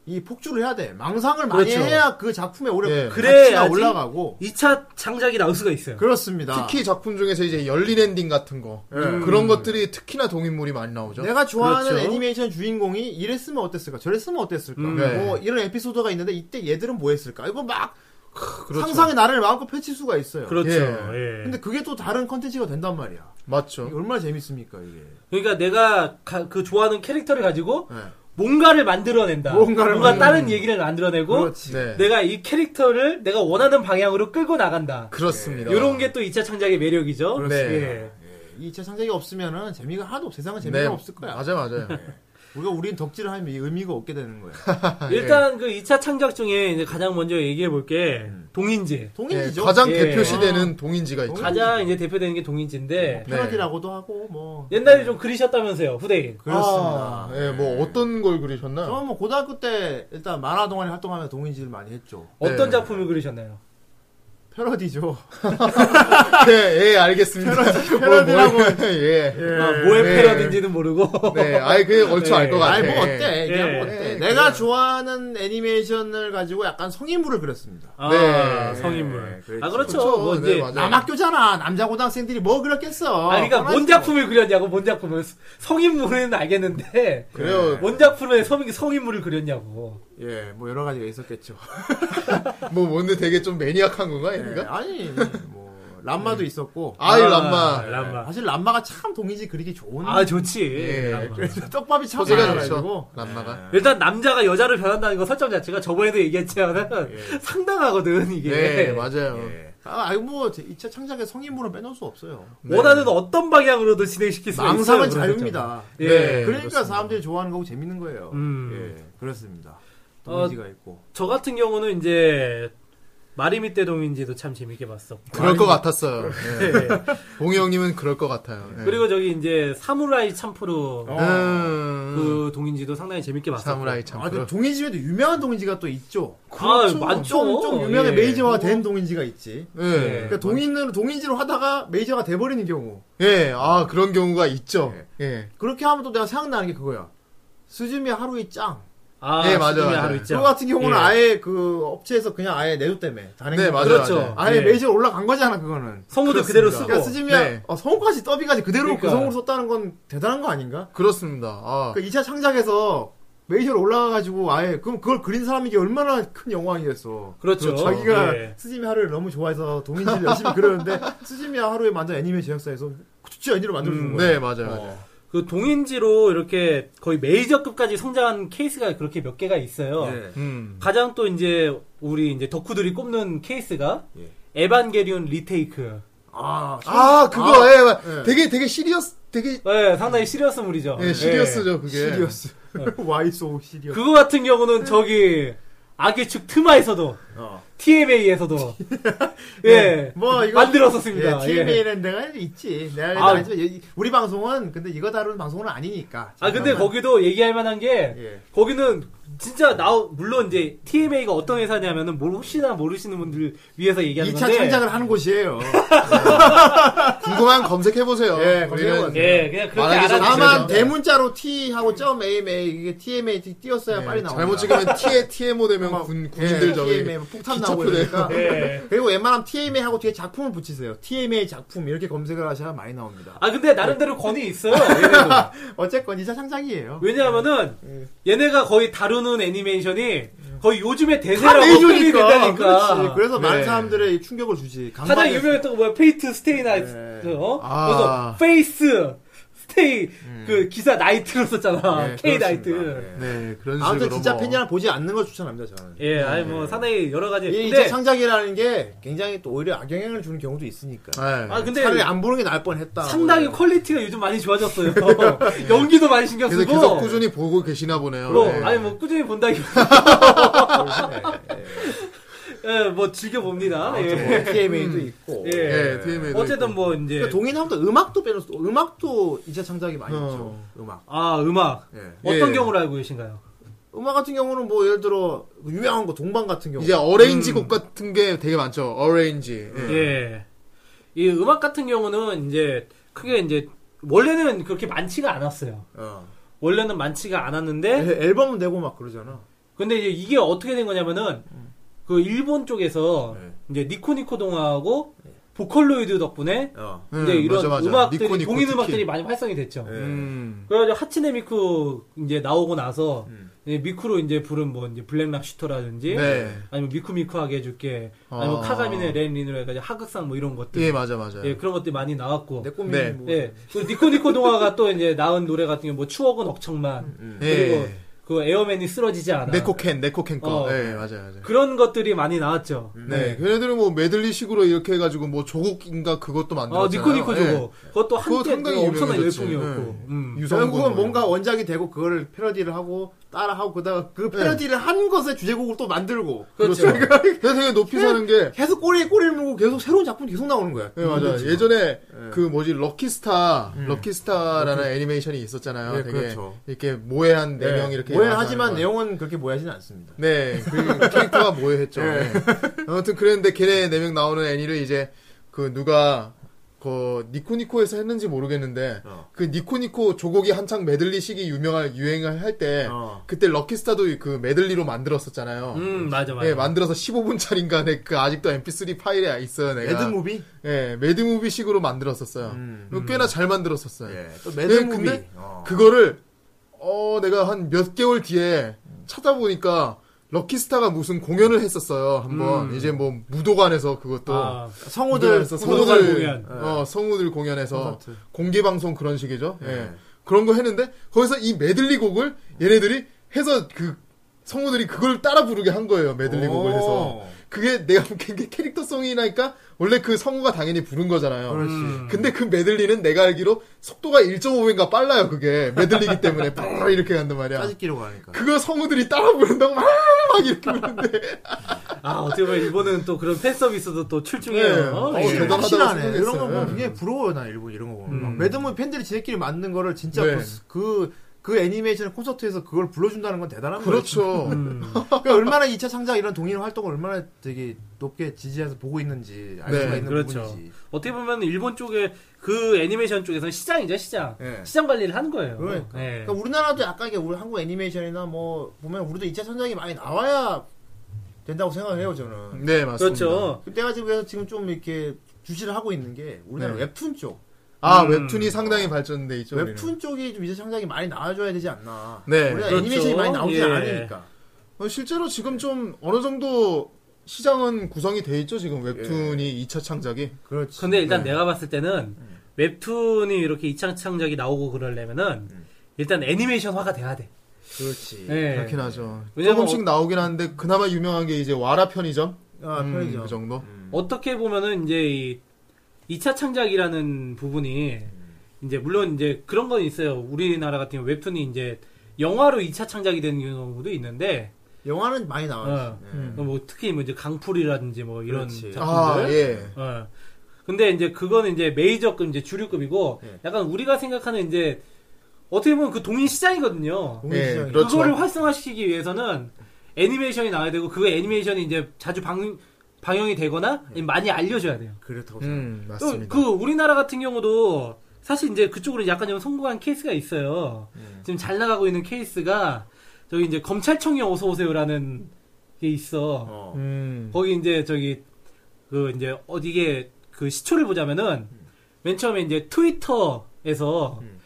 Speaker 3: 이 폭주를 해야 돼. 망상을 많이
Speaker 2: 그렇죠.
Speaker 3: 해야 그 작품에 오래
Speaker 4: 예.
Speaker 3: 가치가
Speaker 2: 그래야지.
Speaker 3: 올라가고.
Speaker 2: 2차 예. 창작이 나올 수가 있어요.
Speaker 3: 그렇습니다.
Speaker 4: 특히 작품 중에서 이제 열린 엔딩 같은 거 그런 것들이 특히나 동인물이 많이 나오죠.
Speaker 3: 내가 좋아하는
Speaker 2: 그렇죠. 음.
Speaker 3: 애니메이션 주인공이 이랬으면 어땠을까, 저랬으면 어땠을까,
Speaker 4: 네.
Speaker 3: 뭐 이런 에피소드가 있는데 이때 얘들은 뭐 했을까, 이거 막 상상의 나를 마음껏 펼칠 수가 있어요.
Speaker 2: 그렇죠.
Speaker 4: 예.
Speaker 2: 예.
Speaker 3: 근데 그게 또 다른 컨텐츠가 된단 말이야.
Speaker 4: 맞죠.
Speaker 3: 이게 얼마나 재밌습니까 이게.
Speaker 2: 그러니까 내가 가- 그 좋아하는 캐릭터를 가지고 뭔가를 만들어낸다.
Speaker 3: 예. 뭔가를
Speaker 2: 뭔가
Speaker 3: 만들어낸다.
Speaker 2: 다른 얘기를 만들어내고
Speaker 3: 그렇지.
Speaker 4: 네.
Speaker 2: 내가 이 캐릭터를 내가 원하는 방향으로 끌고 나간다.
Speaker 3: 예. 그렇죠.
Speaker 4: 그렇습니다. 네.
Speaker 2: 이런 게 또 2차 창작의 매력이죠.
Speaker 4: 그렇습니다.
Speaker 2: 예.
Speaker 3: 이 2차 창작이 없으면은 재미가 하나도 없, 세상은 재미가
Speaker 4: 네,
Speaker 3: 없을 거야. 네.
Speaker 4: 맞아 맞아요.
Speaker 3: 우리가 우린 덕질을 하면 이 의미가 없게 되는 거야.
Speaker 2: 네, 일단 그 2차 창작 중에 이제 가장 먼저 얘기해 볼 게
Speaker 3: 음.
Speaker 2: 동인지.
Speaker 4: 예,
Speaker 3: 동인지죠. 어?
Speaker 4: 가장
Speaker 2: 예.
Speaker 4: 대표시되는 동인지가 있죠.
Speaker 2: 가장 이제 대표되는 게 동인지인데
Speaker 3: 음. 패러디라고도 하고 뭐.
Speaker 2: 옛날에 좀 그리셨다면서요 후대인.
Speaker 3: 그렇습니다.
Speaker 4: 아, 예, 뭐 어떤 걸 그리셨나?
Speaker 3: 저는 뭐 고등학교 때 일단 만화 동아리 활동하면서 동인지를 많이 했죠.
Speaker 2: 어떤
Speaker 4: 네.
Speaker 2: 작품을 그리셨나요?
Speaker 3: 패러디죠.
Speaker 4: 네, 예, 알겠습니다.
Speaker 3: 패러디라고.
Speaker 4: 뭐, 뭐, 예.
Speaker 2: 아, 뭐의
Speaker 4: 네.
Speaker 2: 패러디인지는 모르고.
Speaker 4: 네, 아예 그게 얼추
Speaker 2: 네.
Speaker 4: 알 것 같아.
Speaker 3: 아니 뭐 어때? 이게
Speaker 2: 예.
Speaker 3: 뭐 어때?
Speaker 4: 예,
Speaker 3: 내가
Speaker 4: 그래요.
Speaker 3: 좋아하는 애니메이션을 가지고 약간 성인물을 그렸습니다.
Speaker 2: 아,
Speaker 4: 네.
Speaker 2: 성인물.
Speaker 3: 그렇죠.
Speaker 2: 아, 그렇죠.
Speaker 4: 그렇죠.
Speaker 2: 뭐
Speaker 4: 네,
Speaker 2: 이제
Speaker 4: 맞아요.
Speaker 3: 남학교잖아. 남자 고등학생들이 뭐 그렸겠어.
Speaker 2: 아니, 그러니까 뭔
Speaker 3: 뻔하지 뭐.
Speaker 2: 작품을 그렸냐고, 뭔 작품을. 성인물은 알겠는데,
Speaker 3: 네.
Speaker 4: 그래요.
Speaker 2: 뭔 작품에 성- 성인물을 그렸냐고.
Speaker 3: 예, 뭐 여러 가지가 있었겠죠.
Speaker 4: 뭐 뭔데 되게 좀 매니악한 건가
Speaker 3: 예,
Speaker 4: 얘네가?
Speaker 3: 아니 뭐 람마도 있었고.
Speaker 4: 아이
Speaker 2: 아,
Speaker 4: 그 람마. 네.
Speaker 2: 람마.
Speaker 3: 사실 람마가 참 동인지 그리기 좋은.
Speaker 2: 아, 좋지.
Speaker 4: 예,
Speaker 2: 람마.
Speaker 3: 떡밥이 참
Speaker 4: 소재가
Speaker 3: 많아가지고.
Speaker 4: 좋죠. 람마가.
Speaker 2: 일단 남자가 여자를 변한다는 거 설정 자체가 저번에도 얘기했지만은 상당하거든, 이게.
Speaker 4: 예. 네, 맞아요.
Speaker 3: 예. 아, 아니 뭐 2차 창작의 성인물은 빼놓을 수 없어요.
Speaker 4: 네.
Speaker 2: 원하는 어떤 방향으로도 진행시킬 수 있어요.
Speaker 3: 망상은
Speaker 2: 그런 설정.
Speaker 3: 자유입니다.
Speaker 2: 예.
Speaker 4: 네,
Speaker 3: 그러니까
Speaker 4: 그렇습니다.
Speaker 3: 사람들이 좋아하는 거고 재밌는 거예요.
Speaker 2: 음.
Speaker 3: 예, 그렇습니다. 동인지가 있고.
Speaker 2: 저 같은 경우는 이제, 마리미 떼동인지도참 재밌게 봤었고.
Speaker 4: 그럴
Speaker 3: 뭐.
Speaker 4: 것 같았어요. 예.
Speaker 2: 예.
Speaker 4: 봉이 형님은 그럴 것 같아요. 예.
Speaker 2: 네. 그리고 저기 이제, 사무라이 참프로.
Speaker 4: 음,
Speaker 2: 그 동인지도 상당히 재밌게 봤어요.
Speaker 4: 사무라이 참.
Speaker 3: 아,
Speaker 4: 아,
Speaker 3: 그 동인지에도 유명한 동인지가 또 있죠.
Speaker 2: 아, 많죠.
Speaker 3: 좀, 좀 유명한
Speaker 2: 예.
Speaker 3: 메이저화 된 동인지가 있지.
Speaker 4: 예.
Speaker 2: 예.
Speaker 3: 그러니까 동인으로 동인지로 하다가 메이저가 돼버리는 경우.
Speaker 4: 예, 아, 그런 경우가 있죠. 예.
Speaker 3: 그렇게 하면 또 내가 생각나는 게 그거야. 스즈미 하루이 짱.
Speaker 2: 아,
Speaker 4: 예, 맞아요,
Speaker 2: 수준의
Speaker 4: 맞아요.
Speaker 2: 하루 있죠.
Speaker 3: 그거 같은 경우는
Speaker 2: 예.
Speaker 3: 아예 그 업체에서 그냥 아예 내줬다며.
Speaker 4: 네, 맞아요.
Speaker 2: 그렇죠.
Speaker 4: 맞아요.
Speaker 3: 아예
Speaker 2: 예.
Speaker 3: 메이저 올라간 거잖아 그거는.
Speaker 2: 성우도 그대로 쓰고.
Speaker 3: 그러니까 스즈미야
Speaker 4: 네.
Speaker 3: 어, 성우까지 더비까지 그대로 그
Speaker 2: 그러니까.
Speaker 3: 성우로 썼다는 건 대단한 거 아닌가?
Speaker 4: 그렇습니다. 아,
Speaker 3: 그 2차 창작에서 메이저로 올라가가지고 아예 그럼 그걸 그린 사람에게 얼마나 큰 영광이겠어.
Speaker 2: 그렇죠.
Speaker 3: 자기가
Speaker 2: 예.
Speaker 3: 스즈미 하루를 너무 좋아해서 동인지를 열심히 그렸는데 스즈미 하루에 만든 애니메 제작사에서 진짜 애니로 만들어준 어.
Speaker 4: 음,
Speaker 3: 거야.
Speaker 4: 네, 맞아요. 맞아요.
Speaker 2: 그 동인지로 이렇게 거의 메이저급까지 성장한 케이스가 그렇게 몇 개가 있어요.
Speaker 4: 음.
Speaker 2: 가장 또 이제 우리 이제 덕후들이 꼽는 케이스가 에반게리온 리테이크.
Speaker 3: 아,
Speaker 4: 아 그거 예, 되게 되게 시리어스 되게
Speaker 2: 네, 상당히 시리어스물이죠.
Speaker 4: 예, 시리어스죠 그게.
Speaker 3: 시리어스. 와이 소
Speaker 2: 예.
Speaker 3: 시리어스.
Speaker 2: 네. 그거 같은 경우는 저기 악의 축 트마에서도
Speaker 3: 어.
Speaker 2: TMA에서도 예
Speaker 3: 뭐 이거
Speaker 2: 만들었었습니다.
Speaker 3: 예,
Speaker 2: 예.
Speaker 3: TMA는 내가 있지. 내가
Speaker 2: 아.
Speaker 3: 알지. 이- 우리 방송은 근데 이거 다루는 방송은 아니니까.
Speaker 2: 아 근데 거기도 얘기할 만한 게
Speaker 3: 예.
Speaker 2: 거기는 진짜 나 물론 이제 TMA가 어떤 회사냐면은 뭘 혹시나 모르시는 분들 위해서 얘기하는
Speaker 3: 2차
Speaker 2: 건데
Speaker 3: 창작을 하는 곳이에요.
Speaker 4: 궁금한 검색해 보세요.
Speaker 3: 예, 검색해보세요.
Speaker 2: 예 그냥 그렇게
Speaker 4: 말하기 전에
Speaker 2: 알아주세요.
Speaker 3: 다만
Speaker 4: 다만
Speaker 3: 대문자로 T하고 점 AMA 이게 TMA 띄었어야 빨리 어. 예, 나옵니다.
Speaker 4: 잘못 찍으면 T에 TMO 되면 군 군인들
Speaker 3: TMA
Speaker 4: 저기
Speaker 3: 뭐 폭탄
Speaker 4: 기차
Speaker 3: 나오고
Speaker 4: 표대.
Speaker 3: 그러니까.
Speaker 2: 예.
Speaker 3: 그리고 웬만하면 TMA하고 뒤에 작품을 붙이세요. TMA 작품 이렇게 검색을 하셔야 많이 나옵니다.
Speaker 2: 아 근데 나름대로 권위 있어요.
Speaker 3: 예.
Speaker 2: 얘네도.
Speaker 3: 어쨌건 2차 창작이에요.
Speaker 2: 왜냐하면은
Speaker 3: 예.
Speaker 2: 얘네가 거의 다루는 애니메이션이 거의 요즘의 대세라고 표현이
Speaker 3: 메이저니까. 그렇지.
Speaker 2: 된다니까.
Speaker 3: 그래서 많은
Speaker 4: 네.
Speaker 3: 사람들의 충격을 주지.
Speaker 2: 가장
Speaker 3: 강박에서.
Speaker 2: 유명했던 거 뭐야? 페이트 스테이 나이트.
Speaker 3: 네.
Speaker 2: 어?
Speaker 4: 아.
Speaker 2: 그래서 페이스 스테이 그 기사 나이트로 썼잖아.
Speaker 3: 네,
Speaker 2: K
Speaker 3: 음. 그렇습니다.
Speaker 2: 나이트.
Speaker 4: 네 그런
Speaker 3: 아무튼
Speaker 4: 식으로
Speaker 3: 진짜
Speaker 4: 뭐.
Speaker 3: 팬이랑 보지 않는 걸 추천합니다. 저는.
Speaker 2: 예, 아니 뭐 상당히 여러 가지.
Speaker 3: 예, 이
Speaker 2: 근데
Speaker 3: 이제 창작이라는 게 굉장히 또 오히려 악영향을 주는 경우도 있으니까.
Speaker 4: 네.
Speaker 2: 아 근데
Speaker 3: 차라리 안 보는 게 나을 뻔했다.
Speaker 2: 상당히
Speaker 3: 오히려.
Speaker 2: 퀄리티가 요즘 많이 좋아졌어요. 연기도 많이 신경
Speaker 4: 그래서
Speaker 2: 쓰고.
Speaker 4: 계속 꾸준히 보고 계시나 보네요.
Speaker 2: 뭐,
Speaker 4: 네.
Speaker 2: 아니 뭐 꾸준히 본다기. 예, 뭐 즐겨 봅니다.
Speaker 3: 뭐,
Speaker 2: 예.
Speaker 3: TMA도 있고.
Speaker 2: 예.
Speaker 4: 네. 음. 예, TMA. 도
Speaker 2: 어쨌든 뭐 이제
Speaker 3: 그러니까 동인하면 또 음악도 빼놓을 수, 음악도 2차 창작이 많이
Speaker 4: 어.
Speaker 3: 있죠. 음악.
Speaker 2: 아 음악
Speaker 3: 예.
Speaker 2: 어떤
Speaker 4: 예.
Speaker 2: 경우로 알고 계신가요?
Speaker 3: 음악 같은 경우는 뭐 예를 들어 유명한 거 동방 같은 경우.
Speaker 4: 이제 어레인지 곡 같은 게 되게 많죠. 어레인지. 예.
Speaker 2: 예. 이 음악 같은 경우는 이제 크게 이제 원래는 그렇게 많지가 않았어요.
Speaker 3: 어.
Speaker 2: 원래는 많지가
Speaker 3: 앨-
Speaker 2: 않았는데
Speaker 3: 앨범은 내고 막 그러잖아.
Speaker 2: 근데 이제 이게 어떻게 된 거냐면은 그 일본 쪽에서
Speaker 3: 네.
Speaker 2: 이제 니코니코 동화하고 보컬로이드 덕분에
Speaker 3: 어.
Speaker 4: 음,
Speaker 2: 이제 이런
Speaker 4: 맞아, 맞아.
Speaker 2: 음악들이
Speaker 4: 니코, 니코
Speaker 2: 동인
Speaker 4: 특히.
Speaker 2: 음악들이 많이 활성이 됐죠.
Speaker 4: 음.
Speaker 2: 그래가지고 하츠네 미쿠 이제 나오고 나서 이제 미쿠로 이제 부른 뭐 이제 블랙락 슈터라든지
Speaker 4: 네.
Speaker 2: 아니면 미쿠 미쿠하게 해줄게 아니면
Speaker 4: 아.
Speaker 2: 카가미네 렌 리노 해가지고 하극상 뭐 이런 것들
Speaker 4: 예, 맞아, 맞아.
Speaker 2: 예, 그런 것들이 많이 나왔고.
Speaker 3: 내 꿈이
Speaker 4: 네.
Speaker 3: 뭐.
Speaker 2: 예. 그리고 니코니코 동화가 또 이제 나온 노래 같은 경우 뭐 추억은 억청만. 그리고
Speaker 4: 예.
Speaker 2: 그 에어맨이 쓰러지지 않아.
Speaker 4: 네코캔, 네코캔 거.
Speaker 2: 어.
Speaker 4: 예, 맞아, 맞아.
Speaker 2: 그런 것들이 많이 나왔죠.
Speaker 4: 네. 걔네들은 뭐 메들리식으로 이렇게 해가지고 뭐 조곡인가 그것도 만들었잖아요.
Speaker 2: 어, 니코니코
Speaker 4: 예.
Speaker 2: 저거. 그것도
Speaker 4: 그거
Speaker 2: 한때 그
Speaker 4: 상당히
Speaker 2: 엄청난
Speaker 4: 유명해졌지.
Speaker 2: 열풍이었고.
Speaker 4: 예.
Speaker 2: 음.
Speaker 4: 유성군
Speaker 3: 결국은
Speaker 4: 뭐.
Speaker 3: 그러니까 뭔가 원작이 되고 그거를 패러디를 하고 따라하고 그다가 그
Speaker 4: 네.
Speaker 3: 패러디를 한 것의 주제곡을 또 만들고 그러니까
Speaker 2: 그렇죠.
Speaker 4: 그래서 되게 높이 사는 게
Speaker 3: 계속 꼬리에 꼬리를 물고 계속 새로운 작품이 계속 나오는 거야.
Speaker 4: 예, 맞아. 예전에 그 뭐지 럭키스타, 럭키스타라는 애니메이션이 있었잖아요.
Speaker 3: 예,
Speaker 4: 되게
Speaker 3: 그렇죠. 예.
Speaker 4: 이렇게 모해한 네 명 이렇게
Speaker 3: 모해하지만
Speaker 4: 나타나는 거.
Speaker 3: 내용은 그렇게 모해하지는 않습니다.
Speaker 4: 네, 그 캐릭터가 모해했죠. 예. 아무튼 그랬는데 걔네 네 명 나오는 애니를 이제 그 누가 그 니코니코에서 했는지 모르겠는데
Speaker 3: 어.
Speaker 4: 그 니코니코 조곡이 한창 메들리식이 유명할 유행을 할 때
Speaker 3: 어.
Speaker 4: 그때 럭키스타도 그 메들리로 만들었었잖아요.
Speaker 2: 음, 맞아, 맞아.
Speaker 4: 예, 만들어서 15분짜리인가에 그 아직도 MP3 파일에 있어요, 내가.
Speaker 3: 매드무비? 음.
Speaker 4: 예, 매드무비식으로 만들었었어요. 그거 꽤나 잘 만들었었어요.
Speaker 3: 예. 또
Speaker 4: 예,
Speaker 3: 매드무비.
Speaker 4: 근데
Speaker 3: 어.
Speaker 4: 그거를 어 내가 한 몇 개월 뒤에 찾아보니까 럭키스타가 무슨 공연을 했었어요. 한번 이제 뭐 무도관에서 그것도
Speaker 2: 아,
Speaker 3: 성우들
Speaker 4: 무도관에서
Speaker 2: 무도관
Speaker 4: 성우들
Speaker 2: 공연.
Speaker 4: 어, 성우들 공연에서
Speaker 3: 콘서트.
Speaker 4: 공개 방송 그런 식이죠. 예.
Speaker 3: 예.
Speaker 4: 그런 거 했는데 거기서 이 메들리 곡을 얘네들이 해서 그 성우들이 그걸 따라 부르게 한 거예요. 메들리 곡을 해서. 그게 내가 웃긴 게 캐릭터송이라니까 원래 그 성우가 당연히 부른 거잖아요. 근데 그 메들리는 내가 알기로 속도가 1.5배인가 빨라요, 그게. 메들리기 때문에 빡 이렇게 간단 말이야.
Speaker 3: 짜집기로 가니까.
Speaker 4: 그거 성우들이 따라 부른다고 막, 막 이렇게 부르는데.
Speaker 2: 아, 어떻게 보면 일본은 또 그런 팬서비스도 또 출중해요.
Speaker 4: 네.
Speaker 2: 어,
Speaker 4: 어,
Speaker 2: 예.
Speaker 4: 대단하다고
Speaker 3: 확실하네.
Speaker 4: 생각했어요. 음.
Speaker 3: 이런 거 보면 굉장히 부러워요, 나 일본 이런 거 보면. 막 매드무비 팬들이 지네끼리 만든 거를 진짜
Speaker 4: 네.
Speaker 3: 그- 그, 그 애니메이션 콘서트에서 그걸 불러준다는 건 대단한 거예요.
Speaker 4: 그렇죠.
Speaker 2: 음.
Speaker 3: 그러니까 얼마나 2차 창작 이런 동인 활동을 얼마나 되게 높게 지지해서 보고 있는지 알
Speaker 4: 네,
Speaker 3: 수가 있는
Speaker 2: 그렇죠.
Speaker 3: 부분이지.
Speaker 2: 어떻게 보면 일본 쪽에 그 애니메이션 쪽에서는 시장이죠, 시장.
Speaker 4: 네.
Speaker 3: 예.
Speaker 2: 시장 관리를 한 거예요.
Speaker 3: 그러니까.
Speaker 2: 예.
Speaker 3: 그러니까 우리나라도 약간 이게 우리 한국 애니메이션이나 뭐 보면 우리도 2차 창작이 많이 나와야 된다고 생각해요 저는.
Speaker 4: 네, 맞습니다.
Speaker 2: 그렇죠.
Speaker 3: 내가 지금 그래서 지금 좀 이렇게 주시를 하고 있는 게 우리나라
Speaker 4: 네.
Speaker 3: 웹툰 쪽,
Speaker 4: 아,
Speaker 2: 음.
Speaker 4: 웹툰이 상당히 발전돼 있죠. 우리는.
Speaker 3: 웹툰 쪽이 좀 2차 창작이 많이 나와줘야 되지 않나.
Speaker 4: 네.
Speaker 3: 우리나라
Speaker 2: 그렇죠.
Speaker 3: 애니메이션이 많이 나오지
Speaker 2: 예.
Speaker 3: 않으니까.
Speaker 4: 어, 실제로 지금 좀 어느 정도
Speaker 3: 예.
Speaker 4: 시장은 구성이 돼 있죠, 지금 웹툰이 2차 창작이.
Speaker 3: 그렇지.
Speaker 4: 네.
Speaker 2: 근데 일단 내가 봤을 때는 웹툰이 이렇게 이창 창작이 나오고 그러려면은 일단 애니메이션화가 돼야 돼.
Speaker 3: 그렇지.
Speaker 2: 네.
Speaker 4: 음. 예, 그렇긴 하죠.
Speaker 3: 예.
Speaker 2: 왜냐면
Speaker 4: 조금씩 나오긴 하는데 그나마 유명한 게 이제 와라 편의점
Speaker 3: 어- 아,
Speaker 4: 음,
Speaker 3: 편의점.
Speaker 4: 그 정도.
Speaker 2: 어떻게 보면은 이제 이 2차 창작이라는 부분이 이제 물론 이제 그런 건 있어요. 우리나라 같은 경우 웹툰이 이제 영화로 2차 창작이 되는 경우도 있는데
Speaker 3: 영화는 많이 네. 나와요.
Speaker 2: 어,
Speaker 4: 음.
Speaker 2: 뭐 특히 뭐 이제 강풀이라든지 뭐 이런
Speaker 3: 음. 그렇지.
Speaker 4: 아
Speaker 2: 작품들.
Speaker 4: 예.
Speaker 2: 어. 근데 이제 그거는 이제 메이저급 이제 주류급이고
Speaker 3: 예.
Speaker 2: 약간 우리가 생각하는 이제 어떻게 보면 그 동인 시장이거든요.
Speaker 4: 예,
Speaker 3: 공익시장이.
Speaker 4: 그렇죠.
Speaker 2: 그거를 활성화시키기 위해서는 애니메이션이 나와야 되고 그 애니메이션이 이제 자주 방 방영이 되거나
Speaker 3: 예.
Speaker 2: 많이 알려줘야 돼요.
Speaker 3: 그렇다고 생각.
Speaker 4: 음
Speaker 2: 또
Speaker 4: 맞습니다.
Speaker 2: 그 우리나라 같은 경우도 사실 이제 그쪽으로 약간 좀 성공한 케이스가 있어요.
Speaker 4: 예.
Speaker 2: 지금 잘 나가고 있는 케이스가 저기 이제 검찰청이 어서 오세요라는 게 있어.
Speaker 3: 어.
Speaker 4: 음.
Speaker 2: 거기 이제 저기 그 이제 어디게 그 시초를 보자면은 맨 처음에 이제 트위터에서
Speaker 4: 음.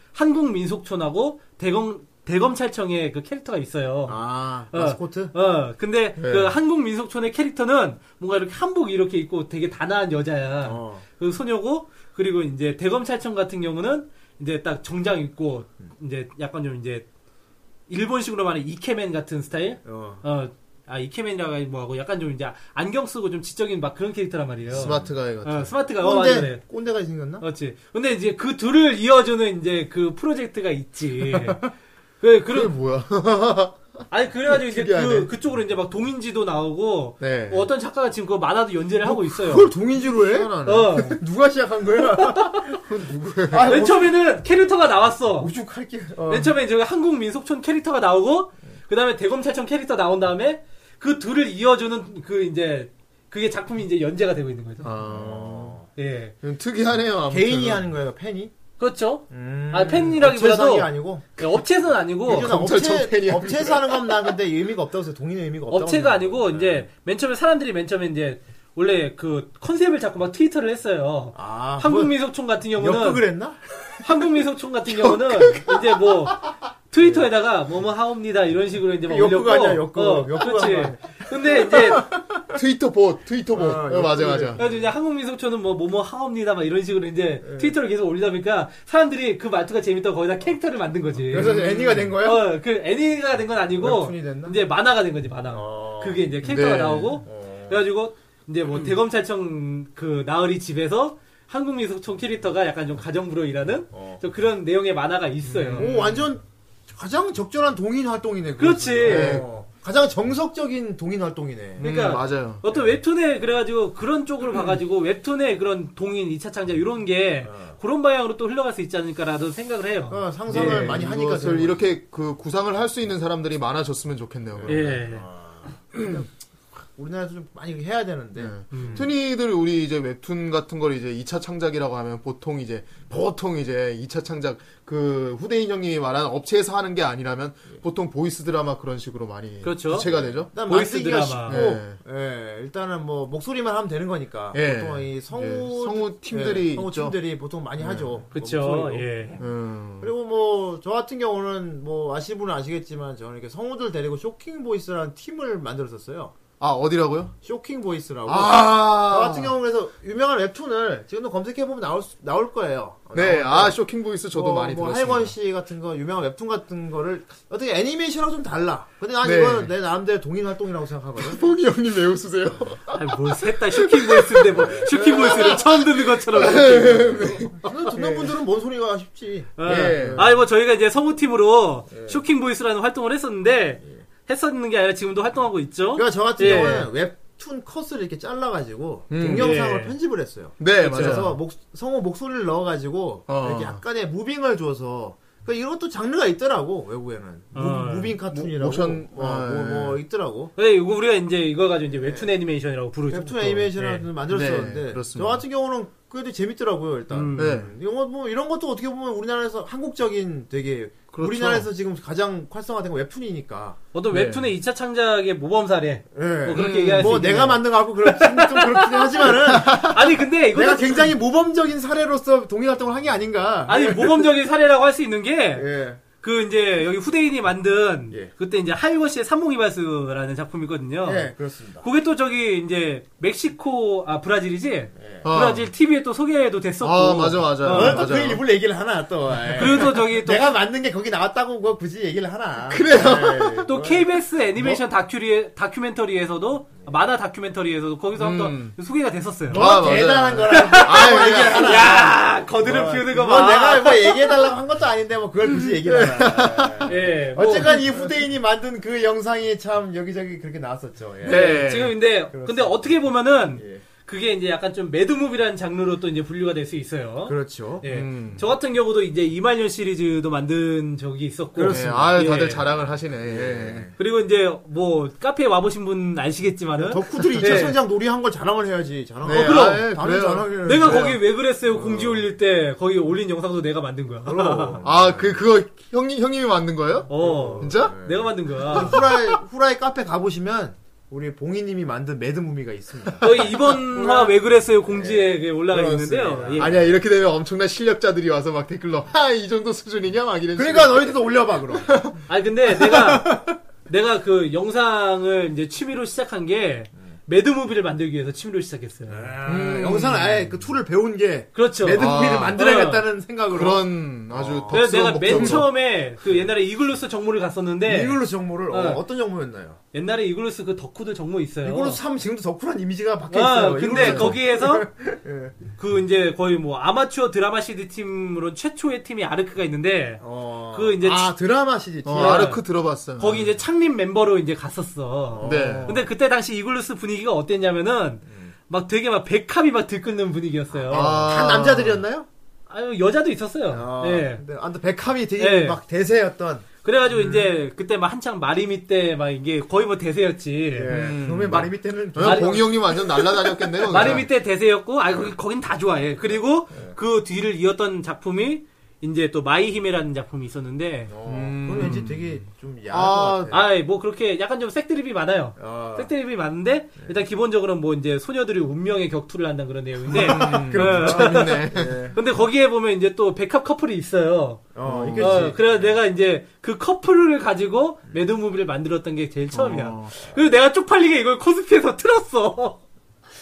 Speaker 2: 한국민속촌하고 대검 대검찰청의 그 캐릭터가 있어요.
Speaker 3: 아,
Speaker 2: 어.
Speaker 3: 마스코트?
Speaker 2: 어, 근데
Speaker 4: 네.
Speaker 2: 그 한국민속촌의 캐릭터는 뭔가 이렇게 한복 이렇게 입고 되게 단아한 여자야.
Speaker 3: 어.
Speaker 2: 그 소녀고 그리고 이제 대검찰청 같은 경우는 이제 딱 정장 입고 이제 약간 좀 이제 일본식으로 말하는 이케맨 같은 스타일.
Speaker 3: 어.
Speaker 2: 어, 아 이케맨이라고 하기 뭐하고 약간 좀 이제 안경 쓰고 좀 지적인 막 그런 캐릭터란 말이에요.
Speaker 4: 스마트 가이 같은.
Speaker 2: 어, 스마트가 어, 맞아,
Speaker 3: 꼰대,
Speaker 2: 네.
Speaker 3: 꼰대가 생겼나?
Speaker 2: 그렇지. 근데 이제 그 둘을 이어주는 이제 그 프로젝트가 있지. 그
Speaker 4: 그게
Speaker 2: 그런
Speaker 4: 뭐야?
Speaker 2: 아니 그래가지고 이제
Speaker 4: 특이하네.
Speaker 2: 그 그쪽으로 이제 막 동인지도 나오고
Speaker 4: 네. 뭐
Speaker 2: 뭐 어떤 작가가 지금 그 만화도 연재를 하고 있어요.
Speaker 3: 그걸 동인지로 해?
Speaker 4: 희한하네.
Speaker 2: 어.
Speaker 3: 누가 시작한 거야?
Speaker 2: 아, 맨 처음에는 캐릭터가 나왔어.
Speaker 3: 오죽할게.
Speaker 2: 맨 처음에 저기 한국 민속촌 캐릭터가 나오고 그다음에 대검찰청 캐릭터 나온 다음에 그 둘을 이어주는 그 이제 그게 작품이 이제 연재가 되고 있는 거죠.
Speaker 4: 아.
Speaker 2: 예.
Speaker 4: 좀 특이하네요. 아무튼.
Speaker 3: 개인이 하는 거예요, 팬이?
Speaker 2: 그렇죠.
Speaker 3: 음.
Speaker 2: 아, 팬이라기보다도-
Speaker 3: 업체상이 아니고.
Speaker 2: 예, 업체에서는 아니고
Speaker 3: 예전에
Speaker 4: 어, 검찰청 팬이
Speaker 3: 업체,
Speaker 4: 아니고.
Speaker 3: 업체에서 하는 건 나 근데 의미가 없다고 해서 동인의 의미가 없다고.
Speaker 2: 업체가
Speaker 3: 생각해요.
Speaker 2: 아니고 이제 맨 처음에 사람들이 맨 처음에 이제 원래 그 컨셉을 잡고 막 트위터를 했어요.
Speaker 3: 아,
Speaker 2: 한국 민속촌 같은 경우는
Speaker 3: 역극을 했나?
Speaker 2: 한국 민속촌 같은 경우는 이제 뭐 트위터에다가 뭐뭐 하옵니다 이런 식으로 이제 막
Speaker 3: 역극
Speaker 2: 올렸고
Speaker 3: 아니야, 역극.
Speaker 2: 어,
Speaker 3: 역극
Speaker 2: 그렇지
Speaker 3: 아니야.
Speaker 2: 근데 이제
Speaker 4: 트위터 봇, 트위터 봇.
Speaker 3: 아,
Speaker 4: 어, 맞아 맞아.
Speaker 2: 그래가지고 이제 한국 민속촌은 뭐 뭐뭐 하옵니다 막 이런 식으로 이제
Speaker 3: 예.
Speaker 2: 트위터를 계속 올리다 보니까 사람들이 그 말투가 재밌다고 거기다 캐릭터를 만든 거지.
Speaker 3: 그래서 애니가 된 거야?
Speaker 2: 어, 그 애니가 된 건 아니고
Speaker 3: 웹툰이 됐나?
Speaker 2: 이제 만화가 된 거지 만화.
Speaker 3: 어.
Speaker 2: 그게 이제 캐릭터가
Speaker 4: 네.
Speaker 2: 나오고 그래가지고 이제 뭐 대검찰청 그 나으리 집에서 한국 민속촌 캐릭터가 약간 좀 가정부로 일하는 좀 그런 내용의 만화가 있어요.
Speaker 3: 오, 완전 가장 적절한 동인 활동이네.
Speaker 2: 그렇지.
Speaker 3: 그래서. 어. 가장 정석적인 동인 활동이네.
Speaker 2: 그러니까
Speaker 4: 음, 맞아요.
Speaker 2: 어떤 웹툰에 그래가지고 그런 쪽으로 봐가지고 웹툰에 그런 동인 2차 창작 이런 게 그런 방향으로 또 흘러갈 수 있지 않을까라는 생각을 해요.
Speaker 3: 어, 상상을
Speaker 4: 예,
Speaker 3: 많이 하니까.
Speaker 4: 이것을 이렇게 그 구상을 할 수 있는 사람들이 많아졌으면 좋겠네요. 그러면.
Speaker 2: 예.
Speaker 3: 어, 우리나라에서 좀 많이 해야 되는데.
Speaker 2: 네.
Speaker 3: 음.
Speaker 4: 흔히들 우리 이제 웹툰 같은 걸 이제 2차 창작이라고 하면 보통 이제 보통 이제 2차 창작 그 후대인 형님이 말한 업체에서 하는 게 아니라면 보통 보이스 드라마 그런 식으로 많이
Speaker 2: 그렇죠.
Speaker 4: 주체가 되죠.
Speaker 3: 일단
Speaker 2: 보이스
Speaker 3: 만들기가
Speaker 2: 드라마. 네.
Speaker 3: 쉽고, 예. 일단은 뭐, 목소리만 하면 되는 거니까.
Speaker 4: 예.
Speaker 3: 네. 보통 이 성우,
Speaker 4: 예, 성우 팀들이
Speaker 3: 예, 성우
Speaker 4: 있죠.
Speaker 3: 팀들이 보통 많이 하죠.
Speaker 2: 네.
Speaker 3: 뭐
Speaker 2: 그쵸.
Speaker 3: 목소리로.
Speaker 2: 예.
Speaker 4: 음.
Speaker 3: 그리고 뭐, 저 같은 경우는 뭐, 아시는 분은 아시겠지만, 저는 이렇게 성우들 데리고 쇼킹 보이스라는 팀을 만들었었어요.
Speaker 4: 아 어디라고요?
Speaker 3: 쇼킹 보이스라고.
Speaker 4: 아
Speaker 3: 뭐, 저 같은 경우에서 유명한 웹툰을 지금도 검색해보면 나올, 수- 나올 거예요. 어,
Speaker 4: 네,
Speaker 3: 나오는데
Speaker 4: 아 쇼킹 보이스 저도
Speaker 3: 뭐,
Speaker 4: 많이
Speaker 3: 뭐
Speaker 4: 들었습니다.
Speaker 3: 하이건 씨 같은 거 유명한 웹툰 같은 거를 어떻게 애니메이션하고 좀 달라. 근데 난
Speaker 4: 네.
Speaker 3: 이건 내 나름대로 동인 활동이라고 생각하거든.
Speaker 4: 뽕이 형님 왜 웃으세요?
Speaker 2: 아니, 뭐, 셋다 슈킹 보이스인데, 뭐,
Speaker 3: 네.
Speaker 2: 슈킹 보이스를 처음 듣는 것처럼. 느끼고.
Speaker 4: 네.
Speaker 3: 근데 듣는 분들은 뭔 소리가 싶지.
Speaker 2: 어.
Speaker 4: 예.
Speaker 2: 아니, 뭐, 저희가 이제 성우팀으로
Speaker 3: 네.
Speaker 2: 슈킹 보이스라는 활동을 했었는데, 했었는 게 아니라 지금도 활동하고 있죠.
Speaker 3: 그러니까 저 같은
Speaker 2: 예.
Speaker 3: 경우는 웹툰 컷을 이렇게 잘라가지고 동영상을
Speaker 2: 예.
Speaker 3: 편집을 했어요.
Speaker 4: 음, 네
Speaker 3: 그렇죠. 그래서
Speaker 4: 맞아요.
Speaker 3: 목- 성우 목소리를 넣어가지고
Speaker 4: 어.
Speaker 3: 이렇게 약간의 무빙을 줘서 그 이것도 장르가 있더라고 외국에는 무,
Speaker 2: 어.
Speaker 3: 무빙 카툰이라고
Speaker 4: 모- 모션- 예.
Speaker 3: 어, 뭐, 뭐 있더라고.
Speaker 2: 근데 네, 이거 우리가 이제 이거 가지고 이제 웹툰 애니메이션이라고 부르죠.
Speaker 3: 네. 웹툰 애니메이션을
Speaker 2: 예.
Speaker 4: 그렇죠. 네,
Speaker 3: 만들었었는데
Speaker 4: 그렇습니다.
Speaker 3: 저 같은 경우는 그래도 재밌더라고요 일단
Speaker 2: 음.
Speaker 4: 네.
Speaker 3: 이런 것- 뭐 이런 것도 어떻게 보면 우리나라에서 한국적인 되게
Speaker 4: 그렇죠.
Speaker 3: 우리나라에서 지금 가장 활성화된 건 웹툰이니까
Speaker 2: 어떤
Speaker 4: 네.
Speaker 2: 웹툰의 2차 창작의 모범 사례.
Speaker 3: 예.
Speaker 2: 뭐 그렇게 얘기할
Speaker 3: 뭐
Speaker 2: 수 있겠네요.
Speaker 3: 내가 만든 거 하고 그런 좀 그렇긴 하지만은
Speaker 2: 아니, 근데 이거
Speaker 3: 내가 굉장히 모범적인 사례로서 동일 활동을 한 게 아닌가
Speaker 2: 아니, 모범적인 사례라고 할 수 있는 게,
Speaker 3: 네. 예.
Speaker 2: 그 이제 여기 후대인이 만든
Speaker 8: 예.
Speaker 2: 그때 이제 하이거 씨의 삼봉이바스라는 작품이거든요.
Speaker 8: 예, 그렇습니다.
Speaker 2: 어,
Speaker 3: 어,
Speaker 2: 그게 또 저기 이제 멕시코 아 브라질이지
Speaker 3: 예.
Speaker 4: 아.
Speaker 2: 브라질 TV에 또 소개도 됐었고
Speaker 4: 아, 맞아, 맞아.
Speaker 2: 어.
Speaker 4: 맞아.
Speaker 3: 뭐 또그 일부러 얘기를 하나 또. 에이.
Speaker 2: 그리고 또 저기 또,
Speaker 3: 내가 만든 게 거기 나왔다고 그거 굳이 얘기를 하나. 예.
Speaker 2: 또 KBS 애니메이션
Speaker 3: 뭐?
Speaker 2: 다큐리 다큐멘터리에서도 만화 다큐멘터리에서도 거기서
Speaker 3: 음.
Speaker 2: 한번 소개가 됐었어요.
Speaker 4: 아, 맞아요.
Speaker 3: 뭐 대단한 거라.
Speaker 4: 아, 얘기
Speaker 2: 야 거드름 피우는 거
Speaker 3: 뭐
Speaker 2: 봐.
Speaker 3: 내가 뭐 얘기해달라고 한 것도 아닌데 뭐 그걸 굳이 얘기를 하나.
Speaker 2: 예, 뭐,
Speaker 3: 어쨌건 이 후대인이 만든 그 영상이 참 여기저기 그렇게 나왔었죠. 예.
Speaker 2: 네, 지금 근데 근데 어떻게 보면은
Speaker 3: 예.
Speaker 2: 그게 이제 약간 좀 매드무비라는 장르로 또 이제 분류가 될 수 있어요.
Speaker 3: 그렇죠.
Speaker 2: 예.
Speaker 4: 음.
Speaker 2: 저 같은 경우도 이제 이만년 시리즈도 만든 적이 있었고.
Speaker 4: 네, 아유,
Speaker 2: 예.
Speaker 4: 다들 자랑을 하시네. 예.
Speaker 2: 그리고 이제 뭐 카페에 와보신 분 아시겠지만은
Speaker 3: 덕후들이
Speaker 2: 네.
Speaker 3: 2차 성장 놀이한 걸 자랑을 해야지. 자랑.
Speaker 4: 네,
Speaker 3: 어, 그럼.
Speaker 4: 아, 예,
Speaker 3: 당연히
Speaker 4: 그래요.
Speaker 3: 자랑을.
Speaker 2: 내가 거기 왜 그랬어요 공지 올릴 때 거기 올린 영상도 내가 만든 거야.
Speaker 4: 아, 그, 그거, 형님, 형님이 만든 거예요?
Speaker 2: 어.
Speaker 4: 진짜?
Speaker 2: 내가 만든 거야.
Speaker 3: 후라이 후라이 카페 가보시면 우리 봉이님이 만든 매드무비가 있습니다.
Speaker 2: 저희 이번 화 왜 그랬어요
Speaker 4: 예.
Speaker 2: 공지에 그게 올라가 있는데요. 예.
Speaker 4: 아니야, 이렇게 되면 엄청난 실력자들이 와서 막 댓글로, 하, 이 정도 수준이냐? 막 이런
Speaker 3: 그러니까 너희들도 올려봐 그럼.
Speaker 2: 아니 근데 내가 내가 그 영상을 이제 취미로 시작한 게 매드무비를 만들기 위해서 취미로 시작했어요.
Speaker 3: 음, 영상을 아예 그 툴을 배운 게
Speaker 2: 그렇죠. 네.
Speaker 3: 매드무비를
Speaker 4: 아.
Speaker 3: 만들어야겠다는 생각으로. 어.
Speaker 4: 그런 아주
Speaker 2: 그래서
Speaker 4: 덕스러운
Speaker 2: 내가 맨
Speaker 4: 목적으로.
Speaker 2: 처음에 그 옛날에 이글루스 정모를 갔었는데
Speaker 3: 이글루스 정모를 어,
Speaker 2: 네.
Speaker 3: 어떤 정모였나요?
Speaker 2: 옛날에 이글루스 그 덕후들 정모 있어요.
Speaker 3: 이글루스 참 지금도 덕후란 이미지가 박혀
Speaker 2: 아,
Speaker 3: 있어요. 예.
Speaker 2: 근데 거기에서 그 이제 거의 뭐 아마추어 드라마 CD 팀으로 최초의 팀이 아르크가 있는데
Speaker 3: 어.
Speaker 2: 그 이제
Speaker 3: 아 드라마 시리즈.
Speaker 4: 어, 아르크 들어봤어요.
Speaker 2: 거기 이제 창립 멤버로 이제 갔었어.
Speaker 4: 네.
Speaker 2: 근데 그때 당시 이글루스 분위기가 어땠냐면은 막 되게 막 백합이 막 들끓는 분위기였어요.
Speaker 4: 아.
Speaker 3: 다 남자들이었나요?
Speaker 2: 아유 여자도 있었어요. 예.
Speaker 3: 근데 아무튼 백합이 되게
Speaker 2: 예.
Speaker 3: 막 대세였던.
Speaker 2: 그래가지고 이제 그때 막 한창 마리미 때 막 이게 거의 뭐 대세였지.
Speaker 3: 놈의 말이 예. 밑에는
Speaker 4: 어,
Speaker 2: 음. 네. 아니-
Speaker 4: 봉이 형님 완전 날라다녔겠네요.
Speaker 2: 마리미 때 대세였고, 아 거기 거긴 다 좋아해. 그리고 그 뒤를 이었던 작품이 이제 또 마이 힘이라는 작품이 있었는데,
Speaker 3: 어. 그건 왠지 되게 좀 야한
Speaker 4: 아,
Speaker 3: 것 같아.
Speaker 2: 음. 아이 뭐 그렇게 약간 좀 색드립이 많아요.
Speaker 3: 아.
Speaker 2: 색드립이 많은데 일단 기본적으로 뭐 이제 소녀들이 운명의 격투를 한다는 그런 내용인데, 어,
Speaker 4: 재밌네.
Speaker 2: 근데 거기에 보면 이제 또 백합 커플이 있어요.
Speaker 3: 어, 이게
Speaker 2: 어, 그래서 내가 이제 그 커플을 가지고 매드무비를 만들었던 게 제일 처음이야. 그리고 내가 쪽팔리게 이걸 코스피에서 틀었어.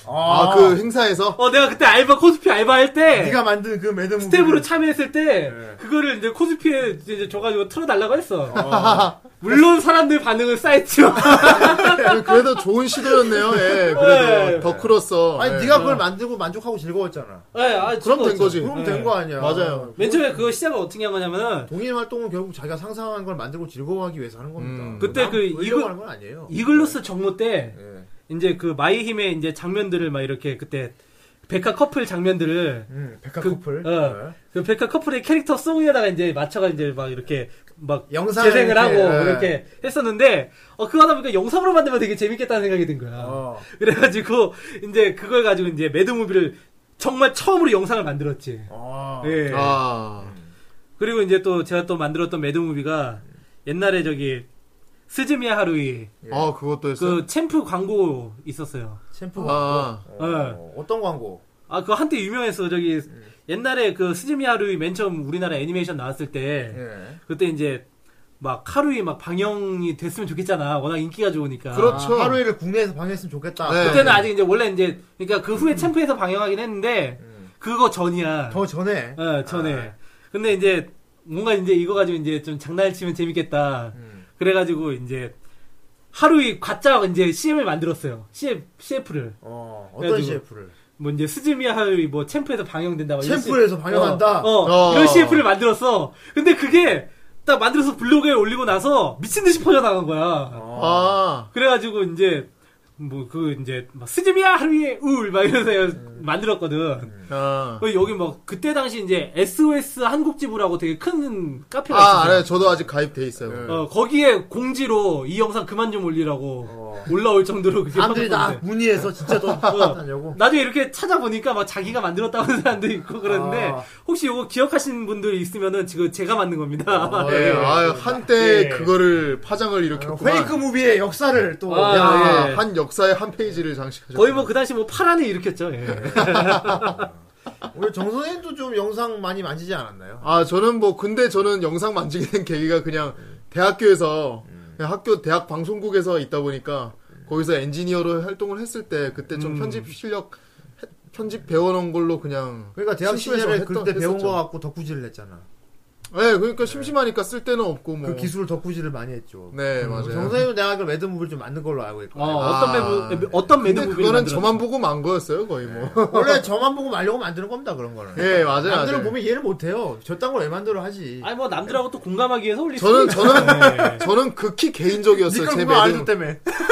Speaker 4: 아, 그 행사에서?
Speaker 2: 어, 내가 그때 알바, 코스피 알바 할 때.
Speaker 3: 네가 만든 그 매드무비.
Speaker 2: 스텝으로 참여했을 때, 그거를 이제 코스피에 이제 줘가지고 틀어달라고 했어. 물론 사람들 반응은 쌓였죠.
Speaker 4: 그래도 좋은 시도였네요, 예.
Speaker 2: 예.
Speaker 4: 그래도 덕후로서.
Speaker 3: 아니
Speaker 4: 예.
Speaker 3: 네가 그걸 만들고 만족하고 즐거웠잖아.
Speaker 2: 예, 아,
Speaker 4: 그럼 된
Speaker 2: 즐거웠죠.
Speaker 4: 거지.
Speaker 3: 그럼
Speaker 2: 네.
Speaker 3: 된 거 아니야. 네.
Speaker 4: 맞아요.
Speaker 2: 맨 처음에 그거 시작을 어떻게 한 거냐면은,
Speaker 3: 동인 활동은 결국 자기가 상상한 걸 만들고 즐거워하기 위해서 하는 겁니다. 뭐
Speaker 4: 음.
Speaker 2: 그때 그 이글-
Speaker 3: 이거 하는 건 아니에요.
Speaker 2: 이글루스 정모 때,
Speaker 4: 예.
Speaker 2: 이제 그 마이 힘의 이제 장면들을 막 이렇게 그때, 백화 커플 장면들을,
Speaker 3: 음, 백화
Speaker 2: 그-
Speaker 3: 커플.
Speaker 2: 어.
Speaker 3: 네.
Speaker 2: 그 백화 커플의 캐릭터 송에다가 이제 맞춰가 이제 막 이렇게 막
Speaker 3: 영상을
Speaker 2: 재생을 하고
Speaker 3: 이렇게, 예.
Speaker 2: 이렇게 했었는데 어 그거 하다 보니까 영상으로 만들면 되게 재밌겠다는 생각이 든 거야.
Speaker 3: 어.
Speaker 2: 그래가지고 이제 그걸 가지고 이제 매드무비를 정말 처음으로 영상을 만들었지.
Speaker 3: 아.
Speaker 2: 예.
Speaker 4: 아.
Speaker 2: 그리고 이제 또 제가 또 만들었던 매드무비가 옛날에 저기 스즈미야 하루이
Speaker 4: 아, 그것도 했어요.
Speaker 2: 그 챔프 광고 있었어요.
Speaker 3: 챔프
Speaker 4: 아.
Speaker 3: 광고.
Speaker 2: 어.
Speaker 3: 어. 떤 광고?
Speaker 2: 아 그거 한때 유명했어 저기 옛날에 그 스즈미야 하루이 맨 처음 우리나라 애니메이션 나왔을 때
Speaker 3: 예.
Speaker 2: 그때 이제 막 하루이 막 방영이 됐으면 좋겠잖아. 워낙 인기가 좋으니까.
Speaker 4: 그렇죠.
Speaker 3: 아, 하루일을 국내에서 방했으면 좋겠다.
Speaker 4: 네.
Speaker 2: 그때는 아직 이제 원래 이제 그러니까 그 후에 챔프에서 방영하긴 했는데
Speaker 4: 음.
Speaker 2: 그거 전이야.
Speaker 3: 더 전에
Speaker 2: 어, 전에.
Speaker 4: 아.
Speaker 2: 근데 이제 뭔가 이제 이거 가지고 이제 좀 장난을 치면 재밌겠다.
Speaker 4: 음.
Speaker 2: 그래가지고 이제 하루이 가짜 이제 CM을 만들었어요. CF, CF를.
Speaker 3: 어,
Speaker 2: 그래가지고.
Speaker 3: 어떤 CF를?
Speaker 2: 뭐 이제 스즈미야 하루이 뭐 챔프에서 방영된다. 막 이런
Speaker 3: 챔프에서
Speaker 2: CF.
Speaker 3: 방영한다?
Speaker 2: 어, 어,
Speaker 4: 어.
Speaker 2: 이런 CF를 만들었어. 근데 그게 딱 만들어서 블로그에 올리고 나서 미친 듯이 퍼져나간 거야.
Speaker 3: 어.
Speaker 4: 아.
Speaker 2: 그래가지고 이제 뭐 그 이제 막 스즈미야 하루이 울막 이러면서
Speaker 3: 음.
Speaker 2: 만들었거든.
Speaker 4: 아.
Speaker 2: 그 여기 막 그때 당시 이제 SOS 한국지부라고 되게 큰 카페가
Speaker 4: 아,
Speaker 2: 있었어요.
Speaker 4: 알아요. 저도 아직 가입돼 있어요. 예.
Speaker 2: 어, 거기에 공지로 이 영상 그만 좀 올리라고 올라올 정도로 그게
Speaker 3: 어. 사람들이 다
Speaker 2: 퍼졌는데. 어.
Speaker 3: 문의해서 진짜 더 하려고.
Speaker 2: 나중에 이렇게 찾아보니까 막 자기가 만들었다고 하는 사람도 있고 그러는데
Speaker 3: 아.
Speaker 2: 혹시 이거 기억하시는 분들 있으면은 지금 제가 만든 겁니다.
Speaker 4: 아, 예. 아유, 한때 그거를 파장을 일으켰구만.
Speaker 3: 예. 아, 페이크 무비의 역사를 또
Speaker 2: 어. 아,
Speaker 4: 야,
Speaker 2: 예.
Speaker 3: 뭐
Speaker 4: 한 역사의 한 페이지를 장식하셨
Speaker 2: 거의 뭐 그 당시 뭐 파란에 일으켰죠. 예.
Speaker 3: 우리 정선생도 좀 영상 많이 만지지 않았나요?
Speaker 4: 아 저는 뭐 근데 저는 영상 만지게 된 계기가 그냥 대학교에서
Speaker 3: 음.
Speaker 4: 그냥 학교 대학 방송국에서 있다 보니까 거기서 엔지니어로 활동을 했을 때 그때
Speaker 3: 음.
Speaker 4: 좀 편집 실력 해- 편집 배워놓은 걸로 그냥
Speaker 3: 그러니까 대학
Speaker 4: 심심해서
Speaker 3: 시절에
Speaker 4: 했던-
Speaker 3: 그때 배운
Speaker 4: 했었죠.
Speaker 3: 거 갖고 덕후질을 했잖아.
Speaker 4: 네 그러니까 심심하니까 쓸 데는 없고 뭐
Speaker 3: 예. 그 기술을 덕후질을 많이 했죠.
Speaker 4: 네 맞아요
Speaker 3: 정선생은 내가 그 레드 무브를 좀 맞는 걸로 알고
Speaker 2: 어,
Speaker 3: 있고.
Speaker 2: 어떤 매드 어떤 매드
Speaker 4: 아. 근데
Speaker 2: 부분이
Speaker 4: 그거는
Speaker 2: 만들었-
Speaker 4: 저만 보고 만 거였어요 거의 뭐예 예,
Speaker 3: 원래 저만 보고 말려고 만드는 겁니다 그런 거는.
Speaker 4: 맞아요
Speaker 3: 네. 남들은
Speaker 4: 맞아요.
Speaker 3: 보면 이해를 못해요. 저딴 걸 왜 만들어 하지?
Speaker 2: 아니 뭐 남들하고 또 공감하기 위해서 올릴
Speaker 4: 저는
Speaker 2: 수
Speaker 4: 저는 저는 극히 개인적이었어요 제
Speaker 3: 네.
Speaker 4: 네.
Speaker 3: 그거 알죠
Speaker 4: 매듭
Speaker 3: 때문에.
Speaker 2: 있-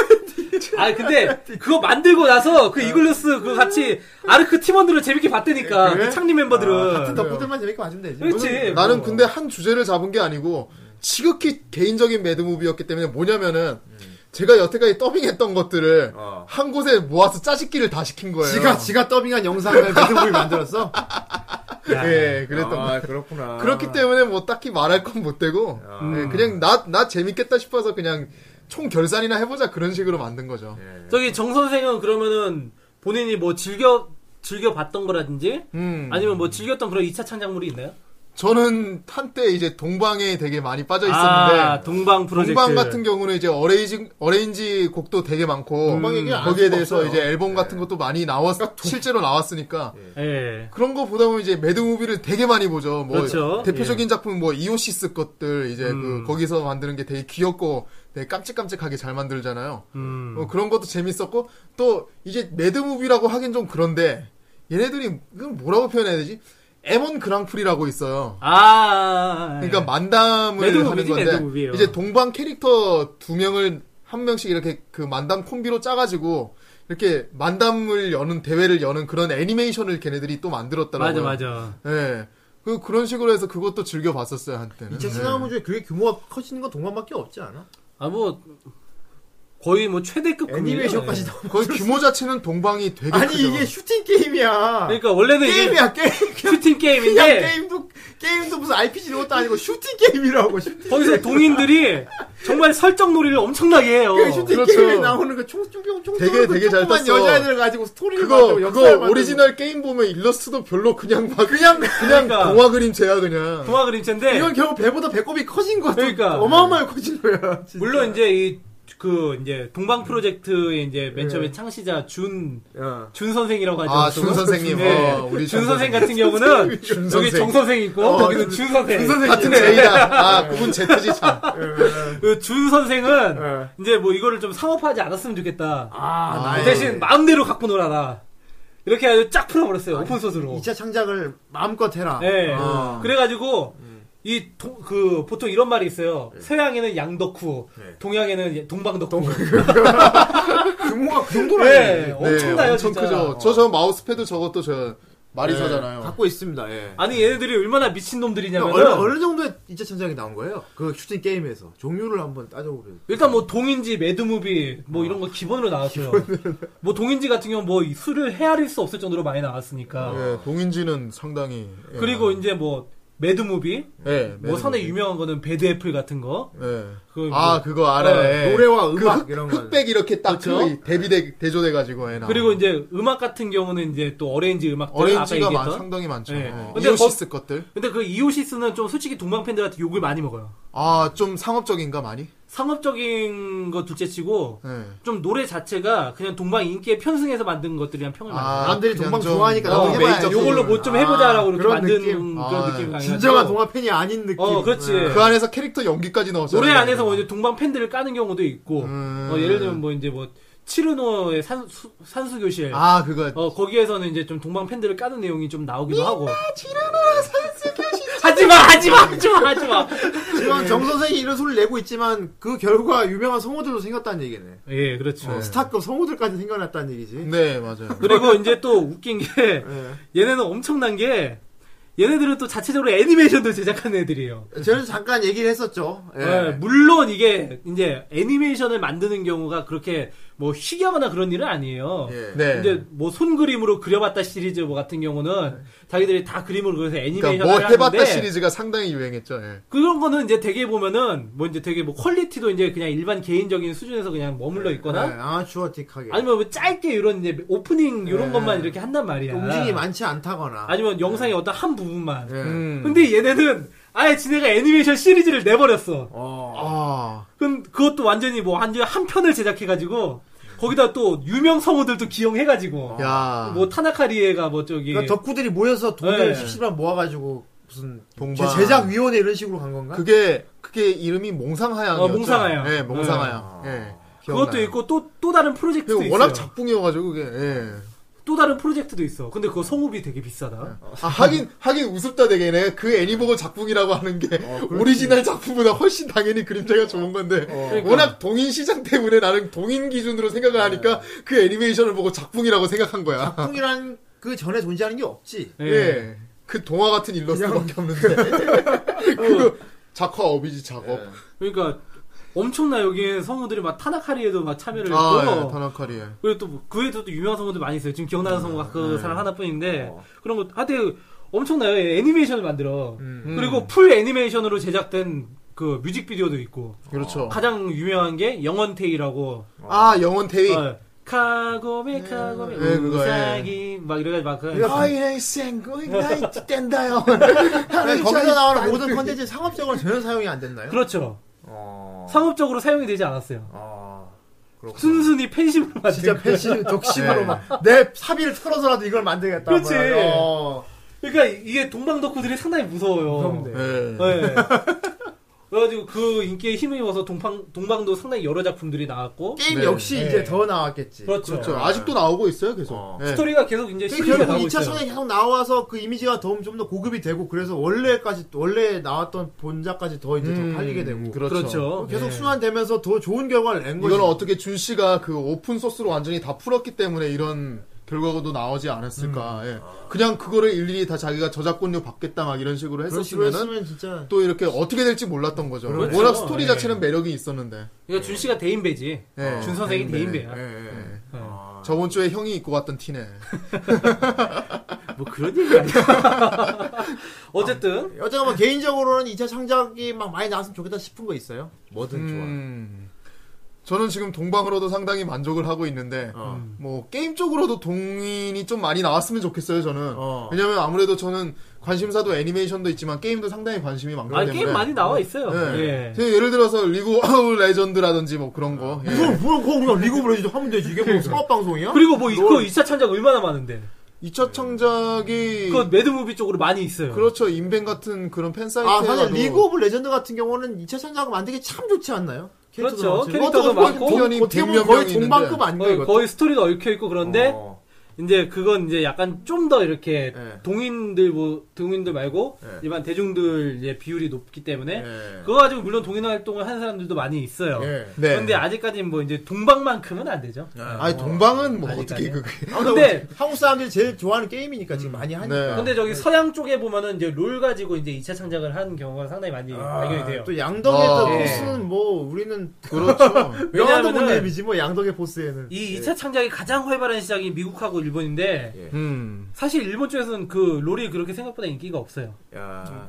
Speaker 2: 아니 근데 그거 만들고
Speaker 4: 네.
Speaker 2: 나서 그 이글루스 그 같이 아르크 팀원들을 재밌게 봤다니까
Speaker 4: 네.
Speaker 2: 그 창립
Speaker 4: 아,
Speaker 2: 멤버들은
Speaker 3: 같은 덕후들만 재밌게 맞으면 되지.
Speaker 2: 그렇지
Speaker 3: 어.
Speaker 4: 나는 근데 한 주제를 잡은 게 아니고 지극히 개인적인 매드무비였기 때문에 뭐냐면은 제가 여태까지 더빙했던 것들을
Speaker 3: 음. 어.
Speaker 4: 한 곳에 모아서 짜집기를 다 시킨 거예요.
Speaker 3: 지가 지가 더빙한 영상을 레드 무브 만들었어. 아.
Speaker 4: 예, 그랬던 거.
Speaker 3: 그렇구나.
Speaker 4: 그렇기 때문에 뭐 딱히 말할 건 못 되고
Speaker 3: 아.
Speaker 4: 예, 그냥 나 나 재밌겠다 싶어서 그냥 총 결산이나 해보자 그런 식으로 만든 거죠.
Speaker 3: 예.
Speaker 2: 저기 정 선생은 그러면은 본인이 뭐 즐겨 즐겨 봤던 거라든지
Speaker 4: 음,
Speaker 2: 아니면 뭐 즐겼던 그런 2차 창작물이 있나요?
Speaker 4: 저는 한때 이제 동방에 되게 많이 빠져 있었는데
Speaker 2: 아 동방 프로젝트
Speaker 4: 동방 같은 경우는 이제 어레인지, 어레인지 곡도 되게
Speaker 2: 음,
Speaker 4: 많고
Speaker 3: 동방 얘기 안할
Speaker 4: 거기에
Speaker 3: 수가
Speaker 4: 대해서
Speaker 3: 없어요.
Speaker 4: 이제 앨범 같은 것도 많이 나왔 실제로 나왔으니까
Speaker 2: 그러니까 예.
Speaker 4: 그런 거 보다 보면 이제 매드무비를 되게 많이 보죠. 뭐
Speaker 2: 그렇죠.
Speaker 4: 대표적인 작품 뭐 이오시스 것들 이제
Speaker 2: 음.
Speaker 4: 그 거기서 만드는 게 되게 귀엽고 되게 깜찍깜찍하게 잘 만들잖아요.
Speaker 2: 음.
Speaker 4: 어, 그런 것도 재밌었고 또 이제 매드무비라고 하긴 좀 그런데 얘네들이 그걸 뭐라고 표현해야 되지? M1 그랑프리라고 있어요.
Speaker 2: 아
Speaker 4: 그러니까 만담을
Speaker 2: 매듭
Speaker 4: 하는
Speaker 2: 무비지,
Speaker 4: 건데
Speaker 2: 매듭 무비예요.
Speaker 4: 이제 동방 캐릭터 두 명을 한 명씩 이렇게 그 만담 콤비로 짜가지고 이렇게 만담을 여는 대회를 여는 그런 애니메이션을 걔네들이 또
Speaker 2: 맞아
Speaker 4: 만들었더라고요.
Speaker 2: 맞아
Speaker 4: 예. 그 그런 식으로 해서 그것도 즐겨 봤었어요 한때는.
Speaker 3: 2차 세상문주에 그게 규모가 커지는 건 동방밖에 없지 않아?
Speaker 2: 아 뭐 거의 뭐 최대급
Speaker 3: 그 애니메이션까지 다.
Speaker 4: 거의 규모 자체는 동방이 되게
Speaker 3: 아니
Speaker 4: 크죠.
Speaker 3: 이게 슈팅 게임이야.
Speaker 2: 그러니까 원래는 이게
Speaker 3: 게임이야 게임.
Speaker 2: 슈팅
Speaker 3: 그냥
Speaker 2: 게임인데
Speaker 3: 게임도 게임도 무슨 RPG 이런 것도 아니고 슈팅 게임이라고 슈팅.
Speaker 2: 거기서 동인들이 정말 설정 놀이를 엄청나게 해요.
Speaker 3: 그 슈팅
Speaker 4: 그렇죠.
Speaker 3: 게임에 나오는 그총 총병 총
Speaker 4: 되게,
Speaker 3: 쏘는 그
Speaker 4: 되게 잘
Speaker 3: 조그만
Speaker 4: 떴어.
Speaker 3: 여자애들 가지고 스토리를
Speaker 4: 그거
Speaker 3: 만들고
Speaker 4: 그거
Speaker 3: 역사를 만들고.
Speaker 4: 오리지널 게임 보면 일러스트도 별로 그냥 막 그냥 그냥
Speaker 2: 그러니까.
Speaker 4: 동화 그림체야 그냥.
Speaker 2: 동화 그림체인데
Speaker 3: 이건 결국 배보다 배꼽이 커진 거야.
Speaker 2: 그러니까.
Speaker 3: 어마어마하게 커진 거야. 진짜.
Speaker 2: 물론 이제 이 그 이제 동방 프로젝트의 이제 맨 처음에 창시자 준
Speaker 3: 어.
Speaker 2: 준 선생이라고 하죠.
Speaker 4: 예. 아, 준 선생님.
Speaker 2: 네.
Speaker 4: 어, 우리
Speaker 2: 준 선생 같은 경우는
Speaker 4: 준
Speaker 2: 여기
Speaker 4: 선생. 어,
Speaker 2: 정 선생 있고 여기는 준 선생.
Speaker 4: 같은 제이다. 아, 그분 제트지 참.
Speaker 2: 그 준 선생은
Speaker 3: 예.
Speaker 2: 이제 뭐 이거를 좀 상업화하지 않았으면 좋겠다.
Speaker 3: 아,
Speaker 2: 그
Speaker 3: 나의
Speaker 2: 대신 마음대로 갖고 놀아라. 이렇게 아주 쫙 풀어버렸어요 오픈 소스로.
Speaker 3: 2차 창작을 마음껏 해라.
Speaker 2: 예.
Speaker 3: 어.
Speaker 2: 그래가지고 이 그 보통 이런 말이 있어요. 서양에는 양덕후,
Speaker 3: 네.
Speaker 2: 동양에는 동방덕후.
Speaker 3: 규모가 그 정도로
Speaker 2: 예,
Speaker 3: 네.
Speaker 2: 엄청나요
Speaker 4: 엄청
Speaker 2: 진짜. 어. 네.
Speaker 4: 크죠. 저 저 마우스패드 저것도 저
Speaker 2: 예.
Speaker 4: 마리사잖아요.
Speaker 3: 갖고 있습니다. 예.
Speaker 2: 아니 얘네들이 얼마나 미친 놈들이냐면
Speaker 3: 어느, 어느 정도의 2차 창작이 나온 거예요? 그 슈팅 게임에서 종류를 한번 따져보면.
Speaker 2: 일단 뭐 동인지 매드무비 뭐 이런 거 기본으로 나왔어요. 뭐 동인지 같은 경우 뭐 술을 헤아릴 수 없을 정도로 많이 나왔으니까.
Speaker 4: 예, 동인지는 상당히. 예.
Speaker 2: 그리고 이제 뭐 매드무비
Speaker 4: 예,
Speaker 2: 뭐
Speaker 4: 매듭.
Speaker 2: 선에 유명한 거는 배드 애플 같은 거.
Speaker 4: 예.
Speaker 2: 그
Speaker 4: 아 그거 알아. 요
Speaker 2: 예.
Speaker 3: 노래와
Speaker 4: 그
Speaker 3: 음악
Speaker 4: 흑,
Speaker 3: 이런 거.
Speaker 4: 흑백 이렇게 딱
Speaker 2: 그렇죠?
Speaker 4: 그 대비대 대조돼 가지고 예, 나.
Speaker 2: 그리고 이제 음악 같은 경우는 이제 또 어레인지 음악들 아까
Speaker 4: 어레인지가 많,
Speaker 2: 얘기했던.
Speaker 4: 상당히 많죠.
Speaker 2: 예.
Speaker 4: 어.
Speaker 2: 근데
Speaker 4: 이오시스 것들.
Speaker 2: 근데 그 이오시스는 좀 솔직히 동방 팬들한테 욕을 많이 먹어요.
Speaker 4: 아 좀 상업적인가 많이.
Speaker 2: 상업적인 거 둘째치고
Speaker 4: 예.
Speaker 2: 좀 노래 자체가 그냥 동방 인기에 편승해서 만든 것들이랑 평을 많이.
Speaker 4: 아,
Speaker 3: 남들이
Speaker 4: 그냥
Speaker 3: 동방
Speaker 4: 좀,
Speaker 3: 좋아하니까
Speaker 4: 어,
Speaker 3: 그러니까 나도
Speaker 2: 어,
Speaker 3: 해봐야지.
Speaker 4: 메이저
Speaker 2: 요걸로 뭐 좀
Speaker 3: 아,
Speaker 2: 해보자라고 이렇게
Speaker 3: 그런
Speaker 2: 만든
Speaker 3: 느낌.
Speaker 2: 그런
Speaker 4: 아,
Speaker 2: 느낌이 강해가지고.
Speaker 3: 진정한 동화 팬이 아닌 느낌.
Speaker 2: 어, 그렇지.
Speaker 3: 예.
Speaker 4: 그 안에서 캐릭터 연기까지 넣었잖아요.
Speaker 2: 노래 안에서 뭐 이제 동방 팬들을 까는 경우도 있고,
Speaker 4: 음.
Speaker 2: 어, 예를 들면 뭐 이제 뭐 치르노의 산수, 산수교실.
Speaker 4: 아 그거.
Speaker 2: 어, 거기에서는 이제 좀 동방 팬들을 까는 내용이 좀 나오기도 하고. 하지마, 하지마, 하지마, 하지마. 예.
Speaker 3: 지금 정 선생이 이런 소리를 내고 있지만 그 결과 유명한 성우들도 생겼다는 얘기네.
Speaker 2: 예, 그렇죠.
Speaker 3: 스타급 성우들까지
Speaker 2: 음.
Speaker 3: 생겨났다는 얘기지.
Speaker 4: 네 맞아요.
Speaker 2: 그리고 이제 또 웃긴 게,
Speaker 3: 예.
Speaker 2: 얘네는 엄청난 게, 얘네들은 또 자체적으로 애니메이션도 제작하는 애들이에요.
Speaker 3: 저는 잠깐 얘기를 했었죠.
Speaker 4: 네.
Speaker 3: 예.
Speaker 2: 예, 물론 이게 이제 애니메이션을 만드는 경우가 그렇게 뭐 쉬게 하거나 그런 일은 아니에요.
Speaker 3: 예.
Speaker 4: 네.
Speaker 2: 근데 뭐 손그림으로 그려봤다 시리즈 뭐 같은 경우는 자기들이 다 그림으로 그려서 애니메이션을
Speaker 4: 네. 그러니까 뭐 해봤다
Speaker 2: 하는데
Speaker 4: 시리즈가 상당히 유행했죠. 예.
Speaker 2: 그런 거는 이제 되게 보면은 뭐 이제 되게 뭐 퀄리티도 이제 그냥 일반 개인적인 수준에서 그냥 머물러 있거나
Speaker 4: 네.
Speaker 3: 예, 아추어틱하게.
Speaker 2: 아니면 뭐 짧게 이런 이제 오프닝 이런
Speaker 4: 네.
Speaker 3: 예.
Speaker 2: 것만 이렇게 한단 말이야.
Speaker 3: 움직임이 많지 않다거나.
Speaker 2: 아니면 영상의 어떤 한 부분만.
Speaker 3: 예.
Speaker 4: 음.
Speaker 2: 근데 얘네는 아예 지네가 애니메이션 시리즈를 내버렸어.
Speaker 3: 어.
Speaker 4: 아,
Speaker 2: 그 그것도 완전히 뭐 한, 한 편을 제작해가지고, 거기다 또 유명 성우들도 기용해가지고,
Speaker 4: 야,
Speaker 2: 뭐 타나카리에가 뭐 저기,
Speaker 3: 그러니까 덕후들이 모여서 돈을
Speaker 2: 예.
Speaker 3: 십시만 모아가지고 무슨
Speaker 4: 동반. 어?
Speaker 3: 제- 제작위원회 이런 식으로 간 건가?
Speaker 4: 그게 그게 이름이 몽상하양이었죠.
Speaker 2: 어, 몽상하양.
Speaker 4: 예, 몽상하양. 예.
Speaker 2: 그것도
Speaker 4: 기억나요.
Speaker 2: 있고 또, 또 다른
Speaker 4: 그리고
Speaker 2: 프로젝트도 있어.
Speaker 4: 워낙 작품이어가지고 그게 예.
Speaker 2: 또 다른 프로젝트도 있어. 근데 그거 성우비 되게 비싸다.
Speaker 4: 아, 하긴 하긴 우습다 되게 네. 그 애니보고 작품이라고 하는 게 오리지널 작품보다 훨씬 당연히 그림자가 좋은 건데 워낙 동인 시장 때문에 나는 동인 기준으로 생각을 하니까 그 애니메이션을 보고 작품이라고 생각한 거야.
Speaker 3: 풍이란 그 전에 존재하는 게 없지.
Speaker 2: 예.
Speaker 4: 예. 그 동화 같은 일러스트밖에 없는데. 그거 작화 업이지 작업.
Speaker 2: 그러니까 엄청나 여기에 성우들이 막 타나카리에도 막 참여를
Speaker 4: 아,
Speaker 3: 네,
Speaker 2: 했고,
Speaker 4: 예, 타나카리에.
Speaker 2: 그리고 또 그 외에도 또 유명한 성우들 많이 있어요. 지금 기억나는 성우가 그 사람 하나뿐인데 그런 거 하여튼 엄청나요. 예, 애니메이션을 만들어. 그리고 풀 애니메이션으로 제작된 그 뮤직비디오도 있고
Speaker 4: 그렇죠.
Speaker 2: 가장 유명한 게 영원테이라고
Speaker 4: 아, 영원 테이.
Speaker 2: 어, 카고메 카고메
Speaker 4: 예, 그거,
Speaker 2: 우사기 막 이래가지고 막
Speaker 3: 아,
Speaker 2: 그-
Speaker 4: 하이라이 생고이 나이트 땐다요.
Speaker 3: 근데 네. 거기서 나오는 모든 컨텐츠 상업적으로 전혀 사용이 안 됐나요?
Speaker 2: 그렇죠.
Speaker 3: 어.
Speaker 2: 상업적으로 사용이 되지 않았어요.
Speaker 3: 어.
Speaker 2: 순순히 팬심으로 만든
Speaker 3: 진짜
Speaker 2: 거예요.
Speaker 3: 패시 독심으로만 내 사비를 털어서라도 이걸 만들겠다.
Speaker 2: 그렇지.
Speaker 3: 뭐야. 어.
Speaker 2: 그러니까 이게 동방 덕후들이 상당히 무서워요.
Speaker 3: 무섭네.
Speaker 4: 예.
Speaker 2: 네. 그래가지고 그 인기에 힘입어서 동방, 동방도 상당히 여러 작품들이 나왔고
Speaker 3: 게임
Speaker 4: 네.
Speaker 3: 역시
Speaker 2: 네.
Speaker 3: 이제 더 나왔겠지.
Speaker 2: 그렇죠.
Speaker 4: 그렇죠. 아직도 나오고 있어요, 계속.
Speaker 3: 어.
Speaker 4: 예.
Speaker 2: 스토리가 네, 계속 이제
Speaker 3: 그게
Speaker 2: 시리즈가
Speaker 3: 결국
Speaker 2: 나오고
Speaker 3: 2차
Speaker 2: 있어요.
Speaker 3: 선에 계속 나와서 그 이미지가 좀 더 고급이 되고 그래서 원래까지 원래 나왔던 본작까지 더 이제 더 팔리게 되고
Speaker 4: 그렇죠.
Speaker 2: 그렇죠.
Speaker 3: 계속
Speaker 2: 예.
Speaker 3: 순환되면서 더 좋은 결과를 낸 거지.
Speaker 4: 이거는 어떻게 준 씨가 그 오픈 소스로 완전히 다 풀었기 때문에 이런 결과도 나오지 않았을까. 예. 그냥 그거를 일일이 다 자기가 저작권료 받겠다 막 이런 식으로
Speaker 3: 그런 식으로
Speaker 4: 했었으면은
Speaker 3: 했으면 진짜
Speaker 4: 또 이렇게 어떻게 될지 몰랐던 거죠.
Speaker 2: 그렇죠.
Speaker 4: 워낙 스토리
Speaker 2: 예.
Speaker 4: 자체는 매력이 있었는데.
Speaker 2: 그러니까 준 씨가 대인배지.
Speaker 4: 예.
Speaker 2: 준 선생이 네. 대인배야. 네.
Speaker 4: 예, 예, 예.
Speaker 2: 어.
Speaker 4: 저번 주에 형이 입고 갔던 티네.
Speaker 2: 뭐 그런 얘기 아니야. 어쨌든
Speaker 3: 여자가 뭐 개인적으로는 2차 창작이 막 많이 나왔으면 좋겠다 싶은 거 있어요. 뭐든
Speaker 4: 음. 저는 지금 동방으로도 상당히 만족을 하고 있는데
Speaker 3: 좋아. 어.
Speaker 4: 뭐 게임 쪽으로도 동인이 좀 많이 나왔으면 좋겠어요 저는
Speaker 3: 어.
Speaker 4: 왜냐면 아무래도 저는 관심사도 애니메이션도 있지만 게임도 상당히 관심이 많기
Speaker 2: 아
Speaker 4: 때문에
Speaker 2: 게임 많이 나와 있어요.
Speaker 4: 예.
Speaker 2: 예.
Speaker 4: 제가 예를 들어서 리그 오브 레전드라든지 뭐 그런 거 예.
Speaker 3: 그럼 그럼 그거 그냥 리그 오브 레전드 하면 되지. 이게 뭐 사업 방송이야?
Speaker 2: 그리고 뭐 이거 2차 창작 얼마나 많은데.
Speaker 4: 2차 창작이
Speaker 2: 그거 매드무비 쪽으로 많이 있어요.
Speaker 4: 그렇죠 인벤 같은 그런 팬 그러니까 사이트
Speaker 3: 아 사실 리그 오브 레전드 같은 경우는 2차 창작 만들기 참 좋지 않나요?
Speaker 2: 그렇죠.
Speaker 3: 많지.
Speaker 2: 캐릭터도
Speaker 3: 어떻게 보면
Speaker 2: 많고.
Speaker 3: 동- 어떻게 보면 거의 동방급 아닌가요?
Speaker 2: 거의,
Speaker 3: 이것도?
Speaker 2: 거의 스토리도 얽혀 있고 그런데
Speaker 3: 어.
Speaker 2: 이제 그건 이제 약간 좀 더 이렇게
Speaker 3: 예.
Speaker 2: 동인들 뭐 동인들 말고
Speaker 3: 예.
Speaker 2: 일반 대중들 이제 비율이 높기 때문에
Speaker 3: 예.
Speaker 2: 그거 가지고 물론 동인 활동을 하는 사람들도 많이 있어요.
Speaker 3: 예.
Speaker 4: 네.
Speaker 2: 근데 아직까지는 뭐 이제 동방만큼은 안 되죠.
Speaker 4: 아니 동방은 뭐 어떻게
Speaker 2: 아직까지요.
Speaker 4: 그게
Speaker 2: 근데
Speaker 3: 뭐 한국 사람들이 제일 좋아하는 게임이니까 지금 많이 하니까.
Speaker 4: 네.
Speaker 2: 근데 저기 서양 쪽에 보면은 이제 롤 가지고 이제 2차 창작을 하는 경우가 상당히 많이 발견이 돼요.
Speaker 3: 아, 또 양덕에서
Speaker 4: 아,
Speaker 3: 포스는 뭐 우리는
Speaker 4: 그렇죠
Speaker 3: 명함도 못
Speaker 2: 왜냐하면은
Speaker 3: 내비지 뭐 양덕의 포스에는.
Speaker 2: 이 2차 창작이 가장 활발한 시작이 미국하고 일본인데
Speaker 3: 예.
Speaker 4: 음.
Speaker 2: 사실 일본 쪽에서는 그 롤이 그렇게 생각보다 인기가 없어요.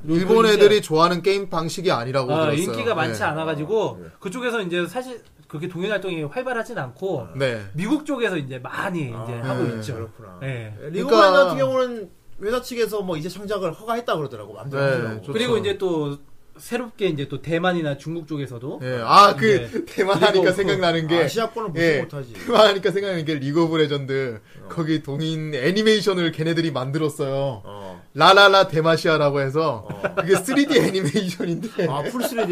Speaker 2: 롤
Speaker 4: 일본
Speaker 2: 이제-
Speaker 4: 애들이 좋아하는 게임 방식이 아니라고
Speaker 2: 아,
Speaker 4: 들었어요
Speaker 2: 인기가 많지
Speaker 4: 네.
Speaker 2: 않아가지고 그쪽에서 이제 사실 그렇게 동인 활동이 활발하진 않고
Speaker 4: 네
Speaker 2: 미국 쪽에서 이제 많이 이제 하고
Speaker 4: 네.
Speaker 2: 있죠.
Speaker 3: 그렇구나.
Speaker 2: 예.
Speaker 3: 리그
Speaker 4: 그러니까-
Speaker 3: 오브 같은 경우는 회사 측에서 뭐 이제 창작을 허가했다 그러더라고 마음대로
Speaker 4: 네,
Speaker 3: 하더라고.
Speaker 4: 좋-
Speaker 2: 그리고
Speaker 4: 그렇죠.
Speaker 2: 이제 또 새롭게 이제 또 대만이나 중국 쪽에서도
Speaker 4: 예. 아 그
Speaker 2: 네.
Speaker 4: 대만 하니까
Speaker 2: 그리고-
Speaker 4: 생각나는 게
Speaker 3: 아시아권을 무시
Speaker 4: 예.
Speaker 3: 못하지.
Speaker 4: 그만 하니까 생각나는 게 리그 오브 레전드
Speaker 2: 어.
Speaker 4: 거기 동인 애니메이션을 걔네들이 만들었어요.
Speaker 3: 어.
Speaker 4: 라라라 데마시아라고 해서 그게 3D 애니메이션인데
Speaker 3: 아 예. 풀스리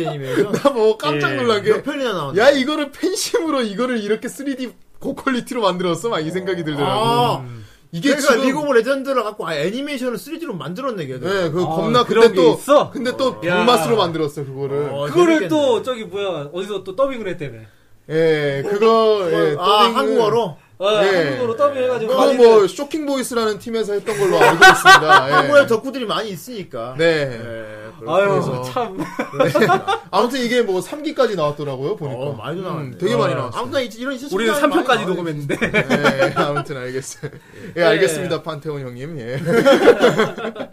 Speaker 3: 애니메이션.
Speaker 4: 나 뭐 깜짝 놀란
Speaker 3: 몇
Speaker 4: 게
Speaker 3: 편이나 나왔나?
Speaker 4: 야 이거를 팬심으로 이거를 이렇게 3D 고퀄리티로 만들었어 막 이 생각이 들더라고. 음.
Speaker 3: 아,
Speaker 4: 이게
Speaker 3: 그러니까
Speaker 4: 지금
Speaker 3: 리그 오브 레전드를 갖고 아예 애니메이션을 3D로 만들었네 걔들.
Speaker 4: 예, 그
Speaker 2: 아,
Speaker 4: 겁나
Speaker 2: 그런
Speaker 4: 근데
Speaker 2: 게
Speaker 4: 또
Speaker 2: 있어?
Speaker 4: 근데 또
Speaker 2: 야.
Speaker 4: 불맛으로 만들었어 그거를.
Speaker 3: 어,
Speaker 2: 그거를
Speaker 3: 재밌겠네.
Speaker 2: 또 저기 뭐야 어디서 또 더빙을 했다며.
Speaker 4: 예, 그거 예,
Speaker 3: 아
Speaker 4: 더빙을-
Speaker 3: 한국어로
Speaker 2: 어,
Speaker 4: 예.
Speaker 2: 한국어로 더빙해가지고.
Speaker 4: 그건 뭐 쇼킹 보이스라는 팀에서 했던 걸로 알고 있습니다. 예.
Speaker 3: 한국에 덕후들이 많이 있으니까.
Speaker 4: 네.
Speaker 3: 네, 그렇-
Speaker 2: 아유,
Speaker 4: 그래서.
Speaker 2: 참.
Speaker 4: 아무튼 이게 뭐 3기까지 나왔더라고요 보니까. 음,
Speaker 3: 어, 많이도 나왔네.
Speaker 4: 되게 많이 나왔어요.
Speaker 3: 아무튼 이- 이런 시스템
Speaker 2: 우리는 3편까지 녹음했는데.
Speaker 4: 예, 아무튼 알겠어요. 예, 알겠습니다, 판테온 형님. 예.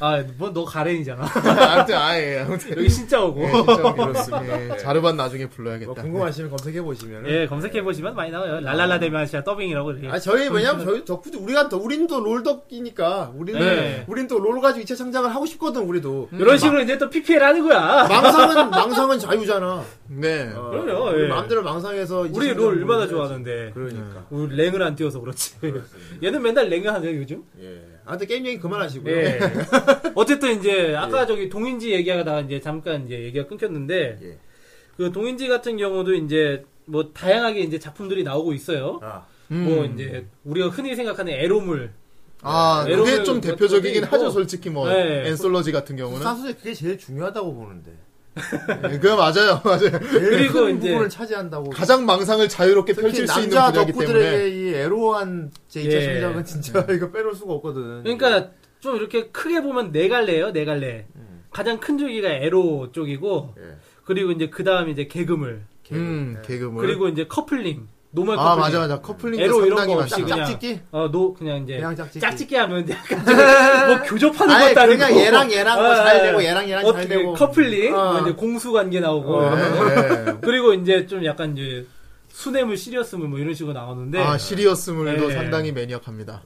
Speaker 2: 아, 뭐, 너 가렌이잖아.
Speaker 4: 아무튼 아예 아무튼
Speaker 2: 여기 진짜 오고.
Speaker 4: 예, 진짜 그렇습니다. 예, 자르반 나중에
Speaker 3: 뭐
Speaker 4: 불러야겠다. 네.
Speaker 3: 궁금하시면 검색해 보시면.
Speaker 2: 예, 검색해보시면 많이 나와요. 랄랄라 데메아시아 더빙이라고. 이렇게.
Speaker 3: 아 저희 왜냐면 저희 덕후들 우리가 또 우린 또 롤덕이니까 우리는
Speaker 2: 네. 음.
Speaker 3: 우린 또 롤 가지고 이체 창작을 하고 싶거든 우리도.
Speaker 2: 이런 식으로 이제 또 PPL 하는 거야.
Speaker 3: 망상은 망상은 자유잖아.
Speaker 4: 네.
Speaker 3: 어,
Speaker 2: 그럼요,
Speaker 3: 우리
Speaker 2: 예.
Speaker 3: 마음대로 망상해서 이제
Speaker 2: 우리
Speaker 3: 창작을
Speaker 2: 롤 얼마나
Speaker 3: 보여줘야지.
Speaker 2: 좋아하는데.
Speaker 3: 그러니까.
Speaker 2: 우리 랭을 안 띄워서 그렇지. 얘는 맨날 랭을 하네, 요즘.
Speaker 3: 예. 아무튼 게임 얘기 그만하시고요.
Speaker 2: 예. 어쨌든 이제 아까 저기 동인지 얘기하다가 이제 잠깐 이제 얘기가 끊겼는데
Speaker 3: 예.
Speaker 2: 그 동인지 같은 경우도 이제 뭐 다양하게 이제 작품들이 나오고 있어요.
Speaker 3: 아.
Speaker 4: 음.
Speaker 2: 뭐 이제 우리가 흔히 생각하는 에로물.
Speaker 4: 아,
Speaker 2: 네.
Speaker 4: 그게
Speaker 2: 에로는
Speaker 4: 좀
Speaker 2: 몇
Speaker 4: 대표적이긴
Speaker 2: 것도 있고.
Speaker 4: 하죠, 솔직히 뭐
Speaker 2: 네.
Speaker 4: 엔솔러지 같은 경우는.
Speaker 3: 사실 그게 제일 중요하다고 보는데.
Speaker 4: 예, 그 맞아요, 맞아요.
Speaker 3: 제일
Speaker 2: 그리고
Speaker 3: 큰
Speaker 2: 이제
Speaker 3: 부분을 차지한다고.
Speaker 4: 가장 망상을 자유롭게
Speaker 3: 특히
Speaker 4: 펼칠 수 있는
Speaker 3: 남자
Speaker 4: 분야이기 때문에.
Speaker 3: 덕후들에게 이 애로한 제
Speaker 2: 예.
Speaker 3: 2차 창작은 진짜 이거 빼놓을 수가 없거든. 예.
Speaker 2: 그러니까 좀 이렇게 크게 보면 네 갈래예요, 네 갈래.
Speaker 3: 음.
Speaker 2: 가장 큰 줄기가 에로 쪽이고
Speaker 3: 예.
Speaker 2: 그리고 이제 그 다음에 이제 개그물
Speaker 4: 음, 개그물.
Speaker 2: 그리고 이제 커플링 노멀 커플링
Speaker 4: 아, 맞아, 맞아. 커플링도
Speaker 2: 에로 이런
Speaker 4: 상당히
Speaker 2: 거
Speaker 4: 많죠.
Speaker 2: 없이 그냥-
Speaker 3: 짝짓기?
Speaker 2: 어, 노 그냥 이제
Speaker 3: 그냥 짝짓기.
Speaker 2: 하면 약간 좀 뭐 교접하는
Speaker 3: 아니
Speaker 2: 것도 아니고
Speaker 3: 그냥 얘랑 얘랑
Speaker 2: 아,
Speaker 3: 뭐
Speaker 2: 아,
Speaker 3: 잘
Speaker 2: 아.
Speaker 3: 되고 얘랑 얘랑 잘
Speaker 2: 어떻게
Speaker 3: 되고
Speaker 2: 커플링
Speaker 3: 어. 예.
Speaker 2: 뭐 이제 공수 관계 나오고
Speaker 4: 네.
Speaker 2: 그리고 이제 좀 약간 이제 수뇌물 시리어스물 뭐 이런 식으로 나오는데
Speaker 4: 아, 시리어스물도
Speaker 2: 네.
Speaker 4: 상당히 매니악합니다.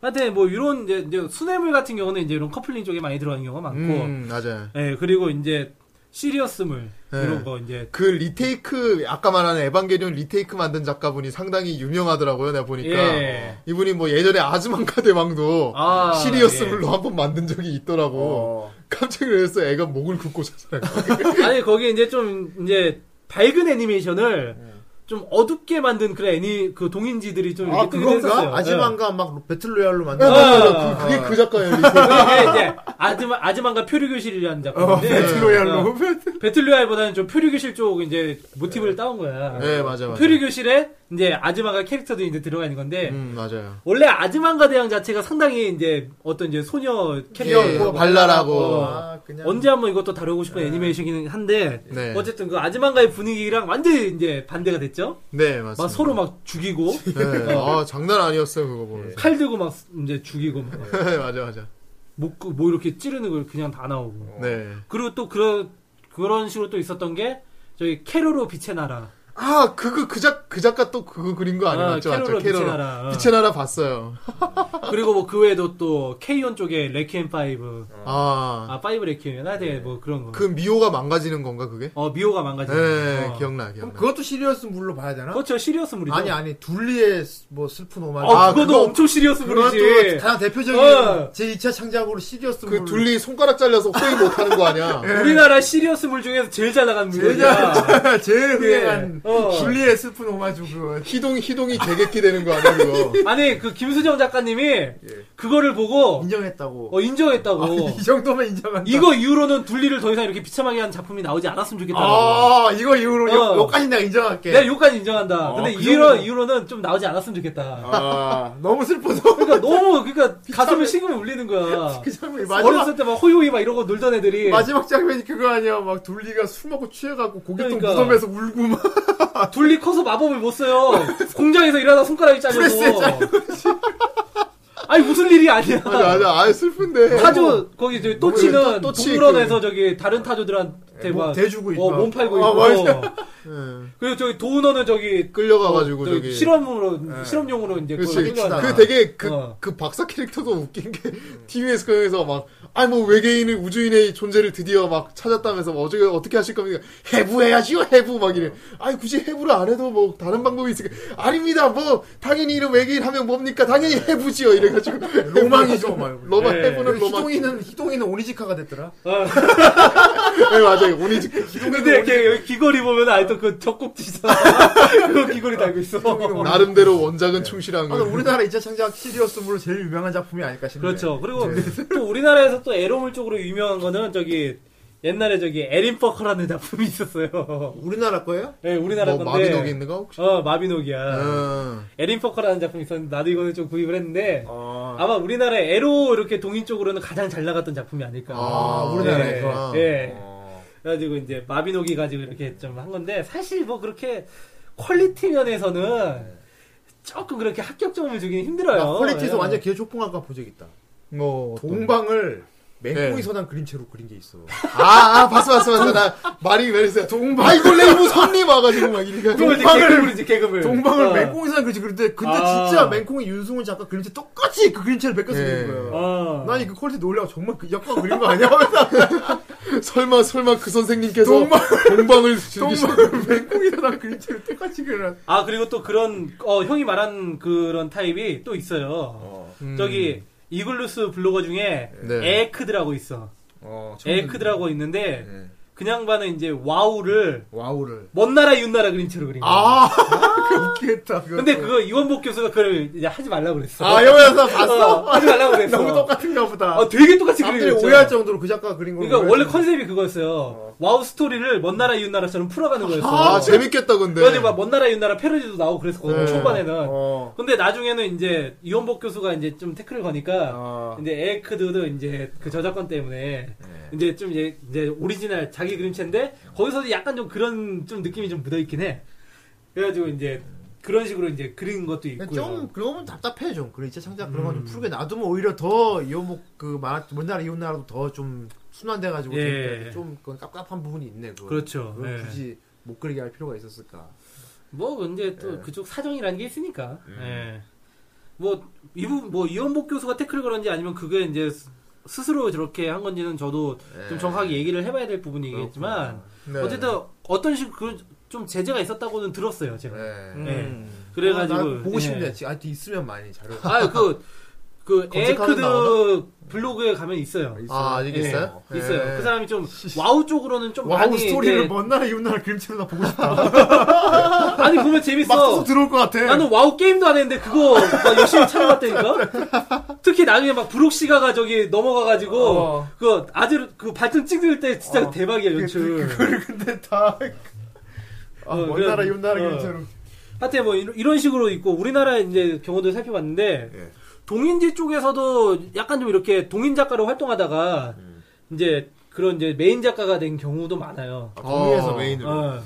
Speaker 2: 하여튼 뭐 이런 이제, 이제 수뇌물 같은 경우는 이제 이런 커플링 쪽에 많이 들어가는 경우가 많고
Speaker 4: 음, 맞아요.
Speaker 2: 예 그리고 이제 시리어스물
Speaker 3: 예.
Speaker 4: 네.
Speaker 2: 이런 거 이제
Speaker 4: 그 리테이크 아까 말한 에반게리온 리테이크 만든 작가분이 상당히 유명하더라고요 내가 보니까
Speaker 3: 그러니까.
Speaker 2: 예.
Speaker 4: 이분이 뭐 예전에 아즈만카 대왕도
Speaker 2: 아,
Speaker 4: 시리어스물로 한번 만든 적이 있더라고
Speaker 3: 어.
Speaker 4: 깜짝 놀랐어 애가 목을 굽고 자살한 거
Speaker 2: 아니 거기 이제 좀 이제 밝은 애니메이션을
Speaker 4: 네.
Speaker 2: 좀 어둡게 만든 그런 애니 그 동인지들이 좀
Speaker 3: 아
Speaker 2: 이렇게 뜨긴 했었어요.
Speaker 3: 그건가?
Speaker 2: 예.
Speaker 3: 아지만가 막 배틀로얄로 만든
Speaker 2: 어.
Speaker 4: 아, 그, 그게 그 작가예요 리테이크.
Speaker 2: 그게 이제 아즈마 아즈만가 표류교실이라는
Speaker 4: 어.
Speaker 2: 작품인데
Speaker 4: 네.
Speaker 3: 배틀로얄로
Speaker 2: 배틀로얄보다는 좀 표류교실 쪽 이제 모티브를 따온 거야.
Speaker 4: 네 맞아 맞아
Speaker 2: 표류교실에 이제 아즈만가 캐릭터도 이제 들어가 있는 건데
Speaker 4: 음 맞아요
Speaker 2: 원래 아즈만가 대왕 자체가 상당히 이제 어떤 이제 소녀
Speaker 4: 예,
Speaker 2: 캐릭터
Speaker 4: 발랄하고
Speaker 2: 어.
Speaker 3: 아, 그냥
Speaker 2: 언제 한번 이것도 다루고 싶은 애니메이션이긴 한데
Speaker 4: 네.
Speaker 2: 어쨌든 그 아즈만가의 분위기랑 완전히 이제 반대가 됐죠.
Speaker 4: 네 맞습니다
Speaker 2: 막 서로 막 죽이고
Speaker 4: 네. 아 장난 아니었어요 그거 보면서
Speaker 2: 칼 들고 막 이제 죽이고 막
Speaker 3: 예.
Speaker 4: 네, 맞아 맞아
Speaker 2: 목, 뭐 이렇게 찌르는 걸 그냥 다 나오고
Speaker 4: 네아
Speaker 2: 그리고 또 그런 그런 식으로 또 있었던 게 저희 캐로로 빛의 나라.
Speaker 4: 그거 그 작 그 작가 또 그거 그린 거 아니에요
Speaker 2: 아,
Speaker 4: 맞죠
Speaker 2: 캐롤로
Speaker 4: 맞죠 캐롤
Speaker 2: 빛의 나라. 어.
Speaker 4: 빛의 나라 봤어요
Speaker 2: 그리고 뭐 그 외에도 또 K1 쪽에 레퀴엠 5.
Speaker 4: 아
Speaker 2: 아, 5 레퀴엠. 하여튼 뭐 그런 거.
Speaker 4: 그 미호가 망가지는 건가 그게?
Speaker 2: 어, 미호가 망가지는
Speaker 4: 네,
Speaker 2: 거. 어.
Speaker 4: 기억나
Speaker 3: 그럼
Speaker 4: 기억나.
Speaker 3: 그것도 시리어스 물로 봐야 되나?
Speaker 2: 그렇죠. 시리어스 물이죠.
Speaker 3: 아니 아니 둘리의 뭐 슬픈 오마리
Speaker 2: 어,
Speaker 4: 아,
Speaker 2: 그것도
Speaker 4: 그거-
Speaker 2: 엄청 시리어스
Speaker 3: 그것도
Speaker 2: 물이지.
Speaker 3: 가장 대표적인
Speaker 2: 어.
Speaker 3: 제 2차 창작으로 시리어스
Speaker 4: 그
Speaker 3: 물로
Speaker 4: 둘리 손가락 잘려서 호의 못하는 거 아니야?
Speaker 2: 우리나라 시리어스 물 중에서 제일 잘 나간 물이야.
Speaker 3: 제일 흥행한
Speaker 2: 예. 어.
Speaker 3: 둘리의 슬픈 오마주 그거
Speaker 4: 희동 희동이 개개끼 되는 거 아니야 그거?
Speaker 2: 아니, 그 김수정 작가님이
Speaker 4: 예.
Speaker 2: 그거를 보고
Speaker 3: 인정했다고 아,
Speaker 2: 어, 인정했다고.
Speaker 4: 아,
Speaker 3: 이 정도면 인정한다
Speaker 2: 이거 이후로는 둘리를 더 이상 이렇게 비참하게 한 작품이 나오지 않았으면 좋겠다고.
Speaker 3: 아 이거 이후로
Speaker 2: 어.
Speaker 3: 욕- 욕까지 내가 인정할게
Speaker 2: 내가 여기까지 인정한다.
Speaker 3: 어,
Speaker 2: 근데
Speaker 3: 그
Speaker 2: 이후로,
Speaker 3: 정도는-
Speaker 2: 이후로는 좀 나오지 않았으면 좋겠다.
Speaker 3: 아, 너무 슬퍼서
Speaker 2: 그러니까 너무 그러니까 가슴을 싱금 울리는 거야.
Speaker 3: 그 장면이
Speaker 2: 어렸을
Speaker 3: 마지막
Speaker 2: 때 막 호요이 막 이러고 놀던 애들이
Speaker 3: 마지막 장면이 그거 아니야 막 둘리가 술 먹고 취해갖고 고기통
Speaker 2: 그러니까.
Speaker 3: 무덤에서 울고 막
Speaker 2: 아, 둘리 커서 마법을 못 써요. 공장에서 일하다 손가락이
Speaker 3: 프레스에
Speaker 2: 잘려서. 아니 무슨 일이 아니야.
Speaker 4: 맞아 맞아 아 슬픈데.
Speaker 2: 타조 거기 저
Speaker 3: 뭐,
Speaker 2: 또치는
Speaker 4: 또- 또치
Speaker 2: 동물원에서 저기 다른 타조들한테
Speaker 3: 몸
Speaker 2: 막
Speaker 3: 뭐, 대주고 아, 있고
Speaker 2: 어, 몸 팔고 있고. 그리고 저기 도우너는 저기
Speaker 4: 끌려가가지고
Speaker 2: 어, 저기
Speaker 4: 저기. 예.
Speaker 2: 실험으로 실험용으로 이제
Speaker 4: 그렇지.
Speaker 2: 그걸 끌려가잖아.
Speaker 4: 그 되게 그,
Speaker 2: 어.
Speaker 4: 그 박사 캐릭터도 웃긴 게, TV에서 그에서 막, 아니, 뭐, 외계인의, 우주인의 존재를 드디어 막 찾았다면서, 뭐, 어떻게, 어떻게 하실 겁니까? 해부해야지요, 해부! 막 이래. 아니, 굳이 해부를 안 해도 뭐, 다른 방법이 있으니까. 아닙니다, 뭐, 당연히 이런 외계인 하면 뭡니까? 당연히 해부지요, 이래가지고.
Speaker 3: 로망이죠 말고
Speaker 4: 로마
Speaker 2: 예.
Speaker 4: 해부는 로마.
Speaker 3: 그 희동이는 희동이는 오니지카가 됐더라
Speaker 4: 네, 맞아요. 오니지.
Speaker 2: 근데 걔 여기 기거리 보면 아직도 그 적국지잖아. 그거 기거리 달고 있어.
Speaker 4: 나름대로 원작은 충실한
Speaker 3: 아,
Speaker 4: 거.
Speaker 3: 우리나라 2차 창작 시리어스물로 제일 유명한 작품이 아닐까 싶네요
Speaker 4: 예.
Speaker 2: 그렇죠. 그리고 또 우리나라에서 또 에로물 쪽으로 유명한 거는 저기 옛날에 저기 에린 퍼커라는 작품이 있었어요.
Speaker 3: 우리나라 거예요?
Speaker 2: 네, 우리나라
Speaker 4: 뭐
Speaker 2: 건데.
Speaker 4: 마비노기 있는가 혹시?
Speaker 2: 어, 마비노기야.
Speaker 4: 어.
Speaker 2: 에린 퍼커라는 작품이 있었는데 나도 이거는 좀 구입을 했는데
Speaker 3: 어.
Speaker 2: 아마 우리나라 에로 이렇게 동인 쪽으로는 가장 잘 나갔던 작품이 아닐까.
Speaker 4: 아, 우리나라에서.
Speaker 2: 예. 예.
Speaker 3: 아.
Speaker 2: 그래가지고 이제 마비노기 가지고 이렇게 좀 한 건데 사실 뭐 그렇게 퀄리티 면에서는 조금 그렇게 합격점을 주기는 힘들어요. 예.
Speaker 3: 나 아, 퀄리티에서
Speaker 2: 왜냐면-
Speaker 3: 완전 기어 조폭 아까 본적 있다.
Speaker 4: 뭐 어떤-
Speaker 3: 동방을 맹꽁이
Speaker 4: 네.
Speaker 3: 선한 그림체로 그린 게 있어.
Speaker 4: 아, 아 봤어 봤어 봤어 나 말이 왜 이랬어요? 동방 아이고 레이브 선님 와가지고 막 이렇게
Speaker 2: 그걸 이제
Speaker 3: 동방을-
Speaker 2: 개그물 이제 개그물.
Speaker 3: 동방을
Speaker 2: 어.
Speaker 3: 맹꽁이 선한 그림체 그린데 근데
Speaker 2: 아.
Speaker 3: 진짜 맹꽁이 윤승훈 작가 그림체 똑같이 그 그림체를 베껴서
Speaker 4: 예.
Speaker 3: 그린 거야.
Speaker 2: 어.
Speaker 3: 난이 그 퀄리티 놀라고 정말 그 약간 그린 거 아니야? 하면서
Speaker 4: 설마 설마 그 선생님께서
Speaker 3: 동방-
Speaker 4: 동방을 즐기시
Speaker 3: 동방을 맹꽁이 선한 그림체를 똑같이 그려놨.
Speaker 2: 아 그리고 또 그런 어, 형이 말한 그런 타입이 또 있어요. 저기 이글루스 블로거 중에
Speaker 4: 네.
Speaker 2: 에크드라고 있어.
Speaker 4: 어, 처음
Speaker 2: 에크드라고
Speaker 3: 네.
Speaker 2: 있는데
Speaker 4: 듣는데. 예.
Speaker 2: 그냥 반은 이제 와우를
Speaker 4: 와우를
Speaker 2: 먼 나라 이웃 나라 그림체로 그린 거야.
Speaker 3: 아, 그거 웃기겠다. 그거.
Speaker 2: 근데 그거 이원복 교수가 그걸 이제 하지 말라 고 그랬어.
Speaker 3: 아 영화에서
Speaker 2: 어,
Speaker 3: 봤어?
Speaker 2: 하지 말라 고 그랬어.
Speaker 3: 너무 똑같은가 보다.
Speaker 2: 아, 되게 똑같이 그린
Speaker 3: 사람들이
Speaker 2: 거죠.
Speaker 3: 오해할 정도로 그 작가가 그린 걸.
Speaker 2: 그러니까 원래
Speaker 3: 오해할
Speaker 2: 컨셉이 그거였어요. 와우 스토리를 먼 나라 이웃 나라처럼 풀어가는 거였어.
Speaker 4: 아 재밌겠다 근데
Speaker 2: 그래가지고 막먼 나라 이웃 나라 패러디도 나오고 그랬었거든
Speaker 4: 네.
Speaker 2: 요 초반에는.
Speaker 3: 정도로. 어.
Speaker 2: 근데 나중에는 이제 이원복 교수가 이제 좀 태클을 거니까
Speaker 3: 아.
Speaker 2: 이제 에크드도 이제 그 저작권 때문에 이제 좀 이제, 이제 오리지널 자기 그림체인데 거기서도 약간 좀 그런 좀 느낌이 좀 묻어있긴 해. 그래가지고 이제 그런 식으로 이제 그린 것도 있고.
Speaker 3: 좀 그러고 보면 답답해 좀. 그래 이제 창작 그런
Speaker 2: 음.
Speaker 3: 거좀 풀게 놔두면 오히려 더 이혼목 그 만화 먼나라 이혼나라도 더 좀 순환돼가지고
Speaker 2: 예.
Speaker 3: 좀그 깝깝한 부분이 있네. 그거.
Speaker 2: 그렇죠.
Speaker 3: 그걸
Speaker 2: 예.
Speaker 3: 굳이 못 그리게 할 필요가 있었을까.
Speaker 2: 뭐 이제 또 그쪽 사정이라는 게 있으니까. 예. 뭐 이분 뭐 이원복 교수가 태클을 걸었는지 아니면 그게 이제 스- 스스로 저렇게 한 건지는 저도 좀 정확하게 얘기를 해봐야 될 부분이겠지만
Speaker 4: 네.
Speaker 2: 어쨌든 어떤 식으로 그 좀 제재가 있었다고는 들었어요 제가.
Speaker 4: 네.
Speaker 2: 예. 그래가지고
Speaker 3: 어, 나 보고 싶네.
Speaker 2: 예.
Speaker 3: 지금 아직 있으면 많이 자료.
Speaker 2: 아그그
Speaker 3: 검색하면
Speaker 2: 에이크드 블로그에 가면 있어요.
Speaker 4: 아 아직
Speaker 2: 예.
Speaker 4: 있어요?
Speaker 2: 있어요.
Speaker 4: 예.
Speaker 2: 그 사람이 좀 와우 쪽으로는 좀
Speaker 3: 와우
Speaker 2: 많이
Speaker 3: 스토리를
Speaker 2: 이제-
Speaker 3: 먼 나라 이웃나라 그림체로 나 보고 싶다.
Speaker 2: 아니 보면 재밌어.
Speaker 3: 막 써서 들어올 것 같아.
Speaker 2: 나는 와우 게임도 안 했는데 그거 막 열심히 찾아봤다니까. 특히 나중에 막 브록 시가가 저기 넘어가가지고
Speaker 3: 어.
Speaker 2: 그 아주 그 발전 찍을 때 진짜 대박이야 연출.
Speaker 3: 근데 다. 아,
Speaker 2: 어,
Speaker 3: 먼
Speaker 2: 그냥-
Speaker 3: 나라 이웃나라
Speaker 2: 어.
Speaker 3: 그림체로.
Speaker 2: 하여튼 뭐 이런, 이런 식으로 있고 우리나라 이제 경우도 살펴봤는데 동인지 쪽에서도 약간 좀 이렇게 동인 작가로 활동하다가 이제 그런 이제 메인 작가가 된 경우도 많아요.
Speaker 3: 동의해서
Speaker 4: 어.
Speaker 3: 메인으로.
Speaker 2: 어.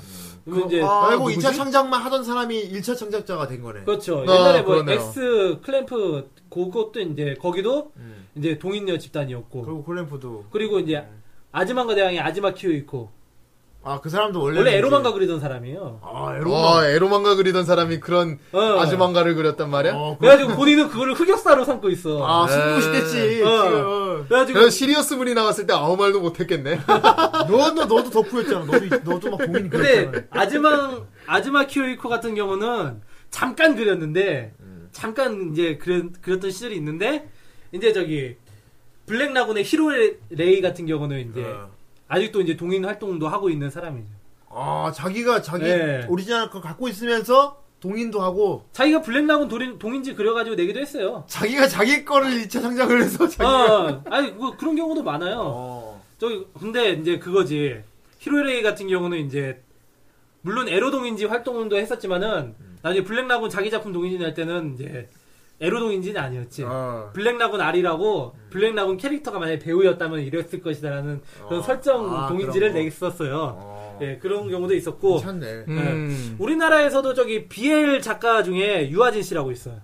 Speaker 2: 그리고 이제
Speaker 3: 아,
Speaker 4: 아이고,
Speaker 3: 알고 2차
Speaker 4: 누구지?
Speaker 3: 창작만 하던 사람이 1차 창작자가 된 거네.
Speaker 2: 그렇죠.
Speaker 4: 아,
Speaker 2: 옛날에 뭐
Speaker 4: 그러네요.
Speaker 2: 엑스 클램프 그것도 이제 거기도 이제 동인녀 집단이었고
Speaker 3: 그리고 콜램프도
Speaker 2: 그리고 이제 아즈만가 대왕의 아즈마 키우이코
Speaker 3: 아 그 사람도 원래
Speaker 2: 원래 에로만가 그리던 사람이에요.
Speaker 3: 아 에로만
Speaker 4: 와 에로망가 그리던 사람이 그런
Speaker 2: 어.
Speaker 4: 아주망가를 그렸단 말이야?
Speaker 3: 어, 그...
Speaker 2: 그래가지고 본인은 그거를 흑역사로 삼고 있어.
Speaker 3: 아 숨기고 싶겠지
Speaker 2: 예. 어.
Speaker 3: 지금
Speaker 2: 그래가지고
Speaker 4: 그래서 시리어스 분이 나왔을 때 아무 말도 못했겠네
Speaker 3: 너너 너도 덕후였잖아 너도 너도 막 동인 그랬잖아
Speaker 2: 근데 아즈마 아즈마 키오이코 같은 경우는 잠깐 그렸는데 잠깐 이제 그렸, 그렸던 시절이 있는데 이제 저기 블랙 라군의 히로 레이 같은 경우는 이제
Speaker 3: 어.
Speaker 2: 아직도 이제 동인 활동도 하고 있는 사람이죠.
Speaker 3: 아 자기가 자기
Speaker 2: 네.
Speaker 3: 오리지널 걸 갖고 있으면서 동인도 하고
Speaker 2: 자기가 블랙 라군 도린, 동인지 그려가지고 내기도 했어요.
Speaker 3: 자기가 자기 거를 2차 창작을 해서
Speaker 2: 어,
Speaker 3: 자기
Speaker 2: 어. 아니 뭐 그런 경우도 많아요.
Speaker 3: 어.
Speaker 2: 저기 근데 이제 그거지 히로레이 같은 경우는 이제 물론 에로동인지 활동도 했었지만은 나중에 블랙라군 자기 작품 동인지 할 때는 이제 에로동인지는 아니었지
Speaker 3: 어.
Speaker 2: 블랙라군 아리라고 블랙라군 캐릭터가 만약에 배우였다면 이랬을 것이다라는 그런 설정
Speaker 3: 아, 그런
Speaker 2: 동인지를
Speaker 3: 거.
Speaker 2: 내었었어요
Speaker 3: 어.
Speaker 2: 예 그런 경우도 있었고
Speaker 3: 괜찮네
Speaker 4: 음.
Speaker 2: 우리나라에서도 저기 BL 작가 중에 유아진 씨라고 있어요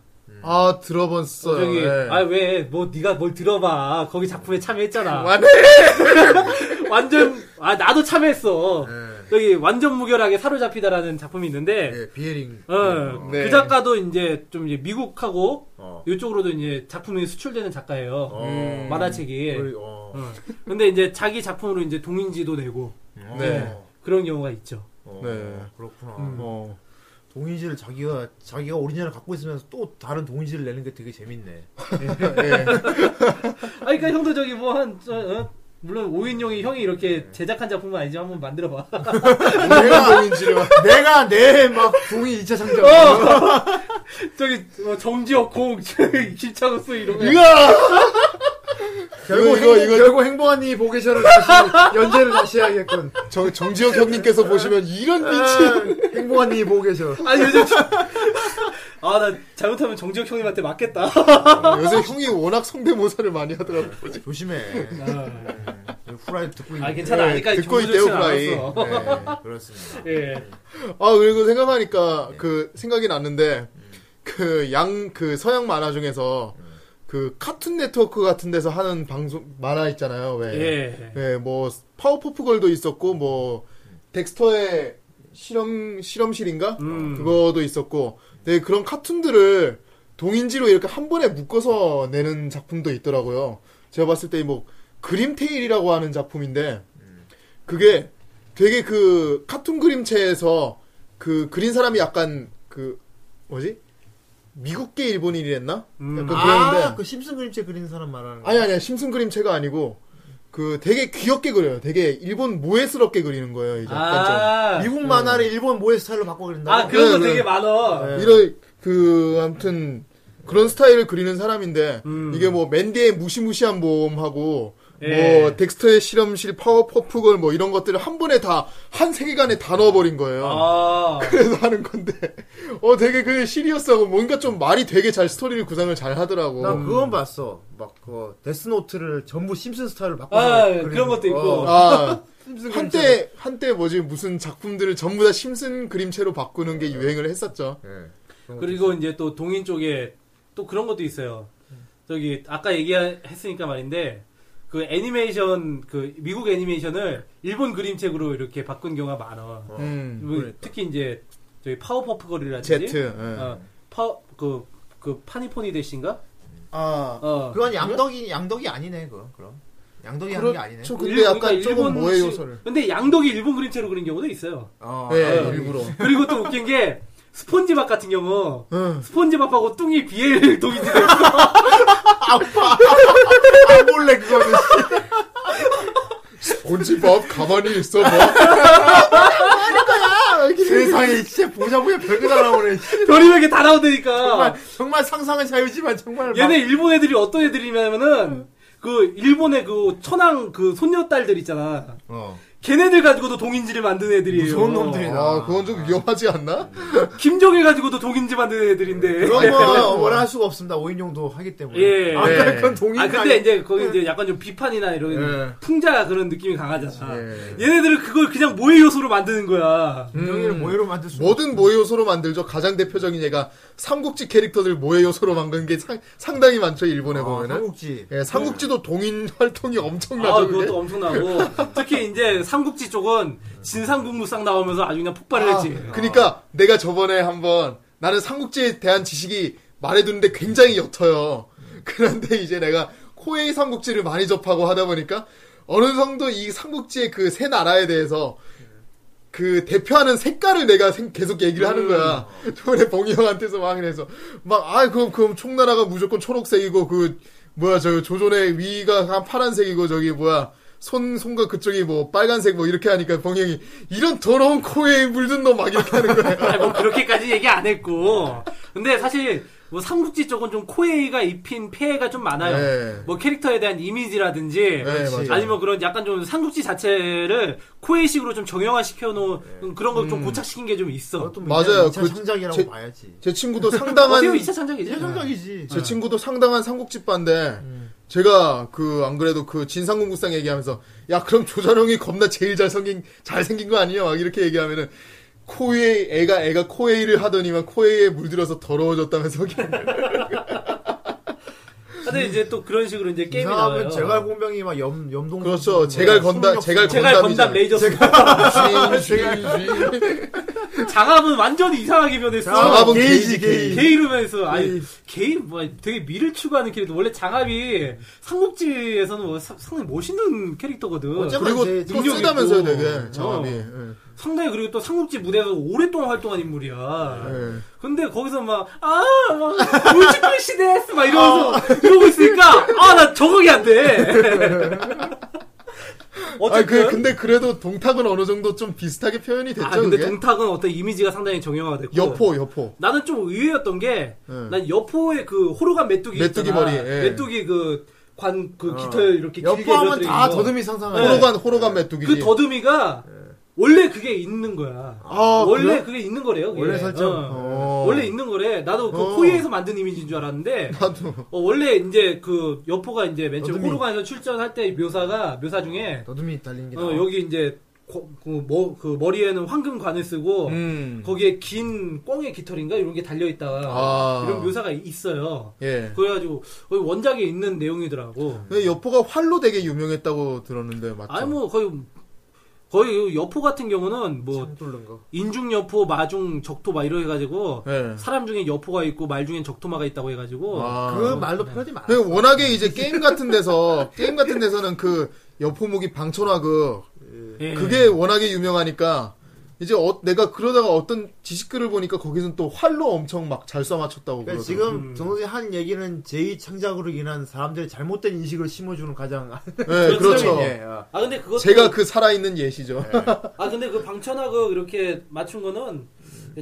Speaker 4: 아 들어봤어요
Speaker 2: 저기
Speaker 3: 예.
Speaker 4: 네.
Speaker 2: 아왜뭐 네가 뭘 들어봐 거기 작품에 참여했잖아
Speaker 3: 네.
Speaker 4: 완해!
Speaker 2: 완전 아 나도 참여했어
Speaker 3: 예.
Speaker 2: 여기 완전 무결하게 사로잡히다라는 작품이 있는데
Speaker 3: 예, 비에링
Speaker 2: 어,
Speaker 4: 네.
Speaker 2: 그 작가도 이제 좀 이제 미국하고
Speaker 3: 어.
Speaker 2: 이쪽으로도 이제 작품이 수출되는 작가예요 음,
Speaker 3: 어.
Speaker 4: 네.
Speaker 2: 만화책이
Speaker 3: 그리- 어.
Speaker 2: 어. 근데 이제 자기 작품으로 이제 동인지도 내고
Speaker 4: 네.
Speaker 2: 그런 경우가 있죠
Speaker 3: 어,
Speaker 4: 네.
Speaker 3: 그렇구나
Speaker 4: 어.
Speaker 3: 동인지를 자기가 자기가 오리지널 갖고 있으면서 또 다른 동인지를 내는 게 되게 재밌네
Speaker 2: 아 그러니까 형도 저기 뭐 한 물론 오인용이 형이 이렇게
Speaker 3: 예.
Speaker 2: 제작한 작품은 아니지만 한번 만들어봐
Speaker 3: 내가 내가 내 막 동인 2차 창작
Speaker 2: 뭐, 저기 어, 정지혁 공 김창수 이런 거
Speaker 3: 이거
Speaker 9: 결국
Speaker 4: 이거,
Speaker 9: 행-
Speaker 4: 이거-
Speaker 9: 결국 행복한 님이 보기 전에 다시 연재를 다시 해야겠군.
Speaker 4: 정, 정지혁 형님께서 보시면 이런 미친.
Speaker 9: 아, 행복한 님이 보고 계셔.
Speaker 2: 아니 요즘 아 나 잘못하면 정지혁 형님한테 맞겠다. 아.
Speaker 4: 요새 형이 워낙 성대모사를 많이 하더라고요.
Speaker 9: 조심해. 후라이 듣고 있는.
Speaker 2: 아 괜찮아 아니까
Speaker 4: 예, 듣고
Speaker 2: 기분
Speaker 4: 있대요,
Speaker 2: 좋지는
Speaker 4: 프라이.
Speaker 2: 않았어.
Speaker 9: 네, 그렇습니다.
Speaker 2: 예.
Speaker 4: 아, 그리고 생각하니까 그 생각이 났는데, 그 양, 그 서양 만화 중에서 그 카툰 네트워크 같은 데서 하는 방송, 만화 있잖아요, 왜.
Speaker 2: 예.
Speaker 4: 예, 뭐 파워포프 걸도 있었고 뭐 덱스터의 실험 실험실인가
Speaker 2: 음.
Speaker 4: 그거도 있었고, 네 그런 카툰들을 동인지로 이렇게 한 번에 묶어서 내는 작품도 있더라고요. 제가 봤을 때 뭐 그림테일이라고 하는 작품인데 그게 되게 그 카툰 그림체에서 그 그린 사람이 약간 그 뭐지 미국계 일본인이랬나? 약간 그랬는데
Speaker 9: 아, 그 심슨 그림체 그리는 사람 말하는 거.
Speaker 4: 아니 아니야 심슨 그림체가 아니고 그 되게 귀엽게 그려요. 되게 일본 모해스럽게 그리는 거예요. 이제 약간
Speaker 2: 아,
Speaker 9: 미국 만화를 일본 모의 스타일로 바꿔 그린다.
Speaker 2: 아 그런 거
Speaker 4: 네,
Speaker 2: 되게
Speaker 4: 네.
Speaker 2: 많어.
Speaker 4: 좀 이런 그 아무튼 그런 스타일을 그리는 사람인데 이게 뭐 맨디의 무시무시한 모험하고
Speaker 2: 음. 예.
Speaker 4: 뭐 덱스터의 실험실 파워퍼프걸 뭐 이런 것들을 한 번에 다 한 세계관에 다 넣어버린 거예요.
Speaker 2: 아,
Speaker 4: 그래서 하는 건데 어 되게 그 시리어스하고 뭔가 좀 말이 되게 잘 스토리를 구상을 잘 하더라고.
Speaker 9: 나 그건 봤어. 막 그 데스노트를 전부 심슨 스타일로 바꿔서
Speaker 2: 아
Speaker 9: 그리는
Speaker 2: 그런 것도
Speaker 9: 거. 어.
Speaker 2: 있고.
Speaker 4: 아
Speaker 9: 심슨 그림체.
Speaker 4: 한때 한때 뭐지 무슨 작품들을 전부 다 심슨 그림체로 바꾸는 게 유행을 했었죠.
Speaker 9: 네.
Speaker 2: 그리고 이제 또 동인 쪽에 또 그런 것도 있어요. 저기 아까 얘기했으니까 말인데 그 애니메이션 그 미국 애니메이션을 일본 그림책으로 이렇게 바꾼 경우가 많아.
Speaker 4: 음.
Speaker 2: 뭐 특히 이제 저기 파워퍼프 거리라든지
Speaker 4: 제트. 예.
Speaker 2: 어, 파그그 파니포니 대신가?
Speaker 4: 아.
Speaker 2: 어.
Speaker 9: 그건 양덕이 양덕이 아니네 그거. 그럼 양덕이 하는 게 아니네.
Speaker 4: 그렇죠. 근데
Speaker 2: 일-
Speaker 4: 약간
Speaker 2: 그러니까
Speaker 4: 조금 모의
Speaker 2: 시-
Speaker 4: 요소를.
Speaker 2: 근데 양덕이 일본 그림체로 그린 경우도 있어요.
Speaker 9: 어.
Speaker 4: 예,
Speaker 2: 아,
Speaker 4: 일부러.
Speaker 2: 그리고 또 웃긴 게 스폰지밥 같은 경우
Speaker 4: 응.
Speaker 2: 스폰지밥하고 뚱이 비엘 동인지 돼 있어.
Speaker 4: 아,
Speaker 9: 안 볼래 그거는.
Speaker 4: 본지밥 가만히 있어 뭐.
Speaker 9: 세상에 진짜 보자보자 별거 다 나오네.
Speaker 2: 별이백에 다 나온다니까.
Speaker 9: 정말 정말 상상의 자유지만 정말
Speaker 2: 얘네 일본 애들이 어떤 애들이냐면은 그 일본의 그 천황 그 손녀딸들 있잖아.
Speaker 9: 막, 어.
Speaker 2: 걔네들 가지고도 동인지를 만드는 애들이에요.
Speaker 9: 무서운 놈들이다.
Speaker 4: 아 그건 좀 위험하지 않나?
Speaker 2: 김정일 가지고도 동인지 만드는 애들인데.
Speaker 9: 그런 거 뭐라 할 수가 없습니다. 5인용도 하기 때문에.
Speaker 2: 예.
Speaker 9: 아,
Speaker 4: 예.
Speaker 9: 그건 동의.
Speaker 2: 아 근데 이제
Speaker 4: 네.
Speaker 2: 거기 이제 약간 좀 비판이나 이런
Speaker 4: 예.
Speaker 2: 풍자 그런 느낌이 강하잖아. 얘네들은 그걸 그냥 모의 요소로 만드는 거야.
Speaker 4: 음.
Speaker 9: 명예를 모해로 만들 수.
Speaker 4: 모든 모의 요소로 만들죠. 가장 대표적인 얘가 삼국지 캐릭터들 모의 요소로 만든 게 상, 상당히 많죠 일본에
Speaker 9: 아,
Speaker 4: 보면은.
Speaker 9: 삼국지.
Speaker 4: 예, 삼국지도 동인 활동이 엄청나죠.
Speaker 2: 아,
Speaker 4: 그게.
Speaker 2: 그것도 엄청나고. 특히 이제 삼국지 쪽은 진상국무상 나오면서 아주 그냥 폭발을 했지.
Speaker 4: 아, 그러니까 내가 저번에 한번 나는 삼국지에 대한 지식이 말해두는데 굉장히 옅어요. 그런데 이제 내가 코에이 삼국지를 많이 접하고 하다 보니까 어느 정도 이 삼국지의 그 세 나라에 대해서 그 대표하는 색깔을 내가 생- 계속 얘기를
Speaker 2: 음.
Speaker 4: 하는 거야. 저번에 봉이 형한테서 막 이래서 막 아 그럼 그럼 총나라가 무조건 초록색이고 그 뭐야 저 조선의 위가 한 파란색이고 저기 뭐야 손 손과 그쪽이 뭐 빨간색 뭐 이렇게 하니까 봉이 형이 이런 더러운 코에 물든 놈 막 이렇게 하는 거야.
Speaker 2: 아니, 뭐 그렇게까지 얘기 안 했고. 근데 사실 뭐 삼국지 쪽은 좀 코에이가 입힌 폐해가 좀 많아요.
Speaker 4: 네.
Speaker 2: 뭐 캐릭터에 대한 이미지라든지
Speaker 4: 네, 맞아요.
Speaker 2: 아니면 그런 약간 좀 삼국지 자체를 코에이식으로 좀 정형화 시켜놓은 그런 걸 좀 고착시킨 게 좀 있어.
Speaker 9: 그것도
Speaker 4: 맞아요.
Speaker 9: 2차
Speaker 4: 네. 음. 그
Speaker 9: 창작이라고
Speaker 4: 제-
Speaker 9: 봐야지.
Speaker 4: 제 아. 친구도
Speaker 2: 어떻게
Speaker 4: 상당한
Speaker 2: 보면 2차 창작이지.
Speaker 9: 2차 창작이지.
Speaker 4: 제 친구도 상당한 삼국지빠인데 제가 그 안 그래도 그 진상공국상 얘기하면서 야 그럼 조자룡이 겁나 제일 잘생긴 잘생긴 거 아니냐 막 이렇게 얘기하면은 코에 애가 애가 코에이를 하더니만 코에이에 물들어서 더러워졌다면서
Speaker 2: 근데 이제 또 그런 식으로 이제 게임이 나와요.
Speaker 9: 이상하면 제갈 공병이 막 염, 염동.
Speaker 4: 그렇죠 제갈 건담 제갈
Speaker 2: 제갈 건담
Speaker 4: 건담이잖아요.
Speaker 2: 레이저 스 장합은 완전히 이상하게 변했어.
Speaker 4: 장합은
Speaker 9: 게이지,
Speaker 4: 게이지
Speaker 9: 게이지.
Speaker 4: 게이
Speaker 2: 게이르면서 아니 게이 뭐 되게 미를 추구하는 캐릭터 원래 장합이 삼국지에서는 뭐 사- 상당히 멋있는 캐릭터거든.
Speaker 9: 어쨌건
Speaker 4: 그리고
Speaker 9: 이제
Speaker 4: 또
Speaker 9: 능력
Speaker 4: 쓰다면서요
Speaker 9: 있고.
Speaker 4: 되게 예. 장합이
Speaker 2: 어. 상당히 그리고 또 삼국지 무대에서 오랫동안 활동한 인물이야.
Speaker 4: 예.
Speaker 2: 근데 거기서 막아막 우주군 시대 막 이러면서 이러고 있으니까 아 나 적응이 안 돼.
Speaker 4: 아,
Speaker 2: 어쨌든
Speaker 4: 그, 근데 그래도 동탁은 어느 정도 좀 비슷하게 표현이 됐죠
Speaker 2: 아 근데
Speaker 4: 그게?
Speaker 2: 동탁은 어떤 이미지가 상당히 정형화됐고
Speaker 4: 여포 여포
Speaker 2: 나는 좀 의외였던 게,
Speaker 4: 예.
Speaker 2: 난 여포의 그 호루간 메뚜기.
Speaker 4: 메뚜기
Speaker 2: 있잖아.
Speaker 4: 머리, 예.
Speaker 2: 메뚜기 그, 관 그 깃털 이렇게 길게
Speaker 9: 어. 옆부하면
Speaker 2: 늘어뜨린
Speaker 9: 다
Speaker 2: 거.
Speaker 9: 더듬이 상상하네.
Speaker 4: 호로간 호로간 메뚜기지.
Speaker 2: 그 더듬이가 원래 그게 있는 거야.
Speaker 9: 아,
Speaker 2: 원래 그게 있는 거래요. 그게.
Speaker 9: 원래 설정.
Speaker 2: 어. 원래 있는 거래. 나도 그
Speaker 4: 어.
Speaker 2: 코이에서 만든 이미지인 줄 알았는데
Speaker 4: 나도
Speaker 2: 어, 원래 이제 그 여포가 이제 맨 처음
Speaker 9: 더듬이. 아,
Speaker 2: 호로간에서 출전할 때 묘사가 묘사 중에
Speaker 9: 더듬이 달린 게.
Speaker 2: 어,
Speaker 9: 나와.
Speaker 2: 여기 이제 고- 그, 뭐, 그 머리에는 황금관을 쓰고
Speaker 4: 음.
Speaker 2: 거기에 긴 꽁의 깃털인가 이런 게 달려 있다
Speaker 4: 아.
Speaker 2: 이런 묘사가 있어요.
Speaker 4: 예.
Speaker 2: 그래가지고 거의 원작에 있는 내용이더라고.
Speaker 4: 근데 여포가 활로 되게 유명했다고 들었는데 맞죠?
Speaker 2: 아니 뭐 거의 거의 여포 같은 경우는 뭐
Speaker 4: 그렇죠.
Speaker 9: 뚫는 거.
Speaker 2: 인중 여포, 마중, 적토 막 이러 해가지고
Speaker 4: 예.
Speaker 2: 사람 중에 여포가 있고 말 중엔 적토마가 있다고 해가지고
Speaker 4: 아.
Speaker 9: 그 말로 표현이 많아.
Speaker 2: 네.
Speaker 4: 근데 워낙에 이제 게임 같은 데서 게임 같은 데서는 그 여포목이 방천화극
Speaker 2: 예.
Speaker 4: 그게 워낙에 유명하니까 이제 어- 내가 그러다가 어떤 지식글을 보니까 거기선 또 활로 엄청 막 잘 쏴맞췄다고
Speaker 9: 그러니까
Speaker 4: 그러더라고요.
Speaker 9: 지금 정선이 한 얘기는 제2 창작으로 인한 사람들의 잘못된 인식을 심어주는 가장
Speaker 4: 예, 그렇죠.
Speaker 9: 예, 어.
Speaker 2: 아 근데 그것
Speaker 4: 제가 그 살아있는 예시죠.
Speaker 2: 아 근데 그 방천하고 이렇게 맞춘 거는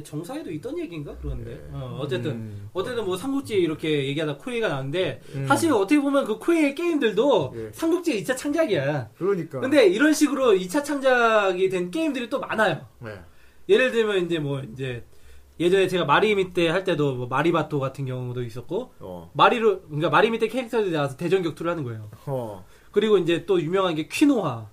Speaker 2: 정상에도 있던 얘기인가 그런데 어, 어쨌든 어쨌든 뭐 삼국지 이렇게 얘기하다 코에가 나왔는데 사실 어떻게 보면 그 코에의 게임들도 삼국지 의 2차 창작이야.
Speaker 9: 그러니까.
Speaker 2: 근데 이런 식으로 2차 창작이 된 게임들이 또 많아요.
Speaker 9: 네.
Speaker 2: 예를 들면 이제 뭐 이제 예전에 제가 마리미 때 할 때도 뭐 마리바토 같은 경우도 있었고
Speaker 4: 어.
Speaker 2: 마리로 그러니까 마리미 때 캐릭터들이 나와서 대전 격투를 하는 거예요.
Speaker 9: 어.
Speaker 2: 그리고 이제 또 유명한 게 퀴노화.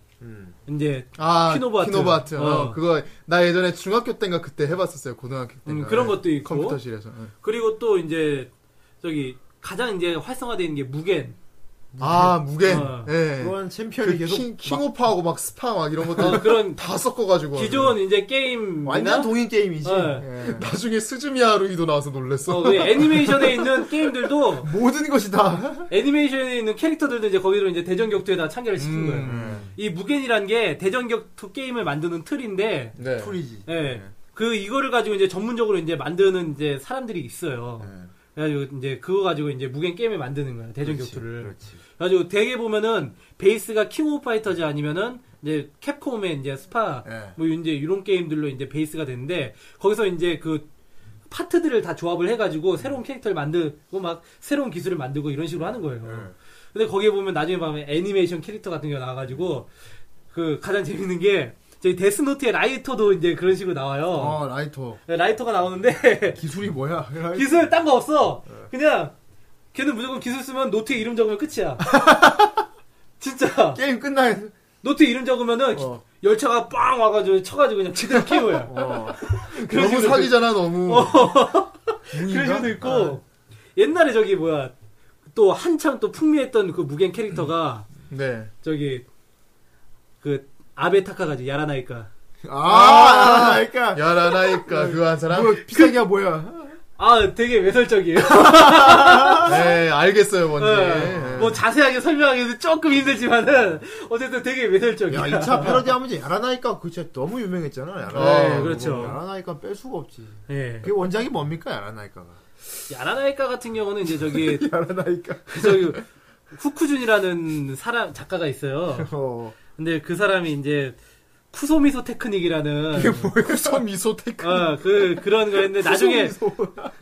Speaker 2: 이제
Speaker 4: 아,
Speaker 2: 키노바트.
Speaker 4: 키노바트. 어,
Speaker 2: 어.
Speaker 4: 그거 나 예전에 중학교 때인가 그때 해봤었어요. 고등학교 때인가.
Speaker 2: 음, 그런
Speaker 4: 예.
Speaker 2: 것도 있고.
Speaker 4: 컴퓨터실에서. 예.
Speaker 2: 그리고 또 이제 저기 가장 이제 활성화되는 게 무겐.
Speaker 4: 아, 무게.
Speaker 2: 어.
Speaker 4: 예.
Speaker 9: 그건 챔피언이
Speaker 4: 그
Speaker 9: 계속
Speaker 4: 킹, 킹오파하고 막 스파 막 이런 것들
Speaker 2: 어, 그런
Speaker 4: 다 섞어가지고.
Speaker 2: 기존 이제 게임
Speaker 9: 뭐 완전 동인 게임이지.
Speaker 2: 어.
Speaker 9: 예.
Speaker 4: 나중에 스즈미 하루이도 나와서 놀랬어.
Speaker 2: 어, 그 애니메이션에 있는 게임들도
Speaker 9: 모든 것이 다.
Speaker 2: 애니메이션에 있는 캐릭터들도 이제 거기로 이제 대전 격투에다 참여를
Speaker 9: 음.
Speaker 2: 시킨 거예요. 이 무겐이란 게 대전 격투 게임을 만드는 틀인데,
Speaker 4: 네.
Speaker 9: 풀이지.
Speaker 2: 예, 그 이거를 가지고 이제 전문적으로 이제 만드는 이제 사람들이 있어요.
Speaker 9: 네.
Speaker 4: 네.
Speaker 2: 그래가지고 이제 그거 가지고 이제 무겐 게임을 만드는 거야 대전 격투를.
Speaker 9: 그렇지.
Speaker 2: 그래가지고 되게 보면은 베이스가 킹 오브 파이터즈 아니면은 이제 캡콤의 이제 스파
Speaker 4: 예.
Speaker 2: 뭐 이제 이런 게임들로 이제 베이스가 되는데 거기서 이제 그 파트들을 다 조합을 해가지고 새로운 캐릭터를 만들고 막 새로운 기술을 만들고 이런 식으로 하는 거예요. 근데 거기에 보면 나중에 보면 애니메이션 캐릭터 같은 게 나와가지고 그 가장 재밌는 게 저희 데스노트의 라이터도 이제 그런 식으로 나와요.
Speaker 4: 아,
Speaker 9: 어, 라이터.
Speaker 2: 라이터가 나오는데
Speaker 9: 기술이 뭐야?
Speaker 2: 기술 딴 거 없어. 그냥 걔는 무조건 기술 쓰면 노트에 이름 적으면 끝이야. 진짜
Speaker 9: 게임 끝나야
Speaker 2: 노트에 이름 적으면은 기-
Speaker 4: 어.
Speaker 2: 열차가 빵 와가지고 쳐가지고 그냥 제대로 키워요.
Speaker 4: 어. 너무 사기잖아, 너무.
Speaker 2: 어. 그런 식도 있고
Speaker 4: 어.
Speaker 2: 옛날에 저기 뭐야 또 한참 또 풍미했던 그 무겐 캐릭터가
Speaker 4: 네.
Speaker 2: 저기 그 아베 타카가지 야라나이까
Speaker 9: 아, 그러니까
Speaker 2: 어.
Speaker 4: 야라나이까, 그 한 사람?
Speaker 9: 뭐 피사기야 뭐야?
Speaker 2: 아 되게 외설적이에요.
Speaker 4: 네, 알겠어요, 뭔지. 네.
Speaker 2: 예. 뭐 자세하게 설명하기는 조금 힘들지만은 어쨌든 되게 외설적이야.
Speaker 9: 야, 2차 패러디하면 이제 야라나이까 그 진짜 너무 유명했잖아. 야라나이까.
Speaker 4: 네,
Speaker 2: 그렇죠.
Speaker 9: 뭐 야라나이까 뺄 수가 없지.
Speaker 2: 예.
Speaker 9: 그게 원작이 뭡니까? 야라나이까가.
Speaker 2: 야라나이까 같은 경우는 이제 저기 그
Speaker 9: 야라나이까.
Speaker 2: 저기 후쿠준이라는 사람 작가가 있어요.
Speaker 9: 어.
Speaker 2: 근데 그 사람이 이제 쿠소미소 테크닉이라는
Speaker 4: 소 미소 테크.
Speaker 2: 어, 그 그런 거였는데 나중에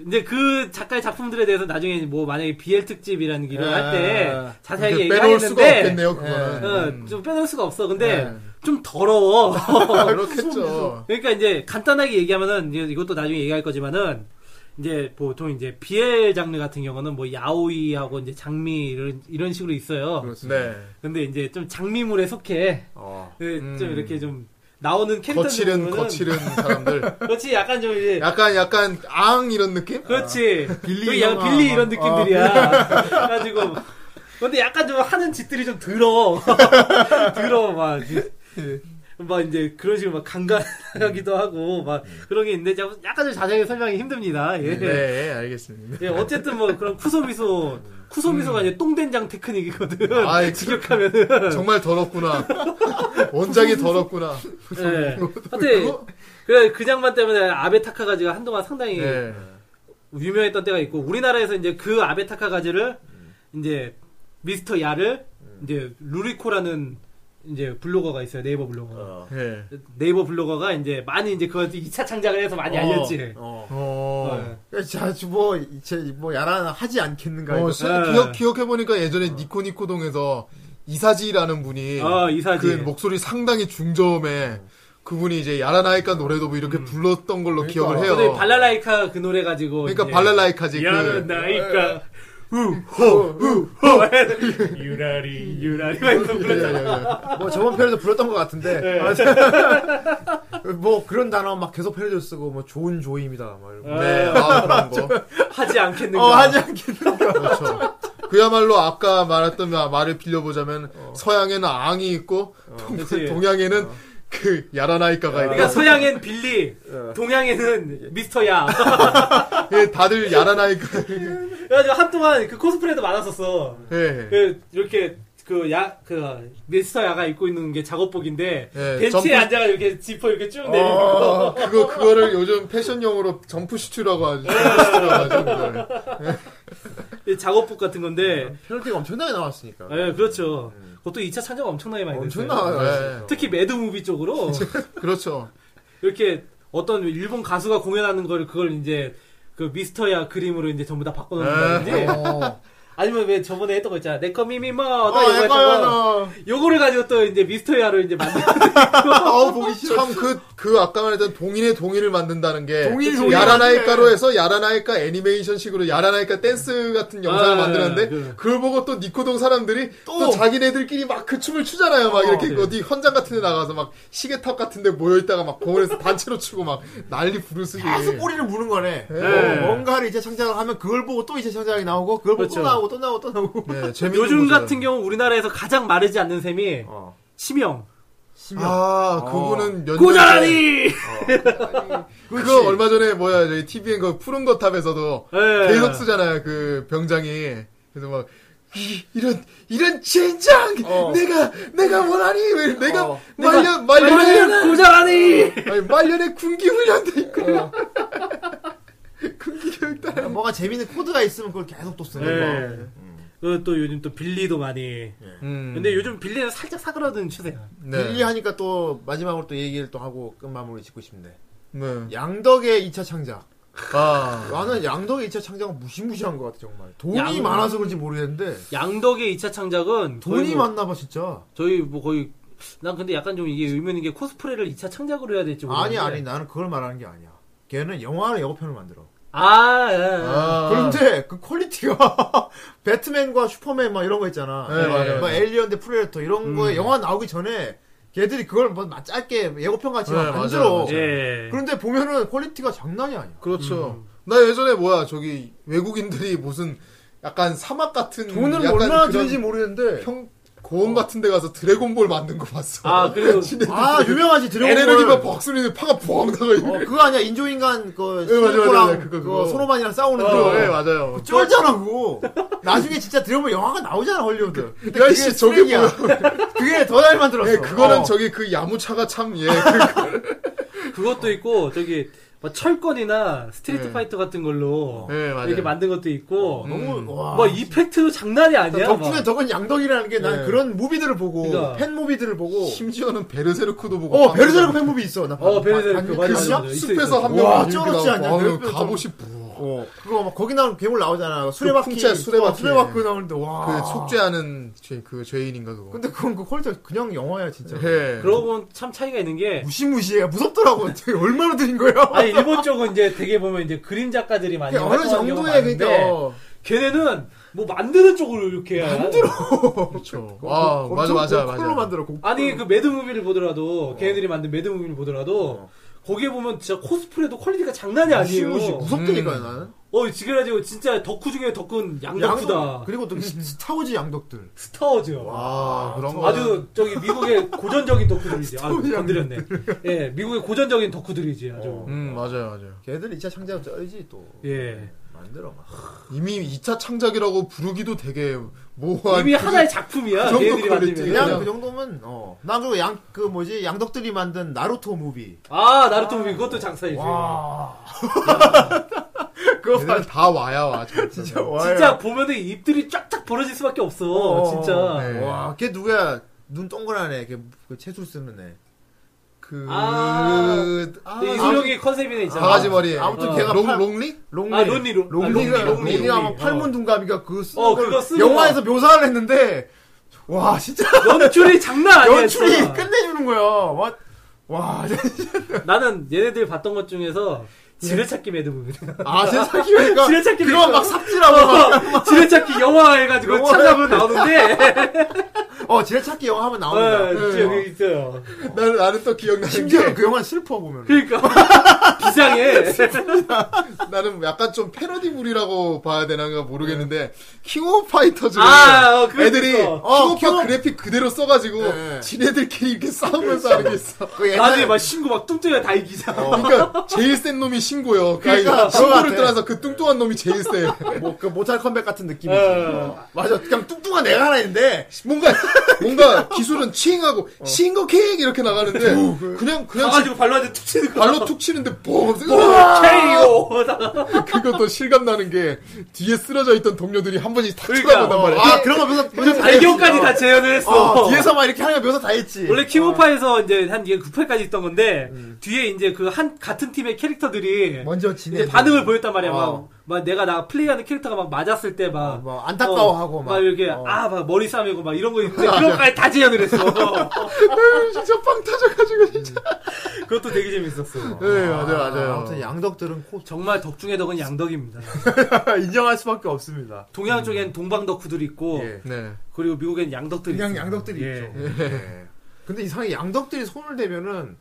Speaker 2: 이제 그 작가의 작품들에 대해서 나중에 뭐 만약에 BL 특집이라는 기를 할 때 자세하게
Speaker 4: 아, 이렇게 빼놓을 수가
Speaker 2: 얘기하는데
Speaker 4: 없겠네요, 그거는.
Speaker 2: 어, 좀 빼놓을 수가 없어. 근데
Speaker 4: 네.
Speaker 2: 좀 더러워.
Speaker 4: 그렇겠죠.
Speaker 2: 그러니까 이제 간단하게 얘기하면은 이제 이것도 나중에 얘기할 거지만은 이제 보통 이제 BL 장르 같은 경우는 뭐 야오이하고 이제 장미 이런 이런 식으로 있어요.
Speaker 4: 네.
Speaker 2: 근데 이제 좀 장미물에 속해.
Speaker 9: 어.
Speaker 2: 네, 좀 이렇게 좀 나오는 캐릭터
Speaker 4: 어, 음. 거칠은, 거칠은 사람들.
Speaker 2: 그렇지 약간 좀 이제
Speaker 4: 약간, 약간, 앙, 이런 느낌?
Speaker 2: 그렇지 어. 빌리 약간
Speaker 9: 영화.
Speaker 2: 빌리 이런 어. 느낌들이야. 그래가지고 근데 약간 좀 하는 짓들이 좀 더러워. 더러워 막. 이제. 막 이제 그런 식으로 막 강간하기도 하고 막 그런 게 있는데 자- 약간 좀 자세하게 설명하기 힘듭니다. 예.
Speaker 4: 네, 알겠습니다.
Speaker 2: 예, 어쨌든 뭐 그런 쿠소미소 쿠소미소가 이제 똥된장 테크닉이거든.
Speaker 4: 아이,
Speaker 2: 직역하면은.
Speaker 4: 정말 더럽구나. 원작이 더럽구나.
Speaker 2: 예. 하여튼 그래 그 장만 때문에 아베 타카가지가 한동안 상당히
Speaker 4: 네.
Speaker 2: 유명했던 때가 있고 우리나라에서 이제 그 아베 타카가지를 이제 미스터 야를 이제 루리코라는 이제 블로거가 있어요 네이버 블로거
Speaker 4: 네.
Speaker 2: 네이버 블로거가 이제 많이 이제 그걸 2차 창작을 해서 많이 알렸지
Speaker 9: 어.
Speaker 4: 어.
Speaker 10: 어. 자뭐 이제 뭐 야란 하지 않겠는가.
Speaker 4: 어,
Speaker 10: 이거.
Speaker 4: 시-
Speaker 2: 네.
Speaker 4: 기억 기억해보니까 예전에 니코니코동에서 이사지라는
Speaker 6: 예.
Speaker 4: 분이
Speaker 2: 아, 이사지.
Speaker 4: 그 목소리 상당히 중저음에 그분이 이제 야라나이카 노래도 뭐 이렇게 불렀던 걸로 기억을 해요.
Speaker 2: 음. 그러니까. 어, 근데 발랄라이카 그 노래 가지고.
Speaker 4: 그러니까
Speaker 2: 이제
Speaker 4: 발랄라이카지
Speaker 6: 야는
Speaker 4: 그
Speaker 2: 네.
Speaker 6: 나이까 우호우호 유라리 유라리 막 이러면서
Speaker 4: 예,
Speaker 6: 불렀잖아.
Speaker 4: 예, 예.
Speaker 3: 뭐 저번 편에도 불렀던 것 같은데 아, 뭐 그런 단어 막 계속 패러디로 쓰고 뭐 좋은 조이입니다 막 이러고 그러니까.
Speaker 4: 네, 아, 그런 거.
Speaker 2: 하지 않겠는가.
Speaker 3: 어 하지 않겠는
Speaker 4: 그렇죠. 그야말로 아까 말했던 마- 말을 빌려보자면
Speaker 3: 어.
Speaker 4: 서양에는 앙이 있고 동,
Speaker 2: 그치.
Speaker 4: 양에는그 야라나이카가
Speaker 2: 그러니까
Speaker 4: 있고
Speaker 2: 서양엔 빌리,
Speaker 6: 어.
Speaker 2: 동양에는 미스터 야.
Speaker 4: 예, 다들 야라나이카
Speaker 2: 그래가지고 한동안 그 코스프레도 많았었어.
Speaker 4: 예.
Speaker 2: 그 이렇게 그 야, 그 미스터 야가 입고 있는 게 작업복인데
Speaker 4: 예,
Speaker 2: 그 벤치에
Speaker 4: 점프-
Speaker 2: 앉아가 이렇게 지퍼 이렇게 쭉 내리는 거.
Speaker 4: 어, 그거 그거를 요즘 패션용어로 점프슈트라고 하죠. 점프슈트라고 하죠. 그걸.
Speaker 2: 작업복 같은 건데.
Speaker 3: 패러디가 엄청나게 나왔으니까
Speaker 2: 예, 그렇죠. 그것도 2차 창작 엄청나게 많이 됐어요.
Speaker 4: 엄청나요.
Speaker 3: 네.
Speaker 4: 예.
Speaker 2: 특히 매드무비 쪽으로
Speaker 4: 그렇죠.
Speaker 2: 이렇게 어떤 일본 가수가 공연하는 걸 그걸 이제 그 미스터야 그림으로 이제 전부 다 바꿔놓는다든지
Speaker 4: 어.
Speaker 2: 아니면 왜 저번에 했던 거 있잖아 내꺼 미미마 나
Speaker 4: 아,
Speaker 2: 이거 했던 거.
Speaker 4: 약간
Speaker 2: 요거를 가지고 또 이제 미스터야로 이제 만들었는데
Speaker 4: 아우 보기 싫어. 참그 그 아까 말했던 동인의 동인을 만든다는 게
Speaker 3: 동인,
Speaker 4: 그치.
Speaker 3: 동인.
Speaker 4: 야라나이카로 해서 야라나이카 애니메이션식으로 야라나이카 댄스 같은 영상을
Speaker 2: 아,
Speaker 4: 만드는데
Speaker 2: 그.
Speaker 4: 그걸 보고 또 니코동 사람들이 또, 자기네들끼리 막 그 춤을 추잖아요. 막 이렇게
Speaker 2: 네.
Speaker 4: 어디 현장 같은 데 나가서 막 시계탑 같은 데 모여 있다가 막 공원에서 단체로 추고 막 난리 부르스기.
Speaker 3: 계속 꼬리를 무는 거네
Speaker 2: 네.
Speaker 3: 어, 뭔가를 이제 창작을 하면 그걸 보고 또 이제 창작이 나오고 그걸 보고
Speaker 2: 그렇죠.
Speaker 3: 또 나오고 또 나오고 또 나오고
Speaker 4: 네, 재밌는
Speaker 2: 요즘
Speaker 4: 거죠.
Speaker 2: 같은 경우 우리나라에서 가장 마르지 않는 셈이
Speaker 3: 어.
Speaker 2: 치명
Speaker 4: 아, 그분은 몇 년. 전에-
Speaker 2: 고자라니
Speaker 4: 그거 얼마 전에 뭐야, 저희 TVN 그 푸른 거 탑에서도
Speaker 3: 네.
Speaker 2: 예.
Speaker 4: 계속 쓰잖아요, 그 병장이. 그래서 막, 이- 이런, 이런 젠장! 내가, 내가 원하니! 왜, 내가,
Speaker 3: 어.
Speaker 4: 말년, 말년에,
Speaker 2: 말년은 고자라니
Speaker 4: 아니, 말년에 군기훈련도 있고. 군기 네. 교육 따라.
Speaker 3: 어. 뭐가 재밌는 코드가 있으면 그걸 계속 또 쓰는
Speaker 2: 예.
Speaker 3: 거
Speaker 2: 그리고 또 요즘 또 빌리도 많이 근데 요즘 빌리는 살짝 사그라드는 추세야
Speaker 4: 네.
Speaker 3: 빌리 하니까 또 마지막으로 또 얘기를 또 하고 끝마무리 짓고 싶네
Speaker 4: 네.
Speaker 3: 양덕의 2차 창작
Speaker 4: 아.
Speaker 3: 나는 양덕의 2차 창작은 무시무시한 것 같아 정말 돈이
Speaker 2: 양-
Speaker 3: 많아서 그런지 모르겠는데
Speaker 2: 양덕의 2차 창작은 거의
Speaker 3: 돈이
Speaker 2: 뭐
Speaker 3: 많나봐 진짜
Speaker 2: 저희 뭐 거의 난 근데 약간 좀 이게 의문인 게 코스프레를 2차 창작으로 해야 될지
Speaker 3: 아니
Speaker 2: 모르겠는데
Speaker 3: 아니 나는 그걸 말하는 게 아니야 걔는 영화를 예고편을 만들어
Speaker 2: 아, 예, 예.
Speaker 4: 아.
Speaker 3: 그런데 그 퀄리티가 배트맨과 슈퍼맨 막 이런 거 있잖아
Speaker 4: 네, 맞아요. 음.
Speaker 3: 막 엘리언 대 프레데터 이런 거에 영화 나오기 전에 걔들이 그걸 뭐 짧게 예고편 같이 막
Speaker 4: 네, 맞아요,
Speaker 3: 만들어
Speaker 4: 맞아요.
Speaker 2: 예.
Speaker 3: 그런데 보면은 퀄리티가 장난이 아니야
Speaker 4: 그렇죠.
Speaker 3: 음.
Speaker 4: 나 예전에 뭐야, 저기, 외국인들이 무슨, 약간 사막 같은.
Speaker 3: 돈을
Speaker 4: 약간
Speaker 3: 얼마나
Speaker 4: 그런
Speaker 3: 들인지 모르겠는데
Speaker 4: 평 고원 같은 데 가서 드래곤볼 만든 거 봤어.
Speaker 2: 아, 그리고
Speaker 3: 아 유명하지
Speaker 4: 에네르기
Speaker 3: 드래곤볼
Speaker 4: 막 박수리는 파가 부엉 나가 있고.
Speaker 3: 어, 그거 아니야 인조인간 그
Speaker 4: 예, 맞아요,
Speaker 3: 스노코랑
Speaker 4: 맞아요.
Speaker 3: 그거,
Speaker 4: 그거, 그거.
Speaker 3: 소로만이랑 싸우는 거
Speaker 4: 어, 예, 맞아요.
Speaker 3: 쩔잖아 그거 나중에 진짜 드래곤볼 영화가 나오잖아 헐리우드 근데
Speaker 4: 야,
Speaker 3: 그게
Speaker 4: 씨, 저게
Speaker 3: 쓰레기야. 그게 더 잘 만들었어
Speaker 4: 예, 그거는
Speaker 3: 어.
Speaker 4: 저기 그 야무차가 참, 예. 그-
Speaker 2: 그것도 있고 저기 뭐 철권이나 스트리트
Speaker 3: 네.
Speaker 4: 예.
Speaker 2: 파이터 같은 걸로
Speaker 4: 예, 맞아요.
Speaker 2: 이렇게 만든 것도 있고
Speaker 4: 너무,
Speaker 3: 음. 와.
Speaker 2: 뭐 이펙트 장난이 아니야.
Speaker 3: 덕분에
Speaker 2: 막.
Speaker 3: 덕은 양덕이라는 게 난
Speaker 4: 예.
Speaker 3: 그런 무비들을 보고
Speaker 2: 그러니까.
Speaker 3: 팬 무비들을 보고
Speaker 4: 심지어는 베르세르크도 보고.
Speaker 3: 어 베르세르크 팬 무비 있어 나
Speaker 2: 어, 베르세르크,
Speaker 3: 봤-
Speaker 2: 맞아,
Speaker 3: 봤냐?
Speaker 2: 맞아.
Speaker 4: 숲에서 한 명.
Speaker 3: 와, 쩔었지 않냐?
Speaker 4: 아, 뭐.
Speaker 3: 베르세르크
Speaker 4: 갑옷이 부어.
Speaker 3: 어 그거 막 거기 나오는 괴물 나오잖아 수레바퀴
Speaker 4: 풍차 수레바퀴.
Speaker 3: 어, 수레바퀴 나오는데 와
Speaker 4: 그 속죄하는 죄, 그 죄인인가 그거.
Speaker 3: 아. 근데 그건 그 퀄리티가 그냥 영화야 진짜
Speaker 4: 예.
Speaker 2: 그러고 보면 참 차이가 있는 게
Speaker 3: 무시무시해 무섭더라고 되게 얼마나 들인 거야
Speaker 2: 아니 일본 쪽은 이제 되게 보면 이제 그림 작가들이 많이
Speaker 3: 어느 그러니까
Speaker 2: 활동하는 경우가
Speaker 3: 정도의
Speaker 2: 많은데
Speaker 3: 그니까 어.
Speaker 2: 걔네는 뭐 만드는 쪽으로 이렇게 만들어.
Speaker 4: 그렇죠. 아, 맞아, 맞아, 맞아.
Speaker 3: 로 만들어 곡.
Speaker 2: 아니 그 매드 무비를 보더라도 걔네들이 만든 매드 무비를 보더라도 거기에 보면 진짜 코스프레도 퀄리티가 장난이 아니에요.
Speaker 3: 무시 무섭다니까요 나는.
Speaker 2: 어 지금까지 진짜 덕후 중에 덕후는 양덕후다.
Speaker 3: 양덕 그리고 또 스- 스타워즈 양덕들.
Speaker 2: 스타워즈.
Speaker 4: 아, 그런 거.
Speaker 2: 아주 저기 미국의 고전적인 덕후들이지. 아,
Speaker 3: 스토리
Speaker 2: 건드렸네. 예, 미국의 고전적인 덕후들이지 아주.
Speaker 4: 음, 맞아요, 맞아요.
Speaker 3: 걔들 2차 창작은 쩔지 또. 네,
Speaker 2: 예.
Speaker 3: 만들어 막.
Speaker 4: 이미 2차 창작이라고 부르기도 되게
Speaker 3: 어.
Speaker 4: 모호한.
Speaker 2: 이미
Speaker 4: 그-
Speaker 2: 하나의 작품이야.
Speaker 4: 그 정도 퀄리티.
Speaker 2: 얘들이 만들면.
Speaker 3: 그냥
Speaker 4: 그냥-
Speaker 3: 그 정도면 어. 난 그리고 양그 뭐지 양덕들이 만든 나루토 무비.
Speaker 2: 아, 나루토 무비 그것도 장사이지.
Speaker 3: 그거
Speaker 4: 얘네는 다 와야 와,
Speaker 3: 진짜
Speaker 4: 진짜.
Speaker 3: 와요.
Speaker 2: 진짜 보면은 입들이 쫙쫙 벌어질 수밖에 없어. 네.
Speaker 3: 어,
Speaker 2: 진짜.
Speaker 3: 뭐, 네. 와, 걔 누구야? 눈 동그란 애, 걔, 그 채술 쓰는 애.
Speaker 4: 그
Speaker 2: 아.
Speaker 4: 아,
Speaker 2: 근데 이소룡이 컨셉이네 있잖아.
Speaker 4: 바가지 머리에
Speaker 6: 아무튼
Speaker 2: 어.
Speaker 6: 걔가
Speaker 4: 롱
Speaker 6: 팔-
Speaker 4: 롱리?
Speaker 3: 롱리.
Speaker 2: 아 론리 로- 아, 론리
Speaker 4: 롱리가-
Speaker 2: 론리
Speaker 6: 롱리 아마
Speaker 2: 롱리.
Speaker 6: 팔문 둔갑이가 그 쓰는
Speaker 2: 어,
Speaker 6: 걸
Speaker 2: 그거 쓰는
Speaker 6: 영화에서 묘사를 했는데 와 진짜
Speaker 2: 어. 연출이 장난 아니야.
Speaker 6: 연출이
Speaker 2: 진짜.
Speaker 6: 끝내주는 거야. 와, 와
Speaker 2: 나는 얘네들 봤던 것 중에서 지뢰찾기 매듭을
Speaker 6: 아, 세상 기회니까
Speaker 2: 지뢰찾기 어.
Speaker 6: 그거 막
Speaker 2: 매듭.
Speaker 6: 삽질하고 막
Speaker 2: 지뢰찾기 영화 네. 해가지고
Speaker 6: 영화.
Speaker 2: 찾아보면 나오는데
Speaker 6: 어, 지뢰찾기 영화 하면
Speaker 2: 어,
Speaker 6: 나온다. 네.
Speaker 2: 진짜 여기 있어요.
Speaker 4: 나는 나는 또 기억나는
Speaker 6: 심지어
Speaker 4: 게
Speaker 6: 그 영화는 슬퍼 보면.
Speaker 2: 그러니까 네. 비상해.
Speaker 4: 나는 약간 좀 패러디물이라고 봐야 되나가 모르겠는데 킹 오브 파이터즈
Speaker 2: 아, 어, 그거
Speaker 4: 애들이
Speaker 2: 있어.
Speaker 6: 네. 어,
Speaker 4: 킹
Speaker 6: 킹
Speaker 4: 오브
Speaker 6: 오브-
Speaker 4: 그래픽 그대로 써가지고
Speaker 6: 네.
Speaker 4: 지네들끼리 이렇게 싸우면서 하는 게 있어
Speaker 6: 그 어.
Speaker 2: 나중에
Speaker 6: 옛날에
Speaker 2: 막 신고 막 뚱뚱해 다 이기잖아.
Speaker 4: 그러니까 제일 센 놈이 신고요
Speaker 6: 그러니까
Speaker 4: 그러니까 신고를
Speaker 6: 그거 같아.
Speaker 4: 떠나서 그 뚱뚱한 놈이 제일 세
Speaker 6: 뭐, 그 모탈 컴백 같은 느낌이지.
Speaker 2: 어.
Speaker 6: 맞아. 그냥 뚱뚱한 애가 하나 있는데
Speaker 4: 뭔가 뭔가 기술은 치잉하고 싱거킹 이렇게 나가는데 그냥 그냥
Speaker 2: 아, 가가지고 발로 한대 툭 치는 거.
Speaker 4: 발로 툭 치는데 뭐
Speaker 2: 케이오.
Speaker 4: 그것도 실감 나는 게 뒤에 쓰러져 있던 동료들이 한 번씩 탁
Speaker 2: 그러니까,
Speaker 4: 쳐다본단 말이야.
Speaker 6: 아, 그런 거 묘사 묘사 다 했어.
Speaker 2: 발경까지 다 재현을 네. 했어.
Speaker 6: 어, 뒤에서 막 이렇게 하는 거 묘사 다
Speaker 3: 네.
Speaker 6: 했지.
Speaker 2: 원래 킹오파에서 이제 한 이게 9회까지 있던 건데 뒤에 이제 그 한 같은 팀의 캐릭터들이
Speaker 3: 먼저
Speaker 2: 이제
Speaker 3: 지내.
Speaker 2: 반응을 보였단 말이야.
Speaker 6: 어.
Speaker 2: 막, 막 내가 나 플레이하는 캐릭터가 막 맞았을 때 막.
Speaker 6: 뭐 안타까워하고
Speaker 2: 어,
Speaker 6: 막.
Speaker 2: 막 이렇게
Speaker 6: 어.
Speaker 2: 아 막 머리 싸매고 막 이런 거 있는데 그런 거까지 다 재현을 했어.
Speaker 4: 아유, 진짜 빵 터져가지고 진짜.
Speaker 2: 음. 그것도 되게 재밌었어.
Speaker 6: 네, 맞아요, 맞아요.
Speaker 3: 아무튼 양덕들은 코.
Speaker 2: 정말 덕 중의 덕은 양덕입니다.
Speaker 6: 인정할 수밖에 없습니다.
Speaker 2: 동양 쪽엔 동방 덕후들이 있고
Speaker 6: 예.
Speaker 4: 네.
Speaker 2: 그리고 미국엔 양덕들이
Speaker 3: 어. 그냥
Speaker 2: 있어요.
Speaker 3: 양덕들이 있죠.
Speaker 6: 예.
Speaker 3: 근데 이상하게 양덕들이 손을 대면은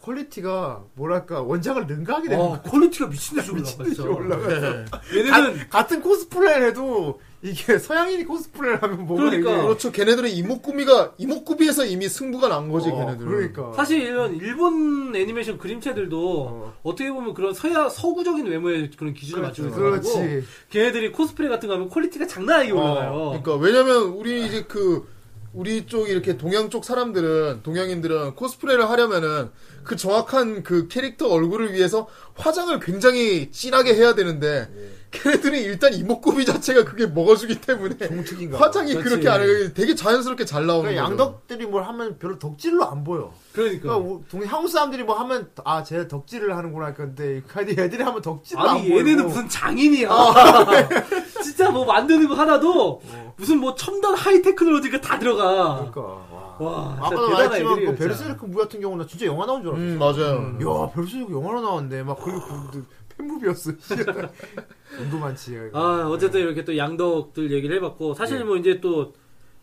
Speaker 3: 퀄리티가 뭐랄까 원작을 능가하게 되는
Speaker 2: 어, 퀄리티가 미친 듯이 올라가
Speaker 3: 듯이
Speaker 2: 있어.
Speaker 3: 올라가서
Speaker 2: 얘네는
Speaker 3: 같은 코스프레를 해도 이게 서양인이 코스프레를 하면 뭐가
Speaker 2: 그러니까.
Speaker 3: 이게
Speaker 4: 그렇죠. 걔네들은 이목구비가 이목구비에서 이미 승부가 난 거지
Speaker 3: 어,
Speaker 4: 걔네들은.
Speaker 3: 그러니까
Speaker 2: 사실 이런 일본 애니메이션 그림체들도 어. 떻게 보면 그런 서야 서구적인 외모의 그런 기준을 맞추고 있어가지고
Speaker 3: 그렇지 어.
Speaker 2: 걔네들이 코스프레 같은 거 하면 퀄리티가 장난 아니게 올라가요.
Speaker 4: 그러니까 왜냐면 우리 이제 그 우리 쪽 이렇게 동양 쪽 사람들은 동양인들은 코스프레를 하려면은 그 정확한 그 캐릭터 얼굴을 위해서 화장을 굉장히 진하게 해야 되는데
Speaker 3: 예.
Speaker 4: 걔네들은 일단 이목구비 자체가 그게 먹어주기 때문에
Speaker 3: 종특인가 봐.
Speaker 4: 화장이 그렇게 안 해. 되게 자연스럽게 잘 나오는
Speaker 3: 그러니까
Speaker 4: 거죠. 네.
Speaker 3: 양덕들이 뭘 하면 별로 덕질로 안 보여
Speaker 2: 그러니까.
Speaker 3: 그러니까 우- 동 한국 사람들이 뭐 하면 아쟤 덕질을 하는구나 근데 근데 얘들이 하면 덕질도 안
Speaker 2: 아니
Speaker 3: 보이고 어.
Speaker 2: 얘네는 무슨 장인이야. 진짜 뭐 만드는 거 하나도 무슨 뭐 첨단 하이테크놀로지가 그 다 들어가.
Speaker 3: 그러니까 와.
Speaker 2: 와, 진짜
Speaker 3: 아까도
Speaker 2: 대단한
Speaker 3: 말했지만
Speaker 2: 애들이에요.
Speaker 3: 그 베르세르크 무비 같은 경우는 진짜 영화 나온 줄 알았어
Speaker 4: 음 맞아요.
Speaker 3: 야 베르세르크 영화로 나왔네 막 그리고 그- 팬무비였어 돈도 많지
Speaker 2: 진짜. 아, 어쨌든 이렇게 또 양덕들 얘기를 해봤고 사실
Speaker 3: 예.
Speaker 2: 뭐 이제 또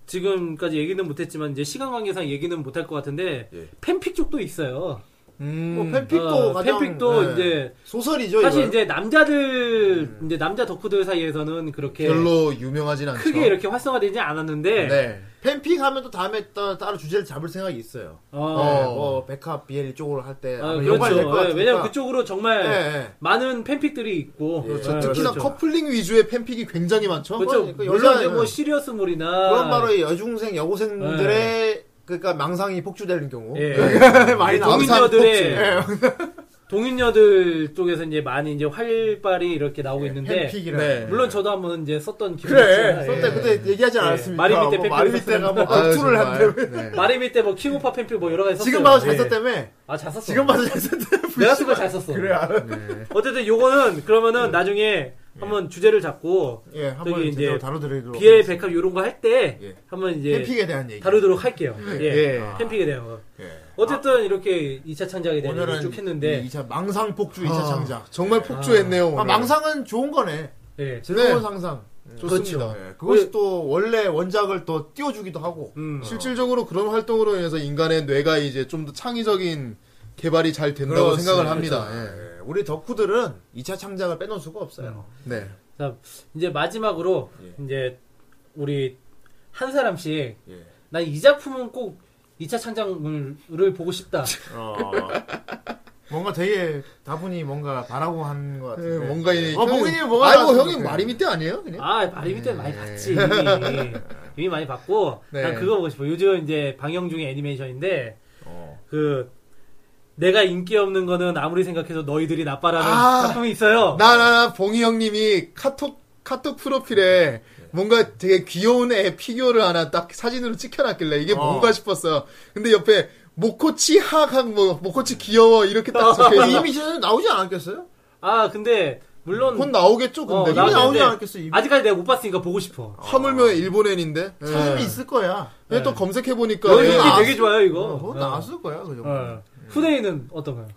Speaker 2: 지금까지 얘기는 못했지만 이제 시간 관계상 얘기는 못할 것 같은데
Speaker 3: 예.
Speaker 2: 팬픽 쪽도 있어요.
Speaker 4: 음.
Speaker 3: 뭐 팬픽도
Speaker 2: 어,
Speaker 3: 가장
Speaker 2: 팬픽도
Speaker 3: 네. 음.
Speaker 2: 이제
Speaker 3: 소설이죠
Speaker 2: 사실
Speaker 3: 이건?
Speaker 2: 이제 남자들 이제 남자 덕후들 사이에서는 그렇게
Speaker 4: 별로 유명하진 않죠.
Speaker 3: 그렇죠.
Speaker 2: 크게 이렇게 활성화되지 않았는데
Speaker 4: 네.
Speaker 3: 팬픽 하면 또 다음에 따, 따로 주제를 잡을 생각이 있어요.
Speaker 2: 어,
Speaker 3: 네, 뭐 백합 BL 쪽으로 할 때
Speaker 2: 아,
Speaker 3: 아마 연관이 될것
Speaker 2: 그렇죠. 예,
Speaker 3: 같으니까.
Speaker 2: 왜냐면 그쪽으로 정말
Speaker 3: 예, 예.
Speaker 2: 많은 팬픽들이 있고
Speaker 4: 그렇죠.
Speaker 2: 예,
Speaker 4: 특히나
Speaker 2: 그렇죠.
Speaker 4: 커플링 위주의 팬픽이 굉장히 많죠.
Speaker 2: 그렇죠.
Speaker 3: 그러니까
Speaker 2: 물론
Speaker 3: 여자는
Speaker 2: 이제 뭐 시리어스물이나
Speaker 3: 그런 바로 이 여중생 여고생들의 그러니까 망상이 폭주되는 경우
Speaker 2: 네.
Speaker 3: 네.
Speaker 2: 예.
Speaker 3: 많이 나오죠.
Speaker 2: 동인녀들의
Speaker 3: 네.
Speaker 2: 동인녀들 쪽에서 이제 많이 이제 활발히 이렇게 나오고 있는데
Speaker 3: 예, 팬픽이라.
Speaker 4: 네.
Speaker 2: 물론 저도 한번 이제 썼던 기억이
Speaker 3: 그래.
Speaker 2: 있어요.
Speaker 3: 썼대
Speaker 2: 예.
Speaker 3: 근데 얘기하지 않았습니까?
Speaker 2: 마리 밑에 팬픽
Speaker 3: 뭐, 마리 밑에가 뭐
Speaker 4: 아유,
Speaker 3: 격투를
Speaker 4: 정말.
Speaker 3: 한대
Speaker 4: 네.
Speaker 2: 마리미 때뭐 킹오파 팬픽 뭐 여러 가지 썼어요.
Speaker 3: 지금 봐도 잘
Speaker 2: 예.
Speaker 3: 썼다며.
Speaker 2: 아, 잘 썼어.
Speaker 3: 지금 봐도 잘 네. 썼다며.
Speaker 2: 내가 쓴 거 잘 썼어.
Speaker 3: 그래 알아.
Speaker 2: 어쨌든 요거는 그러면은 나중에 한번 주제를 잡고
Speaker 3: 예, 한번
Speaker 2: 저기 이제
Speaker 3: 이제 다뤄드리도록.
Speaker 2: BL 백합 요런 거 할 때
Speaker 3: 예.
Speaker 2: 한번 이제
Speaker 3: 팬픽에 대한 얘기.
Speaker 2: 다루도록 할게요. 예.
Speaker 3: 예.
Speaker 2: 팬픽에 대한 거.
Speaker 3: 예.
Speaker 2: 어쨌든 이렇게 2차 창작에 대한 얘기를
Speaker 3: 오늘은
Speaker 2: 쭉 했는데
Speaker 3: 이 2차 망상 폭주 2차 창작.
Speaker 4: 아, 정말 폭주했네요.
Speaker 3: 아,
Speaker 4: 오늘.
Speaker 3: 망상은 좋은 거네.
Speaker 2: 예.
Speaker 3: 즐거운
Speaker 4: 네.
Speaker 3: 상상.
Speaker 4: 좋습니다.
Speaker 3: 예, 그것이 또 원래 원작을 더 띄워주기도 하고.
Speaker 2: 네. 음.
Speaker 4: 실질적으로 그런 활동으로 인해서 인간의 뇌가 이제 좀 더 창의적인 개발이 잘 된다고
Speaker 3: 그렇습니다.
Speaker 4: 생각을 합니다. 예.
Speaker 3: 예, 우리 덕후들은 2차 창작을 빼놓을 수가 없어요.
Speaker 4: 네.
Speaker 2: 자, 이제 마지막으로 이제 우리 한 사람씩
Speaker 3: 예.
Speaker 2: 난 이 작품은 꼭 2차 창작물을 보고 싶다.
Speaker 3: 어. 뭔가 되게 다분히 뭔가 바라고 하는
Speaker 4: 예,
Speaker 3: 것 같은데.
Speaker 4: 뭔가 이
Speaker 3: 어, 보기는 뭐가
Speaker 4: 아이고
Speaker 3: 나왔으면
Speaker 4: 형님
Speaker 3: 좋겠네.
Speaker 4: 말이 밑에 아니에요?
Speaker 3: 예?
Speaker 4: 그냥?
Speaker 2: 아, 말이 밑에 많이 봤지. 이미. 이미 많이 봤고
Speaker 4: 네.
Speaker 2: 난 그거 보고 싶어. 요즘 이제 방영 중인 애니메이션인데
Speaker 3: 어.
Speaker 2: 그 내가 인기 없는 거는 아무리 생각해도 너희들이 나빠라는
Speaker 4: 아.
Speaker 2: 작품이 있어요.
Speaker 4: 나나나 봉이 형님이 카톡 카톡
Speaker 3: 네,
Speaker 4: 프로필에 뭔가
Speaker 3: 어.
Speaker 4: 되게 귀여운 애 피규어를 하나 딱 사진으로 찍혀놨길래 이게 뭔가 싶었어요. 근데 옆에 모코치 하각 뭐 모코치 귀여워 이렇게 딱 적혀
Speaker 3: 이
Speaker 4: 있어.
Speaker 3: 이미지는 나오지 않았겠어요?
Speaker 2: 아 근데 물론
Speaker 4: 곧 나오겠죠
Speaker 2: 어,
Speaker 4: 근데
Speaker 3: 이미
Speaker 2: 나오겠네.
Speaker 3: 나오지 않았겠어. 이미 아,
Speaker 2: 아직까지 내가 못 봤으니까 보고 싶어.
Speaker 4: 하물며 일본인인데.
Speaker 3: 사진이 네.
Speaker 4: 예.
Speaker 3: 있을 거야.
Speaker 4: 근데 또 검색해 보니까
Speaker 2: 여기
Speaker 3: 나왔어.
Speaker 2: 되게 좋아요 이거. 네.
Speaker 3: 어, 그건 나왔을 거야 그 정도.
Speaker 2: 어. 후대인은 어떤가요?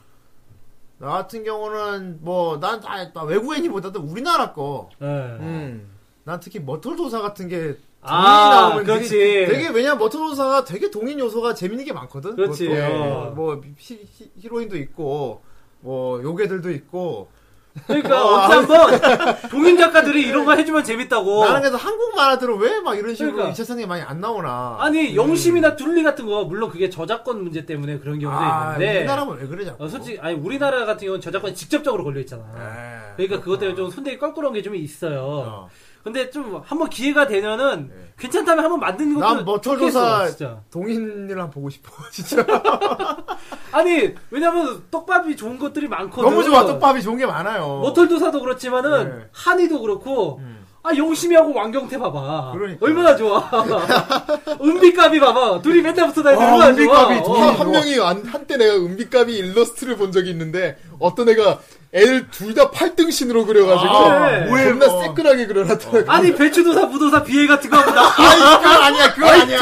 Speaker 3: 나 같은 경우는 뭐난다 외국인이보다도 우리나라 거.
Speaker 2: 예.
Speaker 4: 음.
Speaker 3: 난 특히 머털도사 같은 게
Speaker 2: 아,
Speaker 3: 동인이 나오면
Speaker 2: 그렇지.
Speaker 3: 되게, 되게 왜냐면 머털도사가 되게 동인 요소가 재밌는 게 많거든.
Speaker 2: 그렇지.
Speaker 3: 뭐,
Speaker 2: 어.
Speaker 3: 뭐 히, 로인도 있고 뭐 요괴들도 있고.
Speaker 2: 그러니까
Speaker 3: 어.
Speaker 2: 언제 한번 동인 작가들이 이런 거 해주면 재밌다고.
Speaker 3: 나는 그래서 한국 만화들은 왜 막 이런 식으로
Speaker 2: 어. 그러니까.
Speaker 3: 이 세상에 많이 안 나오나.
Speaker 2: 아니 영심이나 둘리 같은 거 물론 그게 저작권 문제 때문에 그런 경우도
Speaker 3: 아,
Speaker 2: 있는데.
Speaker 3: 우리나라면 왜 그러냐고.
Speaker 2: 어, 솔직히 아니 우리나라 같은 경우는 저작권이 직접적으로 걸려 있잖아.
Speaker 3: 에,
Speaker 2: 그러니까 그것 때문에 좀 손대기 껄끄러운 게 좀 있어요. 근데 좀 한번 기회가 되면은 괜찮다면 한번 만드는 것도
Speaker 3: 네. 난 머털도사
Speaker 2: 좋겠어, 진짜.
Speaker 3: 동인이랑 보고 싶어 진짜.
Speaker 2: 아니 왜냐면 떡밥이 좋은 것들이 많거든.
Speaker 3: 너무 좋아 떡밥이 좋은 게 많아요.
Speaker 2: 머털도사도 그렇지만은
Speaker 3: 네. 음.
Speaker 2: 한이도 그렇고 아 영심이하고 왕경태 봐봐.
Speaker 3: 그러니까.
Speaker 2: 얼마나 좋아. 은비값이 봐봐. 둘이 맨날 붙어 다니는
Speaker 3: 아,
Speaker 2: 얼마나
Speaker 3: 은비값이
Speaker 2: 좋아.
Speaker 3: 둘이.
Speaker 2: 어.
Speaker 4: 한, 한 명이 안- 한때 내가 은비감이 일러스트를 본 적이 있는데 어떤 애가 애를 둘 다 팔등신으로 그려가지고
Speaker 2: 아, 그래.
Speaker 4: 존나 새끈하게 그려놨더라고.
Speaker 2: 아니 배추도사 부도사 비해 같은 거 하고 나
Speaker 3: 그건 아니야 그건 아니야.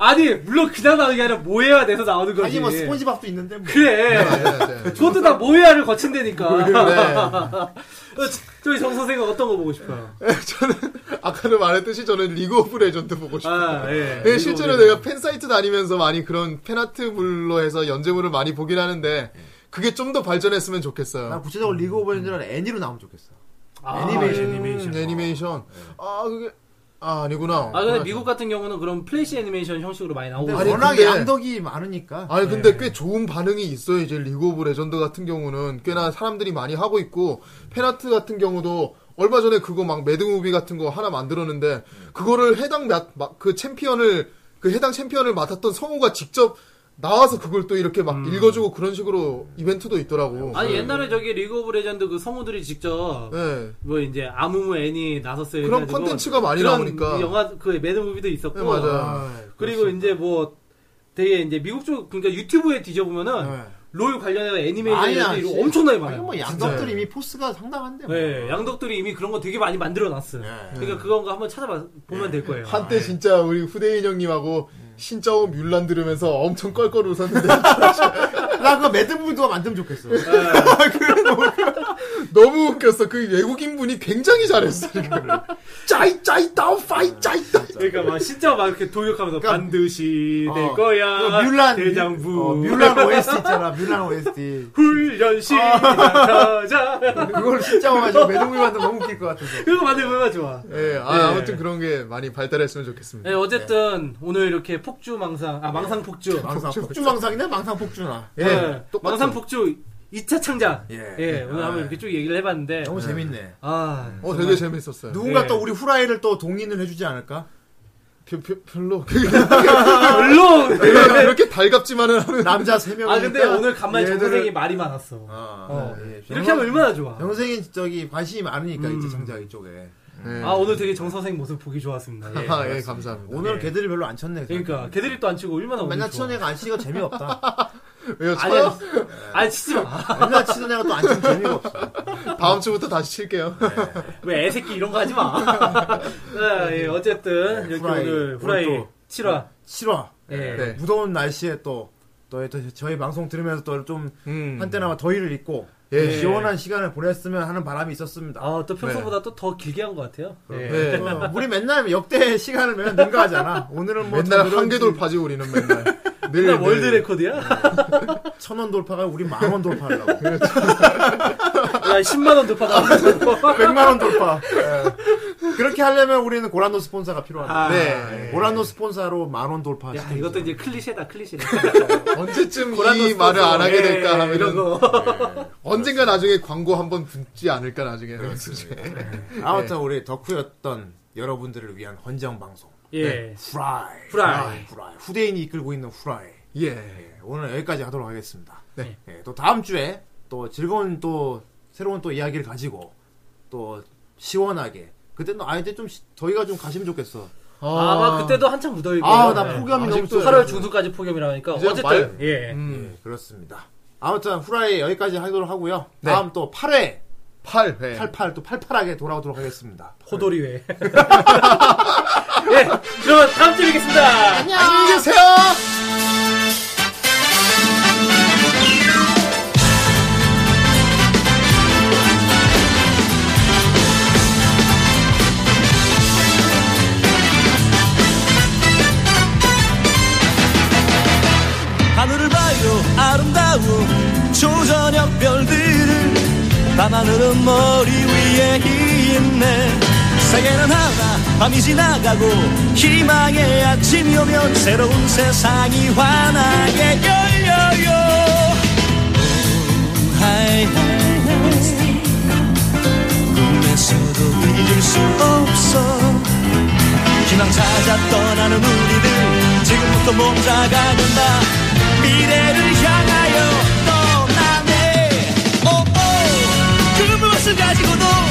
Speaker 2: 아니 물론 그냥 나오는 게 아니라 모해야 돼서 나오는 거지.
Speaker 3: 아니 뭐 스폰지밥도 있는데 뭐.
Speaker 2: 그래.
Speaker 4: 네,
Speaker 2: 그것도 다 모해야를 거친다니까. 어, 저- 저희 정 선생은 어떤 거 보고 싶어요?
Speaker 4: 아까도 말했듯이 저는 리그 오브 레전드 보고 싶어요.
Speaker 2: 아 예.
Speaker 4: 네, 실제로 내가 팬 사이트 다니면서 많이 그런 팬아트물로 해서 연재물을 많이 보긴 하는데
Speaker 3: 음.
Speaker 4: 그게 좀 더 발전했으면
Speaker 3: 나
Speaker 4: 좋겠어요.
Speaker 3: 구체적으로 리그 오브 레전드는 애니로 나오면 좋겠어.
Speaker 2: 아,
Speaker 3: 애니메이션.
Speaker 4: 음, 애니메이션. 애니메이션. 아 그게 아 아니구나.
Speaker 2: 아 근데 미국 같은 경우는 그럼 플래시 애니메이션 형식으로 많이 나오고.
Speaker 3: 근데
Speaker 4: 아니,
Speaker 3: 워낙에
Speaker 4: 근데-
Speaker 3: 암덕이 많으니까.
Speaker 4: 아니 근데 꽤 좋은 반응이 있어요. 이제 리그 오브 레전드 같은 경우는 꽤나 사람들이 많이 하고 있고 팬아트 같은 경우도 얼마 전에 그거 막 매드무비 같은 거 하나 만들었는데 그거를 해당 마- 마- 그 챔피언을 그 해당 챔피언을 맡았던 성우가 직접 나와서 그걸 또 이렇게 막 읽어주고 그런 식으로 이벤트도 있더라고.
Speaker 2: 아니 옛날에 저기 리그 오브 레전드 그 성우들이 직접
Speaker 4: 예.
Speaker 2: 뭐 이제 아무무 애니 나섰어요.
Speaker 4: 그런
Speaker 2: 해가지고
Speaker 4: 콘텐츠가 많이
Speaker 2: 그런
Speaker 4: 나오니까.
Speaker 2: 영화 그 매드무비도 있었고.
Speaker 4: 네, 맞아요.
Speaker 2: 그리고 이제 뭐 되게 이제 미국 쪽 그러니까 유튜브에 뒤져보면은 롤 관련해서 애니메이션
Speaker 3: 아니야.
Speaker 2: 애들이 엄청나게 네. 많아요.
Speaker 3: 아니 뭐 양덕들이 이미 포스가 상당한데. 뭐.
Speaker 2: 네, 양덕들이 이미 그런 거 되게 많이 만들어 놨어요. 그러니까 그런 거 한번 찾아봐 보면 될 거예요.
Speaker 4: 한때 진짜 우리 후대인 형님하고 신짜오 뮬란 들으면서 엄청 껄껄 웃었는데
Speaker 3: 나 그거 매드무비도 만들면 좋겠어.
Speaker 2: 아,
Speaker 4: 너무 웃겼어. 그 외국인 분이 굉장히 잘했어. 이거를. 짜이 짜이 다운 파이 짜이 다운.
Speaker 2: 그러니까 막 진짜 막 이렇게 도격하면서
Speaker 3: 그러니까-
Speaker 2: 반드시 될
Speaker 3: 어,
Speaker 2: 거야.
Speaker 3: 그 뮬란
Speaker 2: 대장부
Speaker 3: 어, 뮬란 OST 있잖아. 뮬란 OST.
Speaker 2: 훈련 시작하자.
Speaker 3: 그걸 진짜 가지고 매듭을 만들면 너무 웃길 것 같아서.
Speaker 2: 그거 만들면 얼마나 좋아.
Speaker 4: 예,
Speaker 2: 예.
Speaker 4: 아, 무튼 그런 게 많이 발달했으면 좋겠습니다.
Speaker 2: 네, 어쨌든 오늘 이렇게 폭주 망상, 아 망상 폭주.
Speaker 3: 망상 폭주 망상이네 망상 폭주나.
Speaker 4: 예,
Speaker 2: 네,
Speaker 4: 똑같아.
Speaker 2: 망상 폭주 2차 창작.
Speaker 3: 예.
Speaker 2: 예, 오늘 한번 이렇게 쭉 얘기를 해봤는데
Speaker 3: 너무 재밌네.
Speaker 2: 아
Speaker 4: 어, 되게 재밌었어요.
Speaker 3: 누군가
Speaker 2: 예.
Speaker 3: 또 우리 후라이를 또 동인을 해주지 않을까?
Speaker 4: 별- 별- 별로
Speaker 2: 아, 별로.
Speaker 4: 별로 이렇게 달갑지만은 않은-
Speaker 3: 남자 세 명이니까.
Speaker 2: 아 근데 오늘 간만에
Speaker 3: 그러니까
Speaker 2: 정
Speaker 3: 얘들을-
Speaker 2: 선생이 말이 많았어. 어,
Speaker 3: 네, 예.
Speaker 2: 이렇게 하면 얼마나 음. 좋아.
Speaker 3: 영생이 저기 관심이 많으니까 이제 정작 이쪽에.
Speaker 4: 예.
Speaker 2: 아 오늘 되게 정 선생 모습 보기 좋았습니다. 예.
Speaker 4: 아, 예, 감사합니다.
Speaker 3: 오늘 은 걔들이 별로 안 쳤네.
Speaker 2: 그러니까 개드립도 안 치고 얼마나 오늘
Speaker 3: 맨날
Speaker 2: 좋아.
Speaker 3: 치던 애가 안 치니까 재미없다.
Speaker 4: 왜요?
Speaker 2: 아니
Speaker 4: 쳐요?
Speaker 2: 아니 치지 마.
Speaker 3: 맨날 치던 애가 또 안 치면 재미가 없어.
Speaker 4: 다음 주부터 다시 칠게요.
Speaker 2: 왜 애새끼 이런 거 하지 마. 자, 예, 어쨌든 이렇게
Speaker 3: 후라이.
Speaker 2: 오늘 후라이
Speaker 3: 오늘 또.
Speaker 2: 7화.
Speaker 3: 싫어.
Speaker 2: 예.
Speaker 4: 네.
Speaker 3: 무더운 날씨에 또, 또, 또 저희 방송 들으면서 또 좀
Speaker 4: 음.
Speaker 3: 한때나마 더위를 잊고
Speaker 4: 예.
Speaker 3: 시원한 시간을 보냈으면 하는 바람이 있었습니다.
Speaker 2: 아, 또 평소보다 또 더 길게 한 것 같아요. 예.
Speaker 4: 예.
Speaker 3: 어, 우리 맨날 역대 시간을 매년 능가하잖아. 오늘은 뭐
Speaker 4: 맨날
Speaker 3: 좀
Speaker 4: 한개
Speaker 3: 늘었지.
Speaker 4: 돌파지 우리는 맨날. 늘,
Speaker 2: 맨날
Speaker 4: 늘.
Speaker 2: 월드 레코드야? 네,
Speaker 3: 천원 돌파가 우리 만원 돌파하려고.
Speaker 2: 야, 10만원 도파가.
Speaker 3: 100만원 돌파. 예. 그렇게 하려면 우리는 고란노 스폰서가 필요하다.
Speaker 2: 아,
Speaker 4: 네.
Speaker 3: 예. 고란노 스폰서로 만원 돌파.
Speaker 2: 야, 이것도 이제 클리셰다, 클리셰.
Speaker 4: 언제쯤 이 말을 안 하게 될까 하면
Speaker 2: 예, 이런
Speaker 4: 은
Speaker 2: 거.
Speaker 4: 언젠가 나중에 광고 한번 붙지 않을까 나중에.
Speaker 3: 아무튼 우리 덕후였던 여러분들을 위한 헌정 방송.
Speaker 2: 예.
Speaker 3: 후라이. 아,
Speaker 2: 후라이.
Speaker 3: 후라이. 후대인이 이끌고 있는 후라이.
Speaker 4: 예.
Speaker 3: 예, 오늘 여기까지 하도록 하겠습니다.
Speaker 4: 네.
Speaker 3: 예, 또 다음 주에 또 즐거운 또 새로운 또 이야기를 아, 가지고 또 시원하게 그때는 아이들 좀 시- 저희가 좀 가시면 좋겠어.
Speaker 2: 아, 마 그때도 한창 무더위고. 네.
Speaker 9: 아, 나 폭염이 너무 좀-
Speaker 2: 아직도 8월 중순까지 폭염이라 하니까
Speaker 4: 네, 이제
Speaker 2: 어쨌든
Speaker 4: 말- 음.
Speaker 2: 예.
Speaker 3: 네, 그렇습니다. 아무튼 후라이 여기까지 하도록 하고요. 다음 또 8회
Speaker 4: 8회.
Speaker 3: 88, 또 팔팔하게 돌아오도록 하겠습니다.
Speaker 2: 호돌이회. 예. 그러면 다음 주에 뵙겠습니다.
Speaker 4: 안녕히 계세요!
Speaker 5: 하늘을 봐요 아름다운 초저녁 별들을 밤하늘은 머리 위에 있네 세계는 하나 밤이 지나가고 희망의 아침이 오면 새로운 세상이 환하게 열려요 오, 하이, 하이, 하이. 꿈에서도 잊을 수 없어 희망 찾아 떠나는 우리들 지금부터 몸자가는다 미래를 향하여 떠나네 오오 그 무엇을 가지고도